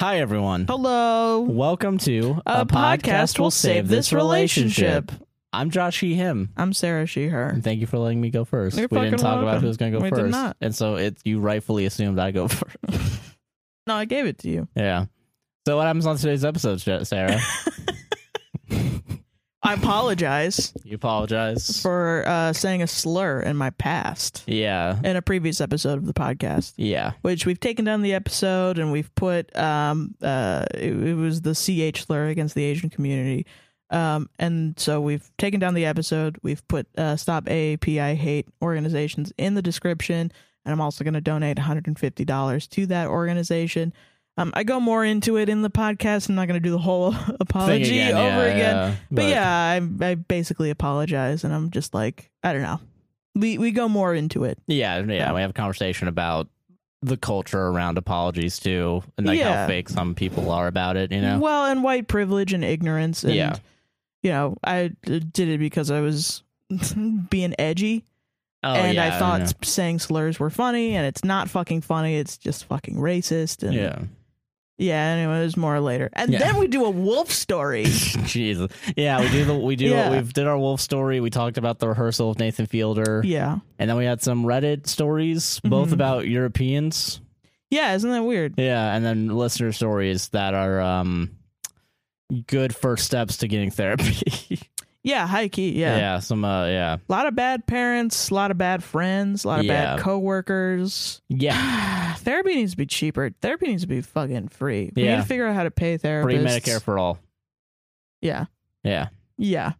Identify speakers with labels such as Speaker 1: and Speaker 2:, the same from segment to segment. Speaker 1: Hi, everyone.
Speaker 2: Hello.
Speaker 1: Welcome to
Speaker 2: A Podcast Will Save This Relationship.
Speaker 1: I'm Josh She Him.
Speaker 2: I'm Sarah She Her.
Speaker 1: And thank you for letting me go 1st
Speaker 2: You're
Speaker 1: we didn't
Speaker 2: fucking
Speaker 1: talk about
Speaker 2: welcome.
Speaker 1: who's going to go
Speaker 2: We did
Speaker 1: first.
Speaker 2: not.
Speaker 1: And so it, you rightfully assumed I go first.
Speaker 2: No, I gave it to you.
Speaker 1: yeah. So what happens on today's episode, Ja- Sarah?
Speaker 2: I apologize
Speaker 1: you apologize.
Speaker 2: for uh, saying a slur in my past
Speaker 1: yeah.
Speaker 2: in a previous episode of the podcast,
Speaker 1: Yeah.
Speaker 2: which we've taken down the episode and we've put um uh it, it was the CH slur against the Asian community. Um, and so we've taken down the episode. We've put uh, stop AAPI hate organizations in the description, and I'm also going to donate $150 to that organization. Um, I go more into it in the podcast. I'm not going to do the whole apology
Speaker 1: again,
Speaker 2: over
Speaker 1: yeah,
Speaker 2: again.
Speaker 1: yeah,
Speaker 2: but,
Speaker 1: but-
Speaker 2: yeah, I, I basically apologize, and I'm just like, I don't know. We we go more into it.
Speaker 1: Yeah. Yeah.
Speaker 2: Um,
Speaker 1: We have a conversation about the culture around apologies too, and like how
Speaker 2: Yeah.
Speaker 1: fake some people are about it. You know.
Speaker 2: Well, and white privilege and ignorance. And,
Speaker 1: Yeah.
Speaker 2: You know, I d- did it because I was being edgy,
Speaker 1: oh,
Speaker 2: and
Speaker 1: yeah,
Speaker 2: I thought
Speaker 1: know.
Speaker 2: s- saying slurs were funny, and it's not fucking funny. It's just fucking racist. And
Speaker 1: Yeah.
Speaker 2: yeah. Anyway, there's more later, and
Speaker 1: Yeah.
Speaker 2: then we do a wolf story.
Speaker 1: Jesus. Yeah, we do the we do
Speaker 2: Yeah.
Speaker 1: we've did our wolf story. We talked about the rehearsal of Nathan Fielder.
Speaker 2: yeah.
Speaker 1: And then we had some Reddit stories, both
Speaker 2: Mhm.
Speaker 1: about Europeans.
Speaker 2: Yeah. Isn't that weird?
Speaker 1: Yeah, and then listener stories that are um good first steps to getting therapy.
Speaker 2: Yeah. High key. Yeah.
Speaker 1: some uh yeah.
Speaker 2: A lot of bad parents, a lot of bad friends, a lot of
Speaker 1: Yeah.
Speaker 2: bad coworkers.
Speaker 1: Yeah.
Speaker 2: Therapy needs to be cheaper. Therapy needs to be fucking free. We
Speaker 1: Yeah.
Speaker 2: need to figure out how to pay therapists.
Speaker 1: Free Medicare for all.
Speaker 2: Yeah.
Speaker 1: Yeah.
Speaker 2: Yeah.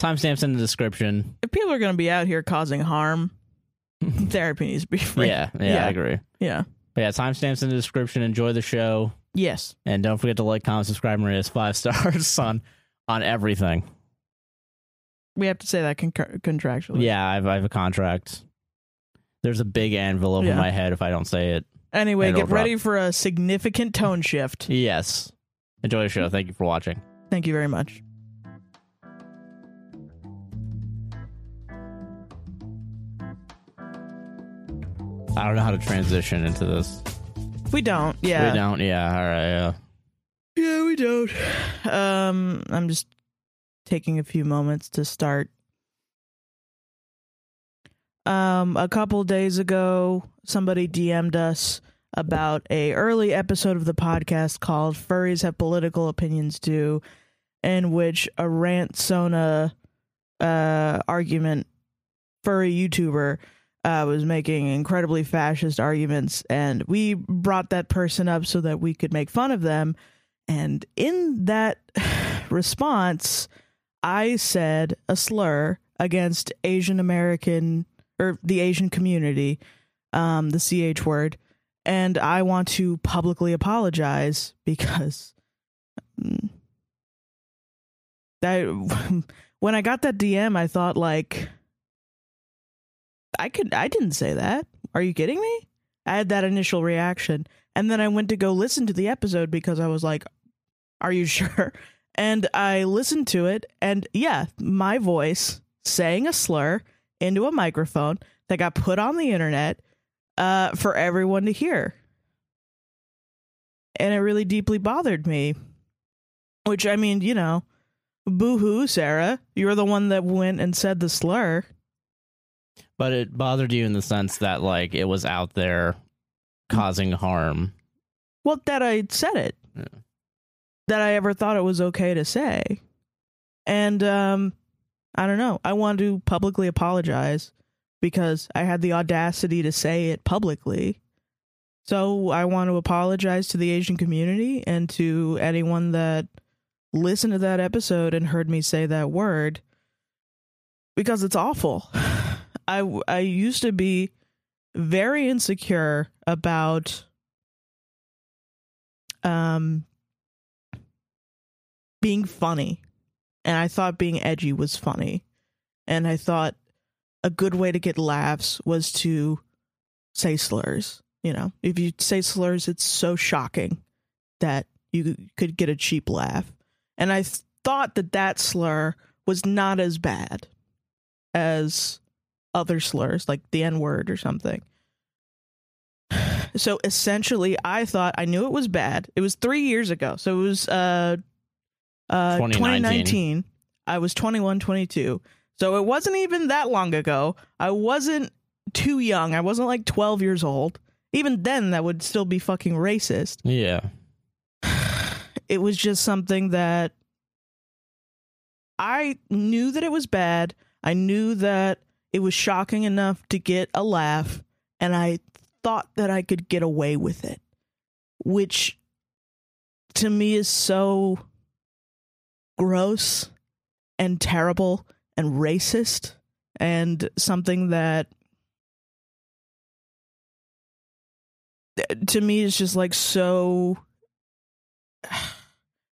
Speaker 1: Timestamps in the description.
Speaker 2: If people are going to be out here causing harm, therapy needs to be free.
Speaker 1: Yeah, yeah, I
Speaker 2: Yeah.
Speaker 1: agree.
Speaker 2: Yeah.
Speaker 1: But yeah, timestamps in the description. Enjoy the show.
Speaker 2: Yes.
Speaker 1: And don't forget to like, comment, subscribe, and rate us five stars on on everything.
Speaker 2: We have to say that con- contractually.
Speaker 1: Yeah, I've, I have a contract. There's a big anvil over
Speaker 2: Yeah.
Speaker 1: my head if I don't say it.
Speaker 2: Anyway,
Speaker 1: It'll
Speaker 2: get
Speaker 1: drop.
Speaker 2: ready for a significant tone shift.
Speaker 1: Yes. Enjoy the show. Thank you for watching.
Speaker 2: Thank you very much.
Speaker 1: I don't know how to transition into this.
Speaker 2: We don't. Yeah.
Speaker 1: We don't. Yeah. All right. Yeah.
Speaker 2: Yeah, we don't. Um, I'm just taking a few moments to start. Um, a couple days ago, somebody DM'd us about a early episode of the podcast called "Furries Have Political Opinions Too," in which a rant Sona uh, argument furry YouTuber uh, was making incredibly fascist arguments, and we brought that person up so that we could make fun of them. And in that response, I said a slur against Asian American or the Asian community, um, the CH word. And I want to publicly apologize because mm, that when I got that DM, I thought like I could I didn't say that. Are you kidding me? I had that initial reaction. And then I went to go listen to the episode because I was like, are you sure? And I listened to it, and yeah, my voice saying a slur into a microphone that got put on the internet uh, for everyone to hear. And it really deeply bothered me. Which, I mean, you know, boo hoo, Sarah. You're the one that went and said the slur.
Speaker 1: But it bothered you in the sense that like it was out there causing harm.
Speaker 2: Well, that I said it.
Speaker 1: Yeah.
Speaker 2: That I ever thought it was okay to say. And um I don't know. I want to publicly apologize because I had the audacity to say it publicly. So I want to apologize to the Asian community and to anyone that listened to that episode and heard me say that word because it's awful. I I used to be very insecure about um being funny and i thought being edgy was funny and i thought a good way to get laughs was to say slurs you know if you say slurs it's so shocking that you could get a cheap laugh and i th- thought that that slur was not as bad as other slurs like the n word or something so essentially i thought i knew it was bad it was three years ago so it was uh uh 2019,
Speaker 1: 2019.
Speaker 2: i was 21 22 so it wasn't even that long ago i wasn't too young i wasn't like 12 years old even then that would still be fucking racist
Speaker 1: Yeah.
Speaker 2: it was just something that I knew that it was bad. I knew that it was shocking enough to get a laugh, and I thought that I could get away with it, which to me is so gross and terrible and racist and something that to me is just like so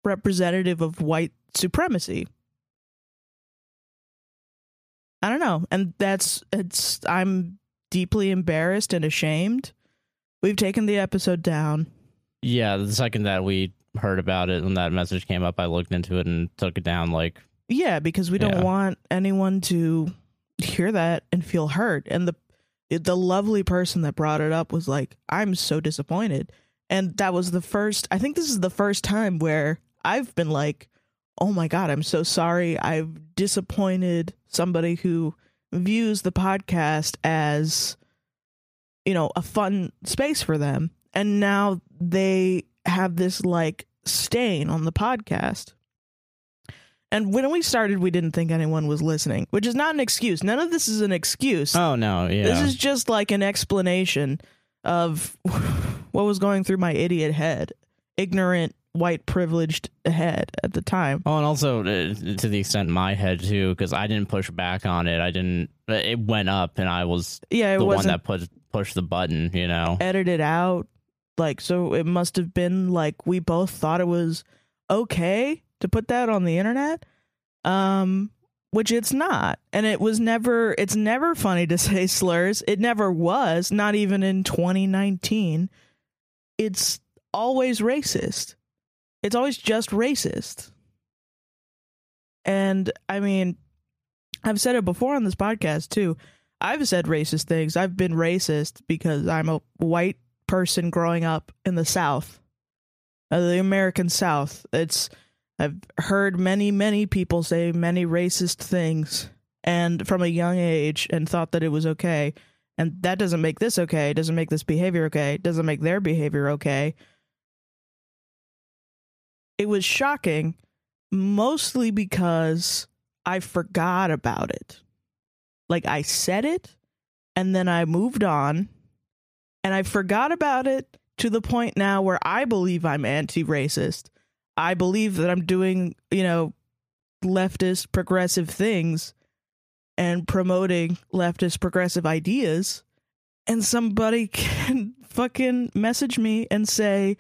Speaker 2: representative of white supremacy. I don't know. And that's it's I'm deeply embarrassed and ashamed. We've taken the episode down.
Speaker 1: Yeah, the second that we heard about it and that message came up, I looked into it and took it down like
Speaker 2: Yeah, because we don't
Speaker 1: Yeah.
Speaker 2: want anyone to hear that and feel hurt. And the the lovely person that brought it up was like, "I'm so disappointed." And that was the first. I think this is the first time where I've been like, "Oh my god, I'm so sorry. I've disappointed somebody who views the podcast as you know, a fun space for them." And now they have this like stain on the podcast. And when we started, we didn't think anyone was listening, which is not an excuse. None of this is an excuse.
Speaker 1: Oh no, yeah.
Speaker 2: This is just like an explanation of what was going through my idiot head, ignorant, white, privileged head at the time.
Speaker 1: Oh, and also uh, to the extent my head too, because I didn't push back on it. I didn't. uh, It went up, and I was
Speaker 2: Yeah, it
Speaker 1: the one
Speaker 2: wasn't
Speaker 1: that pushed pushed the button. You know.
Speaker 2: edited out. Like, so it must have been like we both thought it was okay to put that on the internet, um, which it's not. And it was never, it's never funny to say slurs. It never was, not even in 2019. It's always racist. It's always just racist. And I mean, I've said it before on this podcast too. I've said racist things. I've been racist because I'm a white person growing up in the South, uh, the American South. It's I've heard many, many people say many racist things, and from a young age, and thought that it was okay. And that doesn't make this okay. It doesn't make this behavior okay. It doesn't make their behavior okay. It was shocking, mostly because I forgot about it like I said it and then I moved on and I forgot about it to the point now where I believe I'm anti-racist. I believe that I'm doing, you know, leftist progressive things and promoting leftist progressive ideas and somebody can fucking message me and say,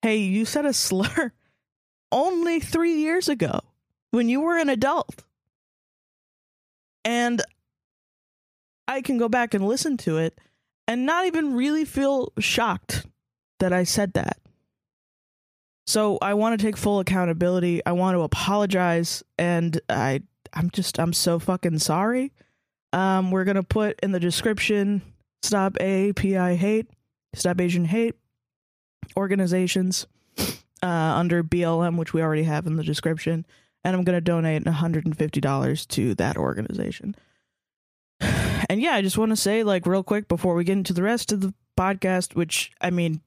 Speaker 2: "Hey, you said a slur only 3 years ago when you were an adult." And I can go back and listen to it and not even really feel shocked that I said that. So I want to take full accountability. I want to apologize and I I'm just I'm so fucking sorry. Um we're going to put in the description stop AAPI hate, stop Asian hate organizations uh under BLM which we already have in the description and I'm going to donate $150 to that organization. And yeah, I just want to say like real quick before we get into the rest of the podcast which I mean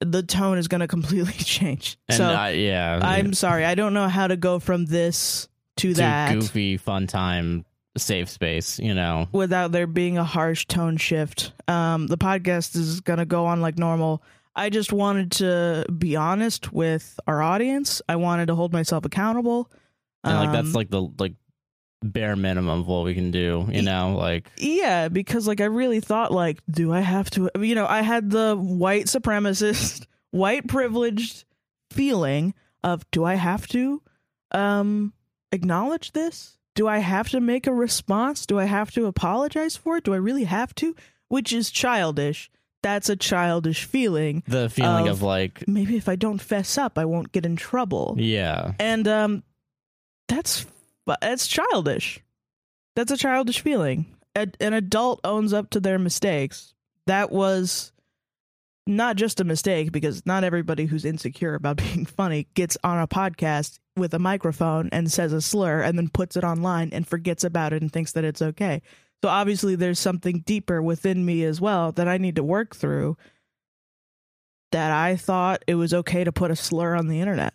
Speaker 2: the tone is going to completely change.
Speaker 1: And
Speaker 2: so
Speaker 1: I, yeah,
Speaker 2: I'm sorry. I don't know how to go from this to
Speaker 1: too
Speaker 2: that
Speaker 1: goofy, fun time, safe space. You know,
Speaker 2: without there being a harsh tone shift. Um, the podcast is going to go on like normal. I just wanted to be honest with our audience. I wanted to hold myself accountable.
Speaker 1: and like
Speaker 2: Um,
Speaker 1: that's like the like bare minimum of what we can do. You know, like
Speaker 2: Yeah, because like I really thought like, do I have to you know, I had the white supremacist, white privileged feeling of do I have to um acknowledge this? Do I have to make a response? Do I have to apologize for it? Do I really have to? Which is childish. That's a childish feeling.
Speaker 1: the feeling
Speaker 2: of-
Speaker 1: of like
Speaker 2: Maybe if I don't fess up, I won't get in trouble.
Speaker 1: yeah,
Speaker 2: And um that's that's childish. That's a childish feeling. A, an adult owns up to their mistakes. That was not just a mistake because not everybody who's insecure about being funny gets on a podcast with a microphone and says a slur and then puts it online and forgets about it and thinks that it's okay. So obviously there's something deeper within me as well that I need to work through that I thought it was okay to put a slur on the internet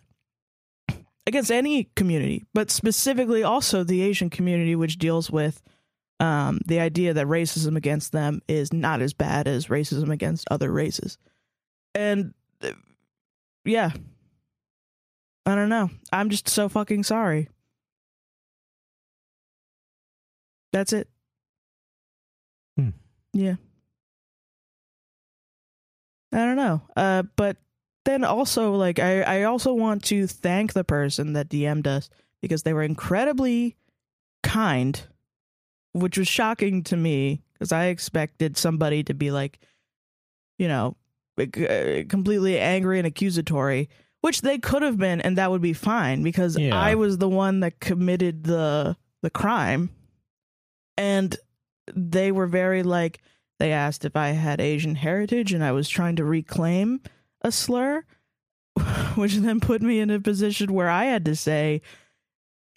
Speaker 2: against any community, but specifically also the Asian community, which deals with um, the idea that racism against them is not as bad as racism against other races. And uh, yeah, I don't know. I'm just so fucking sorry. That's it.
Speaker 1: Hmm.
Speaker 2: Yeah. I don't know. Uh, but then also like I, I also want to thank the person that DM'd us because they were incredibly kind, which was shocking to me because I expected somebody to be like, you know, like, uh, completely angry and accusatory, which they could have been, and that would be fine because
Speaker 1: Yeah.
Speaker 2: I was the one that committed the the crime, and they were very like they asked if I had Asian heritage and I was trying to reclaim a slur, which then put me in a position where I had to say,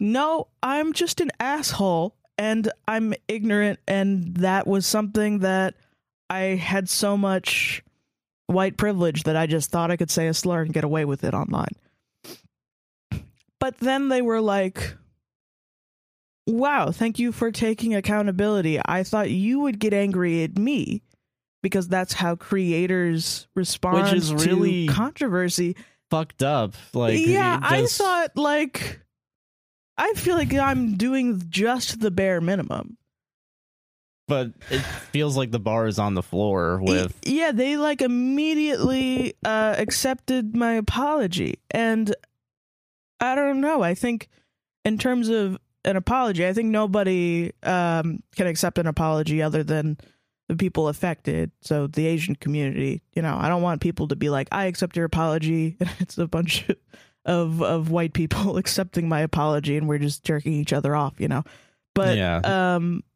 Speaker 2: no, I'm just an asshole and I'm ignorant. And that was something that I had so much white privilege that I just thought I could say a slur and get away with it online. But then they were like, wow, thank you for taking accountability. I thought you would get angry at me because that's how creators respond
Speaker 1: is really-
Speaker 2: to controversy
Speaker 1: fucked up. Like
Speaker 2: yeah
Speaker 1: it
Speaker 2: i
Speaker 1: just-
Speaker 2: thought like i feel like i'm doing just the bare minimum
Speaker 1: but it feels like the bar is on the floor with
Speaker 2: Y- yeah they like immediately uh accepted my apology and i don't know i think in terms of an apology i think nobody um can accept an apology other than the people affected so the asian community you know i don't want people to be like i accept your apology and it's a bunch of of, of white people accepting my apology and we're just jerking each other off you know but
Speaker 1: Yeah.
Speaker 2: um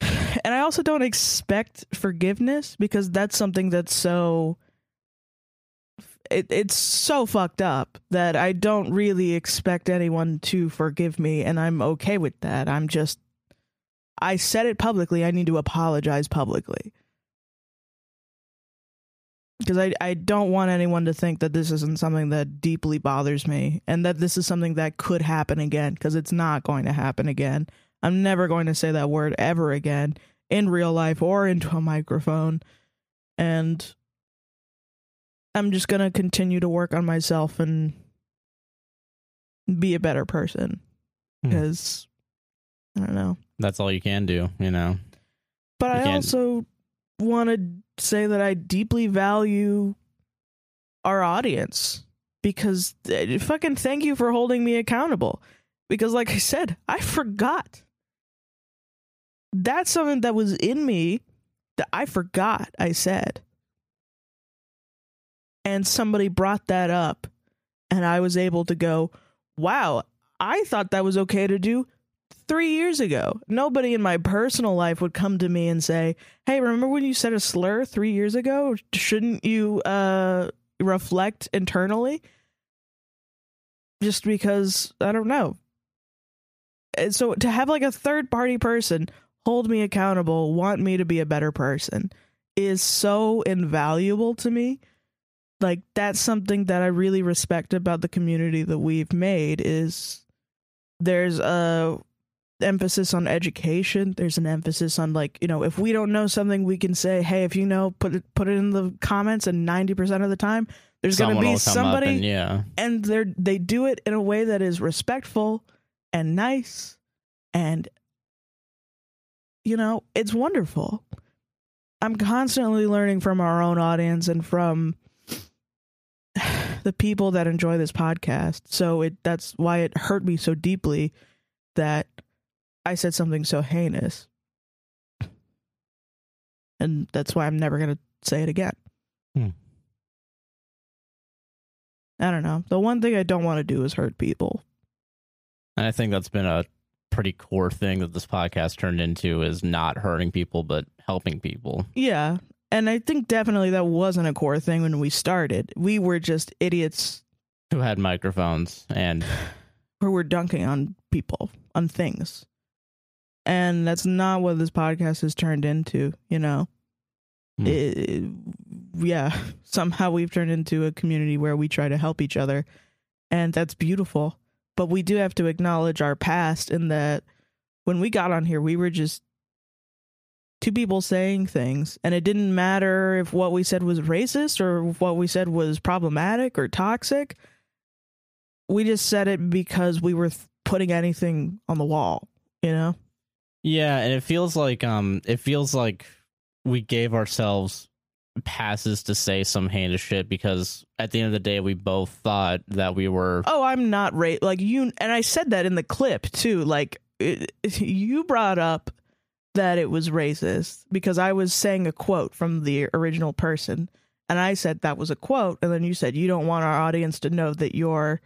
Speaker 2: and i also don't expect forgiveness because that's something that's so it, it's so fucked up that i don't really expect anyone to forgive me and i'm okay with that i'm just I said it publicly. I need to apologize publicly. Because I, I don't want anyone to think that this isn't something that deeply bothers me and that this is something that could happen again because it's not going to happen again. I'm never going to say that word ever again in real life or into a microphone. And I'm just going to continue to work on myself and be a better person
Speaker 1: Hmm.
Speaker 2: because I don't know.
Speaker 1: that's all you can do. You know,
Speaker 2: But
Speaker 1: You
Speaker 2: I
Speaker 1: can't-
Speaker 2: also want to say that I deeply value our audience because uh, fucking thank you for holding me accountable. Because, like I said, I forgot. That's something that was in me that I forgot I said. and somebody brought that up and I was able to go, "Wow, I thought that was okay to do 3 years ago." Nobody in my personal life would come to me and say, "Hey, remember when you said a slur 3 years ago? Shouldn't you uh reflect internally?" Just because I don't know. And so to have like a third party person hold me accountable, want me to be a better person is so invaluable to me. Like that's something that I really respect about the community that we've made is there's a emphasis on education, there's an emphasis on like, you know, if we don't know something we can say, hey, if you know, put it put it in the comments and 90% of the time there's going to
Speaker 1: Someone will
Speaker 2: be
Speaker 1: come
Speaker 2: somebody
Speaker 1: Up and, yeah.
Speaker 2: and they are they do it in a way that is respectful and nice and you know it's wonderful i'm constantly learning from our own audience and from the people that enjoy this podcast so it that's why it hurt me so deeply that i said something so heinous and that's why i'm never going to say it again i don't know the one thing i don't want to do is hurt people
Speaker 1: And I think that's been a pretty core thing that this podcast turned into is not hurting people but helping people.
Speaker 2: Yeah. And I think definitely that wasn't a core thing when we started. We were just idiots
Speaker 1: Who had microphones and
Speaker 2: who were dunking on people, on things. And that's not what this podcast has turned into, you know?
Speaker 1: Hmm.
Speaker 2: It- yeah. Somehow we've turned into a community where we try to help each other. And that's beautiful. But we do have to acknowledge our past in that when we got on here, we were just two people saying things. And it didn't matter if what we said was racist or if what we said was problematic or toxic we just said it because we were th- putting anything on the wall, you know?
Speaker 1: Yeah, and it feels like um it feels like we gave ourselves passes to say some heinous shit because at the end of the day we both thought that we were
Speaker 2: Oh, I'm not ra Like you and I said that in the clip too. Like it, you brought up that it was racist because I was saying a quote from the original person and I said that was a quote and then you said you don't want our audience to know that you're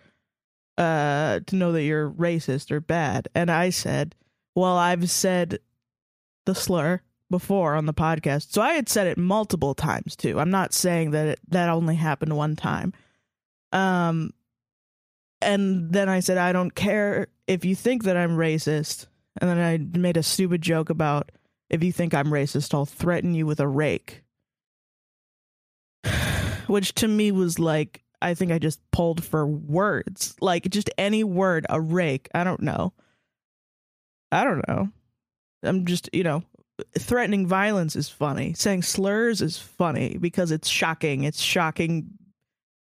Speaker 2: uh to know that you're racist or bad. And I said, "Well, I've said the slur before on the podcast. So I had said it multiple times too. I'm not saying that it, that only happened one time. Um and then I said I don't care if you think that I'm racist. And then I made a stupid joke about if you think I'm racist, I'll threaten you with a rake. Which to me was like I think I just pulled for words. Like just any word, a rake, I don't know. I don't know. I'm just, you know, threatening violence is funny. Saying slurs is funny because it's shocking. It's shocking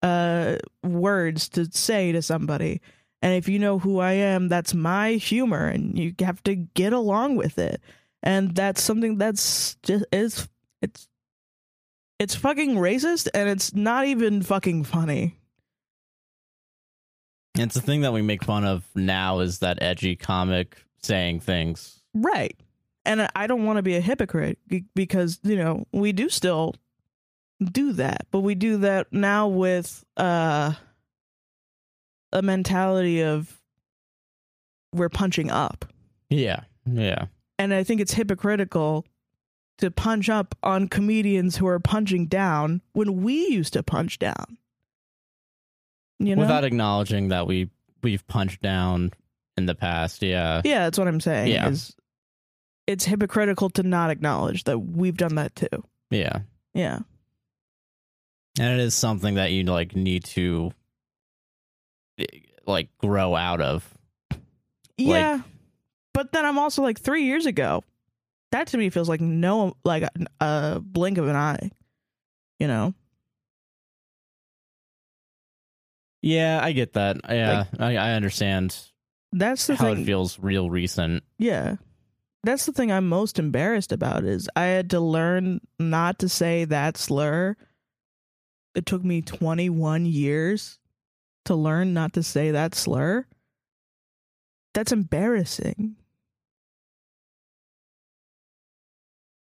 Speaker 2: uh words to say to somebody. And if you know who I am, that's my humor and you have to get along with it. And that's something that's just is it's it's fucking racist and it's not even fucking funny.
Speaker 1: it's the thing that we make fun of now is that edgy comic saying things.
Speaker 2: Right. And I don't want to be a hypocrite be- because, you know, we do still do that, but we do that now with uh a mentality of we're punching up.
Speaker 1: Yeah. Yeah.
Speaker 2: And I think it's hypocritical to punch up on comedians who are punching down when we used to punch down. You know?
Speaker 1: Without acknowledging that we we've punched down in the past. Yeah.
Speaker 2: yeah, that's what I'm saying.
Speaker 1: Yeah.
Speaker 2: Is it's hypocritical to not acknowledge that we've done that too.
Speaker 1: Yeah.
Speaker 2: Yeah.
Speaker 1: And it is something that you like need to eh, like grow out of. Like-
Speaker 2: Yeah. but then I'm also like three years ago. That to me feels like no, like a, a blink of an eye, you know?
Speaker 1: Yeah, I get that. Yeah. I, I understand
Speaker 2: That's the
Speaker 1: how
Speaker 2: thing.
Speaker 1: it feels real recent.
Speaker 2: Yeah. That's the thing I'm most embarrassed about is I had to learn not to say that slur. It took me 21 years to learn not to say that slur. That's embarrassing.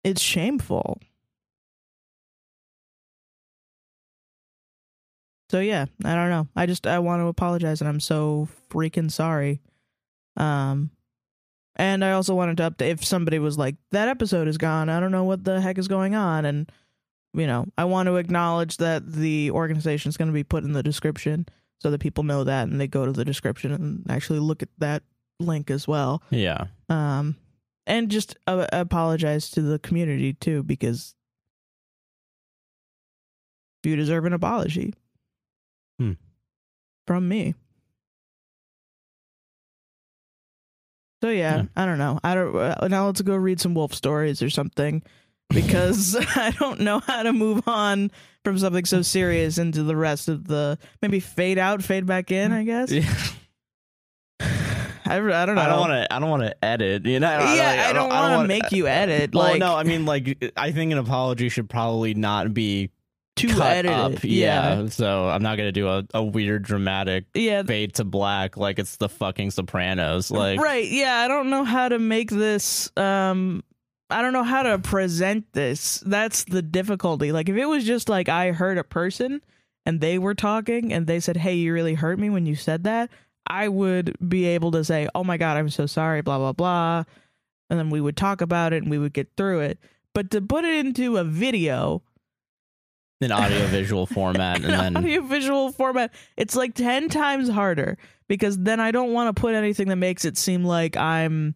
Speaker 2: It's shameful. So yeah, I don't know. I just I want to apologize and I'm so freaking sorry. Um and I also wanted to update if somebody was like that episode is gone. I don't know what the heck is going on and you know, I want to acknowledge that the organization is going to be put in the description so that people know that and they go to the description and actually look at that link as well.
Speaker 1: Yeah.
Speaker 2: Um and just uh, apologize to the community too because you deserve an apology
Speaker 1: Hmm.
Speaker 2: from me. So yeah,
Speaker 1: Yeah.
Speaker 2: I don't know. I don't. Uh, now let's go read some wolf stories or something, because I don't know how to move on from something so serious into the rest of the maybe fade out, fade back in. I guess.
Speaker 1: Hmm. Yeah.
Speaker 2: I, I don't know.
Speaker 1: I don't want to. I don't want to edit. You know. I
Speaker 2: yeah, I don't, want to
Speaker 1: wanna-
Speaker 2: make you edit.
Speaker 1: Well,
Speaker 2: like
Speaker 1: no, I mean, like, I think an apology should probably not be
Speaker 2: too
Speaker 1: cut
Speaker 2: edited.
Speaker 1: up. Yeah. So I'm not gonna do a, a weird dramatic
Speaker 2: yeah,
Speaker 1: fade to black like it's the fucking Sopranos. Like,
Speaker 2: right yeah i don't know how to make this um i don't know how to present this that's the difficulty like if it was just like i heard a person and they were talking and they said hey you really hurt me when you said that i would be able to say oh my god i'm so sorry blah blah blah and then we would talk about it and we would get through it but to put it into a video
Speaker 1: in audio visual format, and then
Speaker 2: audio visual format it's like 10 times harder because then i don't want to put anything that makes it seem like i'm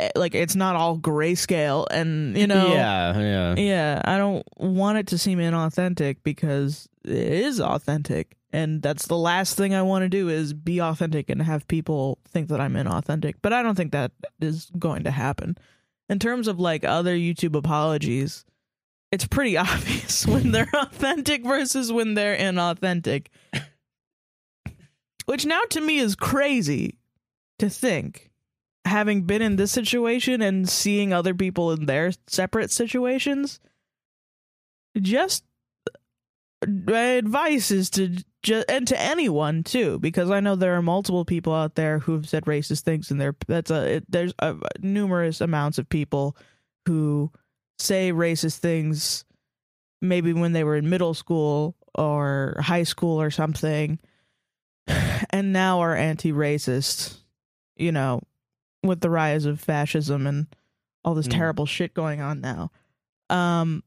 Speaker 2: eh, like it's not all grayscale and you know
Speaker 1: yeah, yeah,
Speaker 2: yeah i don't want it to seem inauthentic because it is authentic and that's the last thing i want to do is be authentic and have people think that i'm inauthentic but i don't think that is going to happen in terms of like other youtube apologies it's pretty obvious when they're authentic versus when they're inauthentic which now to me is crazy to think having been in this situation and seeing other people in their separate situations just my advice is to just and to anyone too because i know there are multiple people out there who've said racist things and there that's a it, there's a, numerous amounts of people who say racist things maybe when they were in middle school or high school or something and now are anti-racist you know with the rise of fascism and all this
Speaker 1: Mm.
Speaker 2: terrible shit going on now um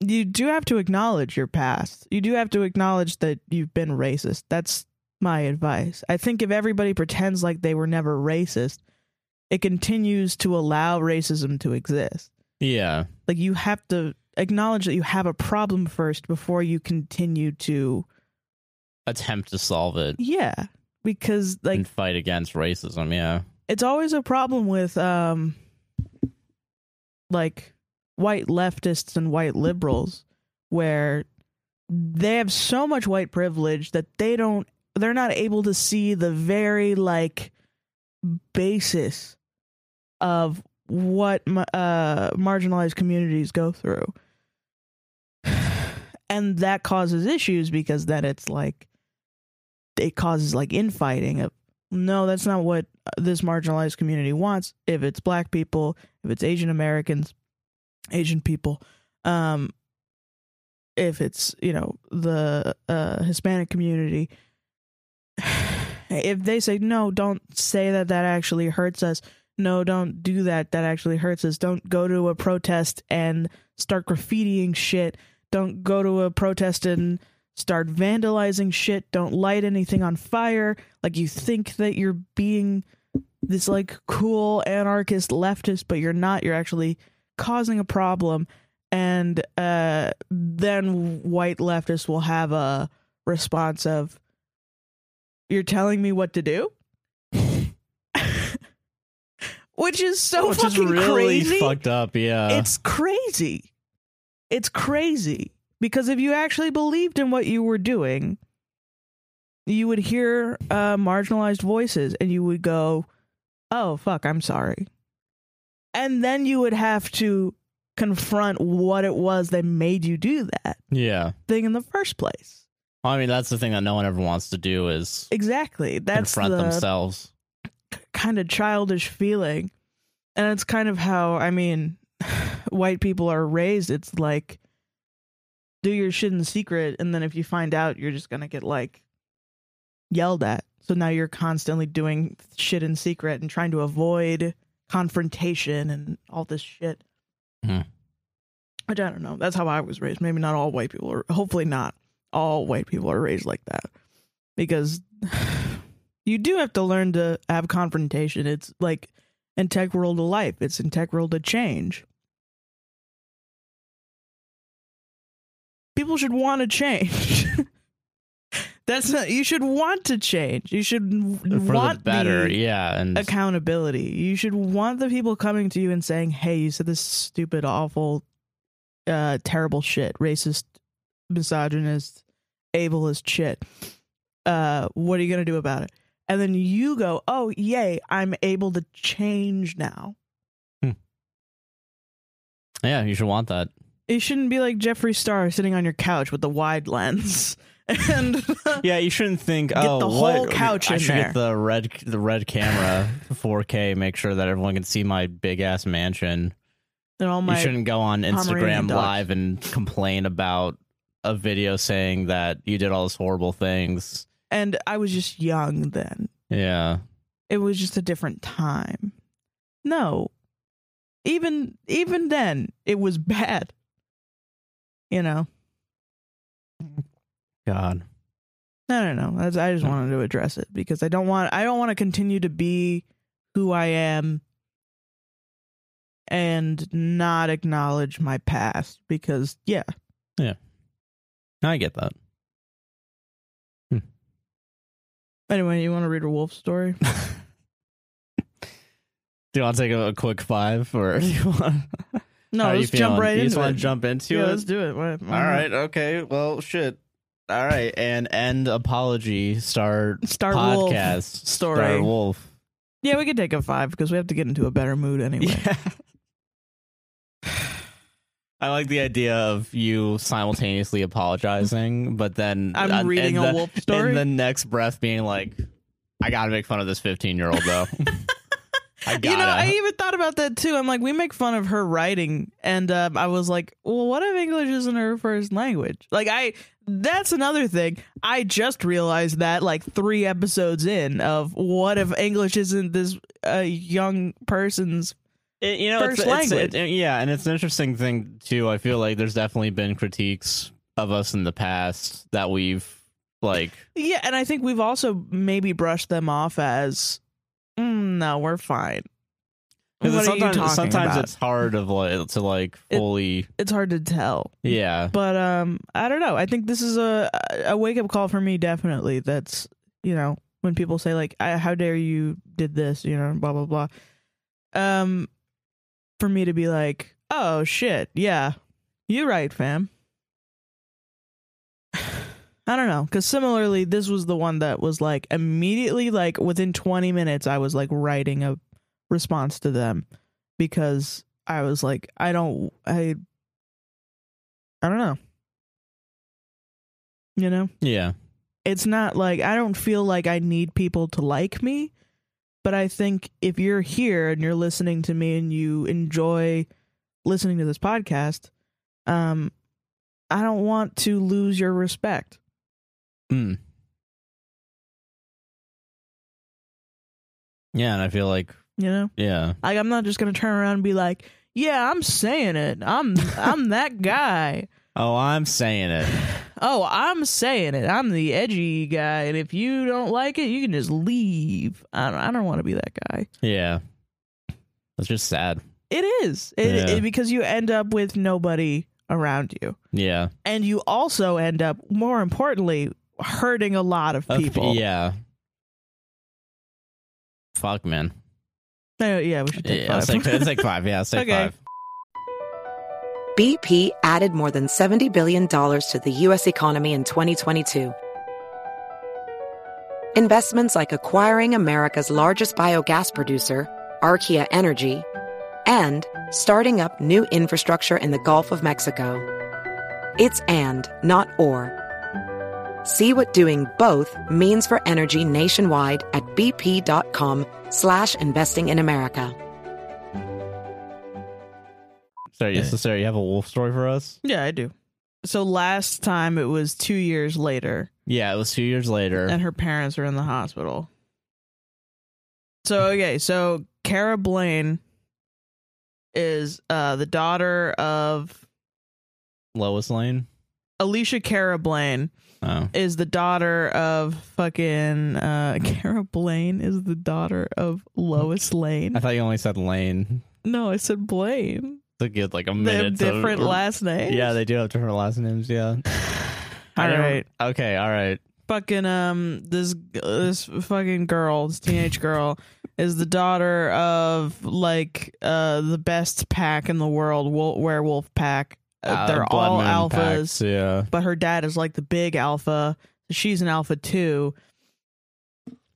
Speaker 2: you do have to acknowledge your past you do have to acknowledge that you've been racist that's my advice i think if everybody pretends like they were never racist it continues to allow racism to exist
Speaker 1: yeah.
Speaker 2: like you have to acknowledge that you have a problem first before you continue to
Speaker 1: Attempt to solve it
Speaker 2: yeah because like
Speaker 1: and fight against racism. Yeah,
Speaker 2: it's always a problem with um like white leftists and white liberals where they have so much white privilege that they don't they're not able to see the very like basis of what ma- uh marginalized communities go through and that causes issues because then it's like it causes like infighting of no that's not what this marginalized community wants if it's black people if it's asian americans asian people um if it's you know the uh hispanic community if they say no don't say that that actually hurts us no don't do that that actually hurts us don't go to a protest and start graffitiing shit don't go to a protest and start vandalizing shit don't light anything on fire like you think that you're being this like cool anarchist leftist but you're not you're actually causing a problem and uh then white leftists will have a response of you're telling me what to do which is so
Speaker 1: which is
Speaker 2: fucking
Speaker 1: really
Speaker 2: crazy
Speaker 1: fucked up. Yeah,
Speaker 2: it's crazy. It's crazy because if you actually believed in what you were doing, you would hear uh, marginalized voices and you would go, "Oh fuck, I'm sorry," and then you would have to confront what it was that made you do that
Speaker 1: yeah.
Speaker 2: thing in the first place.
Speaker 1: I mean, that's the thing that no one ever wants to do is
Speaker 2: Exactly. That's
Speaker 1: confront
Speaker 2: the
Speaker 1: themselves.
Speaker 2: kind of childish feeling. And it's kind of how, I mean, white people are raised. It's like do your shit in secret and then if you find out you're just gonna get like yelled at so now you're constantly doing shit in secret and trying to avoid confrontation and all this shit
Speaker 1: Hmm.
Speaker 2: which i don't know that's how i was raised maybe not all white people are hopefully not all white people are raised like that because you do have to learn to have confrontation it's like integral to life it's integral to change people should want to change. That's not you should want to change. You should
Speaker 1: for
Speaker 2: want
Speaker 1: the better,
Speaker 2: the
Speaker 1: yeah, and
Speaker 2: accountability. You should want the people coming to you and saying, "Hey, you said this stupid, awful, uh, terrible shit, racist, misogynist, ableist shit. Uh, what are you gonna do about it?" And then you go, "Oh, yay! I'm able to change now."
Speaker 1: yeah, you should want that.
Speaker 2: It shouldn't be like Jeffree Star sitting on your couch with the wide lens. And
Speaker 1: Yeah, you shouldn't think.
Speaker 2: Get
Speaker 1: oh,
Speaker 2: the whole
Speaker 1: what-
Speaker 2: couch
Speaker 1: I
Speaker 2: in
Speaker 1: should
Speaker 2: there."
Speaker 1: get the red, the red camera, 4K. Make sure that everyone can see my big ass mansion.
Speaker 2: and all my
Speaker 1: you shouldn't go on
Speaker 2: Pomeranian
Speaker 1: Instagram
Speaker 2: dog.
Speaker 1: live and complain about a video saying that you did all these horrible things.
Speaker 2: and I was just young then.
Speaker 1: Yeah,
Speaker 2: It was just a different time. No. Even even then it was bad. You know.
Speaker 1: God.
Speaker 2: No, no, no. That's, I just wanted to address it because I don't want I don't want to continue to be who I am and not acknowledge my past because yeah,
Speaker 1: I get that.
Speaker 2: Anyway, you want to read a wolf story?
Speaker 1: Do you want to take a, a quick five, or do you want?
Speaker 2: No,
Speaker 1: How you
Speaker 2: let's jump
Speaker 1: feeling?
Speaker 2: right
Speaker 1: You
Speaker 2: into
Speaker 1: just
Speaker 2: it.
Speaker 1: want to jump into
Speaker 2: yeah,
Speaker 1: it.
Speaker 2: let's do it. Mm-hmm. Why- why
Speaker 1: All
Speaker 2: not?
Speaker 1: right. Okay. Well, shit. All right. And end apology. Start
Speaker 2: Star Wolf
Speaker 1: podcast
Speaker 2: story.
Speaker 1: Star Wolf.
Speaker 2: Yeah, we could take a five because we have to get into a better mood anyway.
Speaker 1: Yeah. I like the idea of you simultaneously apologizing, but then
Speaker 2: I'm
Speaker 1: uh,
Speaker 2: reading
Speaker 1: in
Speaker 2: a
Speaker 1: the-
Speaker 2: wolf story.
Speaker 1: In the next breath, being like, "I gotta make fun of this 15 year old though." I gotta.
Speaker 2: You know, I even thought about that too. I'm like, we make fun of her writing, and um, I was like, well, what if English isn't her first language? Like, I that's another thing. I just realized that like three episodes in of what if English isn't this uh, young person's
Speaker 1: It- you know,
Speaker 2: first
Speaker 1: it's, it's-
Speaker 2: language.
Speaker 1: it- yeah, and it's an interesting thing too. I feel like there's definitely been critiques of us in the past that we've like.
Speaker 2: Yeah, and I think we've also maybe brushed them off as, mm, no, we're fine.
Speaker 1: 'cause
Speaker 2: What are you
Speaker 1: sometimes
Speaker 2: talking
Speaker 1: sometimes
Speaker 2: about?
Speaker 1: it's hard of like to like
Speaker 2: It-
Speaker 1: fully.
Speaker 2: it's hard to tell.
Speaker 1: yeah.
Speaker 2: But um, I don't know. I think this is a a wake up call for me. Definitely, that's you know when people say like, I, "How dare you did this?" You know, blah blah blah. Um, for me to be like, "Oh shit, yeah, you right, fam." I don't know, because similarly, this was the one that was like immediately, like within twenty minutes, I was like writing a response to them because I was like, I don't, I I don't know. You know,
Speaker 1: Yeah.
Speaker 2: it's not like I don't feel like I need people to like me, but I think if you're here and you're listening to me and you enjoy listening to this podcast, um I don't want to lose your respect.
Speaker 1: Mm. Yeah, and I feel like
Speaker 2: You know?
Speaker 1: yeah,
Speaker 2: Like I'm not just gonna turn around and be like, Yeah, I'm saying it. I'm I'm that guy.
Speaker 1: Oh, I'm saying it.
Speaker 2: Oh, I'm saying it. I'm the edgy guy, and if you don't like it, you can just leave. I don't, I don't want to be that guy.
Speaker 1: Yeah. That's just sad.
Speaker 2: It is it,
Speaker 1: Yeah.
Speaker 2: it- because you end up with nobody around you,
Speaker 1: Yeah.
Speaker 2: and you also end up, more importantly, hurting a lot of
Speaker 1: Of-
Speaker 2: people.
Speaker 1: yeah. Fuck, man.
Speaker 2: Uh, yeah, we should take
Speaker 1: Yeah, let's
Speaker 2: five.
Speaker 1: take, let's take five. Yeah, let's take
Speaker 2: Okay.
Speaker 1: five.
Speaker 3: BP added more than $70 billion to the U.S. economy in 2022. Investments like acquiring America's largest biogas producer, Archaea Energy, and starting up new infrastructure in the Gulf of Mexico. It's and, not or. See what doing both means for energy nationwide at bp.com slash investing in America.
Speaker 1: Sorry, yes, so Sarah, you have a wolf story for us?
Speaker 2: yeah, I do. so last time it was two years later,
Speaker 1: Yeah, it was two years later.
Speaker 2: and her parents were in the hospital. So okay, so Cara Blaine is uh the daughter of
Speaker 1: Lois Lane.
Speaker 2: Alicia Cara Blaine
Speaker 1: Oh,
Speaker 2: is the daughter of fucking uh Cara Blaine is the daughter of Lois Lane.
Speaker 1: I thought you only said Lane.
Speaker 2: No, I said Blaine.
Speaker 1: To get like a
Speaker 2: They have
Speaker 1: minute. to-
Speaker 2: different last names.
Speaker 1: Yeah, they do have different last names. Yeah.
Speaker 2: All
Speaker 1: I don't-
Speaker 2: right.
Speaker 1: Okay. All right.
Speaker 2: fucking um this this fucking girl, this teenage girl, is the daughter of like uh the best pack in the world, wol- werewolf pack. Uh,
Speaker 1: Uh,
Speaker 2: They're
Speaker 1: Blood
Speaker 2: all
Speaker 1: Moon
Speaker 2: alphas,
Speaker 1: Packs, yeah.
Speaker 2: but her dad is like the big alpha. She's an alpha too.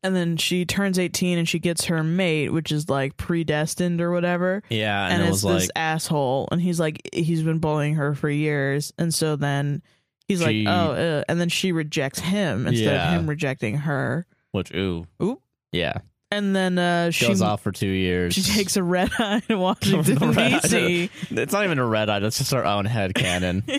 Speaker 2: And then she turns 18 and she gets her mate, which is like predestined or whatever
Speaker 1: Yeah, and,
Speaker 2: and,
Speaker 1: it
Speaker 2: it's
Speaker 1: was like
Speaker 2: this asshole, and he's like, he's been bullying her for years, and so then he's
Speaker 1: She-
Speaker 2: like, oh, uh, and then she rejects him instead
Speaker 1: Yeah.
Speaker 2: of him rejecting her,
Speaker 1: which ooh.
Speaker 2: Oop.
Speaker 1: Yeah.
Speaker 2: and then uh, she
Speaker 1: Goes off for two years.
Speaker 2: she takes a red eye to Washington
Speaker 1: The red eye.
Speaker 2: D.C.
Speaker 1: It's not even a red eye. That's just our own head cannon.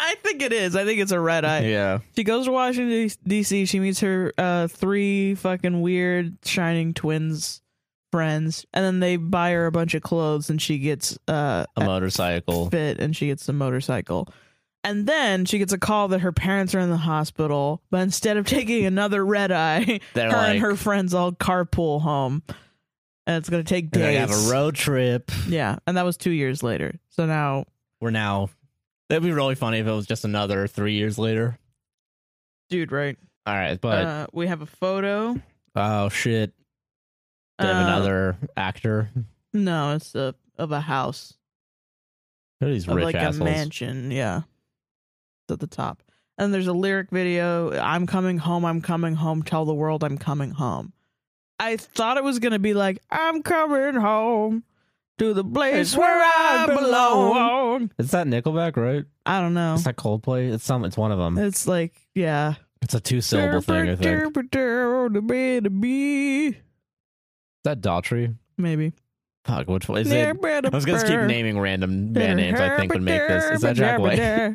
Speaker 2: I think it is. I think it's a red eye.
Speaker 1: yeah.
Speaker 2: She goes to Washington D.C. She meets her uh, three fucking weird shining twins friends, and then they buy her a bunch of clothes, and she gets uh,
Speaker 1: A motorcycle.
Speaker 2: fit and she gets the motorcycle. And then she gets a call that her parents are in the hospital, but instead of taking another red eye,
Speaker 1: They're
Speaker 2: her
Speaker 1: like-
Speaker 2: and her friends all carpool home. And it's going to take
Speaker 1: They
Speaker 2: days.
Speaker 1: have a road trip.
Speaker 2: Yeah. And that was two years later. So now,
Speaker 1: We're now. That'd be really funny if it was just another three years later.
Speaker 2: dude, right?
Speaker 1: All right, but
Speaker 2: uh, we have a photo.
Speaker 1: oh shit, they have
Speaker 2: Uh,
Speaker 1: another actor.
Speaker 2: No, it's a, of a house,
Speaker 1: Who are these
Speaker 2: of
Speaker 1: rich
Speaker 2: like
Speaker 1: assholes?
Speaker 2: a mansion. Yeah. It's at the top. And there's a lyric video I'm coming home, I'm coming home, tell the world I'm coming home. I thought it was going to be like, I'm coming home to the place
Speaker 1: It's
Speaker 2: where I
Speaker 1: where I
Speaker 2: belong.
Speaker 1: Is that Nickelback? Right?
Speaker 2: I don't know.
Speaker 1: It's that Coldplay? It's some. It's one of them.
Speaker 2: Oh. It's like, yeah.
Speaker 1: It's a two syllable thing. I think. Is
Speaker 2: Maybe.
Speaker 1: that Daughtry? Fuck. Which one is it? I was gonna keep naming random band names. I think would make this. Is that Jack White?
Speaker 2: yeah,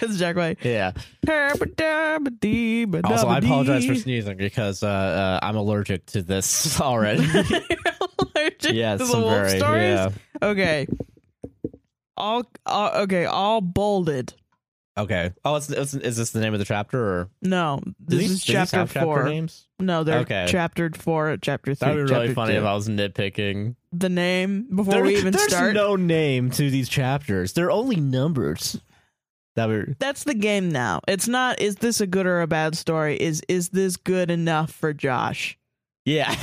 Speaker 2: it's Jack White.
Speaker 1: Yeah. Also,
Speaker 2: Also,
Speaker 1: I apologize for sneezing because uh, uh, I'm allergic to this already.
Speaker 2: allergic
Speaker 1: yeah, it's
Speaker 2: to the
Speaker 1: some
Speaker 2: wolf
Speaker 1: very
Speaker 2: stories.
Speaker 1: yeah.
Speaker 2: Okay, all uh, okay, all bolded.
Speaker 1: Okay. Oh, it's, it's, is this the name of the chapter or
Speaker 2: No,
Speaker 1: Does
Speaker 2: this
Speaker 1: he-
Speaker 2: is
Speaker 1: does he have
Speaker 2: chapter four.
Speaker 1: names?
Speaker 2: no, they're
Speaker 1: Okay.
Speaker 2: chaptered four, chapter three.
Speaker 1: That'd be really
Speaker 2: chapter
Speaker 1: funny
Speaker 2: two.
Speaker 1: if I was nitpicking.
Speaker 2: the name before we even
Speaker 1: there's
Speaker 2: start.
Speaker 1: no name to these chapters. They're only numbers. That would
Speaker 2: That's the game now. It's not. Is this a good or a bad story? Is is this good enough for Josh?
Speaker 1: yeah.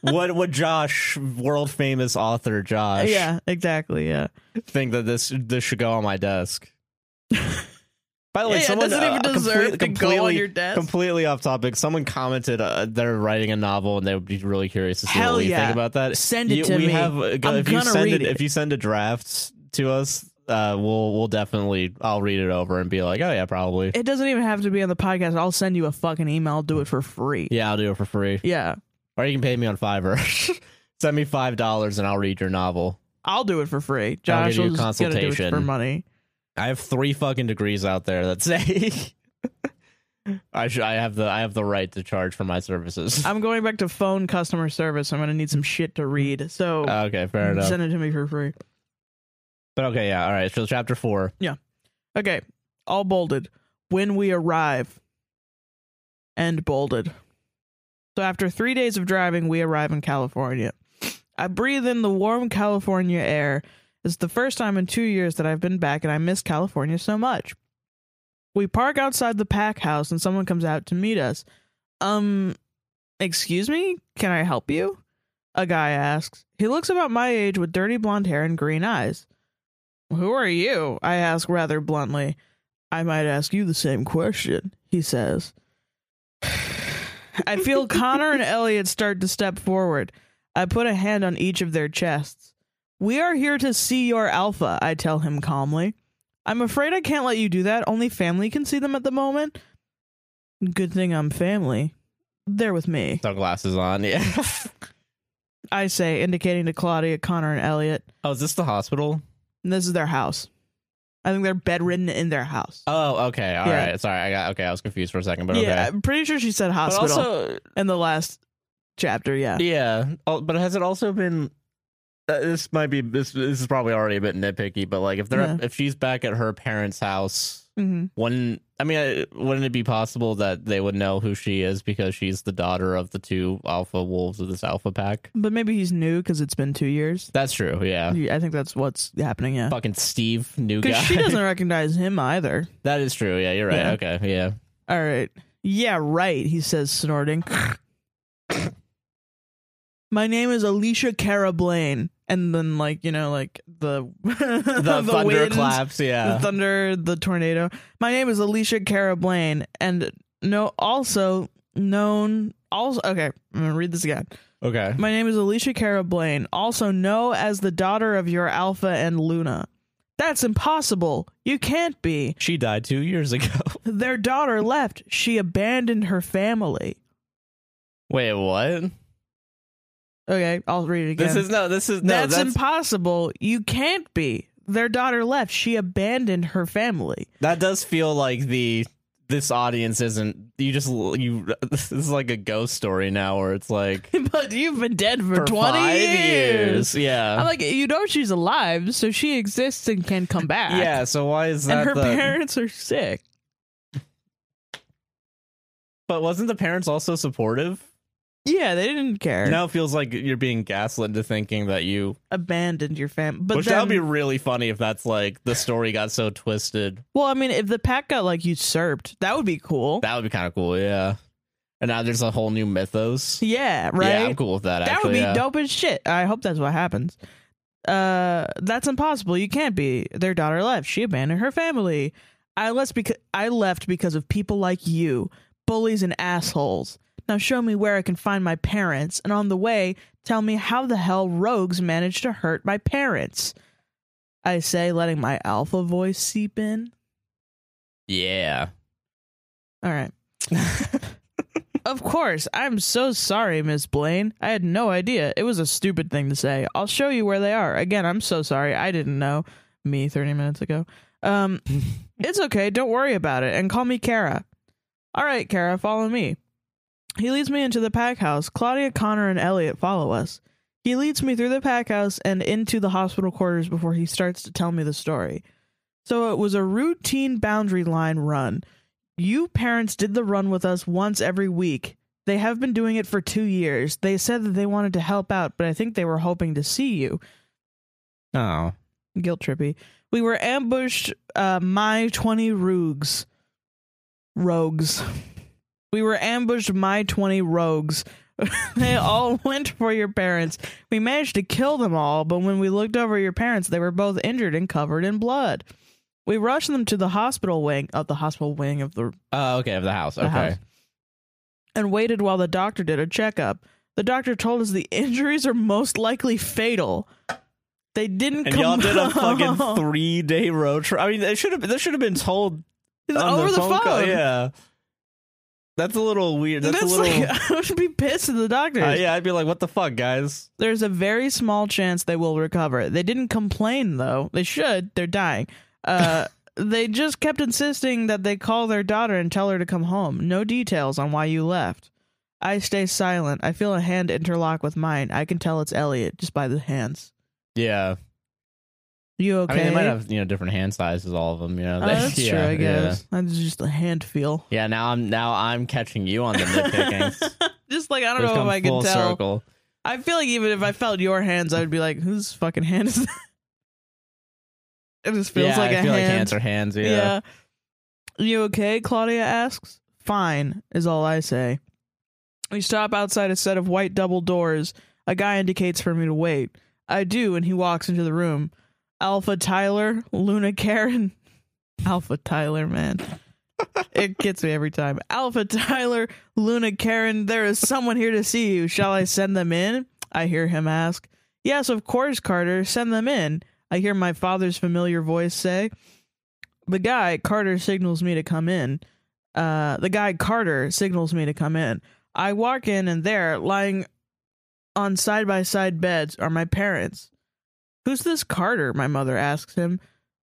Speaker 1: what would Josh, world famous author Josh,
Speaker 2: yeah, exactly. Yeah.
Speaker 1: think that this this should go on my desk? By the way,
Speaker 2: Yeah, yeah,
Speaker 1: someone
Speaker 2: does it even
Speaker 1: uh,
Speaker 2: deserve
Speaker 1: complete-
Speaker 2: to go on
Speaker 1: completely-
Speaker 2: your desk?
Speaker 1: Completely off topic. Someone commented uh, they're writing a novel and they would be really curious to see
Speaker 2: Hell
Speaker 1: what we
Speaker 2: yeah.
Speaker 1: think about that.
Speaker 2: Send it
Speaker 1: You-
Speaker 2: to
Speaker 1: we
Speaker 2: me.
Speaker 1: Have, uh, go-
Speaker 2: I'm
Speaker 1: if you
Speaker 2: gonna
Speaker 1: send
Speaker 2: read it.
Speaker 1: If you send a draft to us, uh, we'll we'll definitely I'll read it over and be like, oh yeah, probably.
Speaker 2: It doesn't even have to be on the podcast. I'll send you a fucking email. I'll do it for free.
Speaker 1: Yeah, I'll do it for free.
Speaker 2: Yeah.
Speaker 1: Or you can pay me on Fiverr. Send me five dollars and I'll read your novel.
Speaker 2: I'll do it for free.
Speaker 1: I'll
Speaker 2: Josh
Speaker 1: give you a
Speaker 2: will just gonna do it for
Speaker 1: consultation.
Speaker 2: money.
Speaker 1: I have three fucking degrees out there that say I should, I have the I have the right to charge for my services.
Speaker 2: I'm going back to phone customer service. I'm gonna need some shit to read. So
Speaker 1: okay, Uh, fair enough.
Speaker 2: send it to me for free.
Speaker 1: But okay, yeah, all right. So chapter four.
Speaker 2: Okay. All bolded. When we arrive. And bolded. So after three days of driving, we arrive in California. I breathe in the warm California air. It's the first time in two years that I've been back, and I miss California so much. We park outside the pack house, and someone comes out to meet us. Um, excuse me? Can I help you? A guy asks. He looks about my age with dirty blonde hair and green eyes. Who are you? I ask rather bluntly. I might ask you the same question, he says. I feel Connor and Elliot start to step forward. I put a hand on each of their chests. We are here to see your alpha, I tell him calmly. I'm afraid I can't let you do that. Only family can see them at the moment. Good thing I'm family. They're with me.
Speaker 1: Sunglasses on. Yeah.
Speaker 2: I say, indicating to Claudia, Connor, and Elliot.
Speaker 1: oh, is this the hospital?
Speaker 2: And this is their house. I think they're bedridden in their house.
Speaker 1: Oh, okay. all right.
Speaker 2: Yeah.
Speaker 1: Sorry, I got okay. I was confused for a second, but
Speaker 2: Yeah,
Speaker 1: okay.
Speaker 2: I'm pretty sure she said
Speaker 1: But
Speaker 2: hospital
Speaker 1: also,
Speaker 2: in the last chapter. Yeah.
Speaker 1: yeah. al- But has it also been? Uh, this might be this. This is probably already a bit nitpicky, but like if they're
Speaker 2: Yeah.
Speaker 1: if she's back at her parents' house,
Speaker 2: hmm
Speaker 1: wouldn't I mean, I- wouldn't it be possible that they would know who she is because she's the daughter of the two alpha wolves of this alpha pack?
Speaker 2: But maybe he's new because it's been two years.
Speaker 1: That's true. Yeah.
Speaker 2: Yeah, I think that's what's happening. Yeah.
Speaker 1: Fucking Steve, new guy.
Speaker 2: Because she doesn't recognize him either.
Speaker 1: that is true. Yeah, you're right.
Speaker 2: Yeah.
Speaker 1: Okay. Yeah.
Speaker 2: All right. Yeah, right, he says, snorting. My name is Alicia Cara Blaine. And then, like, you know, like the
Speaker 1: The,
Speaker 2: the, wind,
Speaker 1: thunderclaps. Yeah.
Speaker 2: the thunder, the tornado. My name is Alicia Cara Blaine. And no, also known, also, okay, I'm going to read this again.
Speaker 1: okay.
Speaker 2: My name is Alicia Cara Blaine, also known as the daughter of your Alpha and Luna. That's impossible. You can't be.
Speaker 1: She died two years ago.
Speaker 2: Their daughter left. She abandoned her family.
Speaker 1: Wait, what?
Speaker 2: Okay, I'll read it again.
Speaker 1: This is no. This is no.
Speaker 2: that's,
Speaker 1: That's
Speaker 2: impossible. You can't be. Their daughter left. She abandoned her family.
Speaker 1: that does feel like the this audience isn't. You just you. This is like a ghost story now, where it's like
Speaker 2: but you've been dead for,
Speaker 1: for
Speaker 2: 20
Speaker 1: five
Speaker 2: years.
Speaker 1: years. Yeah.
Speaker 2: I'm like, you know she's alive, so she exists and can come back.
Speaker 1: yeah. So why is that?
Speaker 2: ah. And her
Speaker 1: the,
Speaker 2: parents are sick.
Speaker 1: but wasn't the parents also supportive?
Speaker 2: Yeah, they didn't care.
Speaker 1: Now it feels like you're being gaslit into thinking that you.
Speaker 2: Abandoned your family. But
Speaker 1: which
Speaker 2: then,
Speaker 1: that would be really funny if that's like the story got so twisted.
Speaker 2: well, I mean, if the pack got like usurped, that would be cool.
Speaker 1: That would be kind of cool. Yeah. And now there's a whole new mythos.
Speaker 2: yeah, right.
Speaker 1: Yeah, I'm cool with that.
Speaker 2: That
Speaker 1: actually,
Speaker 2: would be
Speaker 1: yeah.
Speaker 2: dope as shit. I hope that's what happens. Uh, that's impossible. You can't be. Their daughter left. She abandoned her family. I left because I left because of people like you, bullies and assholes. Now show me where I can find my parents, and on the way, tell me how the hell rogues managed to hurt my parents. I say, letting my alpha voice seep in.
Speaker 1: Yeah.
Speaker 2: All right. of course. I'm so sorry, Miss Blaine. I had no idea. It was a stupid thing to say. I'll show you where they are. Again, I'm so sorry. I didn't know. Me 30 minutes ago. Um, it's okay. Don't worry about it. And call me Kara. All right, Kara, follow me. He leads me into the pack house. Claudia, Connor, and Elliot follow us. He leads me through the pack house and into the hospital quarters before he starts to tell me the story. So it was a routine boundary line run. You parents did the run with us once every week. They have been doing it for two years. They said that they wanted to help out, but I think they were hoping to see you.
Speaker 1: Oh.
Speaker 2: Guilt trippy. We were ambushed, uh, my 20 rogues. Rogues. We were ambushed, my 20 rogues. they all went for your parents. We managed to kill them all, but when we looked over your parents, they were both injured and covered in blood. We rushed them to the hospital wing of the hospital wing of the
Speaker 1: Oh, okay, of the house.
Speaker 2: The
Speaker 1: okay.
Speaker 2: house. and waited while the doctor did a checkup. The doctor told us the injuries are most likely fatal. They didn't
Speaker 1: And
Speaker 2: come
Speaker 1: y'all did a fucking
Speaker 2: out.
Speaker 1: three day road trip. I mean, they should have they should have been told
Speaker 2: It's
Speaker 1: on
Speaker 2: over the,
Speaker 1: phone.
Speaker 2: phone.
Speaker 1: call. Yeah. That's a little weird. That's,
Speaker 2: That's,
Speaker 1: a little.
Speaker 2: like I would be pissed at the doctors.
Speaker 1: Uh, yeah, I'd be like, what the fuck, guys?
Speaker 2: There's a very small chance they will recover. They didn't complain though. They should. They're dying. Uh, they just kept insisting that they call their daughter and tell her to come home. No details on why you left. I stay silent. I feel a hand interlock with mine. I can tell it's Elliot just by the hands.
Speaker 1: Yeah.
Speaker 2: You okay?
Speaker 1: I mean, they might have you know different hand sizes, all of them. You know.
Speaker 2: Oh, that's
Speaker 1: yeah,
Speaker 2: true, I
Speaker 1: yeah.
Speaker 2: guess. That's just a hand feel.
Speaker 1: Yeah. Now I'm now I'm catching you on the nitpicking.
Speaker 2: just like I don't
Speaker 1: We've
Speaker 2: know
Speaker 1: come
Speaker 2: if I can
Speaker 1: full
Speaker 2: tell.
Speaker 1: Circle.
Speaker 2: I feel like even if I felt your hands, I would be like, "Whose fucking hand is that?" It just feels
Speaker 1: yeah,
Speaker 2: like
Speaker 1: I
Speaker 2: a
Speaker 1: feel like
Speaker 2: hand.
Speaker 1: hands are hands. Yeah.
Speaker 2: You okay? Claudia asks. Fine, is all I say. We stop outside a set of white double doors. A guy indicates for me to wait. I do, and he walks into the room. Alpha Tyler, Luna Karen. Alpha Tyler, man. It gets me every time. Alpha Tyler, Luna Karen, there is someone here to see you. Shall I send them in? I hear him ask. Yes, of course, Carter, send them in. I hear my father's familiar voice say the guy Carter signals me to come in. Uh, the guy Carter signals me to come in. I walk in, and there, lying on side by side beds, are my parents. Who's this Carter? My mother asks him.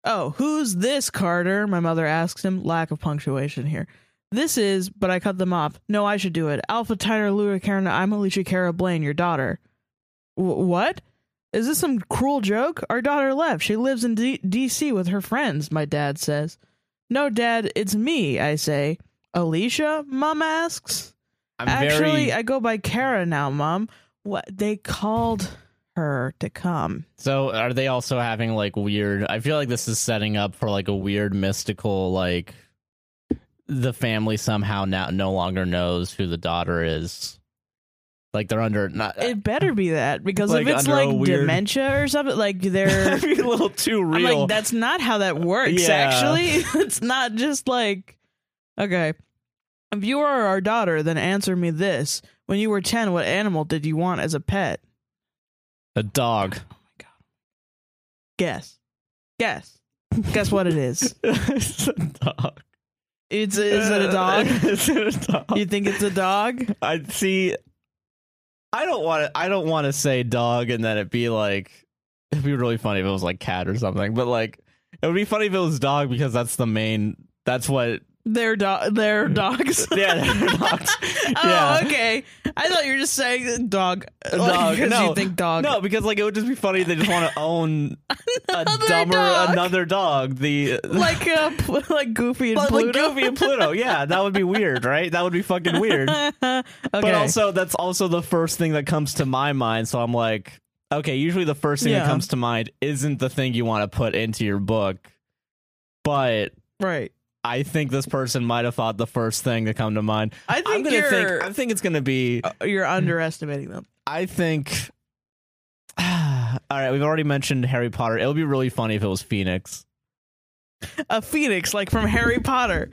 Speaker 2: Oh, who's this, Carter? My mother asks him. Lack of punctuation here. This is, but I cut them off. No, I should do it. Alpha Tyner Lura Karen, I'm Alicia Cara Blaine, your daughter. Wh- what? Is this some cruel joke? Our daughter left. She lives in D- D.C. with her friends, my dad says. No, Dad, it's me, I say. Alicia? Mom asks.
Speaker 1: I'm
Speaker 2: Actually,
Speaker 1: very
Speaker 2: I go by Kara now, Mom. What they called her to come.
Speaker 1: so. Are they also having like weird? I feel like this is setting up for like a weird mystical like the family somehow now no longer knows who the daughter is. Like they're under not.
Speaker 2: It better be that because
Speaker 1: Like,
Speaker 2: if it's
Speaker 1: under a
Speaker 2: like
Speaker 1: weird-
Speaker 2: dementia or something, like
Speaker 1: That'd
Speaker 2: they're
Speaker 1: be a little too
Speaker 2: I'm
Speaker 1: real.
Speaker 2: like that's not how that works.
Speaker 1: Yeah.
Speaker 2: Actually, it's not just like okay. If you are our daughter, then answer me this: When you were ten, what animal did you want as a pet?
Speaker 1: a dog.
Speaker 2: Guess, guess, guess what it is.
Speaker 1: it's a dog.
Speaker 2: It's is it a dog?
Speaker 1: is it a dog?
Speaker 2: You think it's a dog?
Speaker 1: I see. I don't want to. I don't want to say dog, and then it'd be like it'd be really funny if it was like cat or something. But like it would be funny if it was dog because that's the main. That's what.
Speaker 2: They're dog. They're dogs.
Speaker 1: Yeah, they're dogs.
Speaker 2: Oh,
Speaker 1: yeah.
Speaker 2: okay. I thought you were just saying dog.
Speaker 1: A
Speaker 2: like,
Speaker 1: dog.
Speaker 2: 'cause
Speaker 1: No.
Speaker 2: you think dog.
Speaker 1: No, because like it would just be funny. They just want to own a
Speaker 2: Another
Speaker 1: dumber
Speaker 2: dog.
Speaker 1: another dog. The
Speaker 2: Like uh, pl- like Goofy and
Speaker 1: But, like
Speaker 2: Pluto.
Speaker 1: Goofy and Pluto. Yeah, that would be weird, right? That would be fucking weird.
Speaker 2: okay.
Speaker 1: But also, that's also the first thing that comes to my mind. So I'm like, okay, usually the first thing
Speaker 2: Yeah.
Speaker 1: that comes to mind isn't the thing you want to put into your book. But
Speaker 2: right.
Speaker 1: I think this person might have thought the first thing to come to mind.
Speaker 2: I
Speaker 1: I'm
Speaker 2: think
Speaker 1: gonna
Speaker 2: you're
Speaker 1: think. I think it's gonna be.
Speaker 2: uh, you're underestimating them.
Speaker 1: I think. All right, we've already mentioned Harry Potter. It would be really funny if it was Phoenix.
Speaker 2: A phoenix, like from Harry Potter.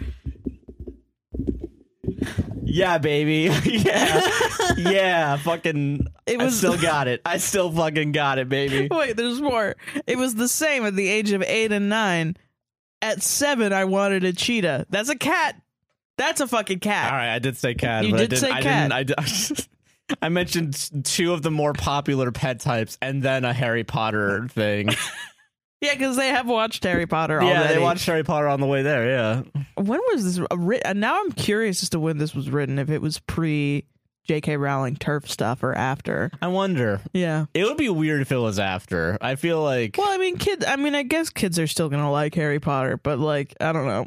Speaker 1: Yeah, baby. yeah, yeah. Fucking.
Speaker 2: It
Speaker 1: It
Speaker 2: was-
Speaker 1: was still got it. I still fucking got it, baby.
Speaker 2: Wait, there's more. It was the same at the age of eight and nine. At seven, I wanted a cheetah. That's a cat. That's a fucking cat.
Speaker 1: All right, I did say cat.
Speaker 2: You
Speaker 1: but
Speaker 2: did
Speaker 1: I didn't,
Speaker 2: say
Speaker 1: I
Speaker 2: cat.
Speaker 1: Didn't, I, di- I mentioned t- two of the more popular pet types, and then a Harry Potter thing.
Speaker 2: Yeah, because they have watched Harry Potter
Speaker 1: yeah,
Speaker 2: already.
Speaker 1: they watched Harry Potter on the way there. Yeah,
Speaker 2: when was this written? Now I'm curious as to when this was written. If it was pre J.K. Rowling turf stuff or after.
Speaker 1: I wonder.
Speaker 2: Yeah.
Speaker 1: It would be weird if it was after. I feel like
Speaker 2: Well, I mean, kids. I mean, I guess kids are still gonna like Harry Potter, but like, I don't know.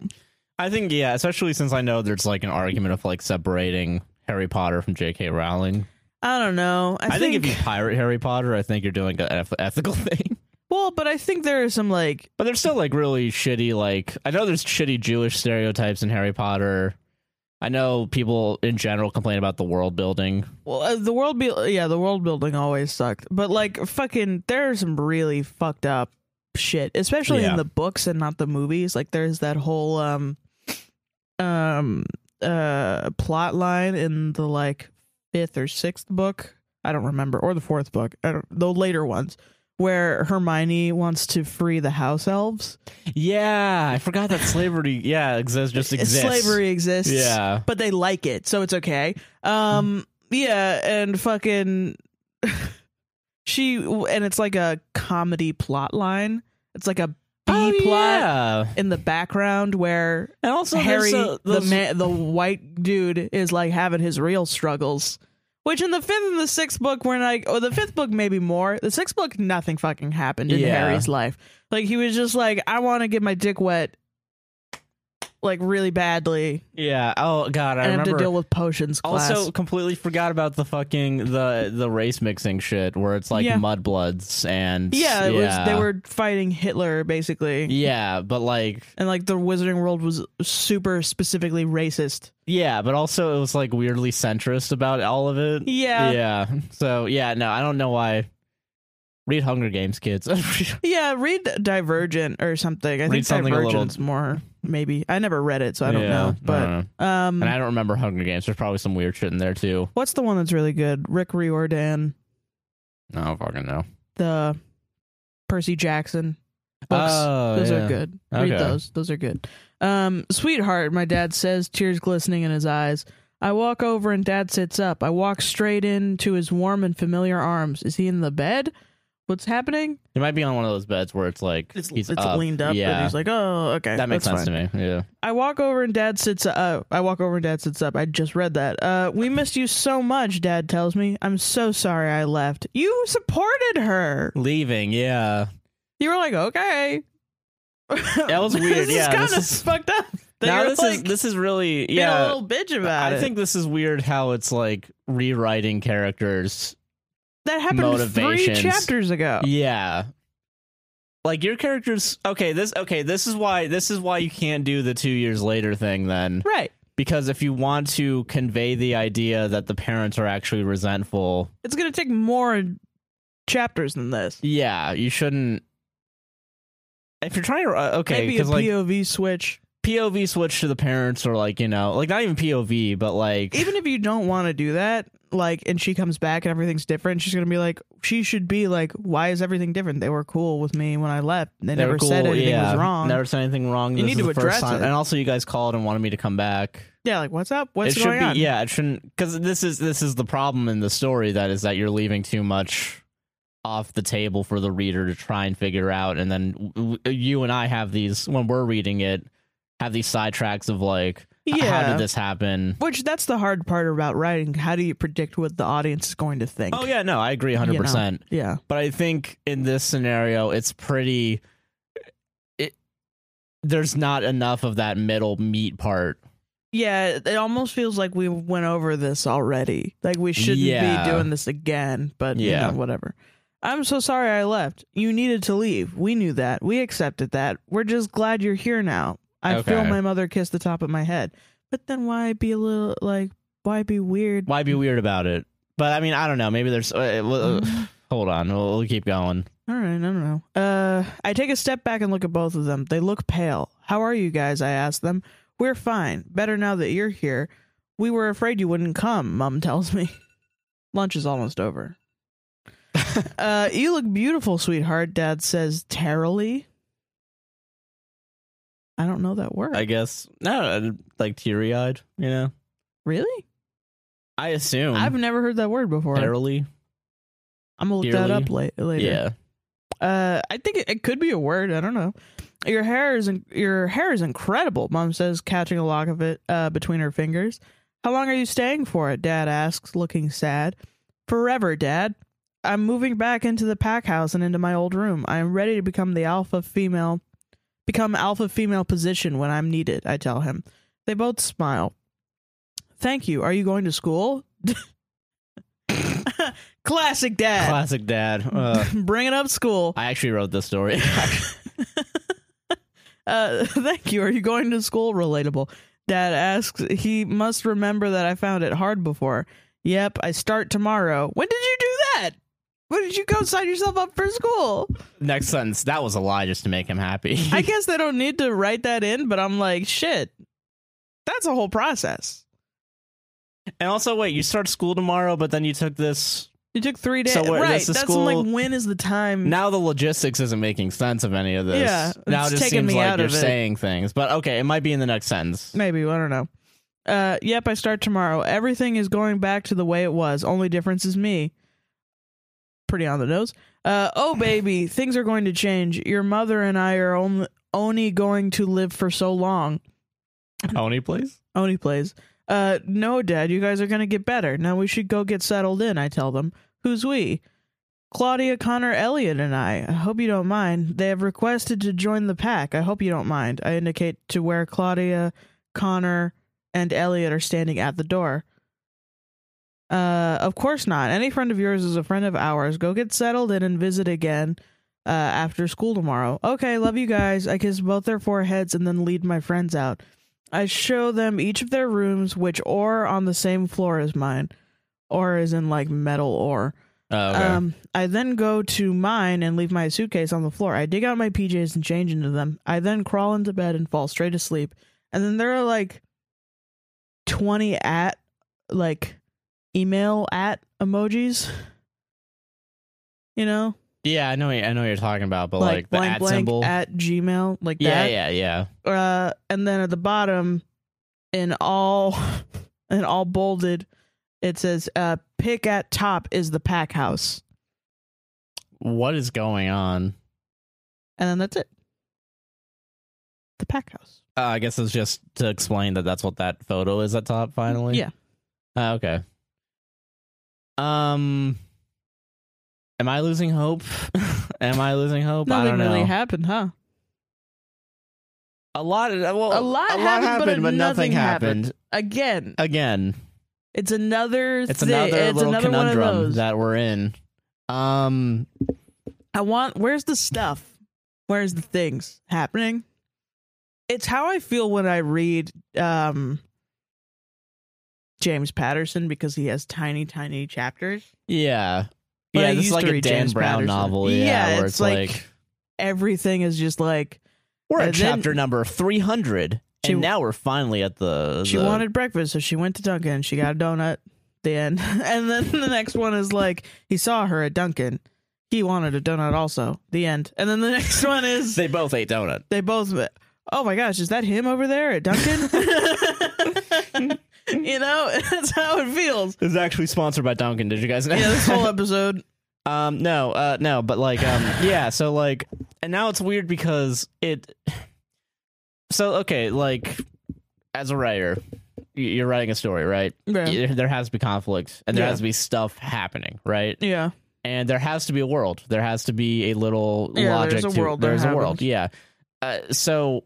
Speaker 1: I think yeah, especially since I know there's like an argument of like separating Harry Potter from J.K. Rowling.
Speaker 2: I don't know. I,
Speaker 1: I, think, if you pirate Harry Potter, I think you're doing an eth- ethical thing.
Speaker 2: well, but I think there is some like
Speaker 1: But there's still like really shitty like I know there's shitty Jewish stereotypes in Harry Potter. I know people in general complain about the world building.
Speaker 2: well, uh, the world be yeah, the world building always sucked, but like fucking, there's some really fucked up shit, especially
Speaker 1: Yeah.
Speaker 2: in the books and not the movies. Like, there's that whole um, um, uh, plot line in the like fifth or sixth book. I don't remember, or the fourth book, I don't, the later ones, where Hermione wants to free the house elves.
Speaker 1: Yeah, I forgot that slavery yeah exists just exists.
Speaker 2: Slavery exists.
Speaker 1: Yeah.
Speaker 2: But they like it, so it's okay. Um yeah, and fucking she and it's like a comedy plot line. It's like a B
Speaker 1: Oh,
Speaker 2: plot
Speaker 1: yeah.
Speaker 2: in the background where
Speaker 1: And also
Speaker 2: Harry
Speaker 1: Harry a,
Speaker 2: the
Speaker 1: those-
Speaker 2: man, the white dude is like having his real struggles. Which in the fifth and the sixth book we're like oh the fifth book maybe more. The sixth book nothing fucking happened in
Speaker 1: Yeah.
Speaker 2: Harry's life. Like he was just like, I wanna get my dick wet like really badly
Speaker 1: Yeah. Oh god, I
Speaker 2: and have
Speaker 1: remember
Speaker 2: to deal with potions class.
Speaker 1: also completely forgot about the fucking the the race mixing shit where it's like
Speaker 2: Yeah.
Speaker 1: mudbloods and
Speaker 2: yeah, it was they were fighting Hitler basically.
Speaker 1: Yeah, but like
Speaker 2: And like the wizarding world was super specifically racist.
Speaker 1: Yeah, but also it was like weirdly centrist about all of it.
Speaker 2: Yeah.
Speaker 1: Yeah. So yeah, no, I don't know why. Read Hunger Games, kids.
Speaker 2: Yeah, read Divergent or something. I
Speaker 1: Read
Speaker 2: think
Speaker 1: something a little-
Speaker 2: Divergent's more maybe. I never read it, so I don't
Speaker 1: Yeah,
Speaker 2: know.
Speaker 1: I
Speaker 2: But
Speaker 1: don't
Speaker 2: um,
Speaker 1: and I don't remember Hunger Games. There's probably some weird shit in there too.
Speaker 2: what's the one that's really good? Rick Riordan,
Speaker 1: I don't fucking know.
Speaker 2: the Percy Jackson books.
Speaker 1: Oh,
Speaker 2: those
Speaker 1: yeah.
Speaker 2: are good. Read
Speaker 1: Okay.
Speaker 2: those. Those are good. Um, sweetheart, my dad says, tears glistening in his eyes. I walk over and dad sits up. I walk straight into his warm and familiar arms. Is he in the bed? what's happening.
Speaker 1: It might be on one of those beds where it's like
Speaker 2: It's,
Speaker 1: he's
Speaker 2: it's
Speaker 1: up.
Speaker 2: leaned up,
Speaker 1: Yeah,
Speaker 2: and he's like, "Oh, okay,
Speaker 1: that makes
Speaker 2: that's
Speaker 1: sense
Speaker 2: fine.
Speaker 1: to me. Yeah,
Speaker 2: I walk over and Dad sits. Uh, I walk over and Dad sits up. I just read that. Uh, we missed you so much. Dad tells me, "I'm so sorry I left. You supported her.
Speaker 1: leaving. Yeah,
Speaker 2: You were like, okay." That
Speaker 1: was weird,
Speaker 2: this
Speaker 1: yeah,
Speaker 2: is kind
Speaker 1: this
Speaker 2: of
Speaker 1: is-
Speaker 2: fucked up. That
Speaker 1: now
Speaker 2: you're
Speaker 1: this
Speaker 2: like,
Speaker 1: is this is really
Speaker 2: being
Speaker 1: yeah.
Speaker 2: a little bitch about
Speaker 1: I
Speaker 2: it.
Speaker 1: think this is weird how it's like rewriting characters.
Speaker 2: that happened three
Speaker 1: motivations.
Speaker 2: chapters ago.
Speaker 1: Yeah. Like your characters okay, this okay, this is why this is why you can't do the 2 years later thing then.
Speaker 2: Right.
Speaker 1: Because if you want to convey the idea that the parents are actually resentful,
Speaker 2: It's gonna take more chapters than this.
Speaker 1: yeah, you shouldn't if you're trying to uh, okay,
Speaker 2: Maybe a
Speaker 1: because like
Speaker 2: POV switch.
Speaker 1: POV switch to the parents or like you know like not even POV but like
Speaker 2: Even if you don't want to do that, like, and she comes back and everything's different, she's gonna be like, she should be like, why is everything different? They were cool with me when I left. They,
Speaker 1: they were
Speaker 2: never said
Speaker 1: cool,
Speaker 2: anything
Speaker 1: yeah,
Speaker 2: was wrong.
Speaker 1: Never said anything wrong.
Speaker 2: You
Speaker 1: This
Speaker 2: need
Speaker 1: is the
Speaker 2: to
Speaker 1: first
Speaker 2: address
Speaker 1: time-
Speaker 2: it.
Speaker 1: and also you guys called and wanted me to come back.
Speaker 2: yeah, like, what's up? What's
Speaker 1: it
Speaker 2: going
Speaker 1: should
Speaker 2: on?
Speaker 1: be yeah it shouldn't because this is this is the problem in the story that is that you're leaving too much off the table for the reader to try and figure out and then w- w- you and i have these when we're reading it have these sidetracks of like h- how
Speaker 2: Yeah.
Speaker 1: did this happen
Speaker 2: Which that's the hard part about writing. How do you predict what the audience is going to think?
Speaker 1: oh yeah no i agree 100%
Speaker 2: Yeah.
Speaker 1: but i think in this scenario it's pretty it, there's not enough of that middle meat part
Speaker 2: Yeah, it- it almost feels like we went over this already. Like we shouldn't
Speaker 1: Yeah.
Speaker 2: be doing this again, but you
Speaker 1: Yeah.
Speaker 2: know, whatever. I'm so sorry I left. You needed to leave. We knew that. We accepted that. We're just glad you're here now. I feel
Speaker 1: Okay.
Speaker 2: my mother kiss the top of my head. But then why be a little like why be weird?
Speaker 1: why be weird about it but i mean i don't know maybe there's uh, uh,
Speaker 2: Mm-hmm.
Speaker 1: hold on we'll, we'll keep going
Speaker 2: All right, I don't know. Uh, I take a step back and look at both of them. They look pale. How are you guys? I ask them. We're fine. Better now that you're here. We were afraid you wouldn't come, Mum tells me. Lunch is almost over. uh, you look beautiful, sweetheart, Dad says terribly. I don't know that word.
Speaker 1: I guess no, uh, like teary eyed. You know,
Speaker 2: really?
Speaker 1: I assume
Speaker 2: I've never heard that word before.
Speaker 1: barely.
Speaker 2: I'm going to look that
Speaker 1: dearly.
Speaker 2: up la- later.
Speaker 1: Yeah,
Speaker 2: Uh, I think it, it could be a word. I don't know. Your hair is in, your hair is incredible. Mom says, catching a lock of it uh, between her fingers. How long are you staying for? it? Dad asks, looking sad. Forever, Dad. I'm moving back into the pack house and into my old room. I am ready to become the alpha female, become alpha female position when I'm needed. I tell him. They both smile. Thank you. Are you going to school? Classic dad.
Speaker 1: classic dad. Uh,
Speaker 2: Bringing up school.
Speaker 1: I actually wrote this story.
Speaker 2: Uh, thank you. Are you going to school? Relatable. Dad asks. He must remember that I found it hard before. Yep, I start tomorrow. When did you do that? When did you go sign yourself up for school?
Speaker 1: Next sentence. That was a lie just to make him happy.
Speaker 2: I guess they don't need to write that in, but I'm like, shit, that's a whole process.
Speaker 1: and also, wait, you start school tomorrow, but then you took this.
Speaker 2: You took three days.
Speaker 1: So what,
Speaker 2: right.
Speaker 1: that's
Speaker 2: That's
Speaker 1: the
Speaker 2: I'm
Speaker 1: school-
Speaker 2: like, when is the time?
Speaker 1: Now the logistics isn't making sense of any of this.
Speaker 2: Mm. Yeah,
Speaker 1: now it
Speaker 2: it's
Speaker 1: just
Speaker 2: taking
Speaker 1: seems
Speaker 2: me
Speaker 1: like
Speaker 2: out
Speaker 1: you're
Speaker 2: of it.
Speaker 1: saying things, but okay, it might be in the next sentence.
Speaker 2: Maybe I don't know. Uh, yep, I start tomorrow. Everything is going back to the way it was. Only difference is me. Pretty on the nose. Uh, oh baby, things are going to change. Your mother and I are only only going to live for so long.
Speaker 1: Tony, please.
Speaker 2: Oni plays. Uh, no, Dad, you guys are going to get better. Now we should go get settled in, I tell them. Who's we? Claudia, Connor, Elliot, and I. I hope you don't mind. They have requested to join the pack. I hope you don't mind. I indicate to where Claudia, Connor, and Elliot are standing at the door. Uh, of course not. Any friend of yours is a friend of ours. Go get settled in and visit again uh, after school tomorrow. Okay, love you guys. I kiss both their foreheads and then lead my friends out. I show them each of their rooms, which or on the same floor as mine. Or is in like metal ore.
Speaker 1: Oh, okay.
Speaker 2: Um, I then go to mine and leave my suitcase on the floor. I dig out my PJs and change into them. I then crawl into bed and fall straight asleep. And then there are like 20 at like email at emojis. You know,
Speaker 1: yeah, I know. I know what you're talking about, but Oh, like, the
Speaker 2: blank
Speaker 1: at
Speaker 2: blank
Speaker 1: symbol.
Speaker 2: at Gmail, like
Speaker 1: yeah,
Speaker 2: that
Speaker 1: yeah, yeah.
Speaker 2: uh, and then at the bottom, in all in all bolded, it says uh, "pick at top is the pack house."
Speaker 1: what is going on?
Speaker 2: and then that's it. The pack house.
Speaker 1: Uh, I guess it's just to explain that that's what that photo is at top. Finally,
Speaker 2: Yeah.
Speaker 1: Ah, okay. Um, am I losing hope? am I losing hope? I
Speaker 2: Nothing
Speaker 1: don't
Speaker 2: really
Speaker 1: know.
Speaker 2: happened, huh?
Speaker 1: a lot. Of, well,
Speaker 2: A lot happened, but nothing happened. Again,
Speaker 1: again.
Speaker 2: it's another.
Speaker 1: Uh, It's
Speaker 2: thi-
Speaker 1: another
Speaker 2: it's
Speaker 1: little
Speaker 2: another one of
Speaker 1: conundrum
Speaker 2: those.
Speaker 1: that we're in. Um,
Speaker 2: I want. Where's the stuff? Where's the things happening? It's how I feel when I read um, James Patterson because he has tiny, tiny chapters.
Speaker 1: yeah,
Speaker 2: But I
Speaker 1: yeah. This
Speaker 2: used
Speaker 1: is like
Speaker 2: to
Speaker 1: a
Speaker 2: read
Speaker 1: Dan
Speaker 2: James
Speaker 1: Brown
Speaker 2: Patterson.
Speaker 1: novel. Yeah,
Speaker 2: Yeah,
Speaker 1: where
Speaker 2: it's
Speaker 1: it's,
Speaker 2: like-
Speaker 1: like,
Speaker 2: Everything is just like
Speaker 1: we're at
Speaker 2: and then-
Speaker 1: chapter number three hundred,
Speaker 2: She-
Speaker 1: and now we're finally at the.
Speaker 2: She
Speaker 1: the-
Speaker 2: wanted breakfast, so she went to Dunkin'. She got a donut. The end. And then the next one is like he saw her at Dunkin'. He wanted a donut also. The end. And then the next one is
Speaker 1: They both ate donut.
Speaker 2: they both. Oh my gosh, is that him over there at Dunkin'? you know, that's how it feels.
Speaker 1: It was actually sponsored by Dunkin'. Did you guys know?
Speaker 2: Yeah, this whole episode.
Speaker 1: Um, no, uh, no, but like, um, yeah, so like, and now it's weird because it. So okay, like, as a writer, y- you're writing a story, right?
Speaker 2: Yeah.
Speaker 1: Y- There has to be conflict, and there
Speaker 2: Yeah.
Speaker 1: has to be stuff happening, right?
Speaker 2: Yeah.
Speaker 1: And there has to be a world. There has to be a little
Speaker 2: Yeah,
Speaker 1: logic
Speaker 2: there's a
Speaker 1: to.
Speaker 2: world that
Speaker 1: there's a
Speaker 2: happens.
Speaker 1: world, yeah. Uh, so.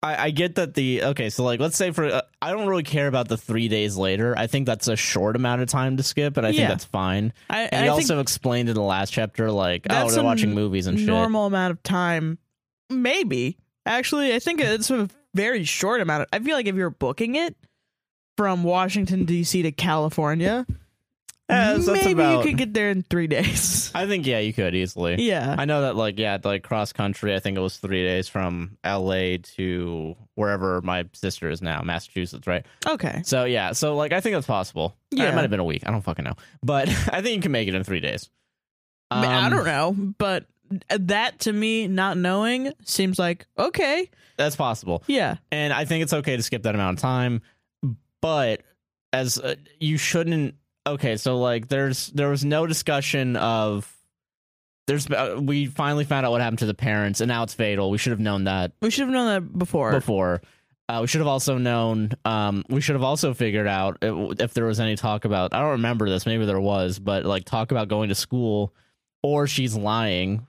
Speaker 1: I, I get that the okay, so like let's say for uh, I don't really care about the three days later. I think that's a short amount of time to skip, and I
Speaker 2: Yeah.
Speaker 1: think that's fine.
Speaker 2: I,
Speaker 1: And he
Speaker 2: I think
Speaker 1: also explained in the last chapter, like, oh,
Speaker 2: That's
Speaker 1: they're
Speaker 2: a
Speaker 1: watching movies and shit.
Speaker 2: normal amount of time. Maybe. Actually, I think it's a very short amount of I feel like if you're booking it from Washington DC to California,
Speaker 1: Yeah, that's- that's
Speaker 2: maybe
Speaker 1: about-
Speaker 2: you could get there in 3 days.
Speaker 1: I think, yeah, you could easily.
Speaker 2: yeah.
Speaker 1: I know that, like, yeah, like cross country, I think it was three days from LA to wherever my sister is now, Massachusetts, right?
Speaker 2: okay.
Speaker 1: So, yeah, so, like, I think that's possible.
Speaker 2: Yeah.
Speaker 1: It might have been a week. I don't fucking know. But I think you can make it in three days.
Speaker 2: I mean, I
Speaker 1: Um,
Speaker 2: don't know, but that to me not knowing seems like okay.
Speaker 1: That's possible.
Speaker 2: Yeah.
Speaker 1: and I think it's okay to skip that amount of time, but as uh, you shouldn't. Okay, so like there's there was no discussion of there's uh, we finally found out what happened to the parents, and now it's fatal. We should have known that
Speaker 2: We should have known that before.
Speaker 1: before. Uh, we should have also known. Um, we should have also figured out if, if there was any talk about. I don't remember this. Maybe there was, but like talk about going to school, or she's lying.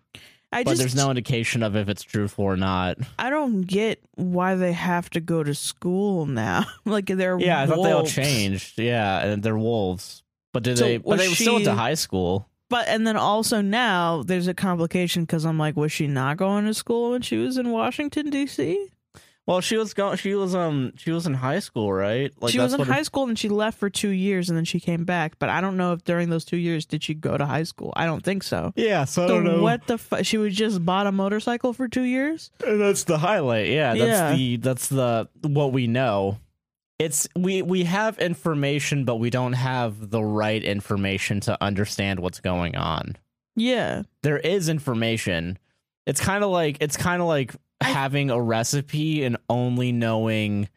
Speaker 2: I
Speaker 1: But
Speaker 2: just
Speaker 1: there's no indication of if it's truthful or not.
Speaker 2: I don't get why they have to go to school now. like they're
Speaker 1: Yeah, I thought they all
Speaker 2: wolves.
Speaker 1: changed. Yeah, and they're wolves. But did
Speaker 2: So
Speaker 1: they? But
Speaker 2: was
Speaker 1: they still went
Speaker 2: she-
Speaker 1: to high school.
Speaker 2: but and then also now there's a complication because I'm like, was she not going to school when she was in Washington D.C.?
Speaker 1: Well, she was going. She was um. She was in high school, right? Like
Speaker 2: she was in high school and she left for two years and then she came back. But I don't know if during those two years did she go to high school. I don't think so.
Speaker 1: Yeah, so I
Speaker 2: so
Speaker 1: don't know.
Speaker 2: what the fu- she was just bought a motorcycle for two years.
Speaker 1: That's the highlight. Yeah, that's
Speaker 2: Yeah.
Speaker 1: the that's the what we know. It's we we have information, but we don't have the right information to understand what's going on.
Speaker 2: Yeah,
Speaker 1: There is information. It's kind of like it's kind of like having a recipe and only knowing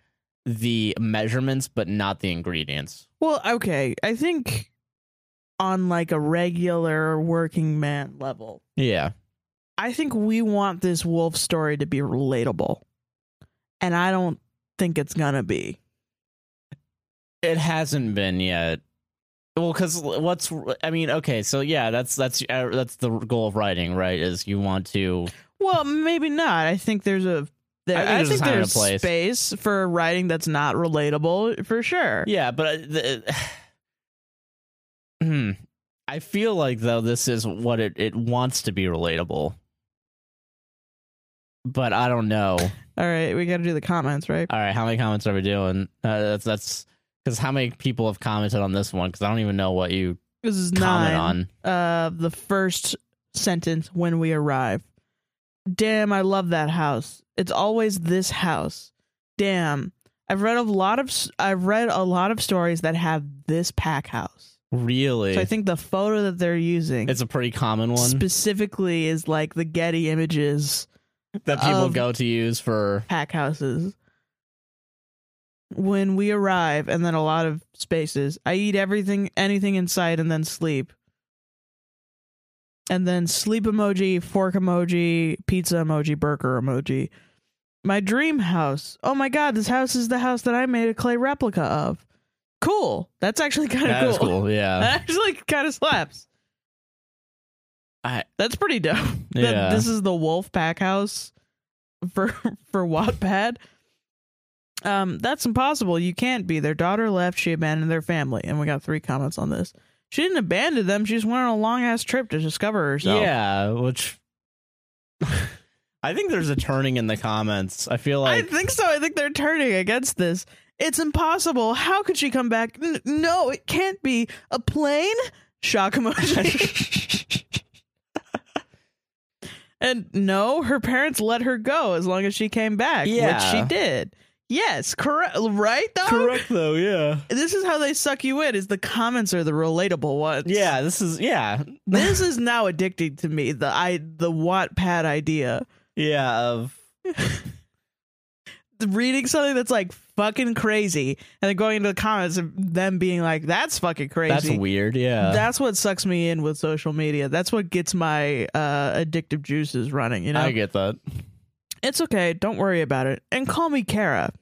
Speaker 1: the measurements but not the ingredients.
Speaker 2: Well, okay. I think on like a regular working man level,
Speaker 1: Yeah.
Speaker 2: I think we want this wolf story to be relatable. And I don't think it's going to be.
Speaker 1: It hasn't been yet. Well, cuz what's I mean, okay, so yeah, that's that's uh, that's the goal of writing, right? Is you want to
Speaker 2: Well, maybe not. I think there's a there,
Speaker 1: I think
Speaker 2: I
Speaker 1: there's a
Speaker 2: think
Speaker 1: time and a
Speaker 2: there's
Speaker 1: place.
Speaker 2: space for writing that's not relatable for sure.
Speaker 1: Yeah, but uh, the, hmm. I feel like though this is what it it wants to be relatable. But I don't know.
Speaker 2: All right, we got to do the comments, right?
Speaker 1: All right, how many comments are we doing? Uh, that's that's because how many people have commented on this one? Because I don't even know what you
Speaker 2: This is
Speaker 1: comment on.
Speaker 2: nine. Uh, the first sentence when we arrive. Damn, I love that house. It's always this house. Damn, I've read a lot of s- I've read a lot of stories that have this pack house.
Speaker 1: Really,
Speaker 2: So I think the photo that they're using
Speaker 1: it's a pretty common one
Speaker 2: specifically is like the Getty Images
Speaker 1: that people
Speaker 2: of-
Speaker 1: go to use for.
Speaker 2: pack houses. When we arrive, and then a lot of spaces, I eat everything, anything in sight, and then sleep. and then sleep emoji, fork emoji, pizza emoji, burger emoji. My dream house. Oh my god, this house is the house that I made a clay replica of. Cool. That's actually kind
Speaker 1: That
Speaker 2: of
Speaker 1: is cool. Yeah.
Speaker 2: That actually kind of slaps.
Speaker 1: I-
Speaker 2: That's pretty dope. That
Speaker 1: Yeah.
Speaker 2: this is the Wolf Pack House for for Wattpad. Um, that's impossible. You can't be. Their daughter left. She abandoned their family, and we got three comments on this. She didn't abandon them. She just went on a long ass trip to discover herself.
Speaker 1: Yeah, which I think there's a turning in the comments. I feel like
Speaker 2: I think so. I think they're turning against this. It's impossible. How could she come back? N- no, it can't be a plane. Shock emoji. and no, her parents let her go as long as she came back, which she
Speaker 1: Yeah.
Speaker 2: did. Yes, correct. Right, though.
Speaker 1: correct though, yeah.
Speaker 2: This is how they suck you in. Is the comments are the relatable ones?
Speaker 1: Yeah, this is yeah.
Speaker 2: this is now addicting to me. The I the Wattpad idea.
Speaker 1: Yeah, of
Speaker 2: reading something that's like fucking crazy and then going into the comments of them being like that's fucking crazy
Speaker 1: that's weird, yeah.
Speaker 2: That's what sucks me in with social media that's what gets my uh addictive juices running you know
Speaker 1: I get that.
Speaker 2: it's okay don't worry about it and call me kara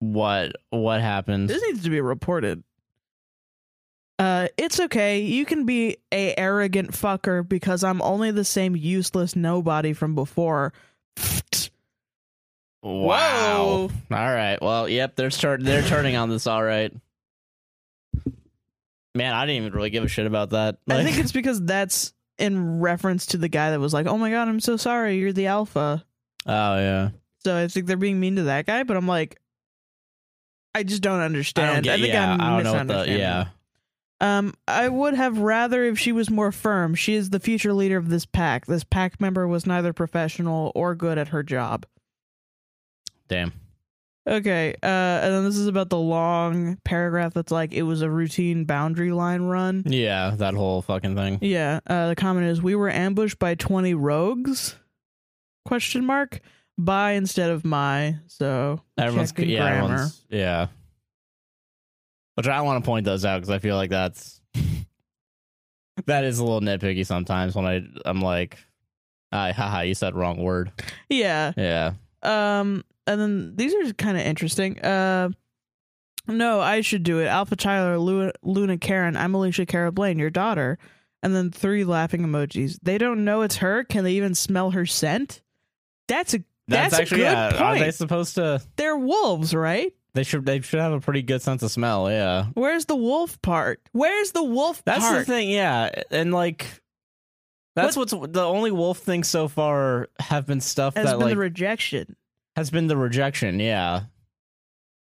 Speaker 1: What what happened?
Speaker 2: this needs to be reported uh it's okay you can be a arrogant fucker because i'm only the same useless nobody from before
Speaker 1: Wow. All
Speaker 2: Whoa.
Speaker 1: right. Well, yep, they're start they're turning on this all right. Man, I didn't even really give a shit about that.
Speaker 2: I
Speaker 1: Like-
Speaker 2: think it's because that's in reference to the guy that was like, "Oh my god, I'm so sorry, you're the alpha."
Speaker 1: Oh yeah.
Speaker 2: So I think they're being mean to that guy, but I'm like, I just don't understand.
Speaker 1: I don't get,
Speaker 2: think
Speaker 1: yeah,
Speaker 2: I'm
Speaker 1: I don't know what the
Speaker 2: misunderstanding.
Speaker 1: yeah.
Speaker 2: Um, I would have rather if she was more firm. She is the future leader of this pack. This pack member was neither professional or good at her job.
Speaker 1: Damn.
Speaker 2: Okay, uh, and then this is about the long paragraph that's like it was a routine boundary line run.
Speaker 1: Yeah, that whole fucking thing.
Speaker 2: Yeah, uh, the comment is we were ambushed by 20 rogues? Question mark. By instead of my. So,
Speaker 1: Everyone's
Speaker 2: check in
Speaker 1: yeah,
Speaker 2: grammar.
Speaker 1: everyone's yeah. Which I want to point those out because I feel like that's that is a little nitpicky sometimes when I I'm like, ah, haha, you said wrong word.
Speaker 2: yeah.
Speaker 1: Yeah,
Speaker 2: Um and then these are kind of interesting. Uh No, I should do it. Alpha Tyler, Lu- Luna Karen, I'm Alicia Cara Blaine, your daughter. And then three laughing emojis. They don't know it's her. Can they even smell her scent? That's a that's, a
Speaker 1: actually
Speaker 2: good
Speaker 1: yeah. Are
Speaker 2: point.
Speaker 1: they supposed to?
Speaker 2: They're wolves, right?
Speaker 1: They should they should have a pretty good sense of smell. Yeah,
Speaker 2: Where's the wolf part? Where's the wolf
Speaker 1: that's
Speaker 2: part?
Speaker 1: the thing. Yeah, and like. That's what's the only wolf thing so far have been stuff
Speaker 2: has
Speaker 1: that
Speaker 2: been
Speaker 1: like
Speaker 2: the rejection.
Speaker 1: has been the rejection. Yeah,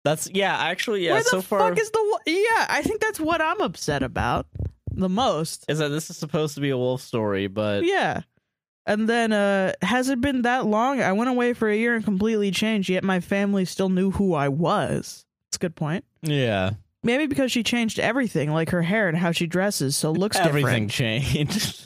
Speaker 1: that's yeah. Actually, yeah.
Speaker 2: Where the
Speaker 1: so
Speaker 2: fuck
Speaker 1: far,
Speaker 2: is the wo- yeah? I think that's what I'm upset about the most.
Speaker 1: is that this is supposed to be a wolf story, but
Speaker 2: Yeah, and then uh, has it been that long? I went away for a year and completely changed. Yet my family still knew who I was. It's a good point.
Speaker 1: yeah,
Speaker 2: Maybe because she changed everything, like her hair and how she dresses, so it looks
Speaker 1: everything
Speaker 2: different.
Speaker 1: changed.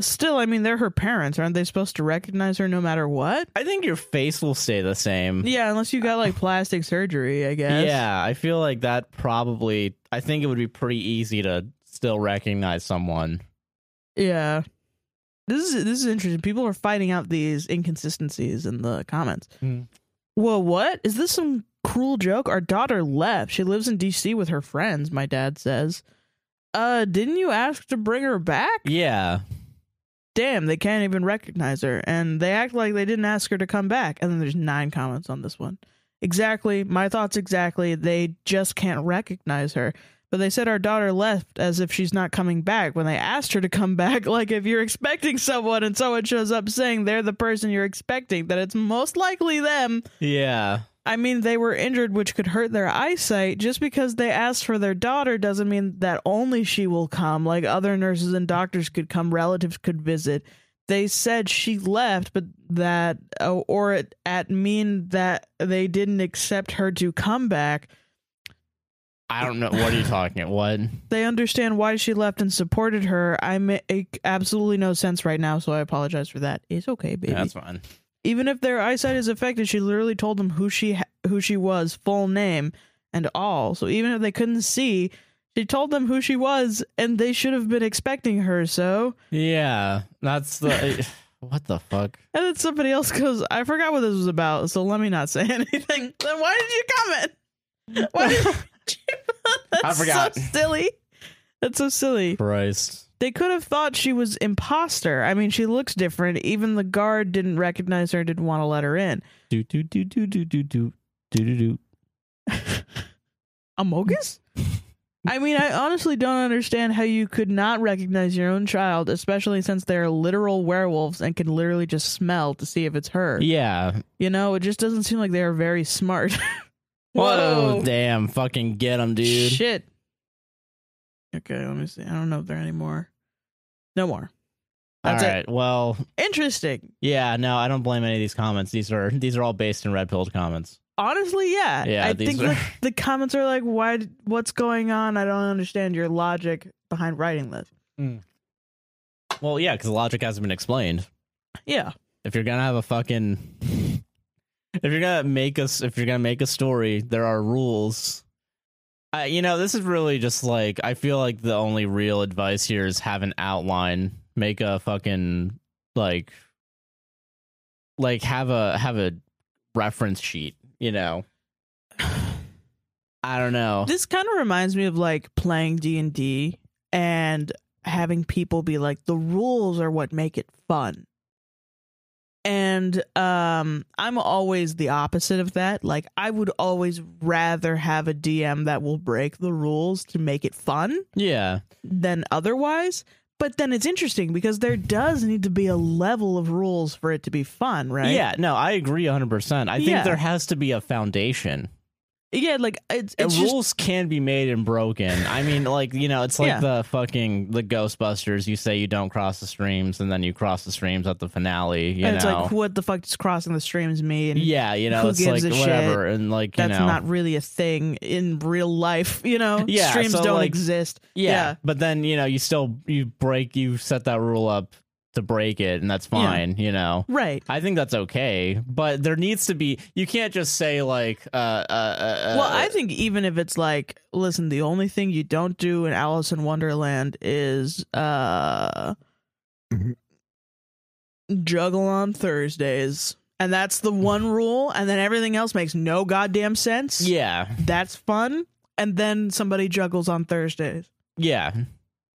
Speaker 2: Still, I mean, they're her parents, aren't they supposed to recognize her no matter what?
Speaker 1: I think your face will stay the same.
Speaker 2: Yeah, unless you got like plastic surgery, I guess.
Speaker 1: Mm. Yeah, I feel like that probably. I think it would be pretty easy to still recognize someone.
Speaker 2: Yeah. This is this is interesting. People are fighting out these inconsistencies in the comments.
Speaker 1: Hmm.
Speaker 2: Well, what? Is this some cruel joke? Our daughter left. She lives in DC with her friends, my dad says. Uh, didn't you ask to bring her back?
Speaker 1: Yeah,
Speaker 2: Damn, they can't even recognize her and they act like they didn't ask her to come back. And then there's nine comments on this one. Exactly, my thoughts exactly. They just can't recognize her. But they said our daughter left as if she's not coming back when they asked her to come back. Like, if you're expecting someone and someone shows up saying they're the person you're expecting, that it's most likely them.
Speaker 1: yeah,
Speaker 2: I mean, they were injured, which could hurt their eyesight. Just because they asked for their daughter doesn't mean that only she will come. Like, other nurses and doctors could come, relatives could visit. They said she left, but that, oh, or it at mean that they didn't accept her to come back.
Speaker 1: I don't know. What are you talking? What?
Speaker 2: They understand why she left and supported her. I make absolutely no sense right now, so I apologize for that. It's okay, baby.
Speaker 1: That's fine.
Speaker 2: Even if their eyesight is affected, she literally told them who she ha- who she was, full name and all. So even if they couldn't see, She told them who she was, and they should have been expecting her. So,
Speaker 1: Yeah, that's the what the fuck.
Speaker 2: and then somebody else goes, "I forgot what this was about, so let me not say anything." Then why did you comment? Why did you? That's
Speaker 4: forgot.
Speaker 2: So silly. That's so silly.
Speaker 1: Christ.
Speaker 2: They could have thought she was imposter. I mean, she looks different. Even the guard didn't recognize her and didn't want to let her in.
Speaker 1: Do do do do do do do do do do.
Speaker 2: Amogus? I mean, I honestly don't understand how you could not recognize your own child, especially since they're literal werewolves and can literally just smell to see if it's her.
Speaker 1: Yeah.
Speaker 2: You know, it just doesn't seem like they are very smart.
Speaker 1: Whoa, damn! Fucking get him, dude.
Speaker 2: Shit. Okay, let me see. I don't know if there are any more. No more.
Speaker 1: all
Speaker 2: That's it.
Speaker 1: right. Well,
Speaker 2: Interesting.
Speaker 1: yeah. No, I don't blame any of these comments. These are these are all based in red pilled comments.
Speaker 2: honestly yeah
Speaker 1: Yeah,
Speaker 2: i
Speaker 1: these
Speaker 2: think
Speaker 1: are-
Speaker 2: the, the comments are like why d- what's going on i don't understand your logic behind writing this
Speaker 1: Well, yeah, because the logic hasn't been explained.
Speaker 2: yeah
Speaker 1: If you're gonna have a fucking, if you're gonna make us, if you're gonna make a story, there are rules. I, you know, this is really just like I feel like the only real advice here is have an outline, make a fucking like, like have a have a reference sheet. You know, I don't know.
Speaker 2: this kind of reminds me of like playing d&d and having people be like the rules are what make it fun and um i'm always the opposite of that like i would always rather have a dm that will break the rules to make it fun
Speaker 1: Yeah,
Speaker 2: than otherwise. But then it's interesting because there does need to be a level of rules for it to be fun, right?
Speaker 1: yeah. No, I agree 100. percent I think
Speaker 2: Yeah.
Speaker 1: there has to be a foundation.
Speaker 2: yeah. Like it's,
Speaker 1: Uh,
Speaker 2: it's just
Speaker 1: rules can be made and broken. I mean, like you know, it's like
Speaker 2: Yeah.
Speaker 1: the fucking the Ghostbusters. You say you don't cross the streams, and then you cross the streams at the finale. You
Speaker 2: and it's
Speaker 1: know,
Speaker 2: like what the fuck does crossing the streams mean?
Speaker 1: yeah, you know,
Speaker 2: who
Speaker 1: it's like
Speaker 2: gives a
Speaker 1: whatever, and like you
Speaker 2: that's
Speaker 1: know,
Speaker 2: not really a thing in real life. You know,
Speaker 1: Yeah,
Speaker 2: streams
Speaker 1: so,
Speaker 2: don't
Speaker 1: like-
Speaker 2: exist.
Speaker 1: yeah. But then you know, you still you break you set that rule up to break it, and that's
Speaker 2: Yeah.
Speaker 1: fine. You know,
Speaker 2: right.
Speaker 1: I think that's okay, but there needs to be. You can't just say like, uh, uh, uh
Speaker 2: well,
Speaker 1: uh,
Speaker 2: I think even if it's like, listen, the only thing you don't do in Alice in Wonderland is uh juggle on Thursdays. And that's the one rule, and then everything else makes no goddamn sense.
Speaker 1: yeah,
Speaker 2: That's fun. And then somebody juggles on Thursdays.
Speaker 1: yeah,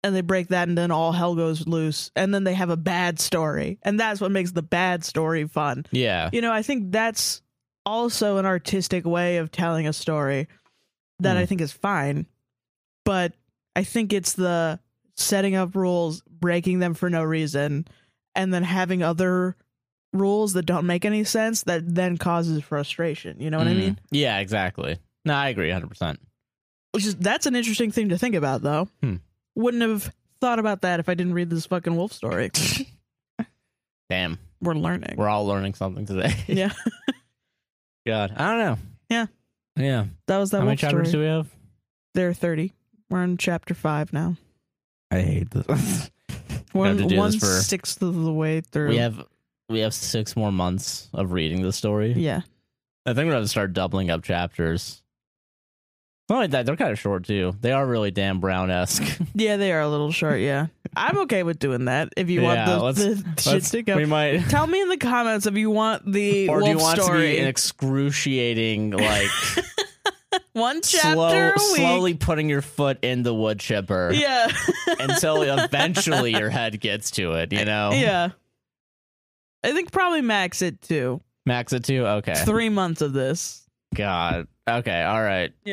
Speaker 2: And they break that and then all hell goes loose. And then they have a bad story. And that's what makes the bad story fun.
Speaker 1: yeah,
Speaker 2: You know, I think that's also an artistic way of telling a story that
Speaker 1: Hmm.
Speaker 2: I think is fine. But I think it's the setting up rules, breaking them for no reason, and then having other rules that don't make any sense that then causes frustration. You know what I
Speaker 1: Mm.
Speaker 2: mean?
Speaker 1: Yeah, exactly. No, I agree, hundred percent.
Speaker 2: Which is that's an interesting thing to think about though.
Speaker 1: Hmm.
Speaker 2: Wouldn't have thought about that if I didn't read this fucking wolf story.
Speaker 1: Damn.
Speaker 2: We're learning.
Speaker 1: We're all learning something today.
Speaker 2: yeah.
Speaker 1: God, I don't know.
Speaker 2: Yeah.
Speaker 1: Yeah.
Speaker 2: That was that
Speaker 1: How many
Speaker 2: wolf
Speaker 1: chapters
Speaker 2: story.
Speaker 1: do we have?
Speaker 2: They're 30. We're on chapter 5 now.
Speaker 1: I hate this.
Speaker 2: We're
Speaker 1: have to do
Speaker 2: one,
Speaker 1: this
Speaker 2: one
Speaker 1: for-
Speaker 2: sixth of the way through.
Speaker 1: we have we have six more months of reading the story.
Speaker 2: yeah.
Speaker 1: I think we're gonna start doubling up chapters. Not like that, they're kind of short too. They are really Dan Brown esque.
Speaker 2: Yeah, they are a little short, yeah. I'm okay with doing that if you
Speaker 1: Yeah,
Speaker 2: want
Speaker 1: let's-
Speaker 2: the, the shit to
Speaker 1: We
Speaker 2: go.
Speaker 1: might.
Speaker 2: Tell me in the comments if you want the
Speaker 1: Or
Speaker 2: wolf
Speaker 1: do you want
Speaker 2: story.
Speaker 1: to be an excruciating, like
Speaker 2: one
Speaker 1: slow,
Speaker 2: chapter a week.
Speaker 1: slowly putting your foot in the wood chipper
Speaker 2: Yeah.
Speaker 1: until eventually your head gets to it? You know,
Speaker 2: yeah. I think probably max it too.
Speaker 1: Max it too. Okay,
Speaker 2: Three months of this.
Speaker 1: God. Okay, all right.
Speaker 5: Hey,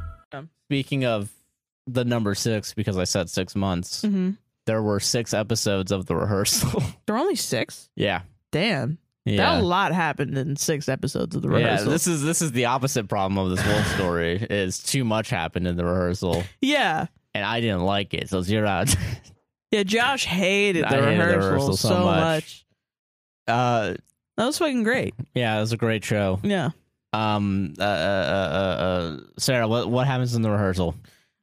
Speaker 1: Speaking of the number six, because I said six months,
Speaker 2: Mm-hmm.
Speaker 1: there were six episodes of the rehearsal.
Speaker 2: There are only six?
Speaker 1: yeah.
Speaker 2: Damn.
Speaker 1: Yeah.
Speaker 2: That a lot happened in six episodes of the
Speaker 1: yeah,
Speaker 2: rehearsal.
Speaker 1: this is this is the opposite problem of this wolf story. Is too much happened in the rehearsal.
Speaker 2: Yeah.
Speaker 1: and I didn't like it. So zero out. of ten.
Speaker 2: Yeah, Josh hated the
Speaker 1: I hated the
Speaker 2: rehearsal,
Speaker 1: rehearsal so
Speaker 2: so,
Speaker 1: much.
Speaker 2: much.
Speaker 1: uh,
Speaker 2: That was fucking great.
Speaker 1: yeah, it was a great show.
Speaker 2: Yeah.
Speaker 1: Um, uh, uh, uh, uh, uh, Sarah, what what happens in the rehearsal?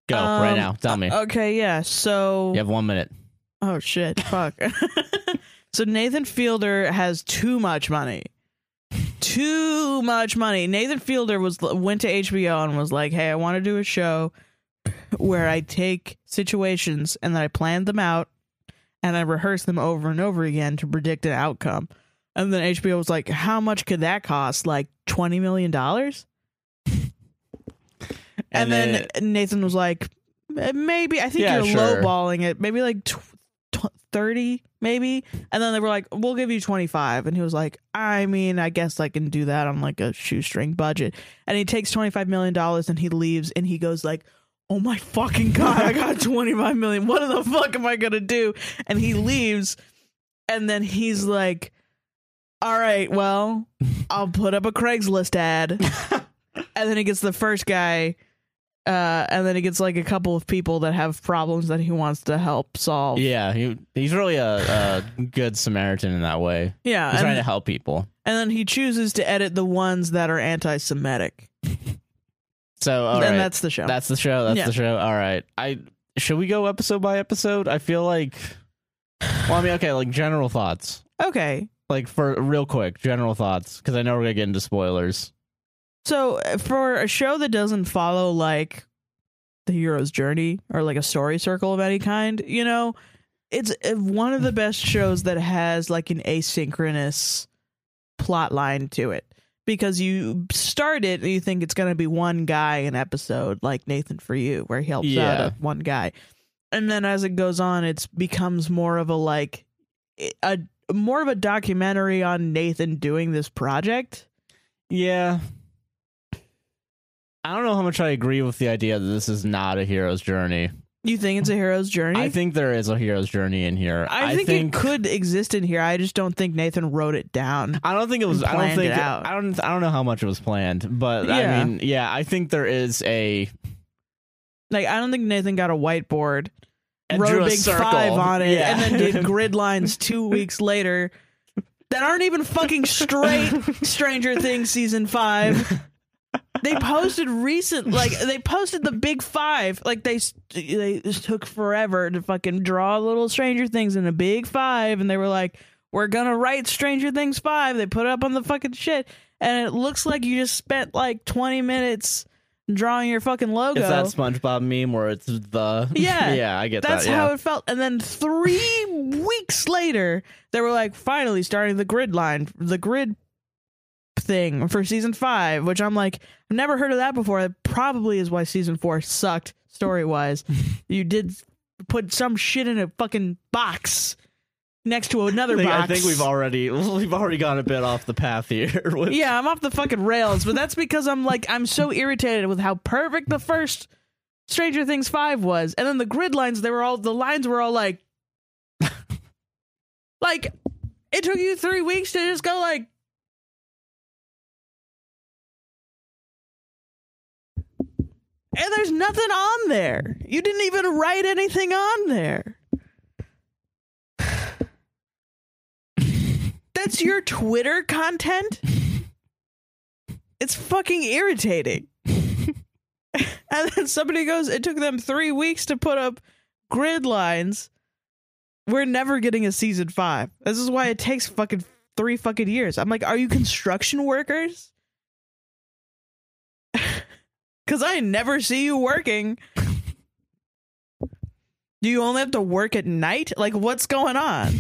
Speaker 1: Go right
Speaker 2: Um,
Speaker 1: now. Tell me.
Speaker 2: Okay, yeah. So
Speaker 1: you have one minute.
Speaker 2: Oh shit! Fuck. so Nathan Fielder has too much money. Too much money. Nathan Fielder was went to HBO and was like, "Hey, I want to do a show where I take situations and then I plan them out and I rehearse them over and over again to predict an outcome." And then HBO was like, "How much could that cost? Like twenty million dollars?" And, then Nathan was like, "Eh, "Maybe I think
Speaker 1: Yeah,
Speaker 2: you're
Speaker 1: sure.
Speaker 2: lowballing it. Maybe like tw- tw- thirty, maybe." And then they were like, "We'll give you 25. And he was like, "I mean, I guess I can do that on like a shoestring budget." And he takes twenty five million dollars and he leaves and he goes like. Oh my fucking god! I got twenty five million. What the fuck am I gonna do? And he leaves, and then he's like, "All right, well, I'll put up a Craigslist ad." and then he gets the first guy uh, and then he gets like a couple of people that have problems that he wants to help solve.
Speaker 1: yeah, he, he's really a, a good Samaritan in that way.
Speaker 2: Yeah,
Speaker 1: He's trying to
Speaker 2: and,
Speaker 1: help people.
Speaker 2: and then he chooses to edit the ones that are anti-Semitic.
Speaker 1: So all
Speaker 2: Then
Speaker 1: right.
Speaker 2: that's the show.
Speaker 1: That's the show. That's
Speaker 2: Yeah.
Speaker 1: the show. All right. I should we go episode by episode? I feel like. Well, I mean, okay, like general thoughts,
Speaker 2: okay.
Speaker 1: like for real quick, general thoughts, because I know we're gonna get into spoilers.
Speaker 2: So uh, for a show that doesn't follow like the hero's journey or like a story circle of any kind, you know, it's uh, one of the best shows that has like an asynchronous plot line to it because you start it and you think it's going to be one guy an episode like Nathan for you where he helps out
Speaker 1: Yeah.
Speaker 2: a- one guy and then as it goes on it becomes more of a like a more of a documentary on Nathan doing this project
Speaker 1: Yeah. I don't know how much I agree with the idea that this is not a hero's journey.
Speaker 2: you think it's a hero's journey
Speaker 1: I think there is a hero's journey in here.
Speaker 2: I think, it could exist in here. I just don't think Nathan wrote it down.
Speaker 1: I don't think it was. I don't
Speaker 2: planned
Speaker 1: think.
Speaker 2: it out.
Speaker 1: I don't. I don't know how much it was planned, but I
Speaker 2: Yeah.
Speaker 1: mean, yeah, I think there is a
Speaker 2: Like I don't think Nathan got a whiteboard,
Speaker 1: And
Speaker 2: wrote
Speaker 1: drew
Speaker 2: a
Speaker 1: a
Speaker 2: big
Speaker 1: circle.
Speaker 2: five on it,
Speaker 1: Yeah.
Speaker 2: and then did grid lines two weeks later that aren't even fucking straight. Stranger Things season five. They posted recent, like they posted the big five. Like they s- they took forever to fucking draw little Stranger Things in a big five, and they were like, "We're gonna write Stranger Things five. They put it up on the fucking shit, and it looks like you just spent like twenty minutes drawing your fucking logo.
Speaker 1: It's that SpongeBob meme where it's the
Speaker 2: Yeah.
Speaker 1: yeah. I get
Speaker 2: That's
Speaker 1: that. yeah.
Speaker 2: how it felt. And then three weeks later, they were like, finally starting the grid line, the grid thing for season five, which I'm like, I've never heard of that before. That probably is why season four sucked story wise. you did put some shit in a fucking box next to another
Speaker 1: I think, I
Speaker 2: box.
Speaker 1: think we've already we've already gone a bit off the path here. with-
Speaker 2: yeah, I'm off the fucking rails, but that's because I'm like I'm so irritated with how perfect the first Stranger Things five was, and then the grid lines they were all the lines were all like, like it took you three weeks to just go like, and there's nothing on there. You didn't even write anything on there. That's your Twitter content? It's fucking irritating. and then somebody goes, it took them three weeks to put up grid lines. We're never getting a season five. This is why it takes fucking three fucking years. I'm like, are you construction workers? Because I never see you working. Do you only have to work at night? Like, what's going on?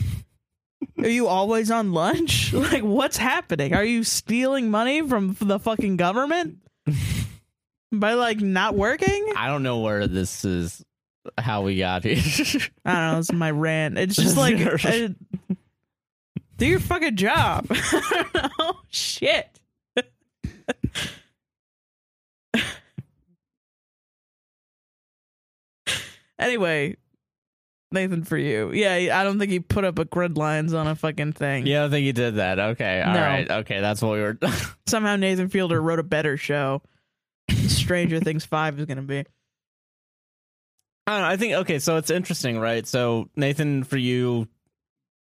Speaker 2: Are you always on lunch? Like, what's happening? Are you stealing money from the fucking government by like not working?
Speaker 1: I don't know where this is. How we got here?
Speaker 2: I don't know. It's my rant. It's just like, uh, do your fucking job. oh shit. anyway, Nathan, for you. Yeah, I don't think he put up a grid lines on a fucking thing.
Speaker 1: yeah, I think you did that. Okay, all
Speaker 2: No.
Speaker 1: right. Okay, that's what we were.
Speaker 2: somehow Nathan Fielder wrote a better show. Stranger Things Five is gonna be.
Speaker 1: I don't know. I think okay, so it's interesting, right? So Nathan, for you,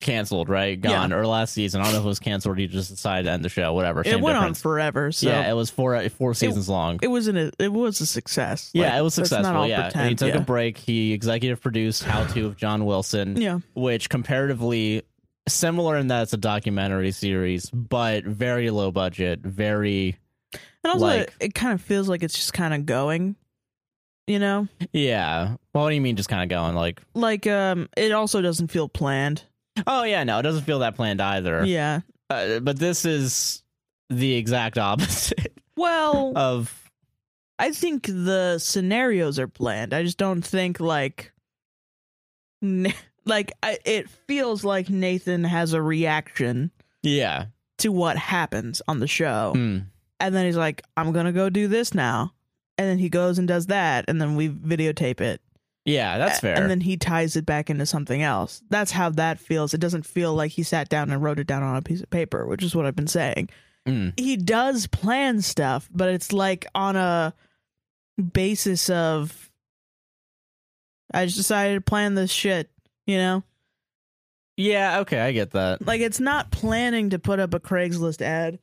Speaker 1: canceled, right? Gone or last season. I don't know if it was canceled. or He just decided to end the show. Whatever.
Speaker 2: it
Speaker 1: same
Speaker 2: went
Speaker 1: difference.
Speaker 2: on forever. So
Speaker 1: yeah, it was four uh, four seasons long.
Speaker 2: it was an it was a success.
Speaker 1: yeah,
Speaker 2: Like,
Speaker 1: it was
Speaker 2: let's not all
Speaker 1: successful. Yeah,
Speaker 2: pretend,
Speaker 1: and he took
Speaker 2: yeah.
Speaker 1: a break. He executive produced How to of John Wilson.
Speaker 2: Yeah.
Speaker 1: which comparatively similar in that it's a documentary series, but very low budget, very
Speaker 2: And also,
Speaker 1: like-
Speaker 2: it, kind of feels like it's just kind of going, you know?
Speaker 1: yeah. Well, what do you mean? Just kind of going like,
Speaker 2: Like, um, it also doesn't feel planned.
Speaker 1: oh yeah, no, it doesn't feel that planned either.
Speaker 2: Yeah.
Speaker 1: Uh, but this is the exact opposite
Speaker 2: Well,
Speaker 1: of
Speaker 2: I think the scenarios are planned. I just don't think like, Na- like I, it feels like Nathan has a reaction
Speaker 1: yeah.
Speaker 2: to what happens on the show,
Speaker 1: Hmm.
Speaker 2: and then he's like, "I'm gonna go do this now," and then he goes and does that, and then we videotape it.
Speaker 1: Yeah, that's
Speaker 2: A-
Speaker 1: fair.
Speaker 2: And then he ties it back into something else. That's how that feels. It doesn't feel like he sat down and wrote it down on a piece of paper, which is what I've been saying.
Speaker 1: Mm.
Speaker 2: He does plan stuff, but it's like on a basis of I just decided to plan this shit, you know?
Speaker 1: yeah, okay, I get that.
Speaker 2: Like it's not planning to put up a Craigslist ad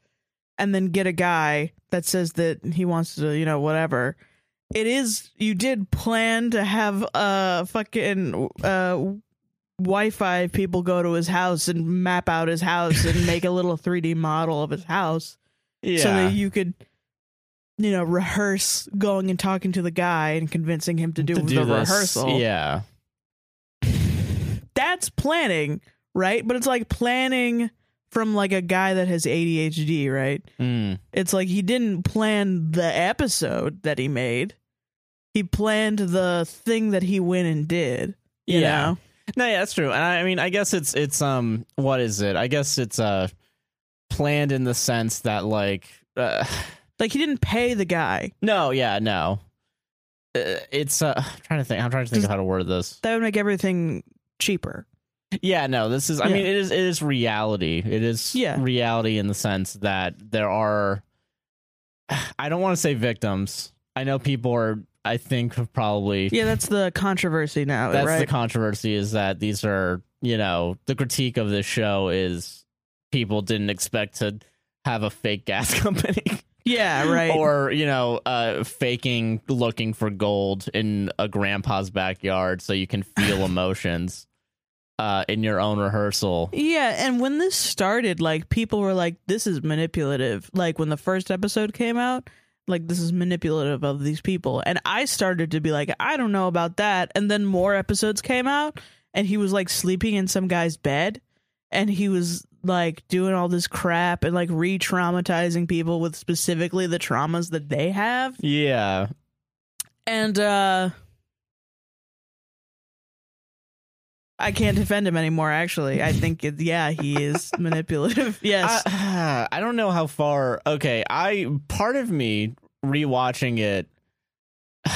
Speaker 2: and then get a guy that says that he wants to, you know, whatever. It is you did plan to have uh fucking uh Wi-Fi people go to his house and map out his house and make a little 3D model of his house so
Speaker 1: Yeah.
Speaker 2: that you could you know rehearse going and talking to the guy and convincing him to do,
Speaker 1: To
Speaker 2: the
Speaker 1: this,
Speaker 2: rehearsal
Speaker 1: Yeah.
Speaker 2: that's planning, right? But it's like planning from like a guy that has ADHD, right?
Speaker 1: Mm.
Speaker 2: It's like he didn't plan the episode that he made. He planned the thing that he went and did. You
Speaker 1: Yeah.
Speaker 2: know?
Speaker 1: No, yeah, that's true. And I, I mean, I guess it's it's um what is it? I guess it's uh planned in the sense that like uh,
Speaker 2: Like he didn't pay the guy.
Speaker 1: no, yeah, no. Uh, It's uh I'm trying to think. I'm trying to think of how to word this.
Speaker 2: That would make everything cheaper.
Speaker 1: Yeah, no, this is I
Speaker 2: Yeah.
Speaker 1: mean, it is it is reality. It is
Speaker 2: Yeah.
Speaker 1: reality in the sense that there are I don't want to say victims. I know people are I think have probably
Speaker 2: Yeah, that's the controversy now,
Speaker 1: that's
Speaker 2: right?
Speaker 1: the controversy is that these are you know the critique of this show is people didn't expect to have a fake gas company
Speaker 2: yeah, Uh, right.
Speaker 1: or you know uh faking looking for gold in a grandpa's backyard so you can feel emotions uh in your own rehearsal
Speaker 2: Yeah, and when this started, like people were like, "This is manipulative." Like when the first episode came out, like this is manipulative of these people, and I started to be like, "I don't know about that." And then more episodes came out, and he was like sleeping in some guy's bed, and he was like doing all this crap and like re-traumatizing people with specifically the traumas that they have,
Speaker 1: yeah
Speaker 2: and uh I can't defend him anymore. Actually, I think it, yeah, he is manipulative. Yes,
Speaker 1: Uh, I, I don't know how far. Okay, I part of me rewatching it.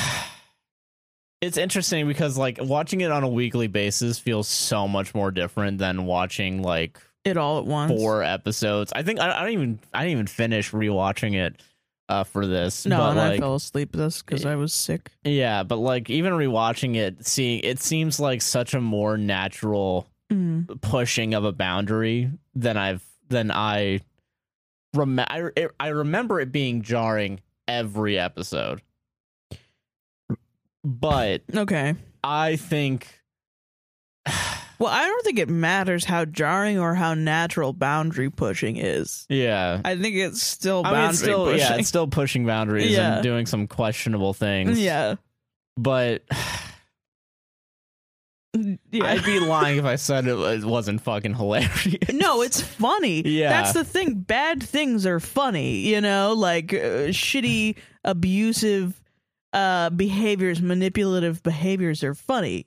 Speaker 1: It's interesting because like watching it on a weekly basis feels so much more different than watching like
Speaker 2: it all at once.
Speaker 1: four episodes. I think I, I don't even I didn't even finish rewatching it uh, for this.
Speaker 2: no,
Speaker 1: but,
Speaker 2: and I
Speaker 1: like,
Speaker 2: fell asleep this because I was sick.
Speaker 1: yeah, but like even rewatching it, seeing it seems like such a more natural
Speaker 2: Mm.
Speaker 1: pushing of a boundary than I've than I rem I, I remember it being jarring every episode. But
Speaker 2: Mm, Okay.
Speaker 1: I think
Speaker 2: Well, I don't think it matters how jarring or how natural boundary pushing is.
Speaker 1: yeah.
Speaker 2: I think it's still
Speaker 1: I
Speaker 2: boundary
Speaker 1: mean, it's still
Speaker 2: pushing.
Speaker 1: yeah, it's still pushing boundaries
Speaker 2: Yeah.
Speaker 1: and doing some questionable things.
Speaker 2: yeah.
Speaker 1: But
Speaker 2: Yeah.
Speaker 1: I'd be lying if I said it, was- wasn't fucking hilarious.
Speaker 2: no, it's funny.
Speaker 1: Yeah.
Speaker 2: That's the thing. Bad things are funny, you know, like uh, shitty, abusive uh, behaviors, manipulative behaviors are funny.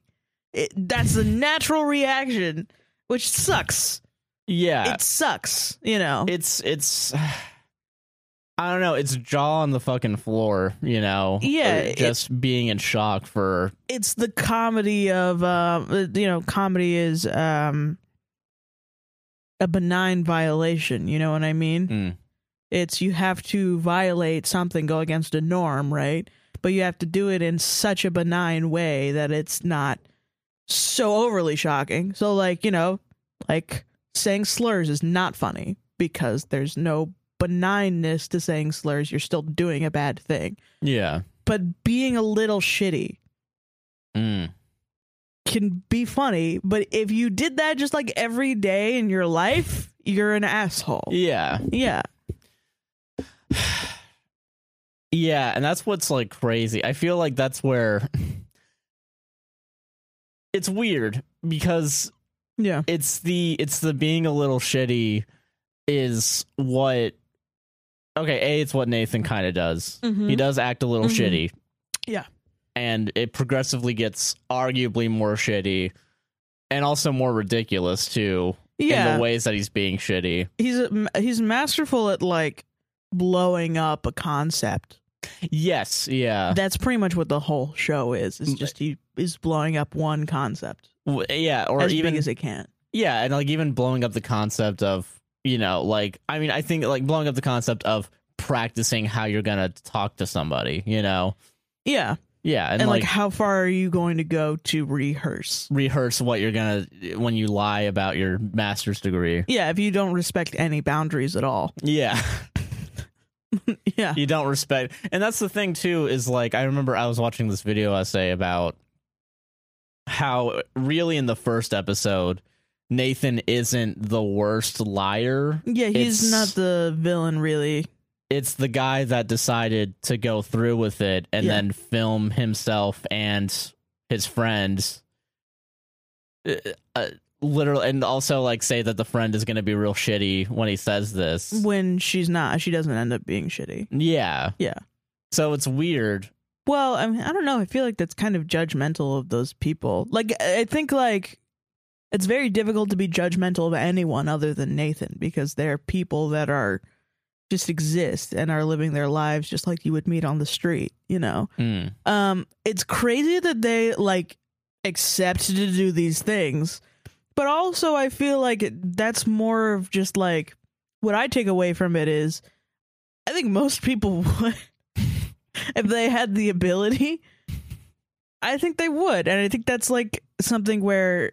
Speaker 2: It, that's the natural reaction, which sucks.
Speaker 1: yeah.
Speaker 2: it sucks, you know.
Speaker 1: it's it's I don't know, it's jaw on the fucking floor, you know.
Speaker 2: Yeah,
Speaker 1: Uh, just being in shock for
Speaker 2: it's the comedy of, um, uh, you know, comedy is um, a benign violation, you know what I mean?
Speaker 1: Mm.
Speaker 2: It's you have to violate something, go against a norm, right? but you have to do it in such a benign way that it's not so overly shocking. So like, you know, like saying slurs is not funny because there's no benignness to saying slurs. You're still doing a bad thing.
Speaker 1: Yeah.
Speaker 2: But being a little shitty
Speaker 1: Mm.
Speaker 2: can be funny, but if you did that just like every day in your life, you're an asshole.
Speaker 1: Yeah.
Speaker 2: Yeah.
Speaker 1: Yeah, and that's what's like crazy. I feel like that's where it's weird because
Speaker 2: Yeah.
Speaker 1: it's the it's the being a little shitty is what okay, A, it's what Nathan kind of does. He does act a little
Speaker 2: Mhm.
Speaker 1: shitty.
Speaker 2: Yeah.
Speaker 1: And it progressively gets arguably more shitty and also more ridiculous too in
Speaker 2: Yeah.
Speaker 1: the ways that he's being shitty.
Speaker 2: he's a, he's masterful at like blowing up a concept.
Speaker 1: Yes, yeah.
Speaker 2: That's pretty much what the whole show is.
Speaker 1: Mm,
Speaker 2: It's just he is blowing up one concept
Speaker 1: W- yeah, or
Speaker 2: as
Speaker 1: even
Speaker 2: big as it can.
Speaker 1: Yeah, and like even blowing up the concept of, you know, like I mean, I think like blowing up the concept of practicing how you're gonna talk to somebody, you know?
Speaker 2: Yeah.
Speaker 1: Yeah, and,
Speaker 2: And, like,
Speaker 1: like,
Speaker 2: how far are you going to go to rehearse?
Speaker 1: rehearse what you're gonna when you lie about your master's degree.
Speaker 2: Yeah, if you don't respect any boundaries at all.
Speaker 1: Yeah.
Speaker 2: Yeah.
Speaker 1: you don't respect and that's the thing too is like i remember i was watching this video essay about how really in the first episode nathan isn't the worst liar
Speaker 2: Yeah, he's
Speaker 1: It's-
Speaker 2: not the villain really.
Speaker 1: it's the guy that decided to go through with it and
Speaker 2: Yeah.
Speaker 1: then film himself and his friends uh, uh, literally and also like say that the friend is going to be real shitty when he says this
Speaker 2: When she's not, she doesn't end up being shitty.
Speaker 1: yeah
Speaker 2: Yeah.
Speaker 1: so it's weird
Speaker 2: Well, I mean, I don't know. I feel like that's kind of judgmental of those people. Like, I I think like it's very difficult to be judgmental of anyone other than Nathan because they're people that are just exist and are living their lives just like you would meet on the street. You know,
Speaker 1: Mm.
Speaker 2: um, it's crazy that they like accept to do these things, but also I feel like it, that's more of just like what I take away from it is I think most people would if they had the ability. I think they would, and I think that's like something where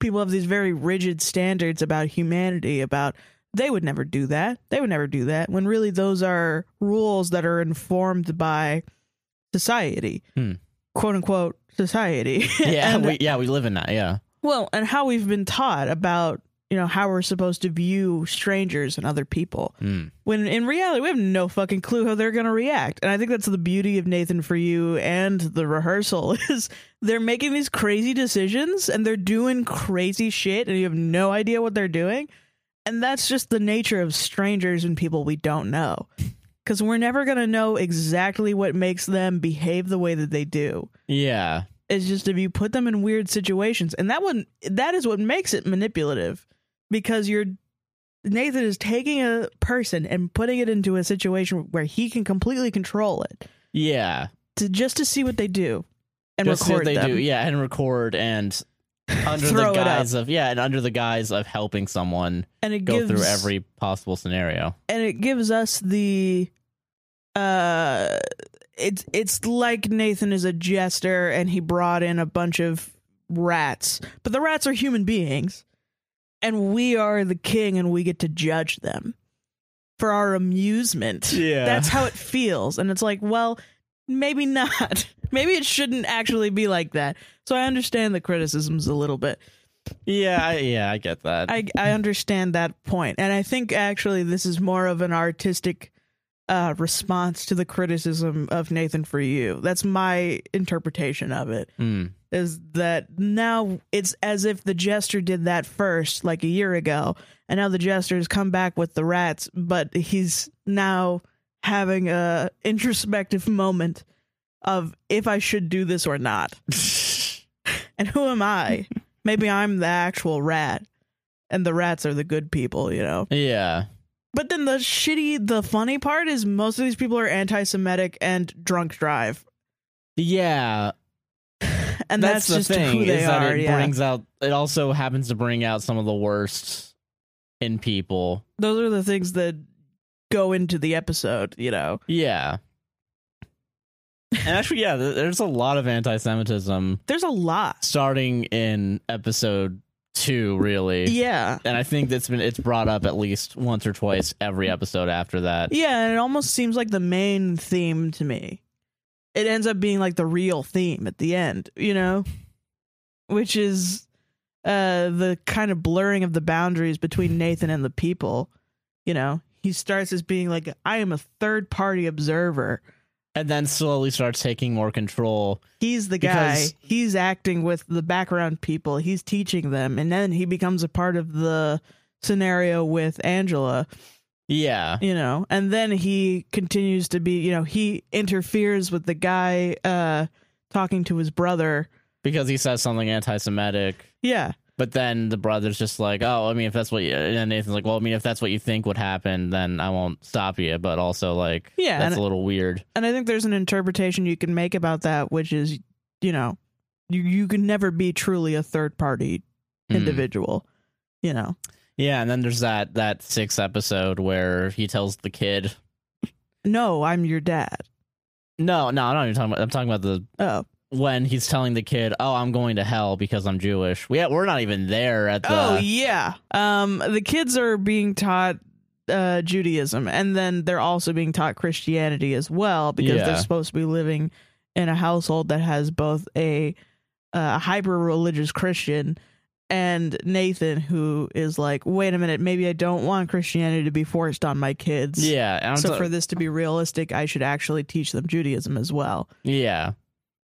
Speaker 2: people have these very rigid standards about humanity about they would never do that. They would never do that when really those are rules that are informed by society.
Speaker 1: Hmm.
Speaker 2: Quote unquote society.
Speaker 1: yeah
Speaker 2: And-
Speaker 1: we, yeah we live in that yeah
Speaker 2: well, and how we've been taught about, you know, how we're supposed to view strangers and other people.
Speaker 1: Mm.
Speaker 2: When in reality, we have no fucking clue how they're going to react. And I think that's the beauty of Nathan for you and the rehearsal is they're making these crazy decisions and they're doing crazy shit and you have no idea what they're doing. And that's just the nature of strangers and people we don't know. Cuz we're never going to know exactly what makes them behave the way that they do
Speaker 1: yeah
Speaker 2: is just if you put them in weird situations and that one that is what makes it manipulative because you're nathan is taking a person and putting it into a situation where he can completely control it
Speaker 1: yeah
Speaker 2: to just to see what they do and
Speaker 1: Just see what
Speaker 2: record
Speaker 1: they
Speaker 2: them
Speaker 1: do yeah and record and under the
Speaker 2: Throw it up.
Speaker 1: guise of yeah and under the guise of helping someone
Speaker 2: and it
Speaker 1: go
Speaker 2: gives
Speaker 1: through every possible scenario
Speaker 2: and it gives us the uh it's it's like Nathan is a jester and he brought in a bunch of rats. But the rats are human beings and we are the king and we get to judge them for our amusement.
Speaker 1: Yeah.
Speaker 2: That's how it feels and it's like, well, maybe not. Maybe it shouldn't actually be like that. So I understand the criticisms a little bit.
Speaker 1: Yeah, I, yeah, I get that.
Speaker 2: I I understand that point, and I think actually this is more of an artistic uh, response to the criticism of Nathan for you. That's my interpretation of it.
Speaker 1: Mm.
Speaker 2: Is that now it's as if the jester did that first, like a year ago, and now the jester has come back with the rats, but he's now having a introspective moment of if I should do this or not. And who am I? Maybe I'm the actual rat, and the rats are the good people, you know?
Speaker 1: yeah,
Speaker 2: But then the shitty, the funny part is most of these people are anti Semitic and drunk drive.
Speaker 1: yeah.
Speaker 2: And that's,
Speaker 1: the
Speaker 2: just
Speaker 1: thing
Speaker 2: who they
Speaker 1: is that
Speaker 2: are.
Speaker 1: it
Speaker 2: yeah.
Speaker 1: brings out. It also happens to bring out some of the worst in people.
Speaker 2: Those are the things that go into the episode, you know?
Speaker 1: Yeah, And actually, yeah, th- there's a lot of anti-Semitism
Speaker 2: There's a lot.
Speaker 1: starting in episode two, really.
Speaker 2: Yeah.
Speaker 1: And I think that's been it's brought up at least once or twice every episode after that.
Speaker 2: Yeah, and it almost seems like the main theme to me. It ends up being like the real theme at the end, you know? Which is uh the kind of blurring of the boundaries between Nathan and the people, you know? He starts as being like I am a third party observer.
Speaker 1: And then slowly starts taking more control.
Speaker 2: He's the guy.
Speaker 1: Because-
Speaker 2: he's acting with the background people. He's teaching them and then he becomes a part of the scenario with Angela.
Speaker 1: Yeah.
Speaker 2: you know and then he continues to be you know he interferes with the guy uh talking to his brother
Speaker 1: Because he says something anti-Semitic.
Speaker 2: yeah
Speaker 1: But then the brother's just like, oh, I mean, if that's what you, and Nathan's like, well, I mean, if that's what you think would happen, then I won't stop you. But also, like,
Speaker 2: Yeah,
Speaker 1: that's
Speaker 2: and-
Speaker 1: a little weird.
Speaker 2: and i think there's an interpretation you can make about that which is you know you, you can never be truly a third party
Speaker 1: Mm.
Speaker 2: individual you know
Speaker 1: Yeah, and then there's that that sixth episode where he tells the kid,
Speaker 2: no i'm your dad
Speaker 1: no, no, I'm not even talking about. I'm talking about the
Speaker 2: oh
Speaker 1: when he's telling the kid, oh, I'm going to hell because I'm Jewish. We we're not even there at the.
Speaker 2: oh yeah um the kids are being taught uh judaism and then they're also being taught christianity as well because
Speaker 1: Yeah.
Speaker 2: they're supposed to be living in a household that has both a uh, hyper religious christian and nathan who is like wait a minute maybe i don't want christianity to be forced on my kids
Speaker 1: yeah, and I'm
Speaker 2: so
Speaker 1: ta-
Speaker 2: for this to be realistic i should actually teach them judaism as well
Speaker 1: yeah,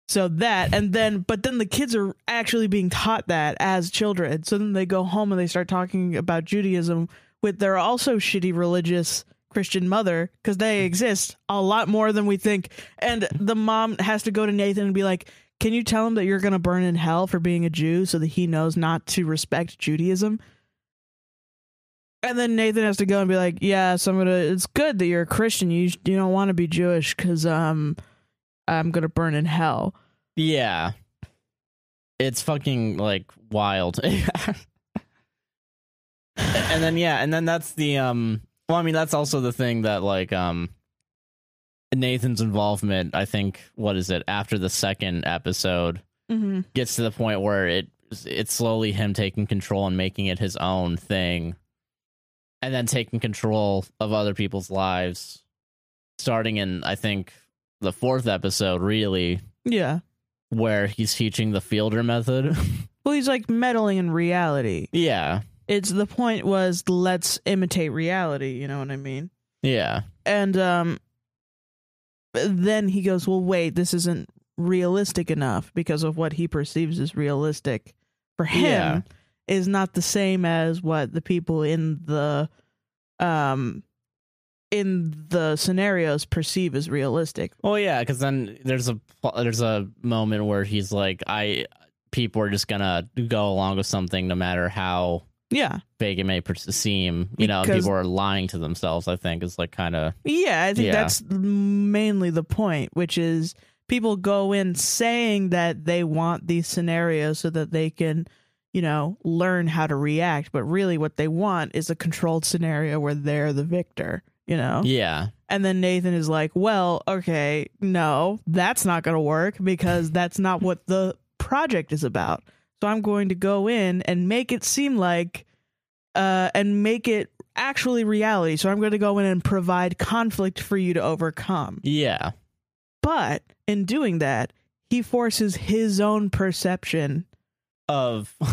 Speaker 2: so that and then but then the kids are actually being taught that as children. So then they go home and they start talking about Judaism with their also shitty religious Christian mother cuz they exist a lot more than we think. And the mom has to go to Nathan and be like, "Can you tell him that you're going to burn in hell for being a Jew so that he knows not to respect Judaism?" And then Nathan has to go and be like, "Yeah, so I'm gonna. It's good that you're a Christian. You sh- you don't want to be Jewish because um, I'm gonna burn in hell."
Speaker 1: yeah. It's fucking like wild. and then yeah, and then that's the um. Well, I mean, that's also the thing that like um. Nathan's involvement, I think, what is it after the second episode?
Speaker 2: Mm-hmm.
Speaker 1: gets to the point where it it's slowly him taking control and making it his own thing and then taking control of other people's lives starting in i think the fourth episode really
Speaker 2: Yeah.
Speaker 1: where he's teaching the fielder method
Speaker 2: Well, he's like meddling in reality.
Speaker 1: yeah
Speaker 2: It's the point was let's imitate reality. You know what I mean?
Speaker 1: yeah
Speaker 2: And um, then he goes, well, wait, this isn't realistic enough because of what he perceives as realistic for him
Speaker 1: Yeah.
Speaker 2: is not the same as what the people in the um in the scenarios perceive as realistic.
Speaker 1: Well, yeah, because then there's a pl- there's a moment where he's like, I people are just gonna go along with something no matter how
Speaker 2: Yeah.
Speaker 1: big it may per- seem. You know,
Speaker 2: Because-
Speaker 1: people are lying to themselves. I think is like kind of
Speaker 2: Yeah, I think
Speaker 1: Yeah.
Speaker 2: that's mainly the point, which is people go in saying that they want these scenarios so that they can, you know, learn how to react, but really what they want is a controlled scenario where they're the victor, you know?
Speaker 1: yeah.
Speaker 2: And then Nathan is like, "Well, okay, no, that's not going to work because that's not what the project is about. So I'm going to go in and make it seem like uh and make it actually reality. So I'm going to go in and provide conflict for you to overcome."
Speaker 1: Yeah.
Speaker 2: But in doing that, he forces his own perception
Speaker 1: Of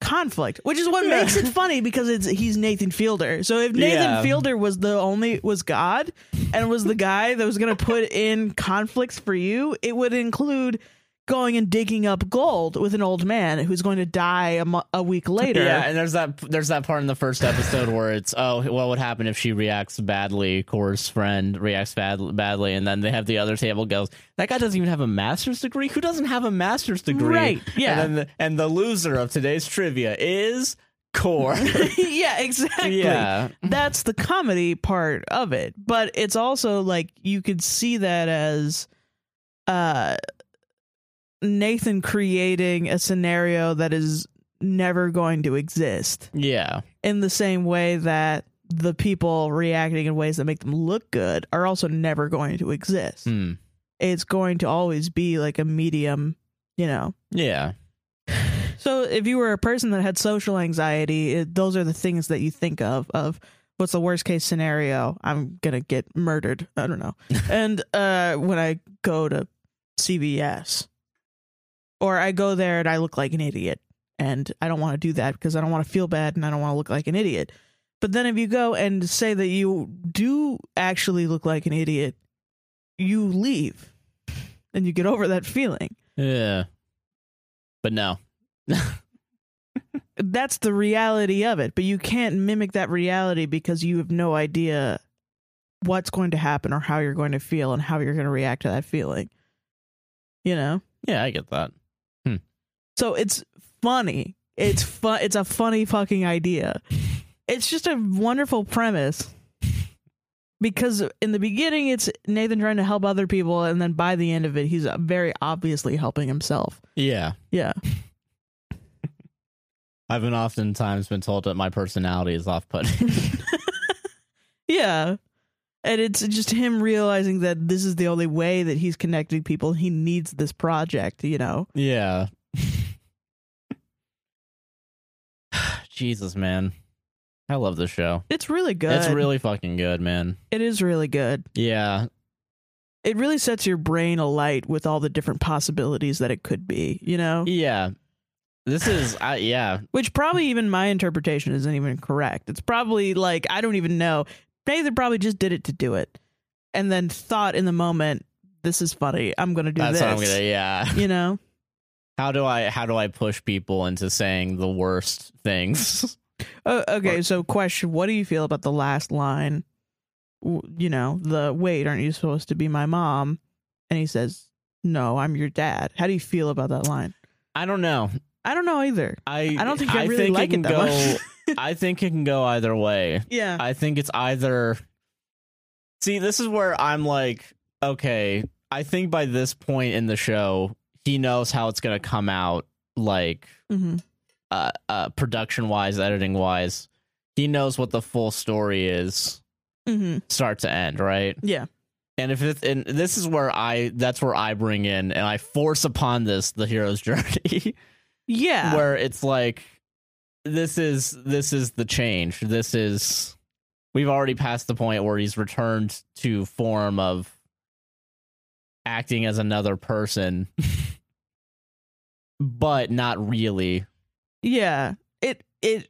Speaker 2: conflict, which is what
Speaker 1: Yeah.
Speaker 2: makes it funny because it's he's Nathan Fielder. So if Nathan
Speaker 1: Yeah.
Speaker 2: Fielder was the only was God and was the guy that was going to put in conflicts for you, it would include going and digging up gold with an old man who's going to die a, mo- a week later.
Speaker 1: yeah, and there's that there's that part in the first episode where it's oh what would happen if she reacts badly? Cora's friend reacts bad, badly, and then they have the other table goes that guy doesn't even have a master's degree. Who doesn't have a master's degree?
Speaker 2: Right, yeah.
Speaker 1: And then the, and the loser of today's trivia is Cor.
Speaker 2: yeah, exactly.
Speaker 1: Yeah.
Speaker 2: That's the comedy part of it. But it's also like you could see that as uh Nathan creating a scenario that is never going to exist
Speaker 1: yeah.
Speaker 2: in the same way that the people reacting in ways that make them look good are also never going to exist.
Speaker 1: Hmm.
Speaker 2: it's going to always be like a medium, you know.
Speaker 1: Yeah.
Speaker 2: So if you were a person that had social anxiety, it, those are the things that you think of of what's the worst case scenario? I'm going to get murdered. I don't know. and uh when I go to CVS or I go there and I look like an idiot and I don't want to do that because I don't want to feel bad and I don't want to look like an idiot. But then if you go and say that you do actually look like an idiot, you leave and you get over that feeling.
Speaker 1: Yeah. But no.
Speaker 2: That's the reality of it, but you can't mimic that reality because you have no idea what's going to happen or how you're going to feel and how you're going to react to that feeling. You know?
Speaker 1: Yeah, I get that.
Speaker 2: So it's funny. It's fun. It's a funny fucking idea. It's just a wonderful premise. Because in the beginning, it's Nathan trying to help other people, and then by the end of it, he's uh, very obviously helping himself.
Speaker 1: Yeah.
Speaker 2: Yeah.
Speaker 1: I've been oftentimes been told that my personality is off putting.
Speaker 2: Yeah. And it's just him realizing that this is the only way that he's connecting people. He needs this project, you know?
Speaker 1: yeah. Jesus, man. I love this show.
Speaker 2: It's really good.
Speaker 1: It's really fucking good, man.
Speaker 2: it is really good.
Speaker 1: Yeah.
Speaker 2: It really sets your brain alight with all the different possibilities that it could be, you know?
Speaker 1: Yeah. This is I yeah.
Speaker 2: which probably even my interpretation isn't even correct. It's probably like I don't even know. Nathan probably just did it to do it, and then thought in the moment, "This is funny. I'm going to do
Speaker 1: That's
Speaker 2: this."
Speaker 1: what I'm gonna yeah.
Speaker 2: You know,
Speaker 1: How do I how do I push people into saying the worst things?
Speaker 2: Oh, okay. so, question: What do you feel about the last line? W- You know, the wait, aren't you supposed to be my mom? And he says, "No, I'm your dad." How do you feel about that line?
Speaker 1: I don't know.
Speaker 2: I don't know either.
Speaker 1: I
Speaker 2: I don't think I really like it
Speaker 1: can
Speaker 2: that
Speaker 1: go, I think it can go either way.
Speaker 2: Yeah,
Speaker 1: I think it's either See, this is where I'm like, okay, I think by this point in the show, he knows how it's going to come out like
Speaker 2: hmm
Speaker 1: uh, uh production-wise, editing-wise. He knows what the full story is
Speaker 2: hmm
Speaker 1: start to end, right?
Speaker 2: yeah,
Speaker 1: And if it's and this is where I that's where I bring in and I force upon this the hero's journey
Speaker 2: yeah.
Speaker 1: where it's like this is this is the change. This is we've already passed the point where he's returned to form of acting as another person but not really.
Speaker 2: yeah, it it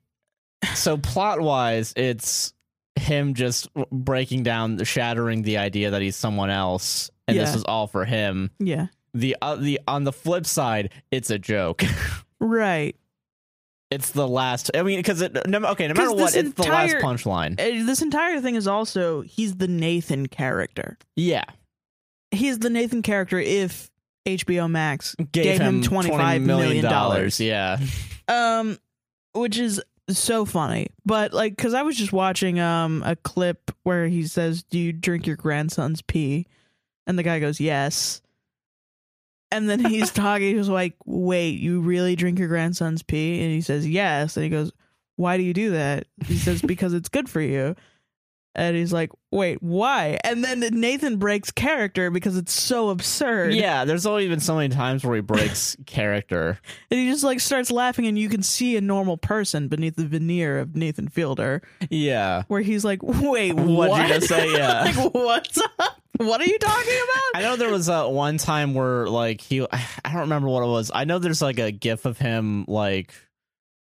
Speaker 1: So plot-wise, it's him just breaking down, shattering the idea that he's someone else and this
Speaker 2: Yeah.
Speaker 1: is all for him.
Speaker 2: yeah.
Speaker 1: the uh, the on the flip side, it's a joke.
Speaker 2: Right.
Speaker 1: it's the last. I mean, because it no, okay, no
Speaker 2: 'Cause
Speaker 1: matter what,
Speaker 2: this
Speaker 1: it's the last
Speaker 2: entire-
Speaker 1: punchline.
Speaker 2: Uh, this entire thing is also he's the Nathan character.
Speaker 1: yeah,
Speaker 2: He's the Nathan character if HBO Max
Speaker 1: gave,
Speaker 2: him
Speaker 1: him twenty five
Speaker 2: $25
Speaker 1: million
Speaker 2: million
Speaker 1: dollars. Yeah,
Speaker 2: um which is so funny. But like cuz I was just watching um a clip where he says, "Do you drink your grandson's pee?" And the guy goes, "Yes." And then he's talking he's like, "Wait, you really drink your grandson's pee?" And he says, "Yes." And he goes, "Why do you do that?" He says, "Because it's good for you." And he's like, "Wait, why?" And then Nathan breaks character because it's so absurd.
Speaker 1: yeah. There's always been so many times where he breaks character.
Speaker 2: And he just like starts laughing, and you can see a normal person beneath the veneer of Nathan Fielder,
Speaker 1: Yeah,
Speaker 2: where he's like, "Wait, what?
Speaker 1: What'd you just say? Yeah.
Speaker 2: like, what's up? What are you talking about?"
Speaker 1: I know there was uh, one time where like he, I don't remember what it was. I know there's like a gif of him like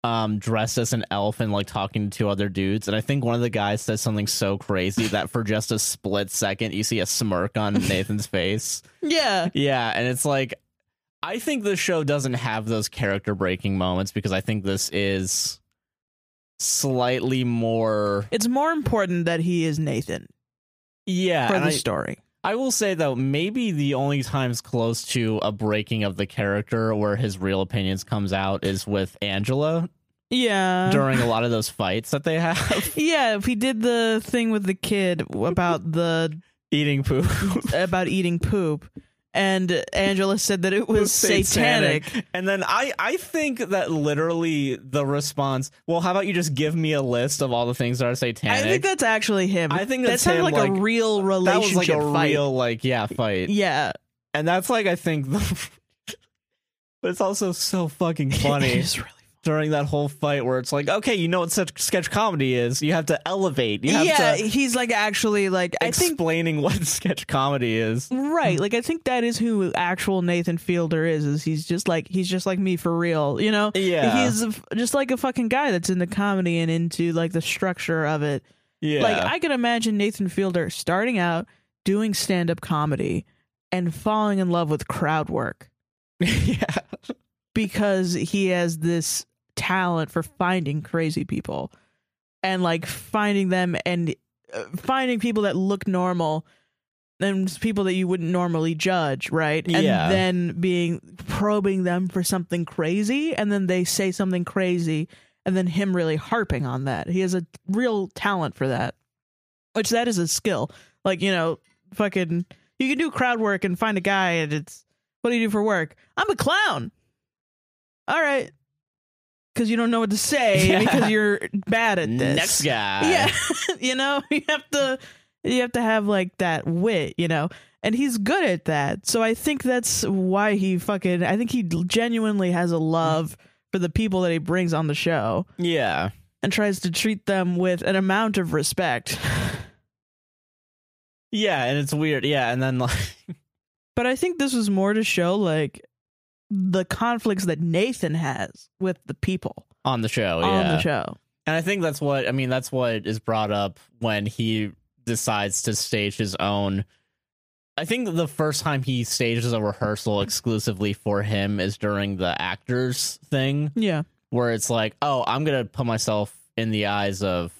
Speaker 1: um dressed as an elf and like talking to other dudes and i think one of the guys says something so crazy that for just a split second you see a smirk on nathan's face
Speaker 2: yeah,
Speaker 1: yeah and it's like i think the show doesn't have those character breaking moments because i think this is slightly more
Speaker 2: it's more important that he is Nathan
Speaker 1: yeah
Speaker 2: for
Speaker 1: Uh, and
Speaker 2: the
Speaker 1: I-
Speaker 2: story.
Speaker 1: I will say though, maybe the only times close to a breaking of the character where his real opinions comes out is with Angela
Speaker 2: Yeah,
Speaker 1: during a lot of those fights that they have
Speaker 2: yeah. If he did the thing with the kid about the
Speaker 1: eating poop.
Speaker 2: about eating poop, and Angela said that it was satanic.
Speaker 1: And then I, I think that literally the response, well, how about you just give me a list of all the things that are
Speaker 2: I
Speaker 1: satanic?
Speaker 2: think that's actually him.
Speaker 1: I think
Speaker 2: that
Speaker 1: that's
Speaker 2: sounded
Speaker 1: him,
Speaker 2: like, a
Speaker 1: like-
Speaker 2: real
Speaker 1: that was
Speaker 2: relationship
Speaker 1: like a
Speaker 2: fight.
Speaker 1: real like yeah fight.
Speaker 2: Yeah.
Speaker 1: and that's like I think, the, but it's also so fucking
Speaker 2: It
Speaker 1: funny
Speaker 2: is really-
Speaker 1: during that whole fight where it's like, okay, you know what such sketch comedy is? You have to elevate. You have
Speaker 2: yeah,
Speaker 1: to
Speaker 2: he's like actually like I think
Speaker 1: explaining what sketch comedy is.
Speaker 2: right. Like I think that is who actual Nathan Fielder is. Is he's just like he's just like me for real. You know.
Speaker 1: Yeah.
Speaker 2: He's a f- just like a fucking guy that's into comedy and into like the structure of it.
Speaker 1: Yeah,
Speaker 2: Like I could imagine Nathan Fielder starting out doing stand up comedy and falling in love with crowd work
Speaker 1: yeah,
Speaker 2: because he has this talent for finding crazy people and like finding them and uh, finding people that look normal and people that you wouldn't normally judge, right?
Speaker 1: Yeah.
Speaker 2: And then being probing them for something crazy and then they say something crazy and then him really harping on that. He has a real talent for that. Which that is a skill. Like, you know, fucking you can do crowd work and find a guy and it's what do you do for work? I'm a clown. All right. Cuz you don't know what to say
Speaker 1: Yeah.
Speaker 2: because you're bad at this.
Speaker 1: next guy.
Speaker 2: Yeah. you know, you have to you have to have like that wit, you know. And he's good at that. So I think that's why he fucking I think he genuinely has a love for the people that he brings on the show
Speaker 1: yeah,
Speaker 2: and tries to treat them with an amount of respect.
Speaker 1: yeah, and it's weird. Yeah, and then like,
Speaker 2: But I think this was more to show like the conflicts that Nathan has with the people
Speaker 1: on the show,
Speaker 2: on
Speaker 1: Oh, yeah.
Speaker 2: the show.
Speaker 1: And I think that's what I mean. That's what is brought up when he decides to stage his own. I think the first time he stages a rehearsal exclusively for him is during the actors thing,
Speaker 2: Yeah.
Speaker 1: where it's like, oh, I'm gonna put myself in the eyes of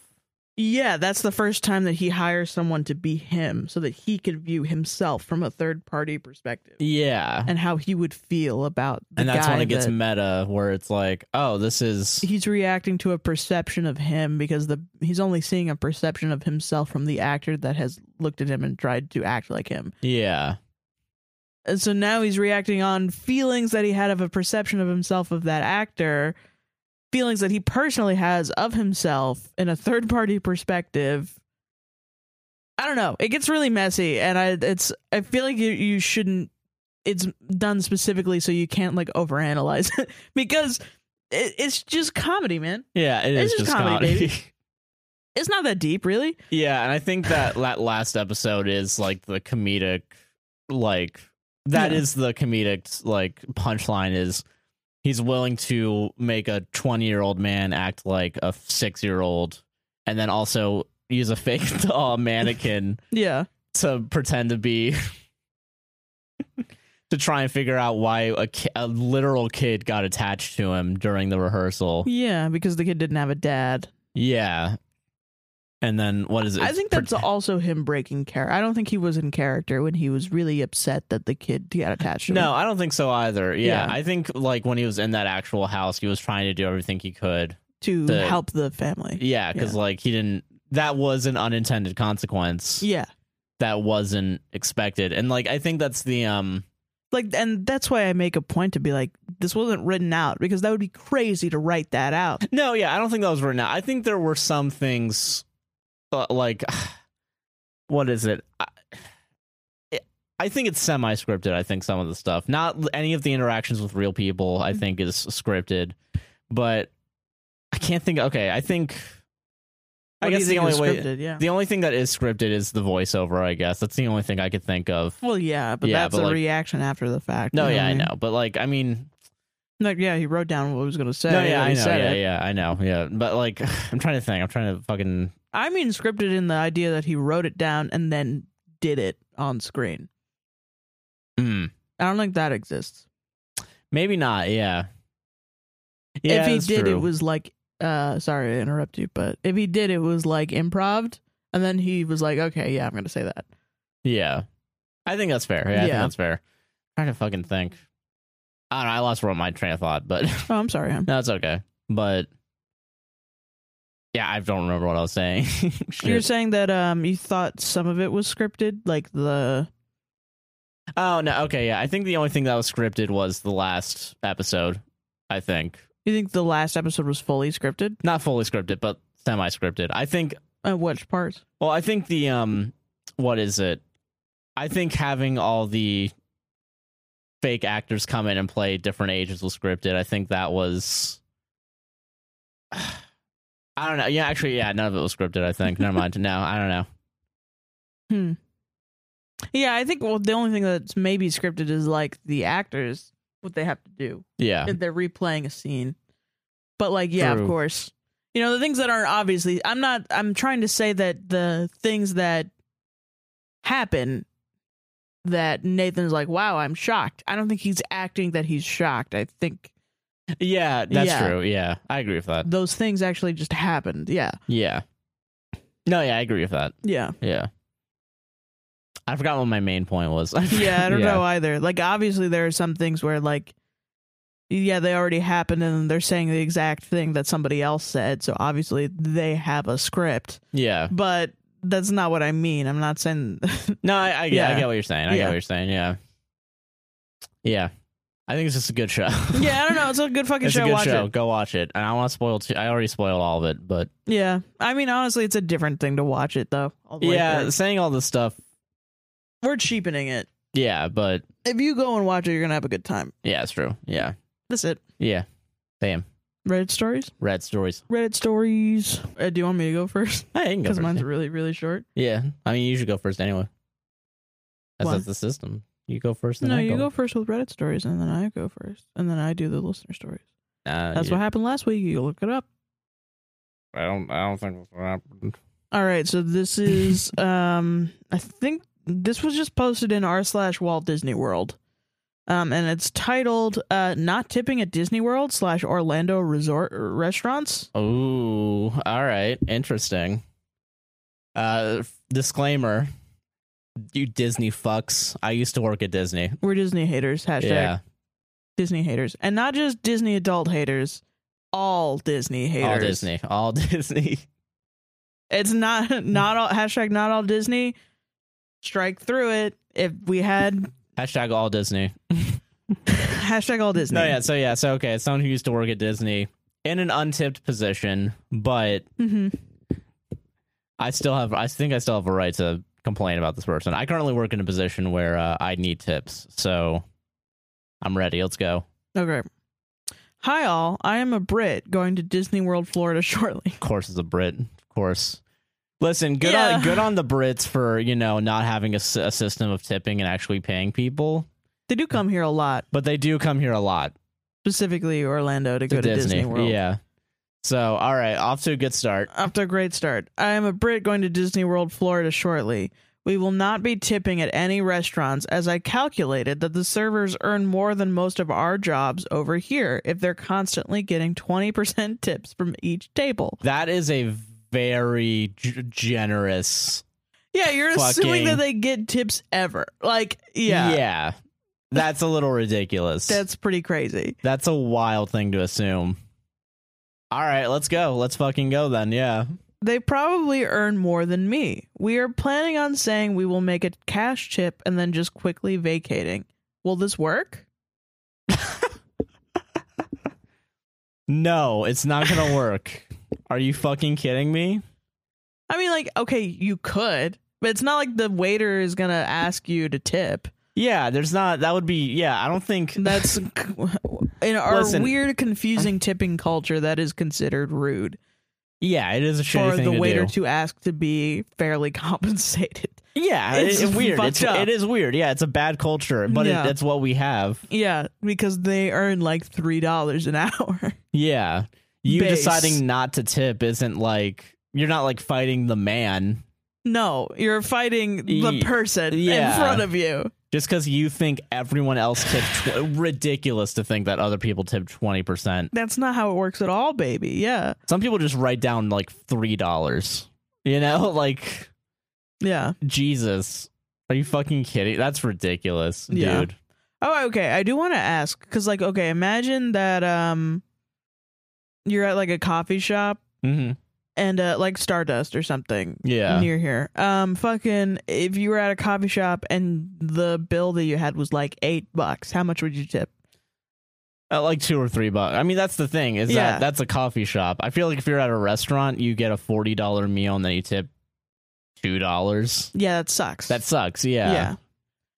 Speaker 2: Yeah, that's the first time that he hires someone to be him so that he could view himself from a third party perspective
Speaker 1: yeah, and,
Speaker 2: and how he would feel about the
Speaker 1: that's
Speaker 2: guy
Speaker 1: when it gets
Speaker 2: that
Speaker 1: meta, where it's like, oh, this is
Speaker 2: he's reacting to a perception of him because the he's only seeing a perception of himself from the actor that has looked at him and tried to act like him.
Speaker 1: yeah,
Speaker 2: And Uh, so now he's reacting on feelings that he had of a perception of himself of that actor, feelings that he personally has of himself in a third party perspective. I don't know. It gets really messy, and I it's I feel like you, you shouldn't. It's done specifically so you can't like overanalyze it because it, it's just comedy, man.
Speaker 1: yeah. It
Speaker 2: It's
Speaker 1: is
Speaker 2: just
Speaker 1: just
Speaker 2: comedy,
Speaker 1: comedy.
Speaker 2: baby. It's not that deep, really.
Speaker 1: Yeah, and I think that that last episode is like the comedic, like that
Speaker 2: Yeah.
Speaker 1: is the comedic like punchline is he's willing to make a twenty year old man act like a six year old, and then also use a fake doll mannequin
Speaker 2: Yeah.
Speaker 1: to pretend to be to try and figure out why a ki- a literal kid got attached to him during the rehearsal.
Speaker 2: Yeah, because the kid didn't have a dad.
Speaker 1: Yeah. And then what is it?
Speaker 2: I think
Speaker 1: Pre-
Speaker 2: that's also him breaking character. I don't think he was in character when he was really upset that the kid got attached to him.
Speaker 1: No, I don't think so either. Yeah,
Speaker 2: Yeah.
Speaker 1: I think like when he was in that actual house, he was trying to do everything he could.
Speaker 2: to
Speaker 1: the-
Speaker 2: help the family.
Speaker 1: Yeah, because
Speaker 2: Yeah.
Speaker 1: like he didn't. That was an unintended consequence
Speaker 2: Yeah.
Speaker 1: that wasn't expected, and like I think that's the um.
Speaker 2: Like and that's why I make a point to be like this wasn't written out because that would be crazy to write that out.
Speaker 1: No, yeah, I don't think that was written out. I think there were some things, uh, like, what is it? I, I think it's semi scripted. I think some of the stuff, not any of the interactions with real people,
Speaker 2: Mm-hmm.
Speaker 1: I think is scripted, but I can't think. Okay, I think. I
Speaker 2: What do
Speaker 1: guess
Speaker 2: you
Speaker 1: the
Speaker 2: think
Speaker 1: only
Speaker 2: is
Speaker 1: way,
Speaker 2: scripted? yeah.
Speaker 1: the only thing that is scripted is the voiceover. I guess that's the only thing I could think of.
Speaker 2: well, yeah, but
Speaker 1: Yeah,
Speaker 2: that's
Speaker 1: but,
Speaker 2: a
Speaker 1: like-
Speaker 2: reaction after the fact.
Speaker 1: No,
Speaker 2: you
Speaker 1: yeah,
Speaker 2: what
Speaker 1: I
Speaker 2: mean?
Speaker 1: know, but like, I mean,
Speaker 2: Like, yeah, he wrote down what he was going to say.
Speaker 1: no, yeah, I
Speaker 2: he
Speaker 1: know,
Speaker 2: said
Speaker 1: yeah,
Speaker 2: it.
Speaker 1: yeah, I know, yeah, but like, I'm trying to think. I'm trying to fucking
Speaker 2: I mean, scripted in the idea that he wrote it down and then did it on screen.
Speaker 1: mm.
Speaker 2: I don't think that exists.
Speaker 1: Maybe not. Yeah. Yeah.
Speaker 2: if he
Speaker 1: that's
Speaker 2: did,
Speaker 1: true.
Speaker 2: it was like, uh, sorry to interrupt you, but if he did, it was like improved, and then he was like, okay, yeah, I'm gonna say that.
Speaker 1: Yeah. I think that's fair. Yeah, I think
Speaker 2: Yeah.
Speaker 1: that's fair. trying to fucking think. I don't know. I lost where my train of thought, but
Speaker 2: Oh, I'm sorry, I'm.
Speaker 1: no, it's okay. But yeah, I don't remember what I was saying. Shit.
Speaker 2: You're saying that um, you thought some of it was scripted, like the
Speaker 1: oh no. Okay. Yeah. I think the only thing that was scripted was the last episode. I think
Speaker 2: you think the last episode was fully scripted.
Speaker 1: not fully scripted, but semi-scripted. I think
Speaker 2: Uh, which part?
Speaker 1: Well, I think the um, what is it? I think having all the fake actors come in and play different ages was scripted. I think that was. I don't know. Yeah, actually, yeah, none of it was scripted. I think. Never mind. No, I don't know.
Speaker 2: Hmm. Yeah, I think well the only thing that's maybe scripted is like the actors what they have to do
Speaker 1: Yeah,
Speaker 2: if they're replaying a scene. But like yeah,
Speaker 1: True.
Speaker 2: of course. You know, the things that aren't obviously I'm not I'm trying to say that the things that happen that Nathan's like, "Wow, I'm shocked." I don't think he's acting that he's shocked. I think
Speaker 1: yeah, that's
Speaker 2: Yeah.
Speaker 1: true. Yeah, I agree with that.
Speaker 2: those things actually just happened. Yeah.
Speaker 1: Yeah. No, yeah, I agree with that.
Speaker 2: Yeah.
Speaker 1: Yeah. I forgot what my main point was.
Speaker 2: Yeah, I don't know either. Like obviously there are some things where like yeah, they already happened and they're saying the exact thing that somebody else said, so obviously they have a script.
Speaker 1: Yeah.
Speaker 2: But that's not what I mean. I'm not saying
Speaker 1: No, I, I, get, I
Speaker 2: Yeah.
Speaker 1: get what you're saying. I get
Speaker 2: Yeah.
Speaker 1: what you're saying. Yeah. Yeah. I think it's just a good show.
Speaker 2: Yeah, I don't know. It's a good fucking
Speaker 1: it's
Speaker 2: show.
Speaker 1: a good
Speaker 2: Watch
Speaker 1: show.
Speaker 2: it.
Speaker 1: Go watch it. And I don't want to spoil too. I already spoiled all of it, but
Speaker 2: Yeah. I mean honestly it's a different thing to watch it though. all the way
Speaker 1: yeah,
Speaker 2: through.
Speaker 1: saying all this stuff.
Speaker 2: We're cheapening it.
Speaker 1: Yeah, but
Speaker 2: If you go and watch it, you're gonna have a good time.
Speaker 1: yeah, it's true. Yeah.
Speaker 2: That's it.
Speaker 1: Yeah. Damn.
Speaker 2: Reddit stories?
Speaker 1: Red stories.
Speaker 2: Reddit stories. Uh, do you want me to go first?
Speaker 1: Hey, you can go
Speaker 2: Because
Speaker 1: first.
Speaker 2: mine's really, really short.
Speaker 1: Yeah. I mean, you should go first anyway. That's,
Speaker 2: What?
Speaker 1: that's the system. You go first. Then
Speaker 2: No,
Speaker 1: I
Speaker 2: you
Speaker 1: go.
Speaker 2: go first with Reddit stories, and then I go first, and then I do the listener stories.
Speaker 1: Nah,
Speaker 2: That's
Speaker 1: you-
Speaker 2: what happened last week. You look it up.
Speaker 1: I don't. I don't think that's what happened.
Speaker 2: All right, so this is, um, I think this was just posted in r slash Walt Disney World, um, and it's titled uh, "Not Tipping at Disney World slash Orlando Resort uh, Restaurants."
Speaker 1: Ooh, all right, interesting. Uh, f- disclaimer: You Disney fucks. I used to work at Disney.
Speaker 2: We're Disney haters. Hashtag
Speaker 1: yeah,
Speaker 2: Disney haters, and not just Disney adult haters. All Disney haters.
Speaker 1: all Disney, all Disney.
Speaker 2: It's not not all hashtag not all Disney. Strike through it. If we had
Speaker 1: Hashtag all Disney.
Speaker 2: hashtag all Disney,
Speaker 1: No, Oh, yeah. So yeah. So okay, it's someone who used to work at Disney in an untipped position, but
Speaker 2: hmm
Speaker 1: I still have. I think I still have a right to complain about this person. I currently work in a position where uh, I need tips, so I'm ready. Let's go.
Speaker 2: okay. Hi all, I am a Brit going to Disney World, Florida shortly.
Speaker 1: of course is a Brit, of course. Listen, good
Speaker 2: Yeah.
Speaker 1: on good on the Brits for you know not having a, s- a system of tipping and actually paying people,
Speaker 2: They do come here a lot,
Speaker 1: but they do come here a lot
Speaker 2: specifically Orlando to,
Speaker 1: to
Speaker 2: go to Disney, World.
Speaker 1: Yeah. So all right, off to a good start.
Speaker 2: Up to a great start. I am a Brit going to Disney World, Florida shortly. We will not be tipping at any restaurants as I calculated that the servers earn more than most of our jobs over here if they're constantly getting 20% tips from each table.
Speaker 1: That is a very g- generous.
Speaker 2: Yeah, you're
Speaker 1: Fucking-
Speaker 2: assuming that they get tips ever. Like, yeah,
Speaker 1: Yeah. That's a little ridiculous.
Speaker 2: that's pretty crazy.
Speaker 1: That's a wild thing to assume. All right, let's go. Let's fucking go then. Yeah.
Speaker 2: They probably earn more than me. We are planning on saying we will make a cash tip and then just quickly vacating. Will this work?
Speaker 1: No, it's not going to work. Are you fucking kidding me?
Speaker 2: I mean, like, okay, you could, but it's not like the waiter is gonna ask you to tip.
Speaker 1: Yeah, there's not. That would be. Yeah, I don't think.
Speaker 2: That's in our
Speaker 1: Listen.
Speaker 2: weird, confusing tipping culture that is considered rude
Speaker 1: yeah, it is a shitty
Speaker 2: for
Speaker 1: thing
Speaker 2: the
Speaker 1: to
Speaker 2: waiter
Speaker 1: do.
Speaker 2: to ask to be fairly compensated.
Speaker 1: yeah,
Speaker 2: It's
Speaker 1: it's weird.
Speaker 2: fucked
Speaker 1: It's,
Speaker 2: up.
Speaker 1: it is weird. Yeah, it's a bad culture, but
Speaker 2: Yeah.
Speaker 1: it, it's what we have.
Speaker 2: Yeah, because they earn like three dollars an hour.
Speaker 1: Yeah, you
Speaker 2: Base.
Speaker 1: deciding not to tip isn't like you're not like fighting the man
Speaker 2: No, you're fighting the
Speaker 1: Ye-
Speaker 2: person in
Speaker 1: yeah.
Speaker 2: front of you.
Speaker 1: just because you think everyone else tipped. Tw- ridiculous to think that other people tip twenty percent.
Speaker 2: That's not how it works at all, baby. Yeah,
Speaker 1: Some people just write down like three dollars. You know, like
Speaker 2: yeah.
Speaker 1: Jesus. Are you fucking kidding? That's ridiculous,
Speaker 2: Yeah.
Speaker 1: dude.
Speaker 2: Oh, okay. I do want to ask because, like, okay, imagine that um, you're at like a coffee shop
Speaker 1: hmm
Speaker 2: and uh, like Stardust or something
Speaker 1: Yeah.
Speaker 2: near here. Um, fucking, if you were at a coffee shop and the bill that you had was like eight bucks, how much would you tip?
Speaker 1: At like two or three bucks. I mean, that's the thing is
Speaker 2: Yeah.
Speaker 1: that that's a coffee shop. I feel like if you're at a restaurant, you get a forty dollar meal and then you tip two dollars.
Speaker 2: Yeah, that sucks.
Speaker 1: That sucks. Yeah.
Speaker 2: yeah.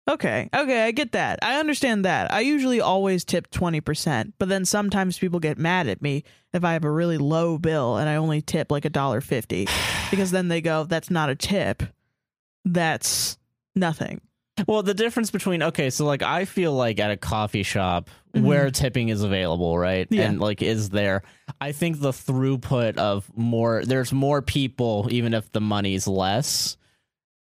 Speaker 2: Okay. Okay, I get that. I understand that. I usually always tip 20%, but then sometimes people get mad at me if I have a really low bill and I only tip like a dollar 50 because then they go, that's not a tip. That's nothing.
Speaker 1: Well, the difference between okay, so like I feel like at a coffee shop where tipping is available, right?
Speaker 2: Mm-hmm. Yeah.
Speaker 1: And like is there. I think the throughput of more there's more people even if the money's less.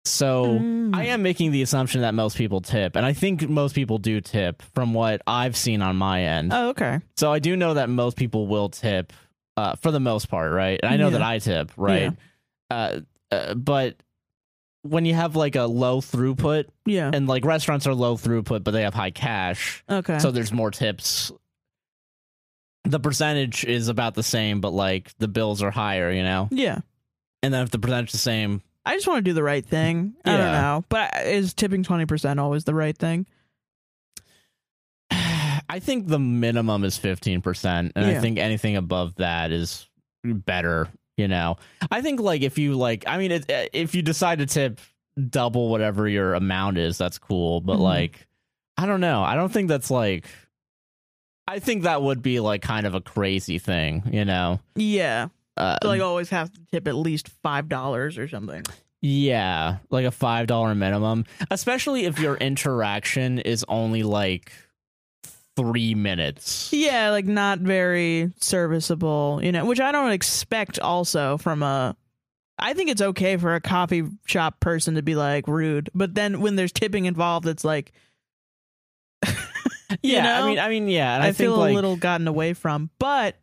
Speaker 1: So
Speaker 2: Mm.
Speaker 1: I am making the assumption that most people tip, and I think most people do tip from what I've seen on my end.
Speaker 2: Oh, okay.
Speaker 1: So I do know that most people will tip, uh, for the most part, right? And I know
Speaker 2: Yeah.
Speaker 1: that I tip, right? Uh, uh, but when you have like a low throughput,
Speaker 2: Yeah.
Speaker 1: and like restaurants are low throughput, but they have high cash,
Speaker 2: Okay.
Speaker 1: so there's more tips. The percentage is about the same, but like the bills are higher, you know.
Speaker 2: yeah.
Speaker 1: And then if the percentage is the same,
Speaker 2: I just want to do the right thing. I don't
Speaker 1: Yeah.
Speaker 2: know. But I- is tipping 20% always the right thing?
Speaker 1: I think the minimum is fifteen percent, and
Speaker 2: Yeah.
Speaker 1: I think anything above that is better. You know, I think like if you like, I mean, it, uh, if you decide to tip double whatever your amount is, that's cool. But
Speaker 2: Mhm.
Speaker 1: like, I don't know. I don't think that's like. I think that would be like kind of a crazy thing, you know.
Speaker 2: Yeah.
Speaker 1: Uh,
Speaker 2: So, like always have to tip at least $5 or something.
Speaker 1: Yeah, like a five dollar minimum, especially if your interaction is only like three minutes.
Speaker 2: Yeah, like not very serviceable, you know, which I don't expect also from a I think it's okay for a coffee shop person to be like rude, but then when there's tipping involved, it's like
Speaker 1: Yeah,
Speaker 2: know?
Speaker 1: I mean, I mean, yeah, and
Speaker 2: I,
Speaker 1: I,
Speaker 2: feel
Speaker 1: think like,
Speaker 2: a little gotten away from, but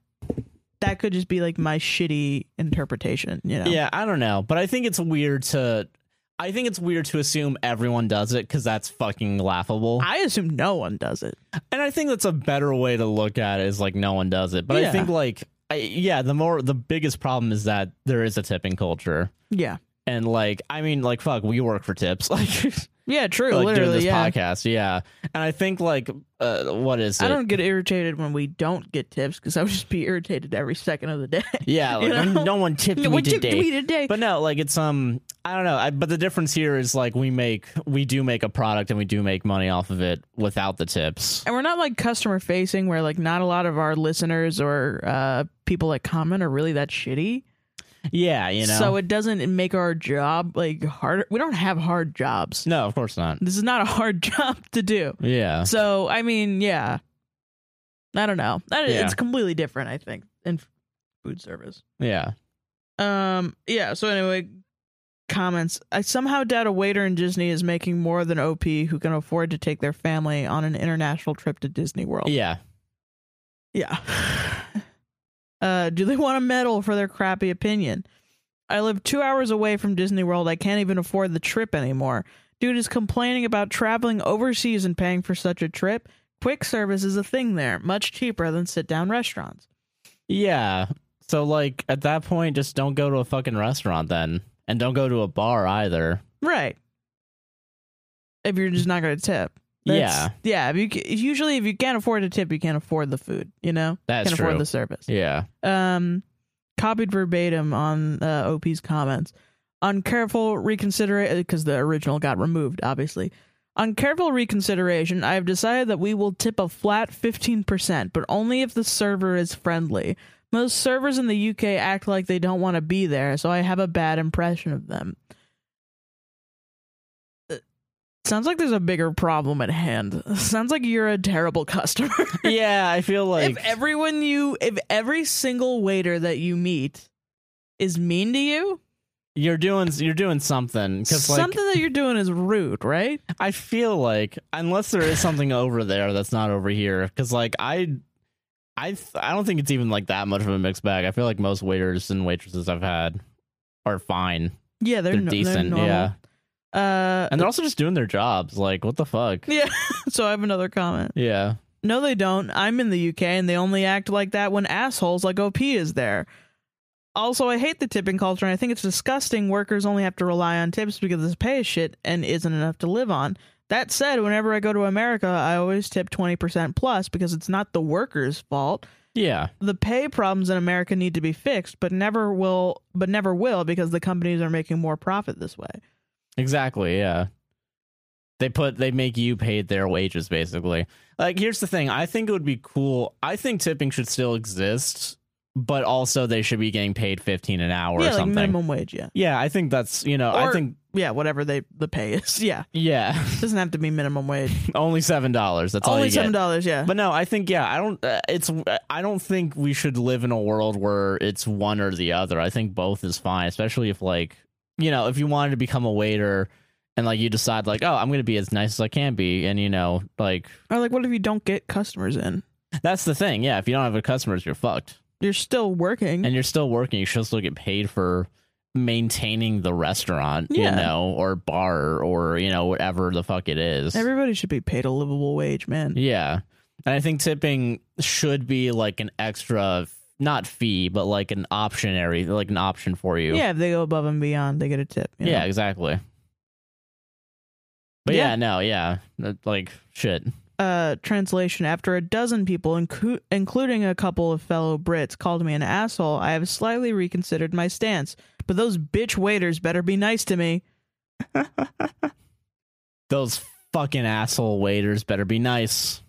Speaker 2: that could just be like my shitty interpretation, you know.
Speaker 1: Yeah, I don't know, but I think it's weird to. I think it's weird to assume everyone does it because that's fucking laughable.
Speaker 2: I assume no one does it.
Speaker 1: and I think that's a better way to look at it is like no one does it. But
Speaker 2: Yeah.
Speaker 1: I think like, I, yeah, the more the biggest problem is that there is a tipping culture,
Speaker 2: Yeah.
Speaker 1: and like, I mean, like, fuck, we work for tips, like.
Speaker 2: Yeah, true.
Speaker 1: like
Speaker 2: literally,
Speaker 1: doing this
Speaker 2: yeah.
Speaker 1: podcast. Yeah, and I think like uh, what is it?
Speaker 2: I don't get irritated when we don't get tips because I would just be irritated every second of the day.
Speaker 1: yeah,
Speaker 2: you
Speaker 1: like
Speaker 2: know?
Speaker 1: no one tipped
Speaker 2: No
Speaker 1: me
Speaker 2: one tipped
Speaker 1: today.
Speaker 2: me today.
Speaker 1: But no, like it's um, I don't know. I, but the difference here is like we make we do make a product and we do make money off of it without the tips.
Speaker 2: and we're not like customer facing where like not a lot of our listeners or uh people that comment are really that shitty
Speaker 1: Yeah, you know.
Speaker 2: so it doesn't make our job like harder we don't have hard jobs
Speaker 1: no, Uh. of course not.
Speaker 2: this is not a hard job to do
Speaker 1: Yeah,
Speaker 2: so i mean yeah i don't know That-
Speaker 1: Yeah.
Speaker 2: it's completely different i think in f- food service
Speaker 1: yeah.
Speaker 2: um yeah so anyway comments i somehow doubt a waiter in disney is making more than op who can afford to take their family on an international trip to disney world
Speaker 1: Yeah,
Speaker 2: Yeah. Uh, do they want a medal for their crappy opinion? I live two hours away from Disney World. I can't even afford the trip anymore. Dude is complaining about traveling overseas and paying for such a trip. Quick service is a thing there, much cheaper than sit down restaurants.
Speaker 1: yeah. So like at that point, just don't go to a fucking restaurant then, and don't go to a bar either.
Speaker 2: Right. If you're just not going to tip. That's- Yeah. If you, ca- usually, if you can't afford to tip, you can't afford the food, you know?
Speaker 1: That's
Speaker 2: can't
Speaker 1: true.
Speaker 2: afford the service.
Speaker 1: Yeah,
Speaker 2: um, copied verbatim on uh, OP's comments. On careful reconsideration, because the original got removed, obviously. On careful reconsideration, I have decided that we will tip a flat 15%, but only if the server is friendly. Most servers in the UK act like they don't want to be there, so I have a bad impression of them. Uh, Sounds like there's a bigger problem at hand. Sounds like you're a terrible customer
Speaker 1: yeah. I feel like
Speaker 2: if everyone you if every single waiter that you meet is mean to you
Speaker 1: you're doing you're doing something because like
Speaker 2: something that you're doing is rude right
Speaker 1: I feel like unless there is something over there that's not over here, because like I, I, th- I don't think it's even like that much of a mixed bag. I feel like most waiters and waitresses I've had are fine.
Speaker 2: yeah they're,
Speaker 1: They're,
Speaker 2: no-
Speaker 1: decent,
Speaker 2: normal.
Speaker 1: yeah,
Speaker 2: uh
Speaker 1: and they're also just doing their jobs. Like what the fuck?
Speaker 2: yeah so i have another comment
Speaker 1: Yeah,
Speaker 2: no they don't i'm in the uk and they only act like that when assholes like op is there also i hate the tipping culture and i think it's disgusting workers only have to rely on tips because this pay is shit and isn't enough to live on that said whenever i go to america i always tip 20% plus because it's not the workers fault
Speaker 1: yeah,
Speaker 2: the pay problems in America need to be fixed, but never will, but never will because the companies are making more profit this way.
Speaker 1: exactly. Yeah, They put they make you pay their wages basically. Like here's the thing, I think it would be cool. I think tipping should still exist, but also they should be getting paid 15 an hour
Speaker 2: yeah,
Speaker 1: or
Speaker 2: like
Speaker 1: something.
Speaker 2: minimum wage. Yeah,
Speaker 1: Yeah, I think that's, you know, I
Speaker 2: Or-
Speaker 1: think
Speaker 2: yeah, whatever they the pay is. Yeah,
Speaker 1: yeah,
Speaker 2: doesn't have to be minimum wage.
Speaker 1: only $7. That's all
Speaker 2: Only
Speaker 1: you get.
Speaker 2: seven dollars. Yeah,
Speaker 1: But no, I think yeah, I don't. Uh, it's I don't think we should live in a world where it's one or the other. I think both is fine, especially if like you know if you wanted to become a waiter and like you decide like oh I'm gonna be as nice as I can be, and you know like
Speaker 2: or like, what if you don't get customers in?
Speaker 1: that's the thing. Yeah, if you don't have a customers, you're fucked,
Speaker 2: You're still working.
Speaker 1: and you're still working. You should still get paid for maintaining the restaurant,
Speaker 2: Yeah.
Speaker 1: you know, or bar or you know whatever the fuck it is.
Speaker 2: Everybody should be paid a livable wage, man.
Speaker 1: Yeah. And I think tipping should be like an extra, not fee, but like an optionary, like an option for you.
Speaker 2: Yeah, if they go above and beyond, they get a tip. you know?
Speaker 1: Yeah, exactly. But yeah,
Speaker 2: Yeah.
Speaker 1: no, yeah. That- Like, shit.
Speaker 2: uh, translation after a dozen people, inclu- including a couple of fellow Brits, called me an asshole, I have slightly reconsidered my stance. But those bitch waiters better be nice to me.
Speaker 1: Those fucking asshole waiters better be nice.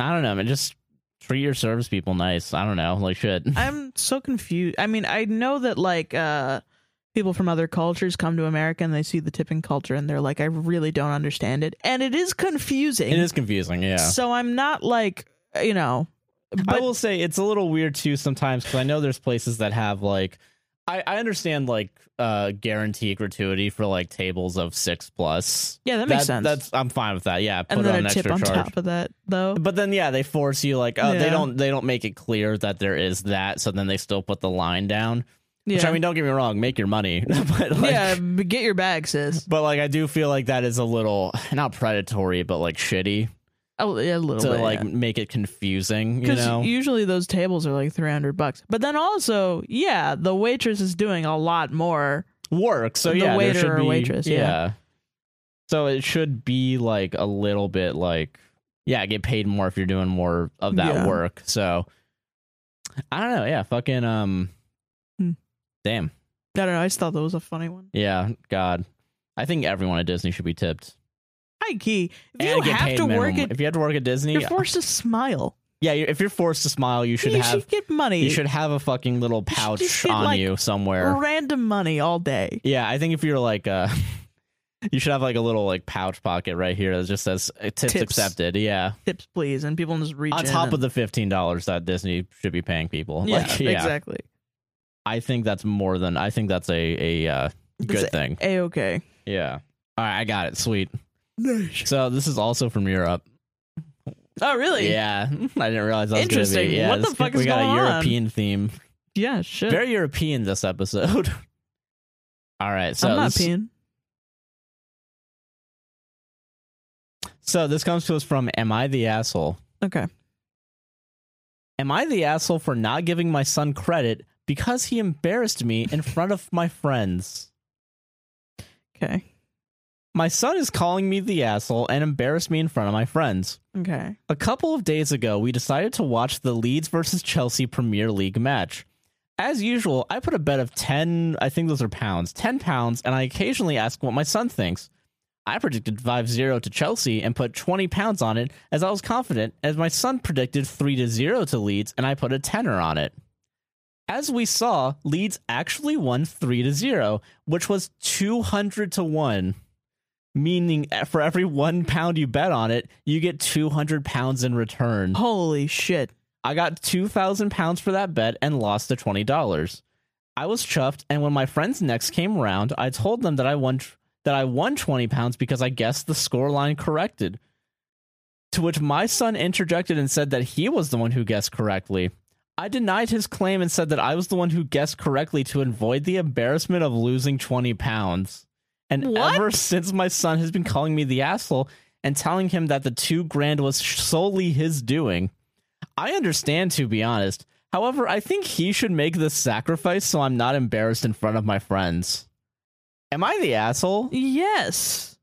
Speaker 1: I don't know, man. Just treat your service people nice. I don't know. Like, shit.
Speaker 2: I'm so confused. I mean, I know that like uh, people from other cultures come to America and they see the tipping culture and they're like, I really don't understand it, and it is confusing.
Speaker 1: It is confusing, yeah.
Speaker 2: So I'm not like you know,
Speaker 1: I
Speaker 2: but
Speaker 1: will say it's a little weird too sometimes because I know there's places that have like I, I understand like uh guarantee gratuity for like tables of six plus.
Speaker 2: yeah, that makes sense.
Speaker 1: That's I'm fine with that. Yeah, put
Speaker 2: and then
Speaker 1: on
Speaker 2: a
Speaker 1: extra
Speaker 2: tip on
Speaker 1: charge.
Speaker 2: top of that though.
Speaker 1: But then yeah, they force you like oh they
Speaker 2: Yeah.
Speaker 1: don't they don't make it clear that there is that, so then they still put the line down.
Speaker 2: Yeah,
Speaker 1: Which I mean, don't get me wrong, make your money. but like,
Speaker 2: yeah, but get your bag, sis.
Speaker 1: But like I do feel like that is a little not predatory, but like shitty
Speaker 2: Oh, yeah, a little
Speaker 1: to
Speaker 2: bit.
Speaker 1: like
Speaker 2: yeah.
Speaker 1: make it confusing. You
Speaker 2: Because
Speaker 1: know,
Speaker 2: usually those tables are like 300 bucks. But then also, yeah, the waitress is doing a lot more.
Speaker 1: work. So
Speaker 2: The
Speaker 1: yeah, there
Speaker 2: waiter
Speaker 1: should
Speaker 2: or
Speaker 1: be,
Speaker 2: waitress, yeah.
Speaker 1: So it should be like a little bit like yeah, get paid more if you're doing more of that
Speaker 2: Yeah.
Speaker 1: work. So I don't know. Yeah, fucking um,
Speaker 2: Hmm.
Speaker 1: damn.
Speaker 2: I don't know. I just thought that was a funny one.
Speaker 1: Yeah, God. I think everyone at Disney should be tipped.
Speaker 2: Hi, Key. If
Speaker 1: and
Speaker 2: you
Speaker 1: get
Speaker 2: have
Speaker 1: paid
Speaker 2: to
Speaker 1: minimum.
Speaker 2: work at,
Speaker 1: if you have to work at Disney,
Speaker 2: you're forced to smile.
Speaker 1: yeah, you- if you're forced to smile, you should
Speaker 2: you
Speaker 1: have
Speaker 2: should get money.
Speaker 1: you should have a fucking little
Speaker 2: You should
Speaker 1: pouch
Speaker 2: just get,
Speaker 1: on
Speaker 2: like,
Speaker 1: you somewhere.
Speaker 2: random money all day.
Speaker 1: Yeah, I think if you're like uh you should have like a little like pouch pocket right here that just says uh, tips,
Speaker 2: Tips.
Speaker 1: accepted. Yeah.
Speaker 2: Tips, please. And people just reach
Speaker 1: On
Speaker 2: in
Speaker 1: top
Speaker 2: and-
Speaker 1: of the fifteen dollars that Disney should be paying people.
Speaker 2: yeah,
Speaker 1: like, yeah.
Speaker 2: exactly.
Speaker 1: I think that's more than I think that's a, a uh, good
Speaker 2: It's
Speaker 1: thing.
Speaker 2: A okay.
Speaker 1: Yeah. All right, I got it. Sweet. So this is also from Europe.
Speaker 2: Oh, really?
Speaker 1: Yeah. I didn't realize that was Gonna
Speaker 2: Interesting.
Speaker 1: be, yeah,
Speaker 2: What the
Speaker 1: this-
Speaker 2: fuck
Speaker 1: we
Speaker 2: is
Speaker 1: got
Speaker 2: going
Speaker 1: a
Speaker 2: on?
Speaker 1: European theme.
Speaker 2: Yeah, shit.
Speaker 1: Very European this episode. All right. So
Speaker 2: I'm not
Speaker 1: this,
Speaker 2: peeing.
Speaker 1: so this comes to us from Am I the Asshole?
Speaker 2: Okay.
Speaker 1: Am I the asshole for not giving my son credit because he embarrassed me in front of my friends?
Speaker 2: Okay.
Speaker 1: My son is calling me the asshole and embarrassed me in front of my friends.
Speaker 2: Okay.
Speaker 1: A couple of days ago, we decided to watch the Leeds versus Chelsea Premier League match. As usual, I put a bet of 10, I think those are pounds, 10 pounds, and I occasionally ask what my son thinks. I predicted 5 0 to Chelsea and put 20 pounds on it as I was confident, as my son predicted 3 0 to Leeds and I put a tenner on it. As we saw, Leeds actually won 3 0, which was 200 to 1 meaning for every one pound you bet on it, you get 200 pounds in return.
Speaker 2: Holy shit.
Speaker 1: I got 2,000 pounds for that bet and lost the $20. I was chuffed, and when my friends next came round, I told them that I won that I won 20 pounds because I guessed the score line corrected. To which my son interjected and said that he was the one who guessed correctly. I denied his claim and said that I was the one who guessed correctly to avoid the embarrassment of losing 20 pounds. And
Speaker 2: What?
Speaker 1: ever since my son has been calling me the asshole and telling him that the 2 grand was solely his doing. I understand, to be honest. However, I think he should make this sacrifice so I'm not embarrassed in front of my friends. Am I the asshole?
Speaker 2: Yes.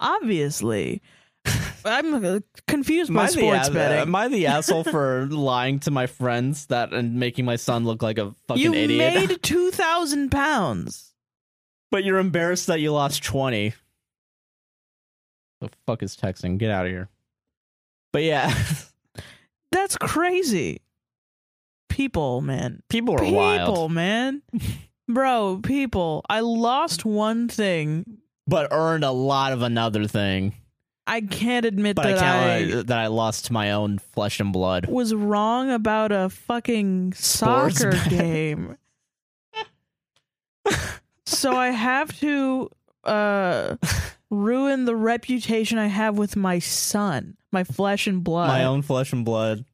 Speaker 2: Obviously. I'm uh, confused
Speaker 1: Am I
Speaker 2: by
Speaker 1: the
Speaker 2: sports
Speaker 1: ass- Am
Speaker 2: betting.
Speaker 1: I the asshole for lying to my friends that and making my son look like a fucking
Speaker 2: you
Speaker 1: idiot?
Speaker 2: made 2,000 pounds.
Speaker 1: but you're embarrassed that you lost 20. The fuck is texting? Get out of here. But yeah,
Speaker 2: That's crazy. People, man.
Speaker 1: people are
Speaker 2: people,
Speaker 1: wild,
Speaker 2: man. Bro, people. I lost one thing.
Speaker 1: but earned a lot of another thing.
Speaker 2: I can't admit
Speaker 1: But I
Speaker 2: that
Speaker 1: can't lie that I lost to my own flesh and blood.
Speaker 2: was wrong about a fucking
Speaker 1: Sports
Speaker 2: soccer
Speaker 1: bet.
Speaker 2: game. so I have to uh ruin the reputation I have with my son, my flesh and blood.
Speaker 1: my own flesh and blood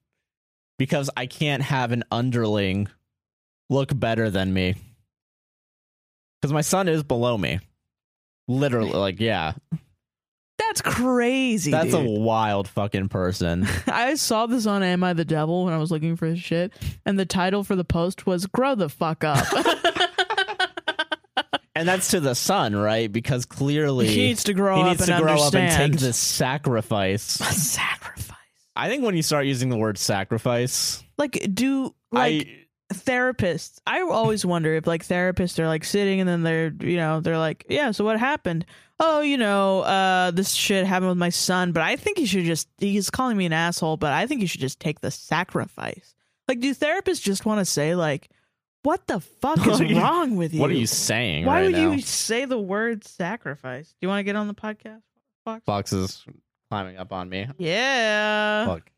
Speaker 1: because I can't have an underling look better than me. Because my son is below me. Literally, like, yeah.
Speaker 2: That's crazy.
Speaker 1: That's
Speaker 2: dude.
Speaker 1: a wild fucking person.
Speaker 2: I saw this on Am I the Devil when I was looking for his shit, and the title for the post was "Grow the fuck up."
Speaker 1: and that's to the son, right? Because clearly
Speaker 2: he needs to grow
Speaker 1: he
Speaker 2: up
Speaker 1: needs
Speaker 2: and
Speaker 1: to grow
Speaker 2: understand.
Speaker 1: up and take this sacrifice.
Speaker 2: sacrifice.
Speaker 1: I think when you start using the word sacrifice,
Speaker 2: Like, do like
Speaker 1: I
Speaker 2: therapists? I always wonder if like therapists are like sitting and then they're you know they're like, yeah, so what happened? Oh, you know, uh, this shit happened with my son, but I think he should just. He's calling me an asshole, but I think he should just take the sacrifice. Like, do therapists just want to say like, what the fuck is
Speaker 1: Like,
Speaker 2: wrong with you?
Speaker 1: what are you saying
Speaker 2: Why
Speaker 1: right
Speaker 2: would
Speaker 1: now?
Speaker 2: you say the word sacrifice? Do you want to get on the podcast, Fox?
Speaker 1: Fox is climbing up on me.
Speaker 2: Yeah.
Speaker 1: Fuck.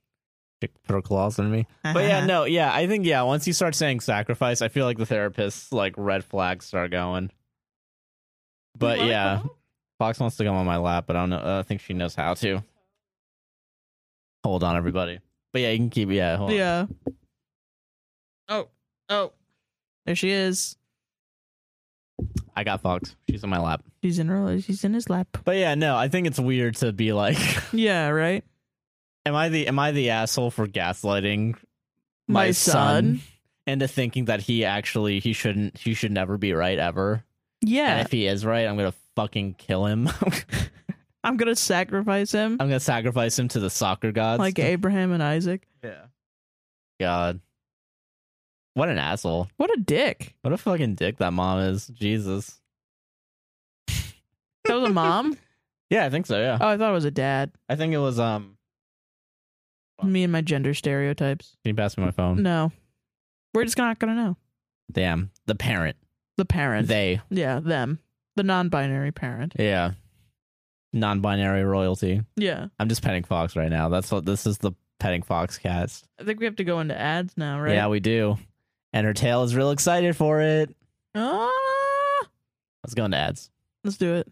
Speaker 1: Chick put her claws in me. But yeah, no, yeah, I think yeah. Once you start saying sacrifice, I feel like the therapist's like red flags start going. But
Speaker 2: wanna
Speaker 1: yeah,
Speaker 2: come
Speaker 1: Fox wants to come on my lap, but I don't know. uh, I think she knows how to. Hold on, everybody. But yeah, you can keep. Yeah, hold on.
Speaker 2: Yeah. Oh, oh, there she is.
Speaker 1: I got Fox. She's on my lap.
Speaker 2: She's in her. She's in his lap.
Speaker 1: But yeah, no, I think it's weird to be like,
Speaker 2: Yeah. Right.
Speaker 1: am I the am I the asshole for gaslighting
Speaker 2: My son.
Speaker 1: into thinking that he actually he shouldn't he should never be right ever. And
Speaker 2: Yeah.
Speaker 1: if he is right, I'm gonna fucking kill him.
Speaker 2: I'm gonna sacrifice him
Speaker 1: I'm gonna sacrifice him to the soccer gods.
Speaker 2: like Abraham and Isaac.
Speaker 1: yeah. God, what an asshole!
Speaker 2: What a dick.
Speaker 1: What a fucking dick that mom is. Jesus.
Speaker 2: That was a mom.
Speaker 1: Yeah, I think so. Yeah,
Speaker 2: oh, I thought it was a dad.
Speaker 1: I think it was. Um,
Speaker 2: Me and my gender stereotypes.
Speaker 1: can you pass me my phone?
Speaker 2: No, we're just not gonna know.
Speaker 1: Damn, the parent.
Speaker 2: The parent.
Speaker 1: They.
Speaker 2: yeah, them. The non-binary parent.
Speaker 1: Yeah. Non-binary royalty.
Speaker 2: Yeah.
Speaker 1: I'm just petting fox right now. That's what this is. The petting fox cast.
Speaker 2: I think we have to go into ads now, right?
Speaker 1: Yeah, we do. And her tail is real excited for it.
Speaker 2: Ah,
Speaker 1: Let's go into ads.
Speaker 2: let's do it.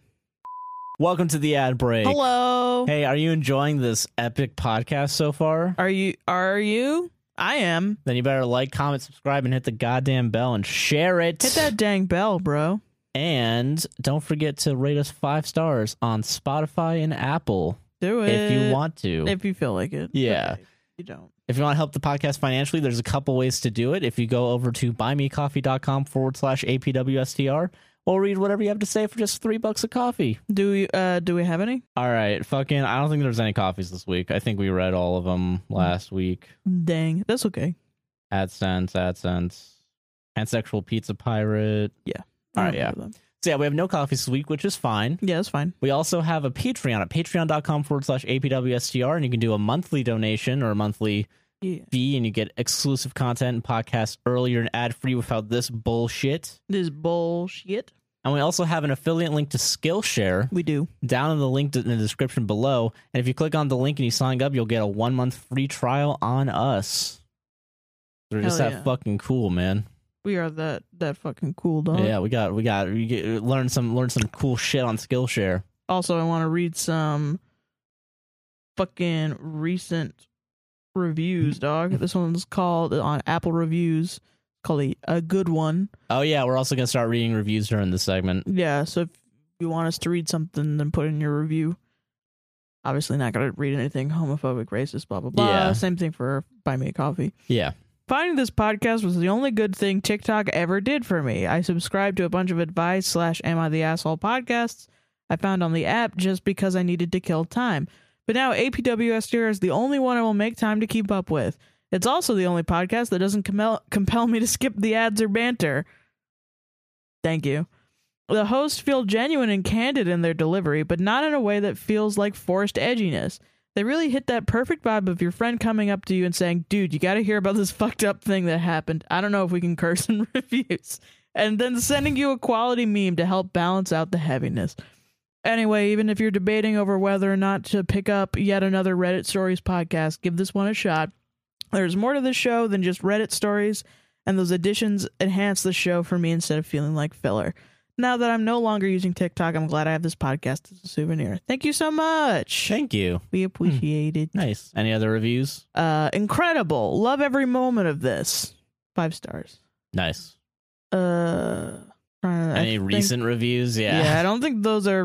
Speaker 1: Welcome to the ad break.
Speaker 2: Hello.
Speaker 1: Hey, are you enjoying this epic podcast so far?
Speaker 2: Are you? Are you? I am.
Speaker 1: Then you better like, comment, subscribe, and hit the goddamn bell and share it.
Speaker 2: Hit that dang bell, bro.
Speaker 1: And don't forget to rate us five stars on Spotify and Apple
Speaker 2: Do it
Speaker 1: Uh, if you want to.
Speaker 2: If you feel like it.
Speaker 1: Yeah.
Speaker 2: But You don't.
Speaker 1: If you want to help the podcast financially, there's a couple ways to do it. If you go over to buymecoffee.com forward slash APWSTR, we'll read whatever you have to say for just three bucks a coffee.
Speaker 2: Do we? Uh, do we have any?
Speaker 1: All right, fucking. I don't think there's any coffees this week. I think we read all of them last week.
Speaker 2: Dang, that's okay.
Speaker 1: AdSense, AdSense, pansexual pizza pirate.
Speaker 2: I
Speaker 1: All right,
Speaker 2: don't
Speaker 1: yeah.
Speaker 2: have them.
Speaker 1: So yeah, we have no coffees this week, which is fine.
Speaker 2: Yeah, that's fine.
Speaker 1: We also have a Patreon at patreon.com forward slash APWSTR, and you can do a monthly donation or a monthly
Speaker 2: Yeah.
Speaker 1: fee, and you get exclusive content and podcasts earlier and ad free without this bullshit.
Speaker 2: This bullshit.
Speaker 1: And we also have an affiliate link to Skillshare
Speaker 2: We do.
Speaker 1: down in the link in the description below. And if you click on the link and you sign up, you'll get a one month free trial on us. They're just
Speaker 2: Hell
Speaker 1: that
Speaker 2: yeah.
Speaker 1: fucking cool, man.
Speaker 2: We are that that fucking cool dog.
Speaker 1: Yeah, we got we got we get, learn some learn some cool shit on Skillshare.
Speaker 2: Also, I want to read some fucking recent reviews, dog. This one's called on Apple Reviews. Called a, a good one.
Speaker 1: Oh yeah, we're also gonna start reading reviews during this segment.
Speaker 2: Yeah, so if you want us to read something, then put it in your review. Obviously, not going to read anything homophobic, racist, blah, blah, blah.
Speaker 1: Yeah.
Speaker 2: Same thing for Buy Me a Coffee.
Speaker 1: Yeah,
Speaker 2: Finding this podcast was the only good thing TikTok ever did for me. I subscribed to a bunch of advice slash Am I the Asshole podcasts I found on the app just because I needed to kill time. But now APWSDR is the only one I will make time to keep up with. It's also the only podcast that doesn't compel, compel me to skip the ads or banter. Thank you. The hosts feel genuine and candid in their delivery, but not in a way that feels like forced edginess. They really hit that perfect vibe of your friend coming up to you and saying, Dude, you got to hear about this fucked up thing that happened. I don't know if we can curse in reviews. And then sending you a quality meme to help balance out the heaviness. Anyway, even if you're debating over whether or not to pick up yet another Reddit Stories podcast, give this one a shot. There's more to the show than just Reddit stories, and those additions enhance the show for me instead of feeling like filler. Now that I'm no longer using TikTok, I'm glad I have this podcast as a souvenir. Thank you so much.
Speaker 1: Thank you.
Speaker 2: We appreciate it.
Speaker 1: Nice. Any other reviews?
Speaker 2: Uh, incredible. Love every moment of this. Five stars.
Speaker 1: Nice.
Speaker 2: Uh, trying to- I
Speaker 1: Any
Speaker 2: think-
Speaker 1: recent reviews? Yeah.
Speaker 2: Yeah, I don't think those are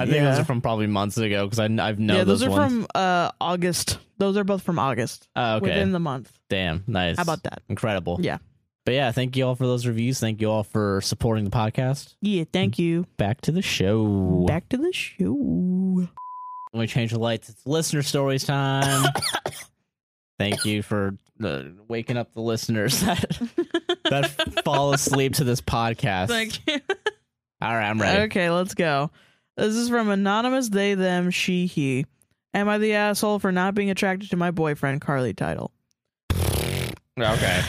Speaker 1: I think
Speaker 2: yeah.
Speaker 1: those are from probably months ago because I I've known
Speaker 2: yeah, those, are
Speaker 1: ones.
Speaker 2: from uh August. Those are both from August.
Speaker 1: Oh, okay.
Speaker 2: Within the month.
Speaker 1: Damn. Nice.
Speaker 2: How about that?
Speaker 1: Incredible.
Speaker 2: Yeah.
Speaker 1: But yeah, thank you all for those reviews. Thank you all for supporting the podcast.
Speaker 2: Yeah, thank you.
Speaker 1: Back to the show.
Speaker 2: Back to the show.
Speaker 1: When we change the lights, it's listener stories time. Thank you for uh, waking up the listeners that, that fall asleep to this podcast.
Speaker 2: Thank you.
Speaker 1: All right, I'm ready.
Speaker 2: Okay, let's go. This is from anonymous they them she he. Am I the asshole for not being attracted to my boyfriend Carly title?
Speaker 1: Okay.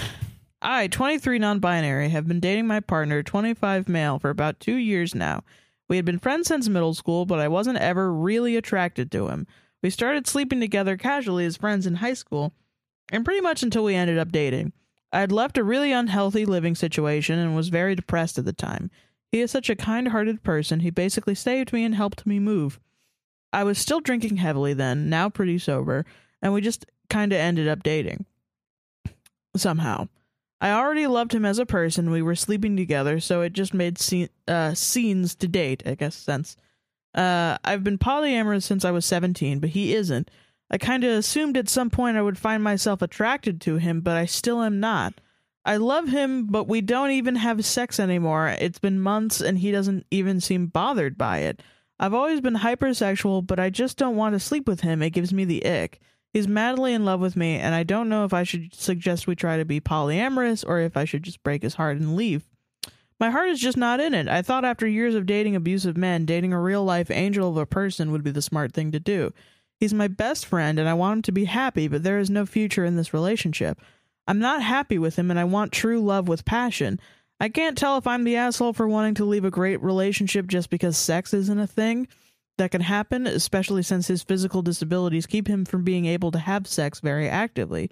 Speaker 2: I, 23 non binary, have been dating my partner, 25 male, for about two years now. We had been friends since middle school, but I wasn't ever really attracted to him. We started sleeping together casually as friends in high school, and pretty much until we ended up dating. I had left a really unhealthy living situation and was very depressed at the time. He is such a kind hearted person, he basically saved me and helped me move. I was still drinking heavily then, now pretty sober, and we just kind of ended up dating. Somehow. I already loved him as a person. We were sleeping together, so it just made scene, uh, scenes to date, I guess, sense. Uh, I've been polyamorous since I was 17, but he isn't. I kind of assumed at some point I would find myself attracted to him, but I still am not. I love him, but we don't even have sex anymore. It's been months, and he doesn't even seem bothered by it. I've always been hypersexual, but I just don't want to sleep with him. It gives me the ick. He's madly in love with me, and I don't know if I should suggest we try to be polyamorous or if I should just break his heart and leave. My heart is just not in it. I thought after years of dating abusive men, dating a real life angel of a person would be the smart thing to do. He's my best friend, and I want him to be happy, but there is no future in this relationship. I'm not happy with him, and I want true love with passion. I can't tell if I'm the asshole for wanting to leave a great relationship just because sex isn't a thing that can happen, especially since his physical disabilities keep him from being able to have sex very actively.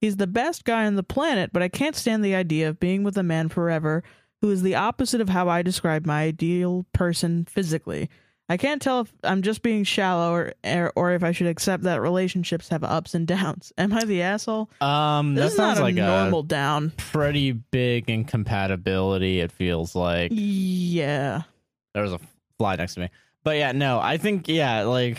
Speaker 2: He's the best guy on the planet, but I can't stand the idea of being with a man forever who is the opposite of how I describe my ideal person physically. I can't tell if I'm just being shallow or, or, or if I should accept that relationships have ups and downs. Am I the asshole?
Speaker 1: Um, that
Speaker 2: this is
Speaker 1: sounds
Speaker 2: not a
Speaker 1: like
Speaker 2: normal down.
Speaker 1: a pretty big incompatibility. It feels like
Speaker 2: Yeah.
Speaker 1: there was a fly next to me, but yeah, no, I think yeah, like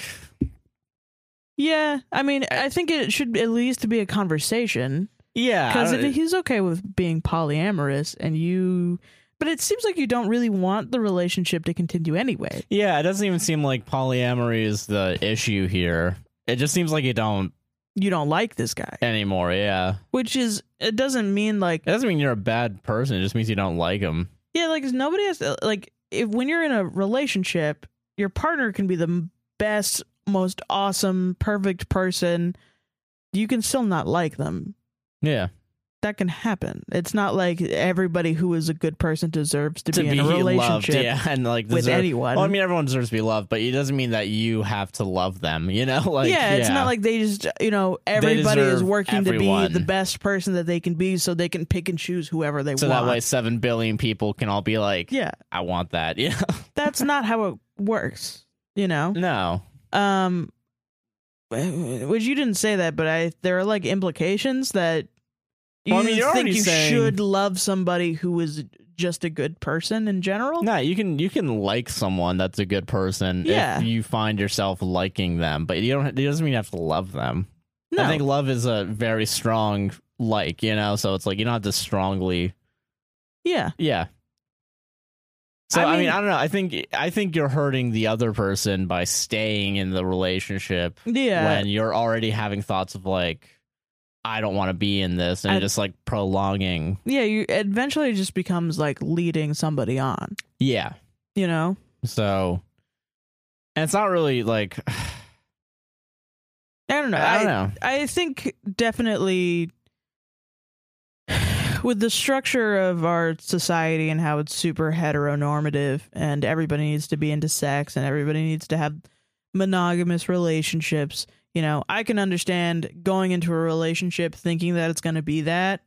Speaker 2: Yeah. I mean,
Speaker 1: Eh.
Speaker 2: I think it should at least be a conversation.
Speaker 1: yeah, I
Speaker 2: because
Speaker 1: don't- e-
Speaker 2: if he's okay with being polyamorous and you but it seems like you don't really want the relationship to continue anyway
Speaker 1: e-, yeah, it doesn't even seem like polyamory is the issue here. It just seems like you don't
Speaker 2: you don't like this guy
Speaker 1: anymore. Yeah,
Speaker 2: which is it doesn't mean like
Speaker 1: it doesn't mean you're a bad person. It just means you don't like him.
Speaker 2: yeah like nobody has to, like if when you're in a relationship your partner can be the m- best most awesome perfect person you can still not like them
Speaker 1: Yeah,
Speaker 2: that can happen it's not like everybody who is a good person deserves to,
Speaker 1: to
Speaker 2: be,
Speaker 1: be
Speaker 2: in a
Speaker 1: loved.
Speaker 2: relationship
Speaker 1: Yeah, and like
Speaker 2: with
Speaker 1: deserve-
Speaker 2: anyone
Speaker 1: Well, I mean, everyone deserves to be loved, but it doesn't mean that you have to love them. You know, like
Speaker 2: yeah, it's not like they just you know everybody is
Speaker 1: deserve
Speaker 2: working to
Speaker 1: everyone.
Speaker 2: be the best person that they can be, so they can pick and choose whoever they
Speaker 1: so
Speaker 2: want.
Speaker 1: that way seven billion people can all be like,
Speaker 2: yeah,
Speaker 1: I want that. Yeah,
Speaker 2: that's not how it works, you know.
Speaker 1: no,
Speaker 2: Um, which you didn't say that, but I there are like implications that you
Speaker 1: Well, I mean, you're
Speaker 2: think
Speaker 1: already
Speaker 2: you
Speaker 1: saying-
Speaker 2: should love somebody who is just a good person in general.
Speaker 1: no. You can you can like someone that's a good person
Speaker 2: Yeah.
Speaker 1: if you find yourself liking them, but you don't. It doesn't mean you have to love them.
Speaker 2: No,
Speaker 1: I think love is a very strong like, you know. So it's like you don't have to strongly,
Speaker 2: yeah,
Speaker 1: yeah. So
Speaker 2: I
Speaker 1: I mean, I,
Speaker 2: mean-
Speaker 1: don't know. I think I think you're hurting the other person by staying in the relationship
Speaker 2: yeah.
Speaker 1: when you're already having thoughts of like, I don't want to be in this, and
Speaker 2: I-
Speaker 1: you're just like prolonging.
Speaker 2: yeah, you eventually it just becomes like leading somebody on.
Speaker 1: Yeah,
Speaker 2: you know?
Speaker 1: So, and it's not really like
Speaker 2: I don't know.
Speaker 1: I don't know.
Speaker 2: I think definitely with the structure of our society and how it's super heteronormative and everybody needs to be into sex and everybody needs to have monogamous relationships, you know, I can understand going into a relationship thinking that it's going to be that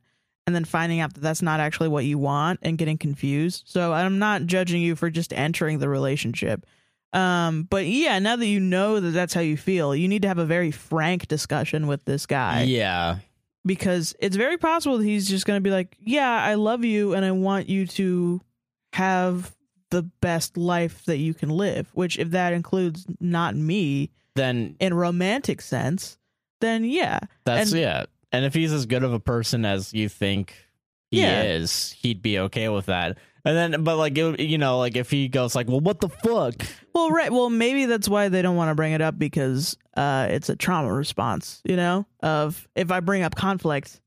Speaker 2: and then finding out that that's not actually what you want and getting confused. So I'm not judging you for just entering the relationship. Um, but yeah, now that you know that that's how you feel, you need to have a very frank discussion with this guy
Speaker 1: yeah,
Speaker 2: because it's very possible that he's just going to be like, "Yeah, I love you and I want you to have the best life that you can live," which if that includes not me
Speaker 1: then
Speaker 2: in romantic sense, then yeah.
Speaker 1: that's
Speaker 2: And-
Speaker 1: yeah. And if he's as good of a person as you think he
Speaker 2: Yeah.
Speaker 1: is, he'd be okay with that. And then, but like it, would- you know, like if he goes like, well, what the fuck?
Speaker 2: Well, right. Well, maybe that's why they don't want to bring it up because uh it's a trauma response, you know, of if I bring up conflict,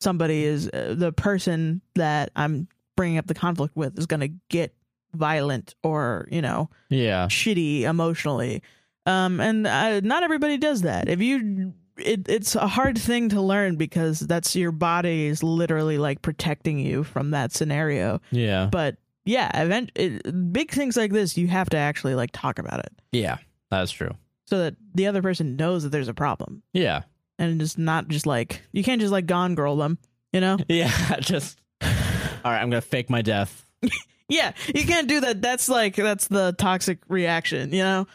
Speaker 2: somebody is uh, the person that I'm bringing up the conflict with is going to get violent or, you know,
Speaker 1: Yeah,
Speaker 2: shitty emotionally. Um, and uh not everybody does that. If you, it, it's a hard thing to learn because that's your body is literally like protecting you from that scenario.
Speaker 1: yeah,
Speaker 2: But yeah, event it, big things like this, you have to actually like talk about it
Speaker 1: yeah. That's true.
Speaker 2: so that the other person knows that there's a problem
Speaker 1: Yeah,
Speaker 2: and it's not just like you can't just like gone girl them, you know?
Speaker 1: yeah. Just all right. I'm gonna fake my death.
Speaker 2: Yeah, you can't do that. That's like that's the toxic reaction, you know.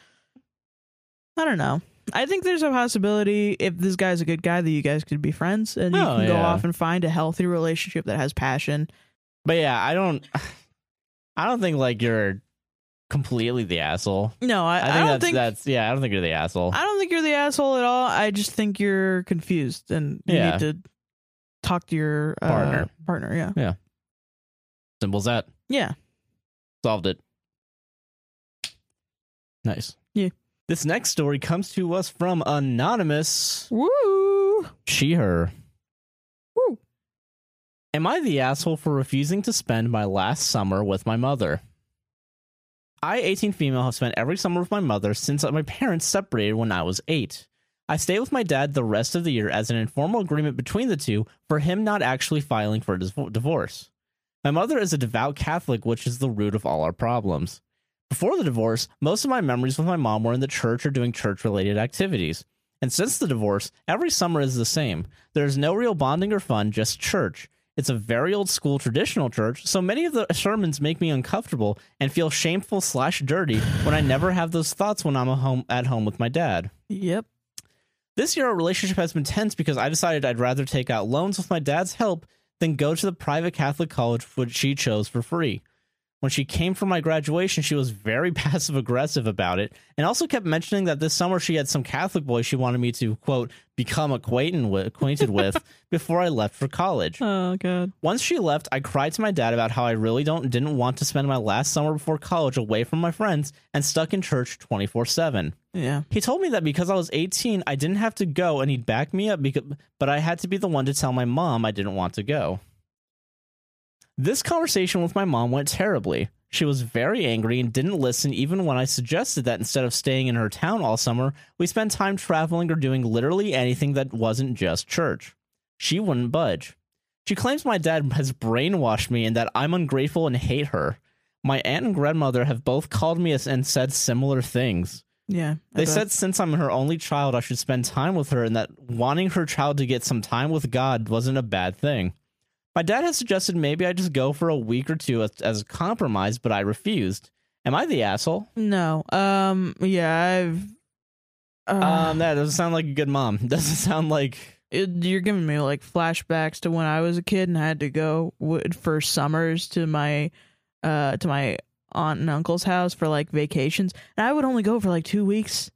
Speaker 2: I don't know. I think there's a possibility if this guy's a good guy that you guys could be friends and you
Speaker 1: Oh,
Speaker 2: can go
Speaker 1: yeah.
Speaker 2: off and find a healthy relationship that has passion.
Speaker 1: But yeah, I don't. I don't think like you're completely the asshole.
Speaker 2: No,
Speaker 1: I
Speaker 2: I, I,
Speaker 1: think
Speaker 2: don't
Speaker 1: that's
Speaker 2: think
Speaker 1: that's yeah. I don't think you're the asshole.
Speaker 2: I don't think you're the asshole at all. I just think you're confused and you
Speaker 1: Yeah.
Speaker 2: need to talk to your uh,
Speaker 1: Partner.
Speaker 2: Partner, yeah,
Speaker 1: Simple as that.
Speaker 2: yeah.
Speaker 1: Solved it. Nice.
Speaker 2: Yeah.
Speaker 1: This next story comes to us from Anonymous.
Speaker 2: Woo!
Speaker 1: She, her.
Speaker 2: Woo.
Speaker 1: Am I the asshole for refusing to spend my last summer with my mother? I, 18 female, have spent every summer with my mother since my parents separated when I was eight. I stay with my dad the rest of the year as an informal agreement between the two for him not actually filing for a dis- divorce. My mother is a devout Catholic, which is the root of all our problems. Before the divorce, most of my memories with my mom were in the church or doing church related activities. And since the divorce, every summer is the same. There is no real bonding or fun, just church. It's a very old school traditional church, so many of the sermons make me uncomfortable and feel shameful slash dirty when I never have those thoughts when I'm a home, at home with my dad.
Speaker 2: Yep.
Speaker 1: This year, our relationship has been tense because I decided I'd rather take out loans with my dad's help than go to the private Catholic college which she chose for free. When she came for my graduation, she was very passive aggressive about it and also kept mentioning that this summer she had some Catholic boy she wanted me to, quote, become acquainted with, acquainted with before I left for college.
Speaker 2: Oh god.
Speaker 1: Once she left, I cried to my dad about how I really don't didn't want to spend my last summer before college away from my friends and stuck in church 24 7.
Speaker 2: Yeah.
Speaker 1: He told me that because I was 18, I didn't have to go and he'd back me up because but I had to be the one to tell my mom I didn't want to go. This conversation with my mom went terribly. She was very angry and didn't listen even when I suggested that instead of staying in her town all summer, we spend time traveling or doing literally anything that wasn't just church. She wouldn't budge. She claims my dad has brainwashed me and that I'm ungrateful and hate her. My aunt and grandmother have both called me and said similar things.
Speaker 2: Yeah. I
Speaker 1: They
Speaker 2: bet.
Speaker 1: said since I'm her only child, I should spend time with her and that wanting her child to get some time with God wasn't a bad thing. My dad had suggested maybe I just go for a week or two as, as a compromise, but I refused. Am I the asshole?
Speaker 2: no. Um. Yeah. I've. Uh,
Speaker 1: um, that doesn't sound like a good mom. Doesn't sound like
Speaker 2: it- you're giving me like flashbacks to when I was a kid and I had to go w- for summers to my, uh, to my aunt and uncle's house for like vacations, and I would only go for like two weeks.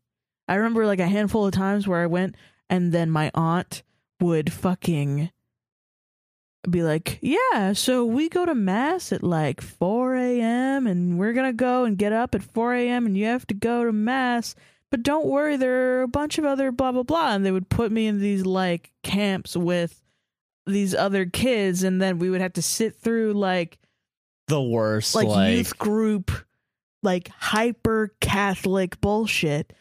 Speaker 2: I remember like a handful of times where I went, and then my aunt would fucking be like, Yeah, so we go to mass at like 4 a.m. and we're going to go and get up at 4 a.m. and you have to go to mass. But don't worry, there are a bunch of other blah, blah, blah. And they would put me in these like camps with these other kids. And then we would have to sit through like,
Speaker 1: the worst.
Speaker 2: like,
Speaker 1: Like,
Speaker 2: youth group like hyper Catholic bullshit.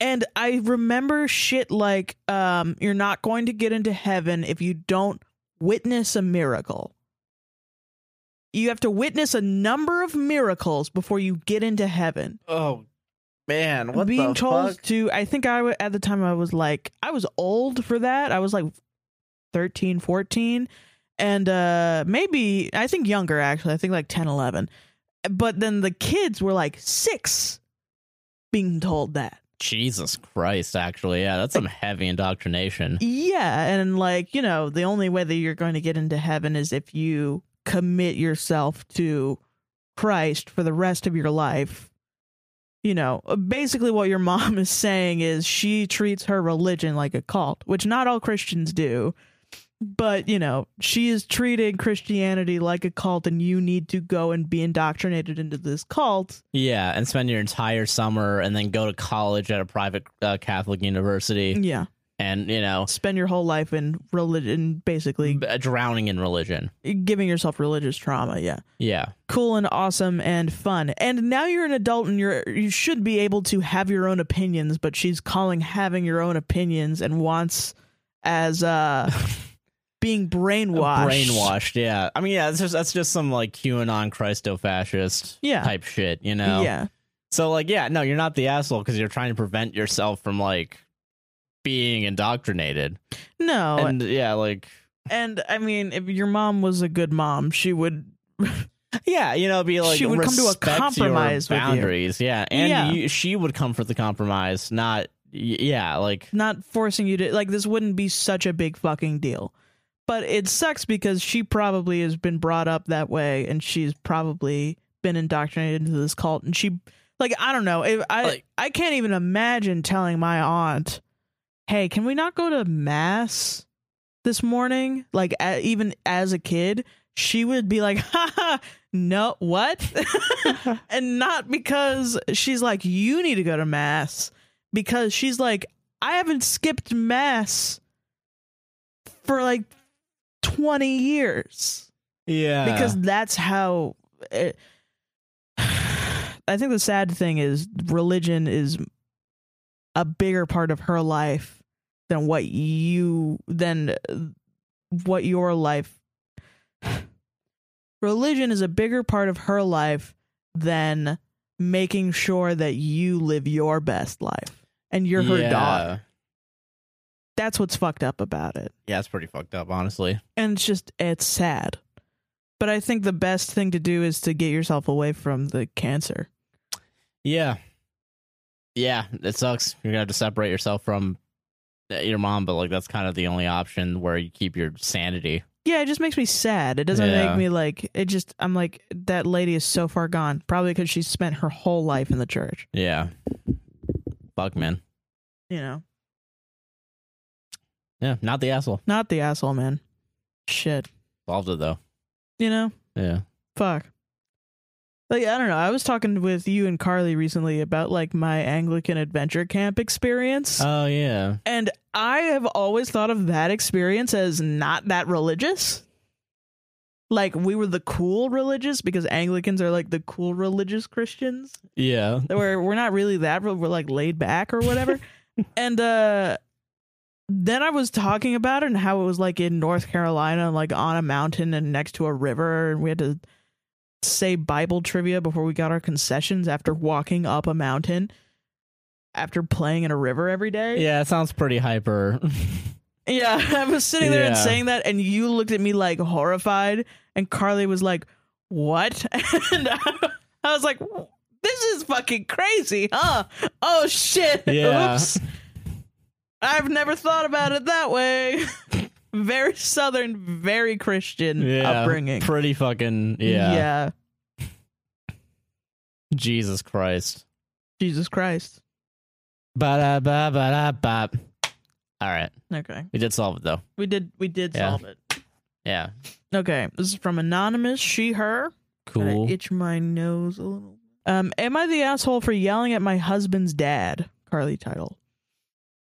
Speaker 2: And I remember shit like, um, you're not going to get into heaven if you don't witness a miracle. You have to witness a number of miracles before you get into heaven
Speaker 4: Oh man, what
Speaker 2: being
Speaker 4: the
Speaker 2: told
Speaker 4: fuck?
Speaker 2: to i think i w- at the time i was like i was old for that i was like 13 14 and uh maybe i think younger actually i think like 10 11 but then the kids were like six being told that
Speaker 1: Jesus Christ, actually. Yeah, that's some heavy indoctrination.
Speaker 2: yeah and like you know the only way that you're going to get into heaven is if you commit yourself to christ for the rest of your life you know, uh, basically what your mom is saying is she treats her religion like a cult, which not all Christians do. But, you know, she is treating Christianity like a cult and you need to go and be indoctrinated into this cult.
Speaker 1: Yeah, and spend your entire summer and then go to college at a private uh, Catholic university
Speaker 2: Yeah.
Speaker 1: and, you know,
Speaker 2: Spend your whole life in religion, basically
Speaker 1: b- uh, drowning in religion.
Speaker 2: giving yourself religious trauma. Yeah.
Speaker 1: Yeah.
Speaker 2: Cool and awesome and fun. And now you're an adult and you're you should be able to have your own opinions, but she's calling having your own opinions and wants as uh being brainwashed.
Speaker 1: Brainwashed, yeah. I mean, yeah, that's just that's just some like QAnon Christo fascist
Speaker 2: Yeah.
Speaker 1: type shit, you know?
Speaker 2: Yeah.
Speaker 1: So like, yeah, no, you're not the asshole because you're trying to prevent yourself from like being indoctrinated.
Speaker 2: No. And,
Speaker 1: and yeah, like
Speaker 2: I mean, if your mom was a good mom, she would
Speaker 1: yeah, you know, it'd be like
Speaker 2: She would come to a
Speaker 1: respect your
Speaker 2: compromise with you.
Speaker 1: boundaries, yeah, and
Speaker 2: Yeah.
Speaker 1: You, she would come for the compromise, not y- yeah, like
Speaker 2: not forcing you to like this wouldn't be such a big fucking deal. But it sucks because she probably has been brought up that way and she's probably been indoctrinated into this cult and she like I don't know. If I
Speaker 1: Like-
Speaker 2: I can't even imagine telling my aunt, "Hey, can we not go to mass this morning?" Like a, even as a kid, she would be like, "Ha ha, no, what?" and not because she's like, "You need to go to mass." Because she's like, "I haven't skipped mass for like 20 years."
Speaker 1: yeah,
Speaker 2: because that's how it, i think the sad thing is religion is a bigger part of her life than what you than uh, what your life religion is a bigger part of her life than making sure that you live your best life and you're her
Speaker 1: yeah.
Speaker 2: daughter that's what's fucked up about it
Speaker 1: Yeah, it's pretty fucked up, honestly.
Speaker 2: and it's just it's sad but i think the best thing to do is to get yourself away from the cancer
Speaker 1: Yeah, yeah, it sucks. You're gonna have to separate yourself from uh, your mom, but like that's kind of the only option where you keep your sanity.
Speaker 2: yeah it just makes me sad it doesn't
Speaker 1: Yeah.
Speaker 2: make me like it just i'm like that lady is so far gone probably because she spent her whole life in the church
Speaker 1: Yeah, fuck, man.
Speaker 2: you know
Speaker 1: Yeah, not the asshole.
Speaker 2: not the asshole man shit
Speaker 1: Solved it though.
Speaker 2: you know
Speaker 1: Yeah.
Speaker 2: fuck like i don't know i was talking with you and carly recently about like my anglican adventure camp experience
Speaker 1: Oh yeah.
Speaker 2: and I have always thought of that experience as not that religious. Like we were the cool religious because Anglicans are like the cool religious Christians.
Speaker 1: Yeah.
Speaker 2: We're we're not really that re- we're like laid back or whatever. and uh then I was talking about it and how it was like in North Carolina, like on a mountain and next to a river, and we had to say Bible trivia before we got our concessions after walking up a mountain after playing in a river every day.
Speaker 1: Yeah, it sounds pretty hyper.
Speaker 2: Yeah, I was sitting there and
Speaker 1: Yeah.
Speaker 2: saying that, and you looked at me like horrified, and Carly was like, "What?" And I, I was like, "This is fucking crazy, huh? Oh shit!
Speaker 1: Yeah.
Speaker 2: Oops, I've never thought about it that way." very southern, very Christian
Speaker 1: yeah.
Speaker 2: upbringing.
Speaker 1: Pretty fucking yeah.
Speaker 2: yeah.
Speaker 1: Jesus Christ.
Speaker 2: Jesus Christ.
Speaker 1: Ba da ba ba da bop. All right.
Speaker 2: Okay,
Speaker 1: We did solve it though.
Speaker 2: we did we did
Speaker 1: Yeah.
Speaker 2: solve it.
Speaker 1: Yeah.
Speaker 2: Okay, this is from anonymous. She her. Gotta
Speaker 1: Cool.
Speaker 2: itch my nose a little. Um, am I the asshole for yelling at my husband's dad? Carly title.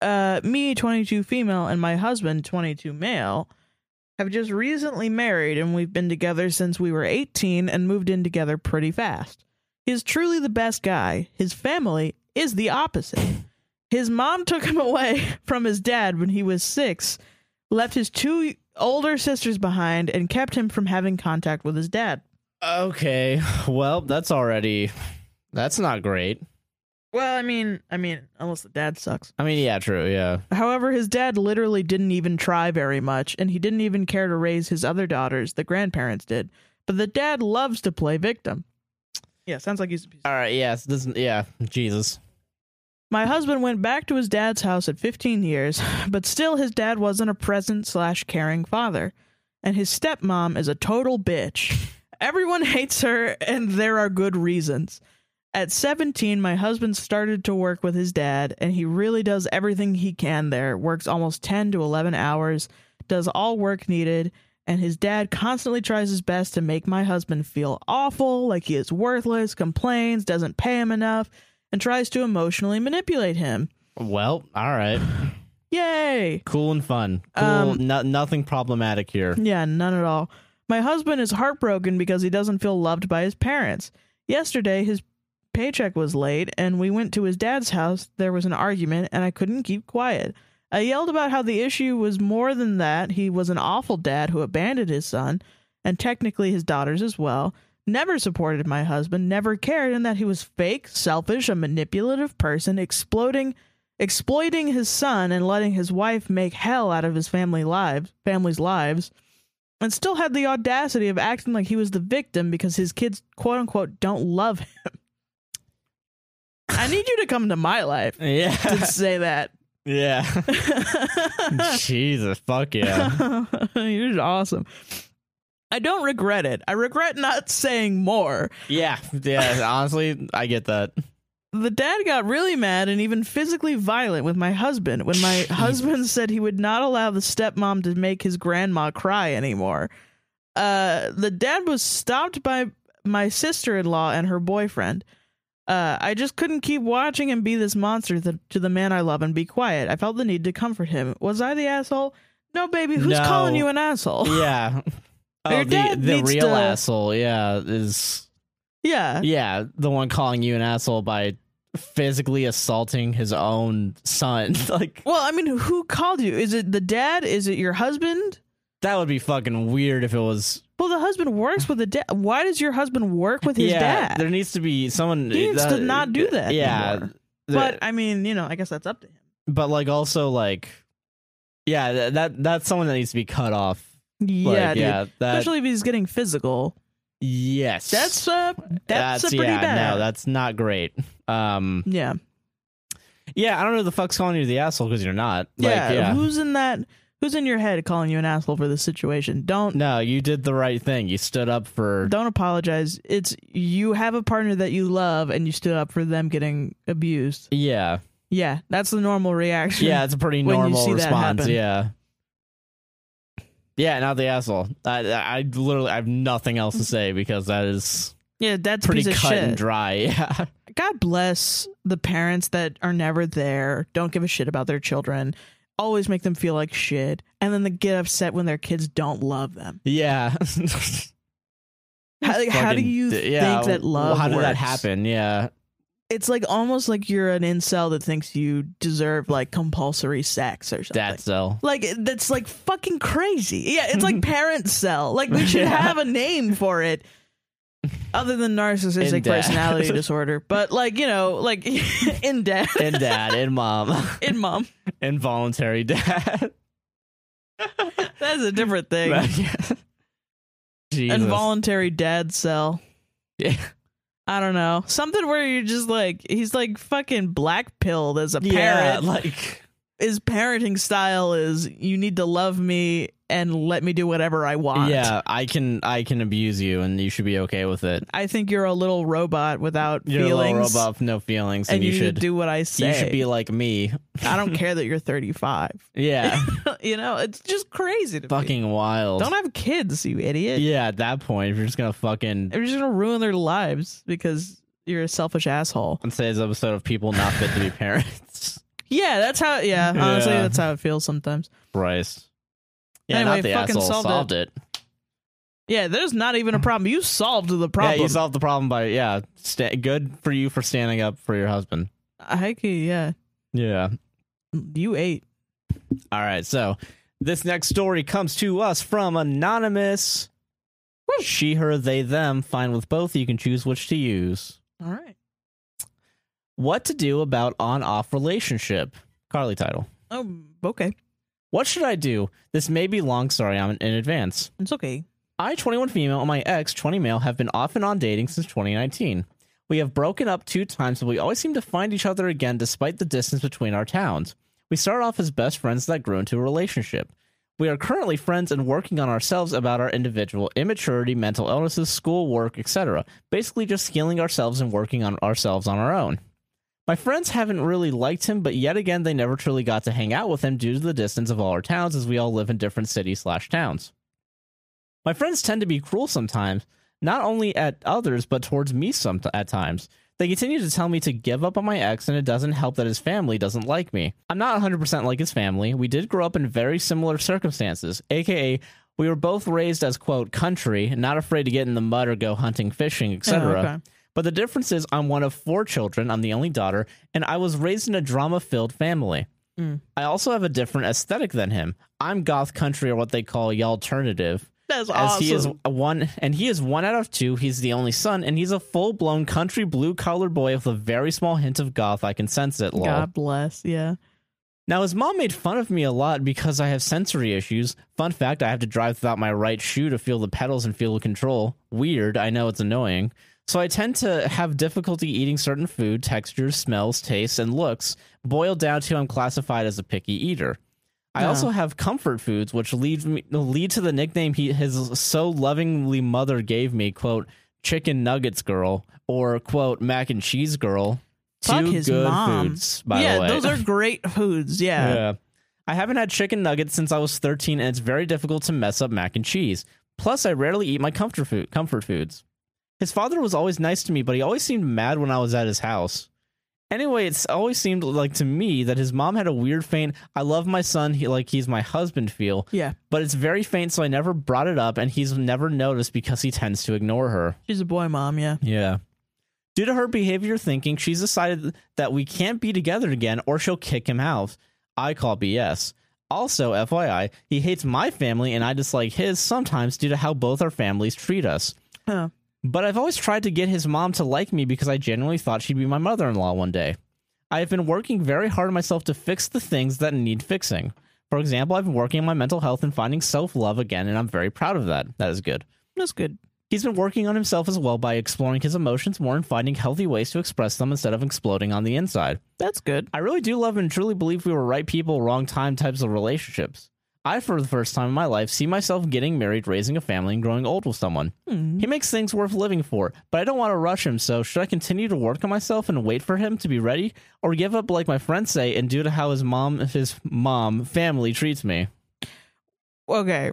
Speaker 2: Uh, me, 22 female, and my husband, 22 male, have just recently married and we've been together since we were 18 and moved in together pretty fast. He is truly the best guy. His family is the opposite. His mom took him away from his dad when he was six, left his two older sisters behind, and kept him from having contact with his dad.
Speaker 1: Okay. Well, that's already that's not great.
Speaker 2: Well, I mean, I mean, unless the dad sucks.
Speaker 1: I mean, yeah, true, yeah.
Speaker 2: However, his dad literally didn't even try very much, and he didn't even care to raise his other daughters. The grandparents did, but the dad loves to play victim. Yeah, sounds like he's a piece.
Speaker 1: All right, yes, this is- yeah, Jesus.
Speaker 2: My husband went back to his dad's house at 15 years, but still his dad wasn't a present slash caring father. And his stepmom is a total bitch. Everyone hates her, and there are good reasons. At 17, my husband started to work with his dad, and he really does everything he can there, works almost 10 to 11 hours, does all work needed, and his dad constantly tries his best to make my husband feel awful, like he is worthless, complains, doesn't pay him enough, and tries to emotionally manipulate him.
Speaker 1: Well, all right.
Speaker 2: Yay!
Speaker 1: Cool and fun. Cool.
Speaker 2: Um,
Speaker 1: no, nothing problematic here.
Speaker 2: Yeah, none at all. My husband is heartbroken because he doesn't feel loved by his parents. Yesterday, his paycheck was late, and we went to his dad's house. There was an argument, and I couldn't keep quiet. I yelled about how the issue was more than that. He was an awful dad who abandoned his son, and technically his daughters as well, never supported my husband, never cared, and that he was fake, selfish, a manipulative person, exploding exploiting his son and letting his wife make hell out of his family lives family's lives and still had the audacity of acting like he was the victim because his kids quote unquote don't love him i need you to come to my life
Speaker 1: Yeah.
Speaker 2: to say that
Speaker 1: yeah. Jesus. Fuck yeah.
Speaker 2: you're awesome i don't regret it i regret not saying more
Speaker 1: Yeah. Yeah. Honestly, I get that.
Speaker 2: the dad got really mad and even physically violent with my husband when my husband said he would not allow the stepmom to make his grandma cry anymore. Uh, the dad was stopped by my sister in law and her boyfriend. Uh, I just couldn't keep watching him be this monster th- to the man I love and be quiet. I felt the need to comfort him. Was I the asshole? No, baby. Who's
Speaker 1: No.
Speaker 2: calling you an asshole?
Speaker 1: Yeah.
Speaker 2: Your
Speaker 1: Oh, the,
Speaker 2: dad
Speaker 1: the
Speaker 2: needs
Speaker 1: real
Speaker 2: to-
Speaker 1: asshole. Yeah. Is
Speaker 2: yeah.
Speaker 1: yeah the one calling you an asshole by physically assaulting his own son. like
Speaker 2: Well, I mean, who called you? Is it the dad? Is it your husband?
Speaker 1: that would be fucking weird if it was
Speaker 2: Well, the husband works with the dad. Why does your husband work with his
Speaker 1: yeah,
Speaker 2: dad?
Speaker 1: There needs to be someone
Speaker 2: He needs to not do that
Speaker 1: Yeah.
Speaker 2: anymore.
Speaker 1: The-
Speaker 2: but I mean, you know, I guess that's up to him.
Speaker 1: but like also like yeah, th- that that's someone that needs to be cut off. Like,
Speaker 2: yeah, dude.
Speaker 1: yeah, that
Speaker 2: Especially if he's getting physical.
Speaker 1: yes.
Speaker 2: That's uh, that's, a pretty
Speaker 1: yeah,
Speaker 2: bad.
Speaker 1: no, that's not great. Um
Speaker 2: yeah,
Speaker 1: yeah, I don't know who the fuck's calling you the asshole because you're not. Like,
Speaker 2: yeah,
Speaker 1: yeah.
Speaker 2: Who's in that? Who's in your head calling you an asshole for this situation? Don't
Speaker 1: No, you did the right thing. You stood up for
Speaker 2: don't apologize. It's you have a partner that you love, and you stood up for them getting abused.
Speaker 1: Yeah.
Speaker 2: Yeah, that's the normal reaction.
Speaker 1: Yeah, it's a pretty
Speaker 2: When you
Speaker 1: normal
Speaker 2: see that
Speaker 1: response.
Speaker 2: happen.
Speaker 1: Yeah. Yeah, not the asshole. I, I I literally I have nothing else to say because that is
Speaker 2: yeah, that's a
Speaker 1: pretty
Speaker 2: piece of
Speaker 1: cut
Speaker 2: shit.
Speaker 1: and dry. Yeah.
Speaker 2: God bless the parents that are never there, don't give a shit about their children, always make them feel like shit, and then they get upset when their kids don't love them.
Speaker 1: Yeah.
Speaker 2: How, like, how do
Speaker 1: Fucking
Speaker 2: you
Speaker 1: d- yeah,
Speaker 2: think that love?
Speaker 1: well, How did that
Speaker 2: works?
Speaker 1: happen? Yeah.
Speaker 2: It's like almost like you're an incel that thinks you deserve like compulsory sex or something.
Speaker 1: That so.
Speaker 2: like that's like fucking crazy. Yeah, it's like parent cell. Like we should
Speaker 1: Yeah.
Speaker 2: have a name for it. Other than narcissistic
Speaker 1: In depth.
Speaker 2: personality disorder, but like you know, like in depth,
Speaker 1: And dad and mom.
Speaker 2: in mom,
Speaker 1: Involuntary dad.
Speaker 2: That's a different thing.
Speaker 1: Yeah. Jesus.
Speaker 2: Involuntary dad cell.
Speaker 1: Yeah.
Speaker 2: I don't know. Something where you're just like he's like fucking black pilled as a
Speaker 1: Yeah,
Speaker 2: parent.
Speaker 1: like
Speaker 2: His parenting style is you need to love me and let me do whatever I want.
Speaker 1: yeah, I can I can abuse you and you should be okay with it.
Speaker 2: I think you're a little robot without
Speaker 1: You're
Speaker 2: feelings.
Speaker 1: a little robot, with no feelings, and,
Speaker 2: And
Speaker 1: you
Speaker 2: you, need to
Speaker 1: should
Speaker 2: do what I say.
Speaker 1: you should be like me.
Speaker 2: I don't care that you're 35.
Speaker 1: Yeah,
Speaker 2: you know, it's just crazy to me.
Speaker 1: fucking wild.
Speaker 2: Don't have kids, you idiot.
Speaker 1: yeah, at that point, if you're just gonna fucking
Speaker 2: You're just gonna ruin their lives because you're a selfish asshole.
Speaker 1: on today's episode of people not fit to be parents,
Speaker 2: Yeah, that's how. Yeah, honestly,
Speaker 1: Yeah.
Speaker 2: that's how it feels sometimes.
Speaker 1: Bryce. Yeah,
Speaker 2: Anyway,
Speaker 1: not the
Speaker 2: fucking
Speaker 1: asshole
Speaker 2: solved
Speaker 1: solved it.
Speaker 2: Yeah, there's not even a problem. You solved the problem.
Speaker 1: Yeah, you solved the problem by yeah. Sta- good for you for standing up for your husband.
Speaker 2: Heike, yeah.
Speaker 1: Yeah.
Speaker 2: You ate.
Speaker 1: All right. So this next story comes to us from anonymous. She, her, they, them. Fine with both. You can choose which to use.
Speaker 2: All right.
Speaker 1: What to do about on-off relationship? Carly title.
Speaker 2: Oh, okay.
Speaker 1: What should I do? This may be long. Sorry, I'm in advance.
Speaker 2: It's okay.
Speaker 1: I, 21 female, and my ex, 20 male, have been off and on dating since 2019. We have broken up two times, but we always seem to find each other again despite the distance between our towns. We started off as best friends that grew into a relationship. We are currently friends and working on ourselves about our individual immaturity, mental illnesses, school, work, etc. Basically, just healing ourselves and working on ourselves on our own. My friends haven't really liked him, but yet again, they never truly got to hang out with him due to the distance of all our towns, as we all live in different cities slash towns. My friends tend to be cruel sometimes, not only at others, but towards me some at times. They continue to tell me to give up on my ex, and it doesn't help that his family doesn't like me. I'm not 100% like his family. We did grow up in very similar circumstances, aka, we were both raised as, quote, country, not afraid to get in the mud or go hunting, fishing, etc.
Speaker 2: Oh, okay.
Speaker 1: But the difference is, I'm one of four children, I'm the only daughter, and I was raised in a drama filled family.
Speaker 2: Mm.
Speaker 1: I also have a different aesthetic than him. I'm goth country, or what they call alternative
Speaker 2: That's
Speaker 1: as
Speaker 2: awesome.
Speaker 1: he is a one and he is one out of two he's the only son and he's a full-blown country blue-collar boy with a very small hint of goth i can sense it lol.
Speaker 2: God bless. Yeah.
Speaker 1: now his mom made fun of me a lot because i have sensory issues fun fact i have to drive without my right shoe to feel the pedals and feel the control weird i know it's annoying so i tend to have difficulty eating certain food textures smells tastes and looks boiled down to i'm classified as a picky eater I
Speaker 2: Yeah.
Speaker 1: also have comfort foods, which leads me lead to the nickname he his so lovingly mother gave me, quote, chicken nuggets girl or quote mac and cheese girl.
Speaker 2: Fuck
Speaker 1: Two
Speaker 2: his
Speaker 1: good
Speaker 2: mom.
Speaker 1: foods, by
Speaker 2: yeah,
Speaker 1: the way.
Speaker 2: those are great foods. Yeah.
Speaker 1: yeah. I haven't had chicken nuggets since I was 13, and it's very difficult to mess up mac and cheese. Plus, I rarely eat my comfort food comfort foods. His father was always nice to me, but he always seemed mad when I was at his house. Anyway, it's always seemed like to me that his mom had a weird faint I love my son he like he's my husband feel,
Speaker 2: Yeah.
Speaker 1: but it's very faint so I never brought it up and he's never noticed because he tends to ignore her.
Speaker 2: She's a boy mom. Yeah.
Speaker 1: Yeah. Due to her behavior thinking, she's decided that we can't be together again or she'll kick him out. I call BS. Also, FYI, he hates my family and I dislike his sometimes due to how both our families treat us.
Speaker 2: Huh.
Speaker 1: But I've always tried to get his mom to like me because I genuinely thought she'd be my mother in law one day. I have been working very hard on myself to fix the things that need fixing. For example, I've been working on my mental health and finding self love again, and I'm very proud of that. That is good.
Speaker 2: That's good.
Speaker 1: He's been working on himself as well by exploring his emotions more and finding healthy ways to express them instead of exploding on the inside.
Speaker 2: That's good.
Speaker 1: I really do love and truly believe we were right people, wrong time types of relationships. I, for the first time in my life, see myself getting married, raising a family, and growing old with someone.
Speaker 2: Hmm.
Speaker 1: He makes things worth living for, but I don't want to rush him, so should I continue to work on myself and wait for him to be ready, or give up like my friends say and due to how his mom, his mom, family treats me?
Speaker 2: Okay.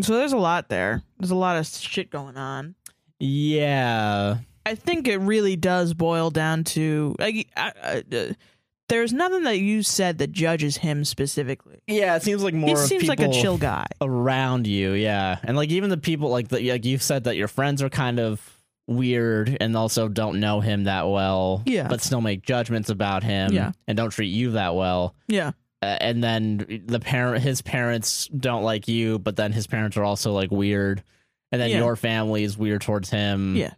Speaker 2: So there's a lot there. There's a lot of shit going on.
Speaker 1: Yeah.
Speaker 2: I think it really does boil down to like I, I, uh, there's nothing that you said that judges him specifically.
Speaker 1: Yeah, it seems like more
Speaker 2: he
Speaker 1: of
Speaker 2: seems like a
Speaker 1: people-
Speaker 2: chill guy.
Speaker 1: around you yeah and like even the people like the, like you've said that your friends are kind of weird and also don't know him that well
Speaker 2: Yeah.
Speaker 1: but still make judgments about him
Speaker 2: Yeah.
Speaker 1: and don't treat you that well
Speaker 2: Yeah.
Speaker 1: uh, and then the parent his parents don't like you but then his parents are also like weird and then
Speaker 2: Yeah.
Speaker 1: your family is weird towards him
Speaker 2: Yeah.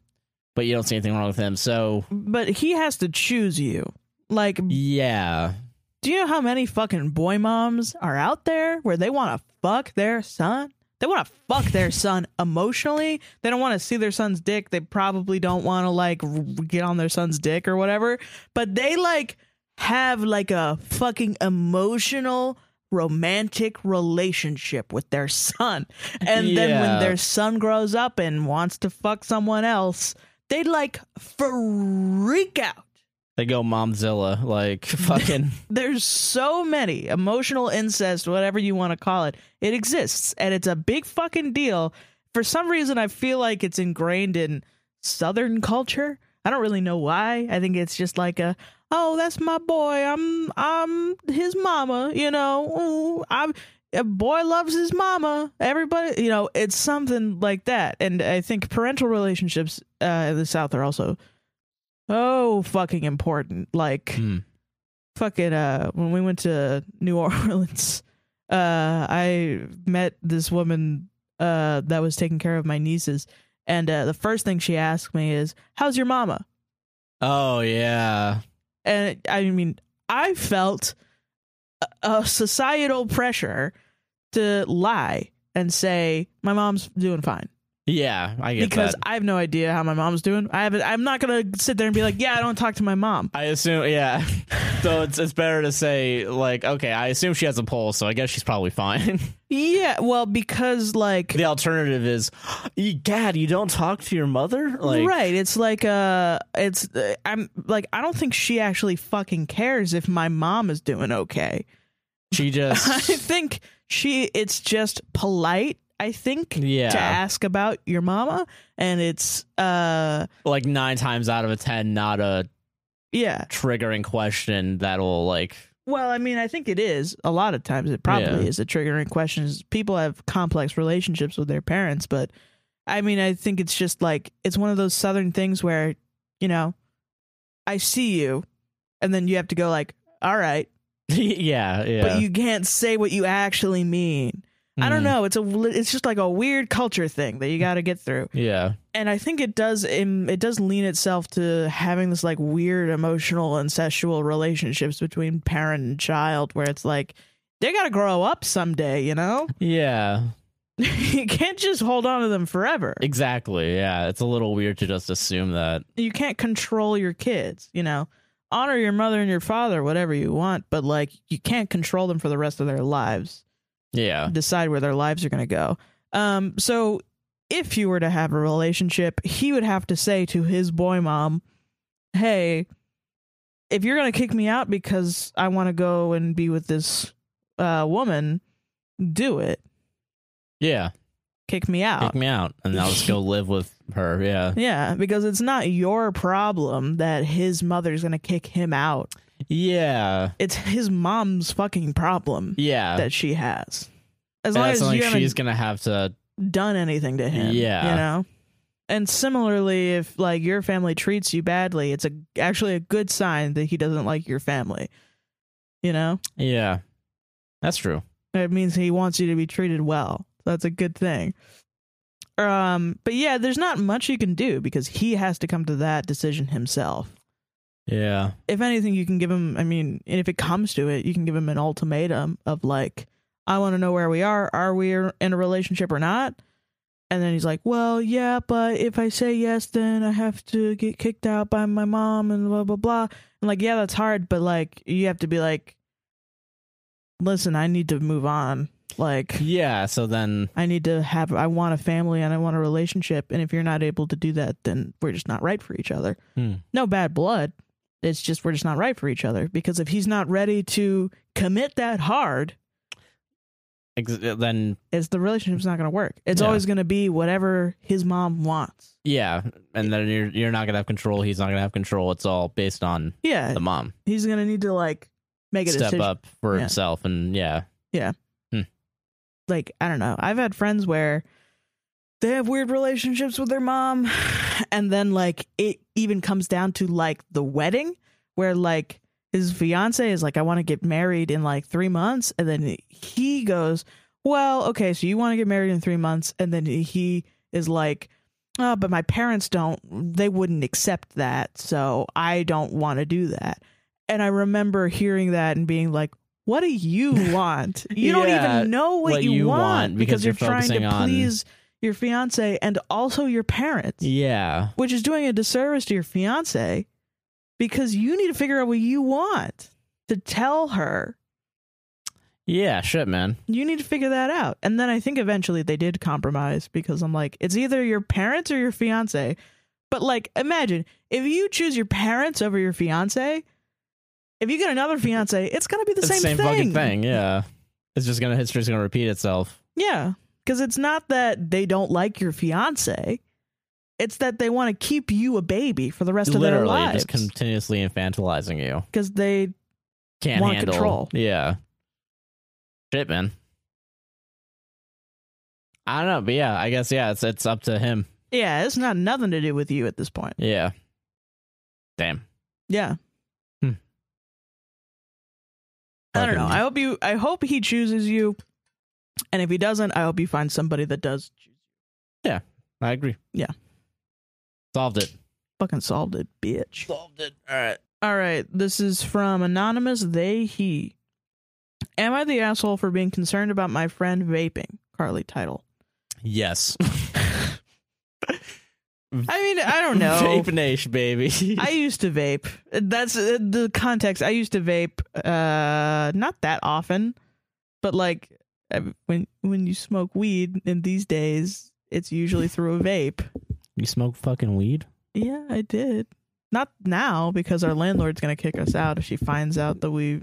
Speaker 1: but you don't see anything wrong with him so
Speaker 2: But he has to choose you. Like
Speaker 1: yeah
Speaker 2: Do you know how many fucking boy moms are out there where they want to fuck their son? They want to fuck their son emotionally. They don't want to see their son's dick. They probably don't want to like r- get on their son's dick or whatever. But they like have like a fucking emotional romantic relationship with their son. And then
Speaker 1: Yeah.
Speaker 2: when their son grows up and wants to fuck someone else, they like freak out.
Speaker 1: they go momzilla like fucking
Speaker 2: There's so many emotional incest, whatever you want to call it. It exists and it's a big fucking deal. For some reason, I feel like it's ingrained in Southern culture. I don't really know why. I think it's just like a, oh, that's my boy. I'm, I'm his mama. You know, Ooh, I'm. a boy loves his mama. Everybody, you know, it's something like that. And I think parental relationships uh, in the South are also oh fucking important. Like
Speaker 1: Hmm.
Speaker 2: fucking uh, when we went to New Orleans, uh, I met this woman uh that was taking care of my nieces, and uh, the first thing she asked me is, "How's your mama?"
Speaker 1: Oh yeah.
Speaker 2: and I mean, I felt a- a societal pressure to lie and say my mom's doing fine
Speaker 1: Yeah, I get
Speaker 2: because
Speaker 1: that.
Speaker 2: I have no idea how my mom's doing. I haven't. I'm not gonna sit there and be like, yeah, I don't talk to my mom.
Speaker 1: I assume yeah. so it's it's better to say like, okay, I assume she has a pulse, so I guess she's probably fine.
Speaker 2: Yeah, well, because like.
Speaker 1: the alternative is, "You- God, you don't talk to your mother? Like
Speaker 2: right it's like uh it's uh, i'm like i don't think she actually fucking cares if my mom is doing okay
Speaker 1: she
Speaker 2: i
Speaker 1: just
Speaker 2: think she it's just polite i think
Speaker 1: Yeah.
Speaker 2: to ask about your mama and it's uh
Speaker 1: like nine times out of a ten, not a
Speaker 2: yeah
Speaker 1: triggering question that'll like
Speaker 2: Well, I mean, I think it is. A lot of times it probably
Speaker 1: Yeah.
Speaker 2: is a triggering question. is People have complex relationships with their parents, but I mean, I think it's just like it's one of those southern things where, you know, I see you and then you have to go like, "All right,"
Speaker 1: Yeah, yeah.
Speaker 2: but you can't say what you actually mean. I don't
Speaker 1: Mm.
Speaker 2: know. It's a it's just like a weird culture thing that you got to get through
Speaker 1: Yeah.
Speaker 2: and I think it does um, it does lean itself to having this like weird emotional and sexual relationships between parent and child where it's like they gotta grow up someday, you know?
Speaker 1: Yeah.
Speaker 2: you can't just hold on to them forever.
Speaker 1: Exactly. Yeah. It's a little weird to just assume that.
Speaker 2: You can't control your kids, you know. Honor your mother and your father, whatever you want, but like you can't control them for the rest of their lives.
Speaker 1: Yeah.
Speaker 2: decide where their lives are going to go. Um, so if you were to have a relationship, he would have to say to his boy mom, "Hey, if you're going to kick me out because I want to go and be with this uh, woman, do it.
Speaker 1: Yeah.
Speaker 2: Kick me out."
Speaker 1: Kick me out and I'll just go live with her. Yeah.
Speaker 2: yeah, because it's not your problem that his mother's going to kick him out.
Speaker 1: Yeah.
Speaker 2: It's his mom's fucking problem
Speaker 1: Yeah.
Speaker 2: that she has.
Speaker 1: And
Speaker 2: As long
Speaker 1: that's
Speaker 2: as
Speaker 1: something
Speaker 2: you haven't
Speaker 1: she's gonna have to
Speaker 2: done anything to him.
Speaker 1: Yeah.
Speaker 2: You know? And similarly, if like your family treats you badly, it's a actually a good sign that he doesn't like your family. You know?
Speaker 1: Yeah. That's true.
Speaker 2: It means he wants you to be treated well. That's a good thing. Um, but yeah, there's not much you can do because he has to come to that decision himself.
Speaker 1: Yeah.
Speaker 2: If anything, you can give him I mean, and if it comes to it, you can give him an ultimatum of like, I want to know where we are. Are we in a relationship or not? And then he's like, Well, yeah, but if I say yes, then I have to get kicked out by my mom and blah, blah, blah. And like, yeah, that's hard, but like, you have to be like, Listen, I need to move on. Like,
Speaker 1: Yeah. So then
Speaker 2: I need to have, I want a family and I want a relationship. And if you're not able to do that, then we're just not right for each other.
Speaker 1: Hmm.
Speaker 2: No bad blood. It's just, we're just not right for each other because if he's not ready to commit that hard,
Speaker 1: ex- then
Speaker 2: it's the relationship's not going to work. It's
Speaker 1: Yeah.
Speaker 2: always going to be whatever his mom wants.
Speaker 1: yeah. And then you're you're not gonna have control, he's not gonna have control. It's all based on
Speaker 2: Yeah,
Speaker 1: the mom.
Speaker 2: he's going to need to like make a
Speaker 1: Step
Speaker 2: decision.
Speaker 1: up for
Speaker 2: Yeah.
Speaker 1: himself and yeah.
Speaker 2: Like I don't know. I've had friends where they have weird relationships with their mom, and then like it even comes down to like the wedding where like his fiance is like, I want to get married in like three months, and then he goes, Well, okay, so you want to get married in three months, and then he is like. Oh, but my parents don't they wouldn't accept that so i don't want to do that and i remember hearing that and being like what do you want you don't
Speaker 1: Yeah,
Speaker 2: even know what,
Speaker 1: what
Speaker 2: you,
Speaker 1: you
Speaker 2: want,
Speaker 1: want, because
Speaker 2: because, you're,
Speaker 1: you're
Speaker 2: trying
Speaker 1: focusing
Speaker 2: to
Speaker 1: on-
Speaker 2: please your fiance and also your parents
Speaker 1: Yeah.
Speaker 2: which is doing a disservice to your fiance because you need to figure out what you want to tell her
Speaker 1: Yeah, shit, man.
Speaker 2: you need to figure that out. And then I think eventually they did compromise because I'm like, it's either your parents or your fiance. But like, imagine if you choose your parents over your fiance, if you get another fiance, it's gonna be the
Speaker 1: It's
Speaker 2: same,
Speaker 1: the same
Speaker 2: thing.
Speaker 1: fucking thing, yeah. It's just gonna history's gonna repeat itself.
Speaker 2: Yeah, because it's not that they don't like your fiance; it's that they want to keep you a baby for the rest of their
Speaker 1: Literally
Speaker 2: lives
Speaker 1: just continuously infantilizing you.
Speaker 2: because they
Speaker 1: Can't
Speaker 2: Want
Speaker 1: handle
Speaker 2: control.
Speaker 1: Yeah. Shit, man. I don't know, but yeah, I guess yeah, it's it's up to him.
Speaker 2: Yeah, it's not nothing to do with you at this point.
Speaker 1: Yeah. Damn.
Speaker 2: Yeah.
Speaker 1: Hmm.
Speaker 2: I don't
Speaker 1: Fucking-
Speaker 2: know. I hope you. I hope he chooses you, and if he doesn't, I hope you find somebody that does.
Speaker 1: I agree.
Speaker 2: Yeah.
Speaker 1: Solved it.
Speaker 2: Fucking solved it, bitch.
Speaker 4: Solved it. All right.
Speaker 2: All right, this is from anonymous they he. Am I the asshole for being concerned about my friend vaping? Carly title.
Speaker 1: Yes.
Speaker 2: I mean, I don't know.
Speaker 1: Vape Nation, baby.
Speaker 2: I used to vape. That's uh, the context. I used to vape uh not that often, but like I- when when you smoke weed in these days, it's usually through a vape.
Speaker 1: you smoke fucking weed?
Speaker 2: Yeah, I did. Not now because our landlord's going to kick us out if she finds out that we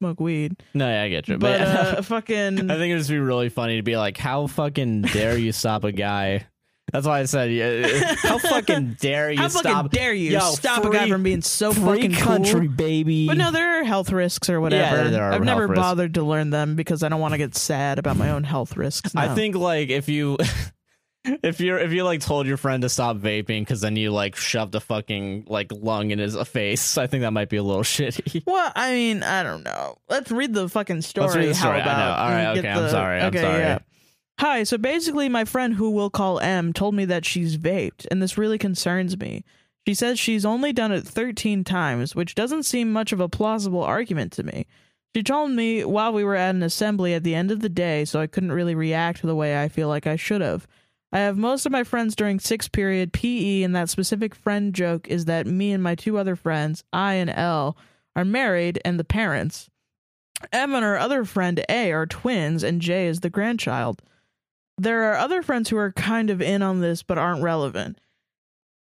Speaker 2: smoke weed.
Speaker 1: No, yeah, I get you.
Speaker 2: But,
Speaker 1: But,
Speaker 2: uh, fucking
Speaker 1: I think it'd just be really funny to be like, how fucking dare you stop a guy? That's why I said, yeah, uh, how fucking dare you
Speaker 2: How
Speaker 1: stop?
Speaker 2: fucking dare you
Speaker 1: Yo,
Speaker 2: stop a
Speaker 1: free-
Speaker 2: guy from being so
Speaker 1: free
Speaker 2: fucking
Speaker 1: country,
Speaker 2: cool?
Speaker 1: baby.
Speaker 2: But no, there are health risks or whatever.
Speaker 1: there- there are
Speaker 2: I've never
Speaker 1: health risks.
Speaker 2: bothered to learn them because I don't want to get sad about my own health risks.
Speaker 1: I
Speaker 2: now.
Speaker 1: think like if you if you're if you like told your friend to stop vaping because then you like shoved a fucking like lung in his face, I think that might be a little shitty.
Speaker 2: Well, I mean, I don't know. Let's read the fucking story.
Speaker 1: Let's read the story. I
Speaker 2: How about?
Speaker 1: know. All right,
Speaker 2: and get
Speaker 1: okay, I'm sorry, I'm sorry.
Speaker 2: Hi. So basically, my friend who we'll call M told me that she's vaped, and this really concerns me. She says she's only done it 13 times, which doesn't seem much of a plausible argument to me. She told me while we were at an assembly at the end of the day, so I couldn't really react the way I feel like I should have. I have most of my friends during sixth period PE, and that specific friend joke is that me and my two other friends, I and L, are married and the parents. M and her other friend A are twins, and J is the grandchild. There are other friends who are kind of in on this but aren't relevant.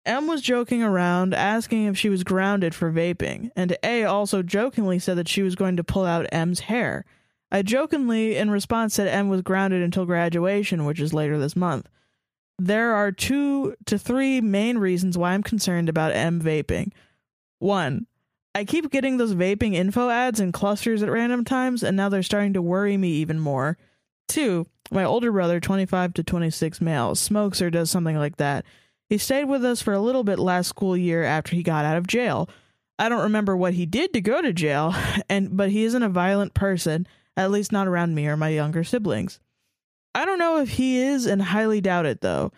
Speaker 2: M was joking around, asking if she was grounded for vaping, and A also jokingly said that she was going to pull out M's hair. I jokingly, in response, said M was grounded until graduation, which is later this month. There are two to three main reasons why I'm concerned about M vaping. One, I keep getting those vaping info ads in clusters at random times, and now they're starting to worry me even more. Two, my older brother, 25 to 26 male, smokes or does something like that. He stayed with us for a little bit last school year after he got out of jail. I don't remember what he did to go to jail, and but he isn't a violent person, at least not around me or my younger siblings. I don't know if he is and highly doubt it though.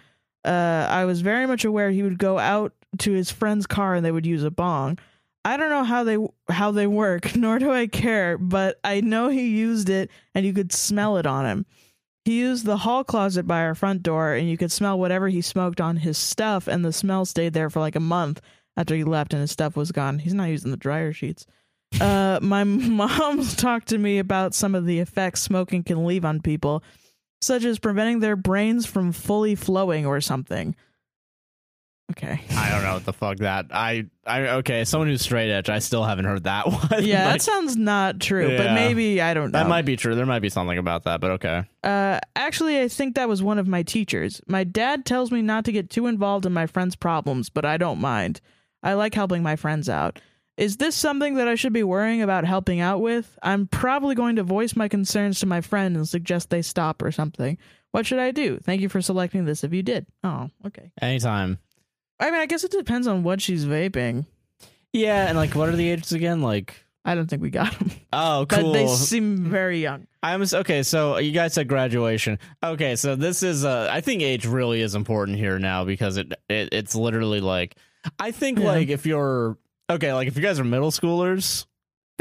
Speaker 2: Uh, I was very much aware he would go out to his friend's car and they would use a bong. I don't know how they how they work, nor do I care, but I know he used it and you could smell it on him. He used the hall closet by our front door and you could smell whatever he smoked on his stuff and the smell stayed there for like a month after he left and his stuff was gone. He's not using the dryer sheets. Uh my mom's talked to me about some of the effects smoking can leave on people, such as preventing their brains from fully flowing or something. Okay.
Speaker 1: I don't know what the fuck that. I I okay. Someone who's straight edge, I still haven't heard that one.
Speaker 2: Yeah,
Speaker 1: Like,
Speaker 2: that sounds not true, but
Speaker 1: Yeah.
Speaker 2: maybe I don't know.
Speaker 1: that might be true. There might be something about that, but okay.
Speaker 2: Uh, actually, I think that was one of my teachers. My dad tells me not to get too involved in my friends' problems, but I don't mind. I like helping my friends out. Is this something that I should be worrying about helping out with? I'm probably going to voice my concerns to my friend and suggest they stop or something. What should I do? Thank you for selecting this if you did. Oh, okay.
Speaker 1: Anytime.
Speaker 2: I mean, I guess it depends on what she's vaping.
Speaker 1: Yeah, and like, what are the ages again? Like,
Speaker 2: I don't think we got them.
Speaker 1: oh,
Speaker 2: But
Speaker 1: cool.
Speaker 2: they seem very young.
Speaker 1: I'm s- okay. So you guys said graduation. Okay, so this is. Uh, I think age really is important here now because it, it it's literally like. I think
Speaker 2: Yeah.
Speaker 1: like if you're okay, like if you guys are middle schoolers,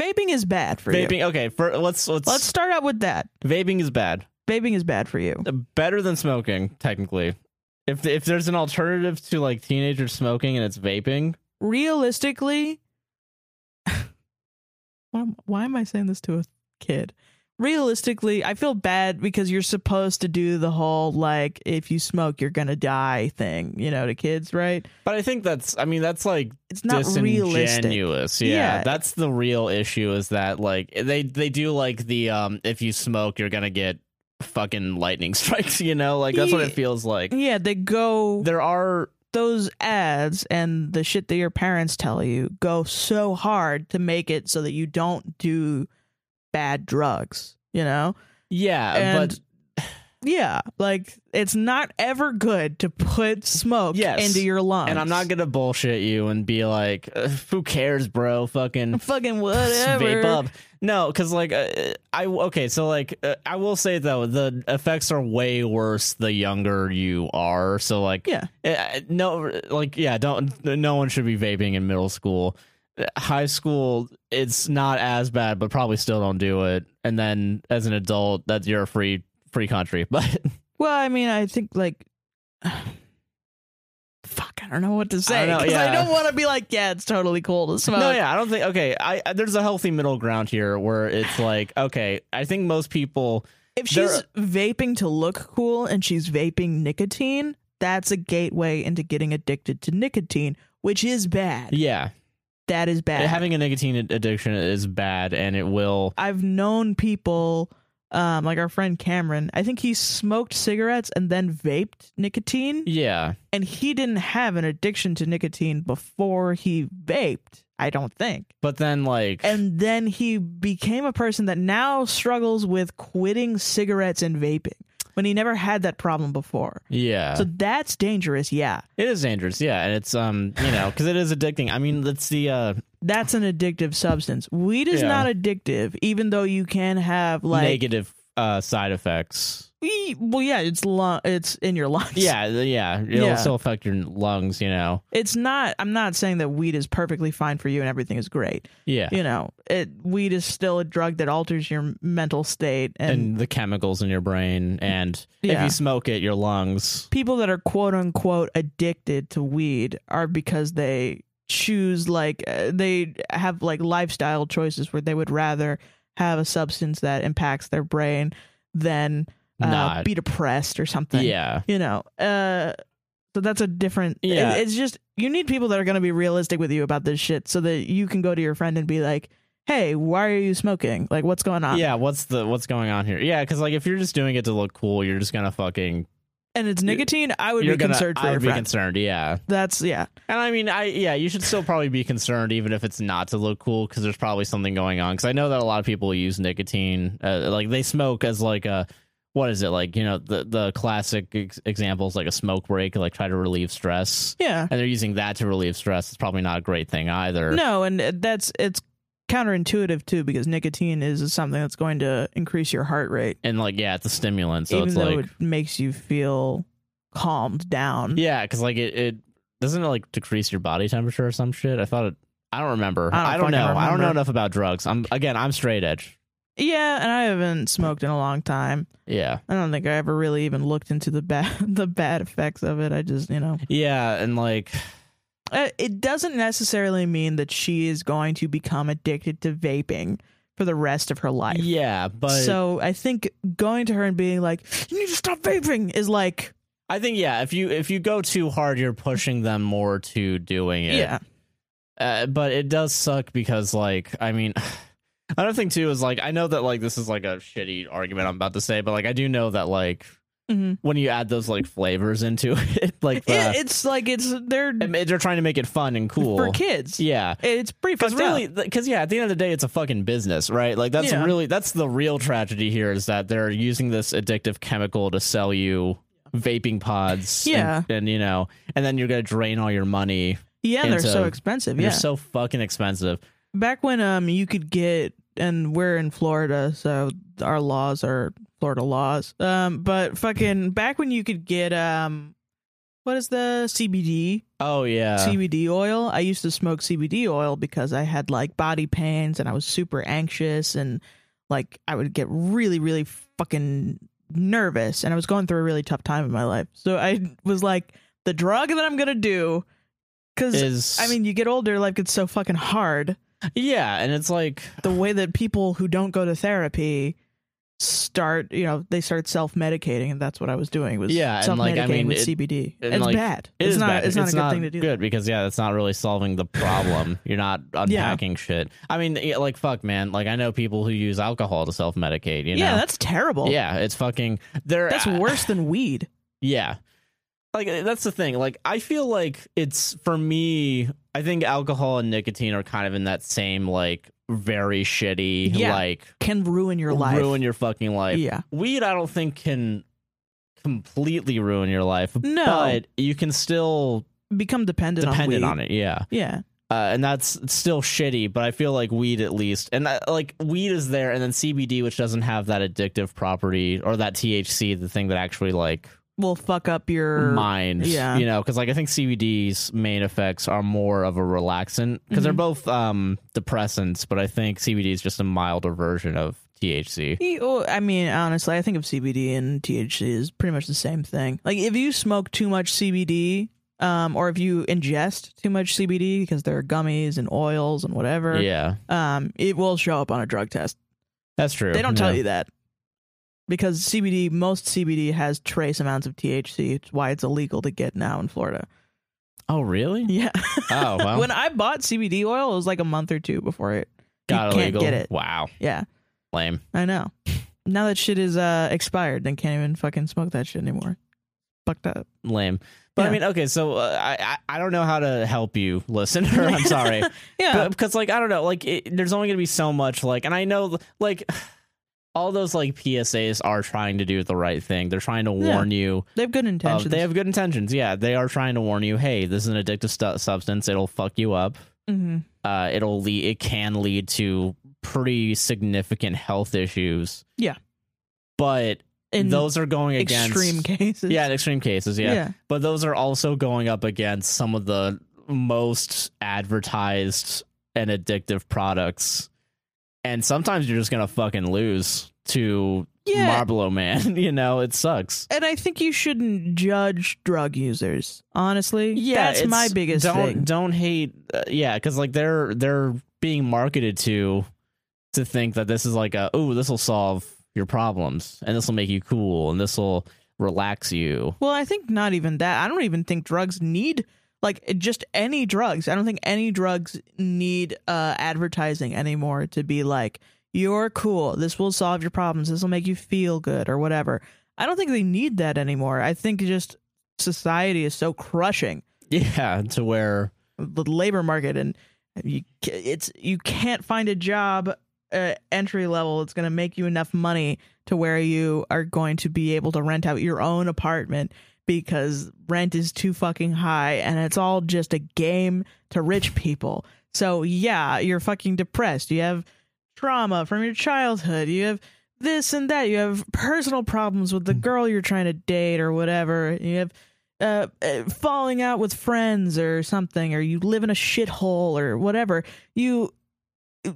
Speaker 2: Vaping is bad for you.
Speaker 1: vaping. Okay, for, let's, let's
Speaker 2: Let's start out with that.
Speaker 1: vaping is bad.
Speaker 2: Vaping is bad for you.
Speaker 1: Better than smoking, technically. If if there's an alternative to like teenagers smoking and it's vaping,
Speaker 2: realistically why, am- why am i saying this to a kid realistically i feel bad because you're supposed to do the whole like if you smoke you're gonna die thing you know to kids right
Speaker 1: but I think that's. I mean, that's like
Speaker 2: it's not realistic
Speaker 1: disingenuous. Yeah,
Speaker 2: Yeah.
Speaker 1: that's the real issue. Is that like they they do like the um if you smoke you're gonna get fucking lightning strikes. You know, like that's what it
Speaker 2: Ye-
Speaker 1: feels like.
Speaker 2: yeah they go
Speaker 1: There are
Speaker 2: those ads and the shit that your parents tell you go so hard to make it so that you don't do bad drugs you know
Speaker 1: yeah,
Speaker 2: and
Speaker 1: but
Speaker 2: Yeah, like it's not ever good to put smoke
Speaker 1: Yes.
Speaker 2: into your lungs.
Speaker 1: And I'm not gonna bullshit you and be like, "Ugh, "Who cares, bro? Fucking
Speaker 2: fucking
Speaker 1: Just
Speaker 2: whatever.
Speaker 1: vape up. No, because like uh, I okay, so like uh, I will say though the effects are way worse the younger you are. So like
Speaker 2: Yeah.
Speaker 1: uh, no, like yeah, don't no one should be vaping in middle school. Uh, High school, it's not as bad, but probably still don't do it. And then as an adult, that you're a free free country. But
Speaker 2: Well, I mean, I think like, fuck, I don't know what to say.
Speaker 1: know,
Speaker 2: 'cause
Speaker 1: yeah.
Speaker 2: I don't want to be like, yeah, it's totally cool to smoke.
Speaker 1: No, yeah, I don't think. Okay, I, I there's a healthy middle ground here where it's like, okay, I think most people.
Speaker 2: If
Speaker 1: There-
Speaker 2: she's vaping to look cool and she's vaping nicotine, that's a gateway into getting addicted to nicotine, which is bad.
Speaker 1: Yeah,
Speaker 2: That is bad.
Speaker 1: having a nicotine ad- addiction is bad, and it will.
Speaker 2: I've known people, um, like our friend Cameron. I think he smoked cigarettes and then vaped nicotine,
Speaker 1: Yeah,
Speaker 2: and he didn't have an addiction to nicotine before he vaped. I don't think.
Speaker 1: but then like,
Speaker 2: and then he became a person that now struggles with quitting cigarettes and vaping when he never had that problem before.
Speaker 1: yeah,
Speaker 2: So that's dangerous. Yeah,
Speaker 1: it is dangerous. Yeah, and it's um, you know, because it is addicting. I mean, that's the uh,
Speaker 2: that's an addictive substance. Weed is
Speaker 1: Yeah.
Speaker 2: not addictive, even though you can have like
Speaker 1: negative uh side effects.
Speaker 2: E- Well, yeah, it's lung. It's in your lungs.
Speaker 1: Yeah, th- yeah, it'll
Speaker 2: Yeah.
Speaker 1: still affect your lungs. You know.
Speaker 2: it's not. I'm not saying that weed is perfectly fine for you and everything is great.
Speaker 1: Yeah.
Speaker 2: You know, it weed is still a drug that alters your mental state and
Speaker 1: and the chemicals in your brain, and if
Speaker 2: Yeah.
Speaker 1: you smoke it, your lungs
Speaker 2: people that are quote unquote addicted to weed are because they choose like uh, they have like lifestyle choices where they would rather have a substance that impacts their brain than uh,
Speaker 1: Not-
Speaker 2: be depressed or something.
Speaker 1: Yeah.
Speaker 2: you know. Uh, so that's a different. it-
Speaker 1: Yeah.
Speaker 2: it's just you need people that are going to be realistic with you about this shit, so that you can go to your friend and be like, "Hey, why are you smoking? Like, what's going on?"
Speaker 1: yeah, what's the what's going on here? Yeah, because like if you're just doing it to look cool, you're just gonna fucking
Speaker 2: and it's nicotine. I would
Speaker 1: you're
Speaker 2: be
Speaker 1: gonna
Speaker 2: concerned for
Speaker 1: I
Speaker 2: your
Speaker 1: would be
Speaker 2: friend.
Speaker 1: concerned. Yeah,
Speaker 2: That's yeah.
Speaker 1: and I mean, I yeah, you should still probably be concerned even if it's not to look cool because there's probably something going on. Because I know that a lot of people use nicotine, uh, like they smoke as like a what is it like? You know, the the classic ex- example is like a smoke break, like try to relieve stress,
Speaker 2: Yeah.
Speaker 1: and they're using that to relieve stress. It's probably not a great thing either.
Speaker 2: No, and that's it's counterintuitive too because nicotine is something that's going to increase your heart rate,
Speaker 1: and like yeah, it's a stimulant, so
Speaker 2: even
Speaker 1: it's
Speaker 2: though
Speaker 1: like
Speaker 2: it Mhm. makes you feel calmed down.
Speaker 1: Yeah, because like it, it doesn't it like decrease your body temperature or some shit. I thought it. I don't remember.
Speaker 2: I don't
Speaker 1: I don't,
Speaker 2: fucking
Speaker 1: know. I don't know
Speaker 2: remember.
Speaker 1: enough about drugs. I'm again. I'm straight edge.
Speaker 2: Yeah, and I haven't smoked in a long time.
Speaker 1: Yeah,
Speaker 2: I don't think I ever really even looked into the bad the bad effects of it. I just you know
Speaker 1: yeah, and like
Speaker 2: Uh, it doesn't necessarily mean that she is going to become addicted to vaping for the rest of her life.
Speaker 1: yeah, but
Speaker 2: so I think going to her and being like, "You need to stop vaping," is like,
Speaker 1: I think yeah. If you if you go too hard, you're pushing them more to doing it.
Speaker 2: yeah,
Speaker 1: uh, but it does suck because like i mean another thing too is like i know that like this is like a shitty argument i'm about to say but like i do know that like
Speaker 2: Mhm.
Speaker 1: when you add those like flavors into it like the,
Speaker 2: It- it's like it's they're
Speaker 1: I mean, they're trying to make it fun and cool
Speaker 2: for kids.
Speaker 1: yeah
Speaker 2: It's pretty
Speaker 1: because
Speaker 2: fucked
Speaker 1: really
Speaker 2: up.
Speaker 1: because yeah at the end of the day it's a fucking business right like that's
Speaker 2: Yeah.
Speaker 1: really that's the real tragedy here is that they're using this addictive chemical to sell you vaping pods and-
Speaker 2: Yeah.
Speaker 1: and, you know and then you're gonna drain all your money
Speaker 2: Yeah,
Speaker 1: and
Speaker 2: they're so,
Speaker 1: so
Speaker 2: expensive.
Speaker 1: and
Speaker 2: Yeah.
Speaker 1: they're so fucking expensive
Speaker 2: Back when um you could get and we're in Florida, so our laws are Florida laws. Um but fucking back when you could get um what is the CBD?
Speaker 1: oh yeah
Speaker 2: CBD oil. I used to smoke CBD oil because I had like body pains and I was super anxious and like I would get really, really fucking nervous and I was going through a really tough time in my life. So I was like, the drug that I'm gonna do, because
Speaker 1: is
Speaker 2: I mean, you get older, life gets so fucking hard.
Speaker 1: yeah and it's like
Speaker 2: The way that people who don't go to therapy start, you know, they start self medicating, and that's what I was doing. Was
Speaker 1: Yeah, and,
Speaker 2: self
Speaker 1: like,
Speaker 2: medicating
Speaker 1: I mean,
Speaker 2: with
Speaker 1: it-
Speaker 2: CBD.
Speaker 1: and,
Speaker 2: It's
Speaker 1: like,
Speaker 2: bad.
Speaker 1: it
Speaker 2: it's
Speaker 1: is
Speaker 2: not.
Speaker 1: bad.
Speaker 2: It's not a good thing to do.
Speaker 1: good because yeah that's not really solving the problem you're not unpacking shit i mean yeah, like fuck man like i know people who use alcohol to self-medicate you
Speaker 2: yeah,
Speaker 1: know
Speaker 2: that's terrible.
Speaker 1: yeah it's fucking they're
Speaker 2: that's worse than weed.
Speaker 1: yeah like eh, that's the thing like i feel like it's for me i think alcohol and nicotine are kind of in that same like very shitty
Speaker 2: Yeah.
Speaker 1: like
Speaker 2: can ruin your life.
Speaker 1: ruin your fucking life
Speaker 2: Yeah.
Speaker 1: weed i don't think can completely ruin your life.
Speaker 2: No.
Speaker 1: But you can still
Speaker 2: become dependent,
Speaker 1: dependent
Speaker 2: on,
Speaker 1: on it. Yeah.
Speaker 2: Yeah.
Speaker 1: Uh, and that's still shitty, but I feel like weed at least, and I, like weed is there, and then CBD, which doesn't have that addictive property or that THC, the thing that actually like
Speaker 2: Will fuck up your
Speaker 1: mind.
Speaker 2: Yeah.
Speaker 1: You know, because like I think CBD's main effects are more of a relaxant because
Speaker 2: Mm-hmm.
Speaker 1: they're both um depressants, but I think CBD is just a milder version of THC.
Speaker 2: E- oh, I mean, honestly, I think of CBD and THC is pretty much the same thing. Like, if you smoke too much CBD, um, or if you ingest too much CBD because there are gummies and oils and whatever,
Speaker 1: Yeah,
Speaker 2: um, it will show up on a drug test.
Speaker 1: that's true.
Speaker 2: They don't tell
Speaker 1: Yeah.
Speaker 2: you that because CBD, most CBD has trace amounts of THC. It's why it's illegal to get now in Florida.
Speaker 1: Oh, really?
Speaker 2: Yeah.
Speaker 1: Oh, wow.
Speaker 2: when I bought CBD oil, it was like a month or two before it.
Speaker 1: Got
Speaker 2: you
Speaker 1: illegal.
Speaker 2: can't get it.
Speaker 1: Wow,
Speaker 2: Yeah,
Speaker 1: lame.
Speaker 2: I know. Now that shit is uh, expired, then can't even fucking smoke that shit anymore. Fucked up.
Speaker 1: lame. But I
Speaker 2: Yeah.
Speaker 1: mean, okay, so uh, I I I don't know how to help you, listener. I'm sorry,
Speaker 2: Yeah.
Speaker 1: But- because like I don't know, like it, there's only gonna be so much like, and I know like all those like PSAs are trying to do the right thing. They're trying to
Speaker 2: Yeah.
Speaker 1: warn you.
Speaker 2: they have good
Speaker 1: uh,
Speaker 2: intentions.
Speaker 1: they have good intentions. Yeah, they are trying to warn you. Hey, this is an addictive stu- substance. It'll fuck you up.
Speaker 2: Mhm.
Speaker 1: Uh, it'll lead. It can lead to pretty significant health issues.
Speaker 2: Yeah.
Speaker 1: but
Speaker 2: In
Speaker 1: those are going against
Speaker 2: extreme cases.
Speaker 1: Yeah, in extreme cases. Yeah.
Speaker 2: Yeah.
Speaker 1: But those are also going up against some of the most advertised and addictive products. And sometimes you're just going to fucking lose to
Speaker 2: Yeah.
Speaker 1: Marlboro Man. you know, it sucks.
Speaker 2: And I think you shouldn't judge drug users. Honestly, that's
Speaker 1: it's-
Speaker 2: my biggest
Speaker 1: don't,
Speaker 2: thing.
Speaker 1: Don't hate. Uh, yeah. Cause like they're, they're being marketed to to think that this is like a, oh, this will solve your problems and this will make you cool and this will relax you.
Speaker 2: Well, I think not even that. I don't even think drugs need like it- just any drugs. I don't think any drugs need uh advertising anymore to be like you're cool. This will solve your problems. This will make you feel good or whatever. I don't think they need that anymore. I think just society is so crushing
Speaker 1: Yeah. To where,
Speaker 2: the labor market and you ca- it's you can't find a job uh, entry level it's going to make you enough money to where you are going to be able to rent out your own apartment because rent is too fucking high and it's all just a game to rich people so yeah you're fucking depressed you have trauma from your childhood you have this and that you have personal problems with the girl you're trying to date or whatever you have uh, uh, falling out with friends or something, or you live in a shithole or whatever, you,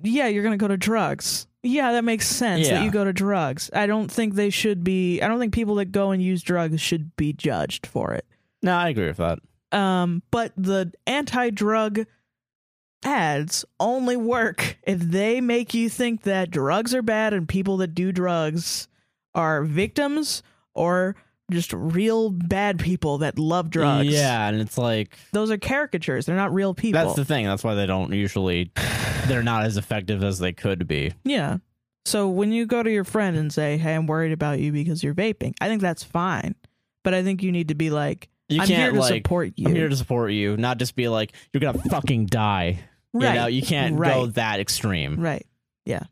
Speaker 2: yeah, you're going to go to drugs. Yeah, that makes sense
Speaker 1: Yeah.
Speaker 2: that you go to drugs. I don't think they should be, I don't think people that go and use drugs should be judged for it.
Speaker 1: no, I agree with that.
Speaker 2: Um, but the anti drug ads only work if they make you think that drugs are bad and people that do drugs are victims or just real bad people that love drugs.
Speaker 1: Yeah. And it's like,
Speaker 2: Those are caricatures. They're not real people.
Speaker 1: That's the thing. That's why they don't usually. They're not as effective as they could be.
Speaker 2: yeah. So when you go to your friend and say, "Hey, I'm worried about you because you're vaping," I think that's fine. But I think you need to be like,
Speaker 1: You
Speaker 2: "I'm
Speaker 1: can't
Speaker 2: here to
Speaker 1: like.
Speaker 2: support you."
Speaker 1: I'm here to support you, not just be like you're gonna fucking die.
Speaker 2: Right.
Speaker 1: You know, you can't go
Speaker 2: Right.
Speaker 1: that extreme.
Speaker 2: Right. Yeah.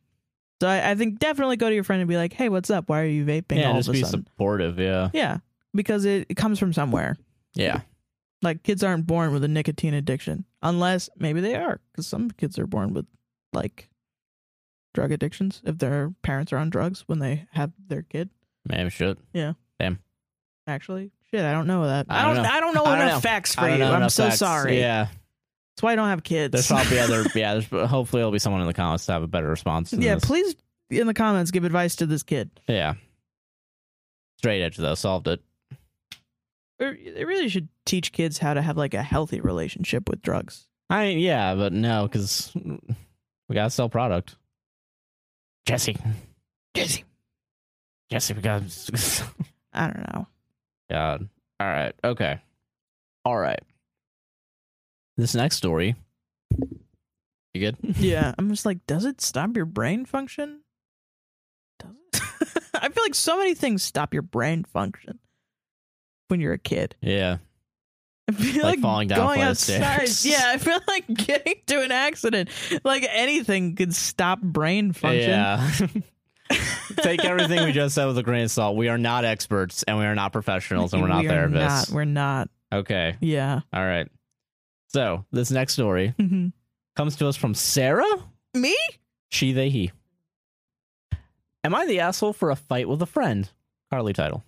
Speaker 2: So I, I think definitely go to your friend and be like, "Hey, what's up? Why are you vaping
Speaker 1: Yeah,
Speaker 2: all
Speaker 1: just
Speaker 2: of a
Speaker 1: be
Speaker 2: sudden?"
Speaker 1: supportive. Yeah.
Speaker 2: yeah, because it, it comes from somewhere.
Speaker 1: Yeah.
Speaker 2: Like kids aren't born with a nicotine addiction, unless maybe they are, because some kids are born with like drug addictions if their parents are on drugs when they have their kid.
Speaker 1: Man, shit.
Speaker 2: Actually, shit, I don't know that.
Speaker 1: I don't know.
Speaker 2: I don't know
Speaker 1: I don't
Speaker 2: enough
Speaker 1: know.
Speaker 2: facts for
Speaker 1: I don't
Speaker 2: you.
Speaker 1: know
Speaker 2: I'm
Speaker 1: enough
Speaker 2: so
Speaker 1: facts.
Speaker 2: sorry.
Speaker 1: Yeah.
Speaker 2: That's why I don't have kids.
Speaker 1: There's probably other. Yeah. There's, hopefully, there'll be someone in the comments to have a better response. than
Speaker 2: yeah,
Speaker 1: this.
Speaker 2: please in the comments give advice to this kid.
Speaker 1: Yeah. Straight edge though solved it.
Speaker 2: Or They really should teach kids how to have like a healthy relationship with drugs.
Speaker 1: I mean, yeah, but no, because we gotta sell product. Jesse,
Speaker 2: Jesse.
Speaker 1: Jesse, we gotta.
Speaker 2: I don't know.
Speaker 1: God. All right. Okay. All right. This next story. You good?
Speaker 2: Yeah, I'm just like, does it stop your brain function? Does it? I feel like so many things stop your brain function when you're a kid.
Speaker 1: Yeah.
Speaker 2: I feel
Speaker 1: Like falling down a
Speaker 2: going
Speaker 1: flight of
Speaker 2: outside.
Speaker 1: stairs.
Speaker 2: Yeah, I feel like getting to an accident. Like anything could stop brain function.
Speaker 1: Yeah. Take everything we just said with a grain of salt. We are not experts and we are not professionals and we're not
Speaker 2: We are not-
Speaker 1: therapists.
Speaker 2: we're not.
Speaker 1: Okay.
Speaker 2: Yeah.
Speaker 1: All right. So this next story
Speaker 2: Mhm.
Speaker 1: comes to us from Sarah.
Speaker 2: Me?
Speaker 1: She, they, he. Am I the asshole for a fight with a friend? Carly title.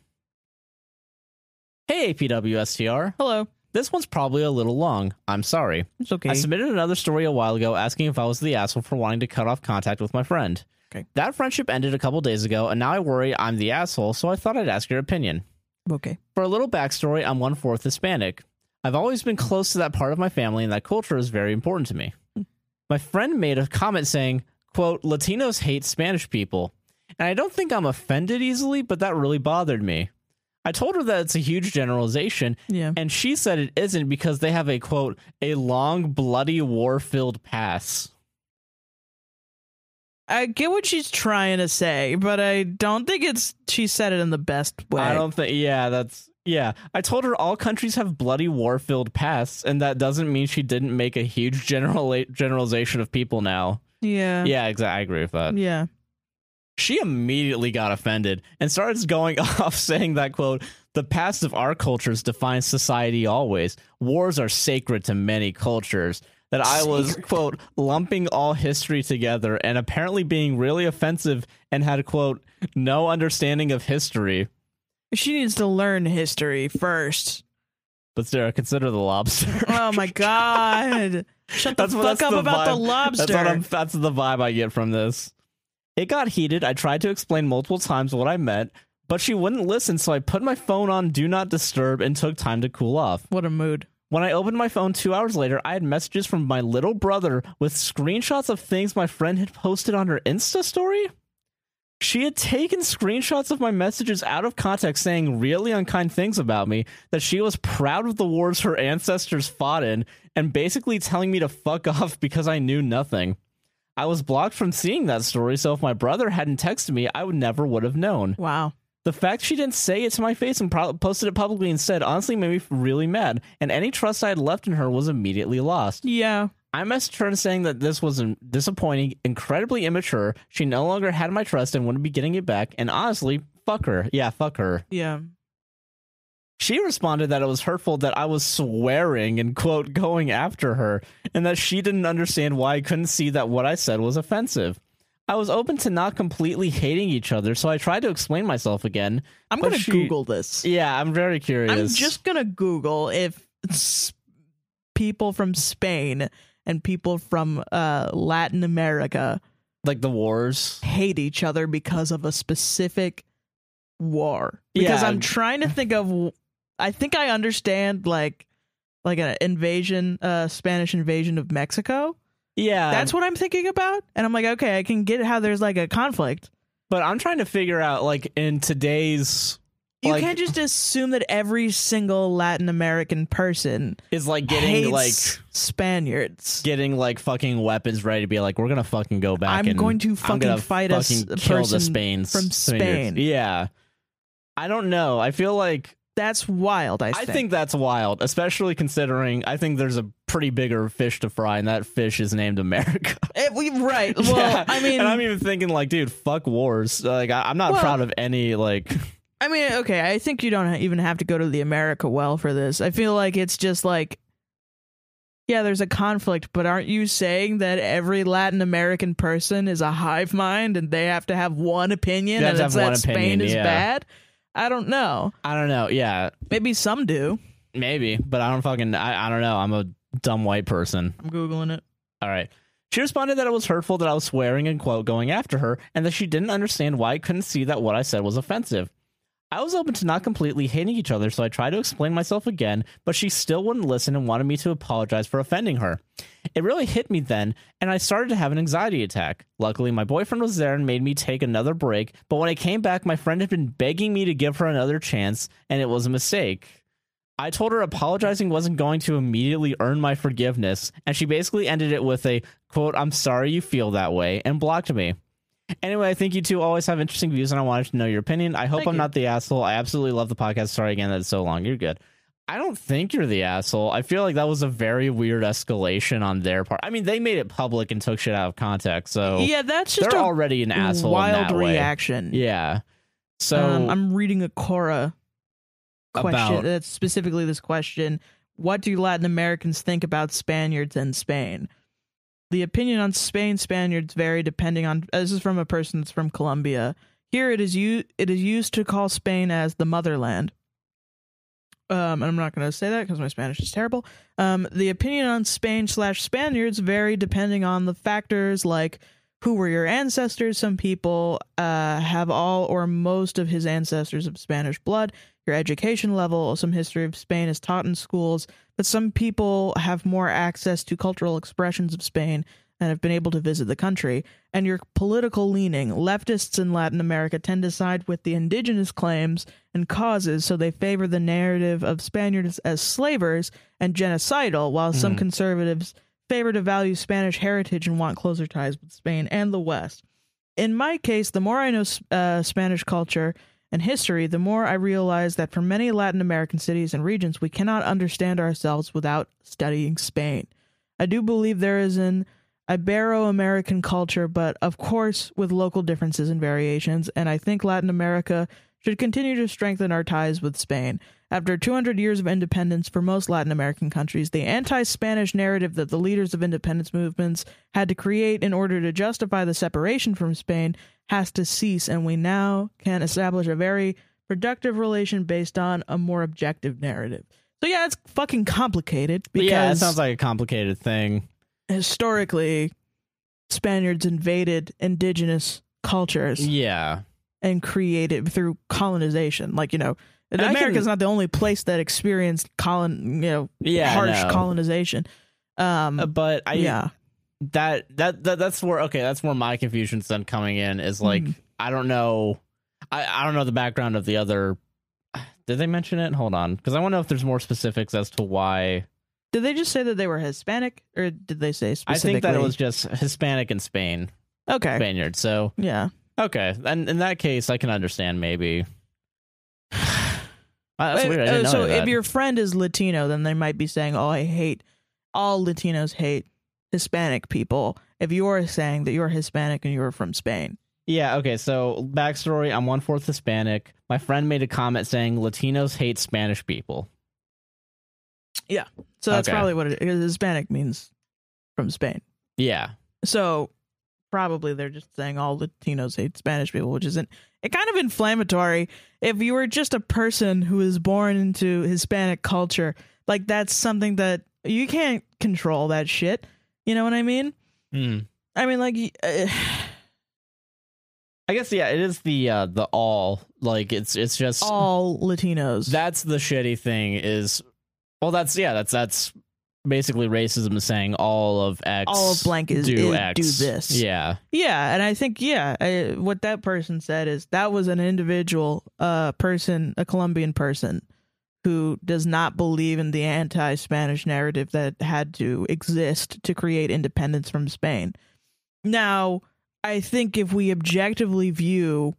Speaker 1: Hey, APWSTR.
Speaker 2: Hello.
Speaker 1: This one's probably a little long. I'm sorry.
Speaker 2: It's okay.
Speaker 1: I submitted another story a while ago asking if I was the asshole for wanting to cut off contact with my friend.
Speaker 2: Okay.
Speaker 1: That friendship ended a couple days ago, and now I worry I'm the asshole, so I thought I'd ask your opinion.
Speaker 2: okay.
Speaker 1: For a little backstory, I'm one fourth Hispanic. I've always been close to that part of my family, and that culture is very important to me. My friend made a comment saying, quote, Latinos hate Spanish people. And I don't think I'm offended easily, but that really bothered me. I told her that it's a huge generalization,
Speaker 2: Yeah.
Speaker 1: and she said it isn't because they have a quote, a long, bloody, war filled past.
Speaker 2: I get what she's trying to say, but I don't think it's she said it in the best way.
Speaker 1: I don't think. Yeah, that's. Yeah, I told her all countries have bloody war-filled pasts, and that doesn't mean she didn't make a huge general generalization of people. Now,
Speaker 2: yeah.
Speaker 1: yeah, exactly. I agree with that.
Speaker 2: Yeah.
Speaker 1: She immediately got offended and starts going off saying that quote, the past of our cultures defines society always. Wars are sacred to many cultures. That I was, quote, lumping all history together and apparently being really offensive and had, quote, no understanding of history.
Speaker 2: She needs to learn history first.
Speaker 1: But Sarah, consider the lobster.
Speaker 2: Oh my god. Shut the
Speaker 1: That's what-
Speaker 2: fuck
Speaker 1: that's
Speaker 2: up
Speaker 1: the
Speaker 2: about the
Speaker 1: vibe.
Speaker 2: lobster.
Speaker 1: That's, what I'm, that's the vibe I get from this. It got heated. I tried to explain multiple times what I meant, but she wouldn't listen, so I put my phone on Do Not Disturb and took time to cool off.
Speaker 2: what a mood.
Speaker 1: When I opened my phone two hours later, I had messages from my little brother with screenshots of things my friend had posted on her Insta story. She had taken screenshots of my messages out of context, saying really unkind things about me, that she was proud of the wars her ancestors fought in, and basically telling me to fuck off because I knew nothing. I was blocked from seeing that story, so if my brother hadn't texted me, I would never would have known.
Speaker 2: Wow.
Speaker 1: The fact she didn't say it to my face and pro- posted it publicly instead honestly made me really mad, and any trust I had left in her was immediately lost.
Speaker 2: Yeah.
Speaker 1: I messaged her saying that this was um, disappointing, incredibly immature. She no longer had my trust and wouldn't be getting it back, and honestly, fuck her. Yeah, fuck her.
Speaker 2: Yeah.
Speaker 1: She responded that it was hurtful that I was swearing and, quote, going after her, and that she didn't understand why I couldn't see that what I said was offensive. I was open to not completely hating each other, so I tried to explain myself again.
Speaker 2: I'm
Speaker 1: but
Speaker 2: going to
Speaker 1: she-
Speaker 2: Google this.
Speaker 1: Yeah, I'm very curious.
Speaker 2: I'm just going to Google if s- people from Spain and people from uh, Latin America
Speaker 1: like the wars.
Speaker 2: hate each other because of a specific war. Because
Speaker 1: Yeah.
Speaker 2: I'm trying to think of. I think I understand like like an invasion, uh, Spanish invasion of Mexico.
Speaker 1: Yeah,
Speaker 2: That's what I'm thinking about, and I'm like, okay, I can get how there's like a conflict.
Speaker 1: But I'm trying to figure out, like, in today's,
Speaker 2: You
Speaker 1: Like-
Speaker 2: can't just assume that every single Latin American person
Speaker 1: is like getting
Speaker 2: hates
Speaker 1: like
Speaker 2: Spaniards.
Speaker 1: getting like fucking weapons ready to be like, we're gonna fucking go back.
Speaker 2: I'm
Speaker 1: and
Speaker 2: going to
Speaker 1: I'm
Speaker 2: fucking
Speaker 1: gonna
Speaker 2: fight a s-
Speaker 1: fucking kill the
Speaker 2: person
Speaker 1: Spain
Speaker 2: from Spain.
Speaker 1: Yeah, I don't know. I feel like
Speaker 2: That's wild. I,
Speaker 1: I think that's wild, especially considering I think there's a pretty bigger fish to fry, and that fish is named America.
Speaker 2: Eh, we, right. Well,
Speaker 1: Yeah.
Speaker 2: I mean,
Speaker 1: and I'm even thinking like, dude, fuck wars. Like, I, I'm not
Speaker 2: Well-
Speaker 1: proud of any like.
Speaker 2: I mean, okay, I think you don't ha- even have to go to the America well for this. I feel like it's just like, yeah, there's a conflict, but aren't you saying that every Latin American person is a hive mind and they have to have one opinion
Speaker 1: They have
Speaker 2: and
Speaker 1: to
Speaker 2: it's
Speaker 1: have
Speaker 2: that
Speaker 1: one
Speaker 2: Spain
Speaker 1: opinion,
Speaker 2: is
Speaker 1: yeah.
Speaker 2: bad? I don't know.
Speaker 1: I don't know. Yeah,
Speaker 2: Maybe some do.
Speaker 1: Maybe, but I don't fucking I, I don't know. I'm a dumb white person.
Speaker 2: I'm googling it.
Speaker 1: All right. She responded that it was hurtful that I was swearing and quote going after her and that she didn't understand why I couldn't see that what I said was offensive. I was open to not completely hating each other, so I tried to explain myself again, but she still wouldn't listen and wanted me to apologize for offending her. It really hit me then, and I started to have an anxiety attack. Luckily, my boyfriend was there and made me take another break, but when I came back, my friend had been begging me to give her another chance, and it was a mistake. I told her apologizing wasn't going to immediately earn my forgiveness, and she basically ended it with a quote, I'm sorry you feel that way, and blocked me. Anyway, I think you two always have interesting views, and I wanted to know your opinion. I hope
Speaker 2: Thank
Speaker 1: I'm
Speaker 2: you.
Speaker 1: not the asshole. I absolutely love the podcast. Sorry again that it's so long. You're good. I don't think you're the asshole. I feel like that was a very weird escalation on their part. I mean, they made it public and took shit out of context, so
Speaker 2: yeah, that's just
Speaker 1: Oh. they're
Speaker 2: a
Speaker 1: already an asshole. in
Speaker 2: wild
Speaker 1: that way.
Speaker 2: reaction.
Speaker 1: Yeah. So
Speaker 2: um, I'm reading a Cora question
Speaker 1: About-
Speaker 2: that's specifically this question. What do Latin Americans think about Spaniards and Spain? The opinion on Spain Spaniards vary depending on uh, this is from a person that's from Colombia. Here it is u- it is used to call Spain as the motherland. Um, and I'm not going to say that because my Spanish is terrible. Um, the opinion on Spain slash Spaniards vary depending on the factors like who were your ancestors. Some people uh, have all or most of his ancestors of Spanish blood, your education level, some history of Spain is taught in schools, but some people have more access to cultural expressions of Spain and have been able to visit the country, and your political leaning. Leftists in Latin America tend to side with the indigenous claims and causes, so they favor the narrative of Spaniards as slavers and genocidal, while some conservatives favor to value Spanish heritage and want closer ties with Spain and the West. In my case, the more I know uh, Spanish culture and history, the more I realize that for many Latin American cities and regions, we cannot understand ourselves without studying Spain. I do believe there is an Ibero American culture, but of course with local differences and variations, and I think Latin America should continue to strengthen our ties with Spain. After 200 years of independence for most Latin American countries, the anti Spanish narrative that the leaders of independence movements had to create in order to justify the separation from Spain has to cease, and we now can establish a very productive relation based on a more objective narrative. So, yeah, it's fucking complicated
Speaker 1: But
Speaker 2: because
Speaker 1: yeah, it sounds like a complicated thing.
Speaker 2: historically Spaniards invaded indigenous cultures
Speaker 1: Yeah.
Speaker 2: and created through colonization. Like, you know,
Speaker 1: I
Speaker 2: America's
Speaker 1: can-
Speaker 2: not the only place that experienced colon you know
Speaker 1: Yeah,
Speaker 2: harsh
Speaker 1: no.
Speaker 2: colonization. Um
Speaker 1: Uh, But I
Speaker 2: yeah.
Speaker 1: that, that that that's where okay, that's where my confusion's then coming in is like
Speaker 2: Mhm.
Speaker 1: I don't know I, I don't know the background of the other did they mention it? Hold on. Because I want to know if there's more specifics as to why
Speaker 2: Did they just say that they were Hispanic or did they say
Speaker 1: I
Speaker 2: specifically?
Speaker 1: think that it was just Hispanic in Spain,
Speaker 2: Okay.
Speaker 1: Spaniard. So
Speaker 2: Yeah.
Speaker 1: okay. And in that case I can understand maybe. Wow, that's
Speaker 2: Uh,
Speaker 1: weird. I didn't know
Speaker 2: uh, so
Speaker 1: any of
Speaker 2: if
Speaker 1: that.
Speaker 2: your friend is Latino, then they might be saying, "Oh, I hate all Latinos hate Hispanic people." If you're saying that you're Hispanic and you're from Spain,
Speaker 1: Yeah, okay, so backstory I'm one fourth Hispanic. My friend made a comment saying Latinos hate Spanish people.
Speaker 2: So that's
Speaker 1: Okay.
Speaker 2: probably what it is. Hispanic means from Spain.
Speaker 1: Yeah.
Speaker 2: So probably they're just saying all Latinos hate Spanish people, which isn't it kind of inflammatory. If you were just a person who is born into Hispanic culture, like that's something that you can't control that shit. You know what I mean?
Speaker 1: Hmm.
Speaker 2: I mean like y- uh,
Speaker 1: I guess yeah, it is the uh the all like it's it's just
Speaker 2: all Latinos.
Speaker 1: that's the shitty thing is well that's yeah that's that's basically racism is saying all of X
Speaker 2: All of blank is-
Speaker 1: do
Speaker 2: is
Speaker 1: X
Speaker 2: do this.
Speaker 1: yeah
Speaker 2: Yeah, and I think yeah, I, what that person said is that was an individual, uh, person, a Colombian person, who does not believe in the anti-Spanish narrative that had to exist to create independence from Spain. Now, I think if we objectively view,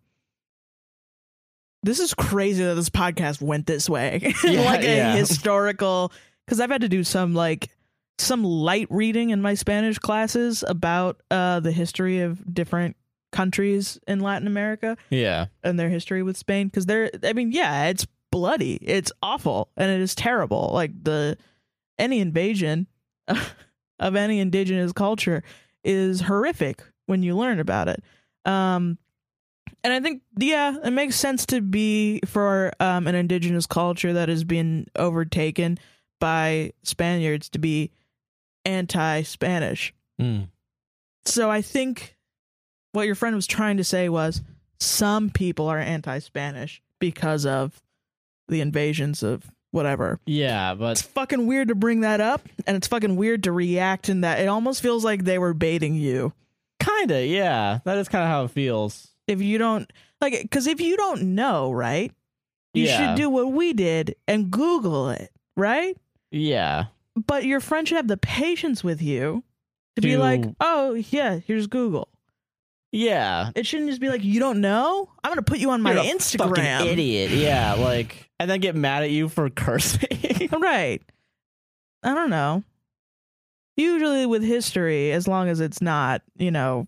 Speaker 2: this is crazy that this podcast went this way,
Speaker 1: Yeah,
Speaker 2: like a
Speaker 1: yeah.
Speaker 2: historical. Because I've had to do some like some light reading in my Spanish classes about uh, the history of different countries in Latin America
Speaker 1: yeah
Speaker 2: and their history with Spain. Because they're, I mean, yeah, it's bloody, it's awful, and it is terrible. Like the any invasion of any indigenous culture is horrific when you learn about it. Um, and I think, yeah, it makes sense to be for um, an indigenous culture that is being overtaken by Spaniards to be anti-Spanish.
Speaker 1: Mm.
Speaker 2: So I think what your friend was trying to say was some people are anti-Spanish because of the invasions of whatever.
Speaker 1: yeah
Speaker 2: It's
Speaker 1: but
Speaker 2: fucking weird to bring that up and it's fucking weird to react in that it almost feels like they were baiting you.
Speaker 1: kinda yeah that is kind of how it feels
Speaker 2: If you don't like cuz if you don't know, right? You
Speaker 1: Yeah.
Speaker 2: should do what we did and google it, right?
Speaker 1: yeah
Speaker 2: But your friend should have the patience with you to be
Speaker 1: To-
Speaker 2: like, "Oh, yeah, here's Google."
Speaker 1: Yeah.
Speaker 2: It shouldn't just be like, you don't know? I'm going to put you on my
Speaker 1: You're a
Speaker 2: Instagram.
Speaker 1: fucking idiot. Yeah, like and then get mad at you for cursing.
Speaker 2: Right. I don't know. Usually with history, as long as it's not, you know,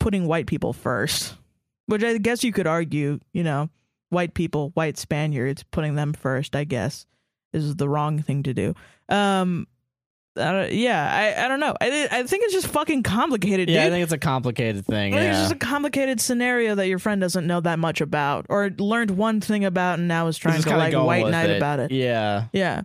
Speaker 2: putting white people first, which I guess you could argue, you know, white people, white Spaniards, putting them first, I guess, is the wrong thing to do. Um, I don't, yeah, I, I don't know. I, I think it's just fucking complicated,
Speaker 1: yeah, I
Speaker 2: dude.
Speaker 1: think it's a complicated thing.
Speaker 2: I think it's
Speaker 1: Yeah.
Speaker 2: just a complicated scenario that your friend doesn't know that much about or learned one thing about and now is trying
Speaker 1: Just
Speaker 2: to
Speaker 1: kinda
Speaker 2: like
Speaker 1: go
Speaker 2: white
Speaker 1: with
Speaker 2: knight about it.
Speaker 1: Yeah.
Speaker 2: Yeah.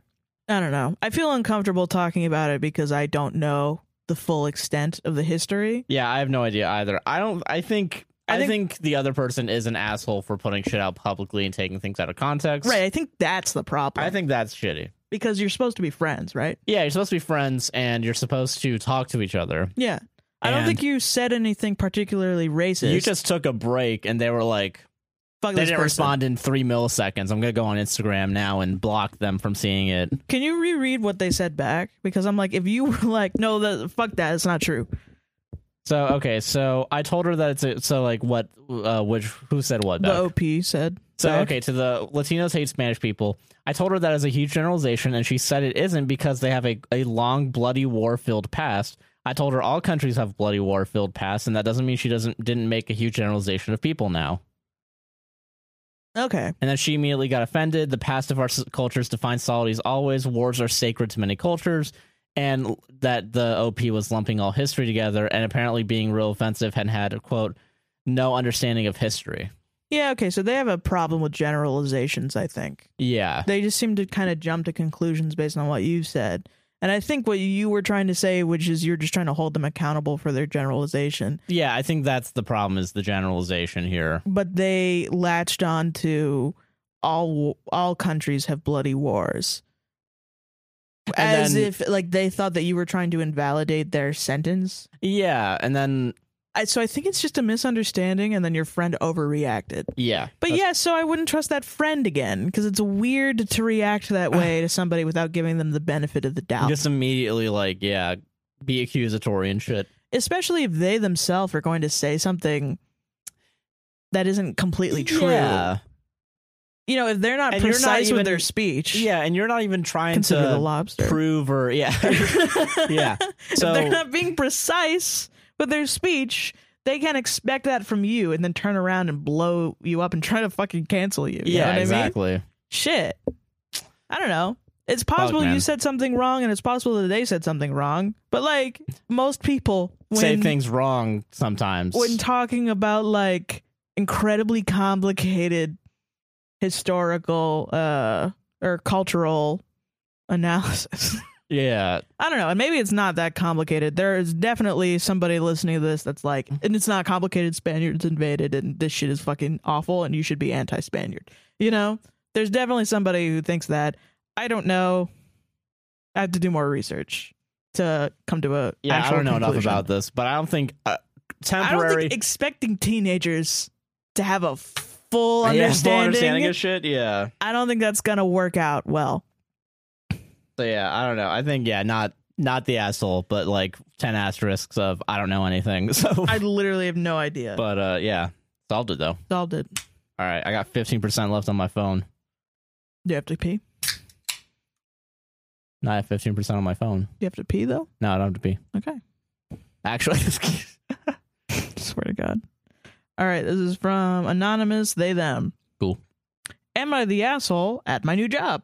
Speaker 2: I don't know. I feel uncomfortable talking about it because I don't know the full extent of the history.
Speaker 1: Yeah, I have no idea either. I don't I think
Speaker 2: I
Speaker 1: I think,
Speaker 2: think-
Speaker 1: the other person is an asshole for putting shit out publicly and taking things out of context.
Speaker 2: Right. I think that's the problem.
Speaker 1: I think that's shitty.
Speaker 2: because you're supposed to be friends, right?
Speaker 1: Yeah, you're supposed to be friends and you're supposed to talk to each other.
Speaker 2: Yeah. I don't
Speaker 1: And-
Speaker 2: think you said anything particularly racist.
Speaker 1: You just took a break and they were like
Speaker 2: Fuck
Speaker 1: they
Speaker 2: this
Speaker 1: didn't
Speaker 2: person.
Speaker 1: respond in three milliseconds. I'm gonna go on Instagram now and block them from seeing it.
Speaker 2: Can you reread what they said back? Because I'm like, if you were like, no, the, fuck that, it's not true.
Speaker 1: So okay, so I told her that it's a, so like what uh which who said what back?
Speaker 2: The OP said.
Speaker 1: So
Speaker 2: back.
Speaker 1: okay, to the Latinos hate Spanish people. I told her that is a huge generalization, and she said it isn't because they have a, a long bloody war filled past. I told her all countries have bloody war filled past, and that doesn't mean she doesn't didn't make a huge generalization of people now.
Speaker 2: Okay.
Speaker 1: And then she immediately got offended. The past of our s- cultures defines solidity as always. Wars are sacred to many cultures, and l- that the OP was lumping all history together, and apparently being real offensive and had quote no understanding of history.
Speaker 2: Yeah, okay. So they have a problem with generalizations, I think.
Speaker 1: Yeah.
Speaker 2: they just seem to kind of jump to conclusions based on what you said. And I think what you were trying to say, which is you're just trying to hold them accountable for their generalization,
Speaker 1: Yeah, I think that's the problem is the generalization here.
Speaker 2: but they latched on to all all countries have bloody wars.
Speaker 1: And
Speaker 2: As
Speaker 1: then-
Speaker 2: if like they thought that you were trying to invalidate their sentence.
Speaker 1: Yeah, and then
Speaker 2: I, so I think it's just a misunderstanding, and then your friend overreacted.
Speaker 1: yeah,
Speaker 2: But
Speaker 1: That's-
Speaker 2: yeah, so I wouldn't trust that friend again because it's weird to react that way to somebody without giving them the benefit of the doubt.
Speaker 1: just immediately like yeah, be accusatory and shit.
Speaker 2: especially if they themselves are going to say something that isn't completely true.
Speaker 1: Yeah,
Speaker 2: You know, if they're not
Speaker 1: And you're not
Speaker 2: precise
Speaker 1: even-
Speaker 2: with their speech,
Speaker 1: yeah, and you're not even trying
Speaker 2: consider the
Speaker 1: to
Speaker 2: lobster.
Speaker 1: prove or yeah, yeah.
Speaker 2: if
Speaker 1: So
Speaker 2: they're not being precise with their speech, they can't expect that from you and then turn around and blow you up and try to fucking cancel you. you know
Speaker 1: yeah,
Speaker 2: what I mean?
Speaker 1: exactly.
Speaker 2: Shit. I don't know. It's possible
Speaker 1: man.
Speaker 2: you said something wrong and it's possible that they said something wrong. But like most people when
Speaker 1: Say things wrong sometimes.
Speaker 2: when talking about like incredibly complicated historical uh or cultural analysis.
Speaker 1: yeah,
Speaker 2: I don't know, and maybe it's not that complicated. There is definitely somebody listening to this that's like, and it's not complicated. Spaniards invaded, and this shit is fucking awful, and you should be anti-Spaniard. You know, there's definitely somebody who thinks that. I don't know. I have to do more research to come to a.
Speaker 1: yeah. I
Speaker 2: actual
Speaker 1: don't know enough
Speaker 2: conclusion.
Speaker 1: about this, but I don't think uh,
Speaker 2: I don't
Speaker 1: temporary.
Speaker 2: think expecting teenagers to have a
Speaker 1: Yeah,
Speaker 2: full
Speaker 1: full
Speaker 2: understanding.
Speaker 1: understanding of shit. Yeah.
Speaker 2: I don't think that's gonna work out well.
Speaker 1: So yeah, I don't know. I think yeah, not not the asshole, but like ten asterisks of I don't know anything. So,
Speaker 2: I literally have no idea.
Speaker 1: but uh, yeah, solved it though.
Speaker 2: Solved it.
Speaker 1: All right, I got fifteen percent left on my phone.
Speaker 2: Do you have to pee? Do
Speaker 1: Now I have fifteen percent on my phone.
Speaker 2: you have to pee though?
Speaker 1: No, I don't have to be.
Speaker 2: Okay.
Speaker 1: Actually,
Speaker 2: Swear to God. All right, this is from Anonymous They Them.
Speaker 1: Cool.
Speaker 2: Am I the asshole at my new job?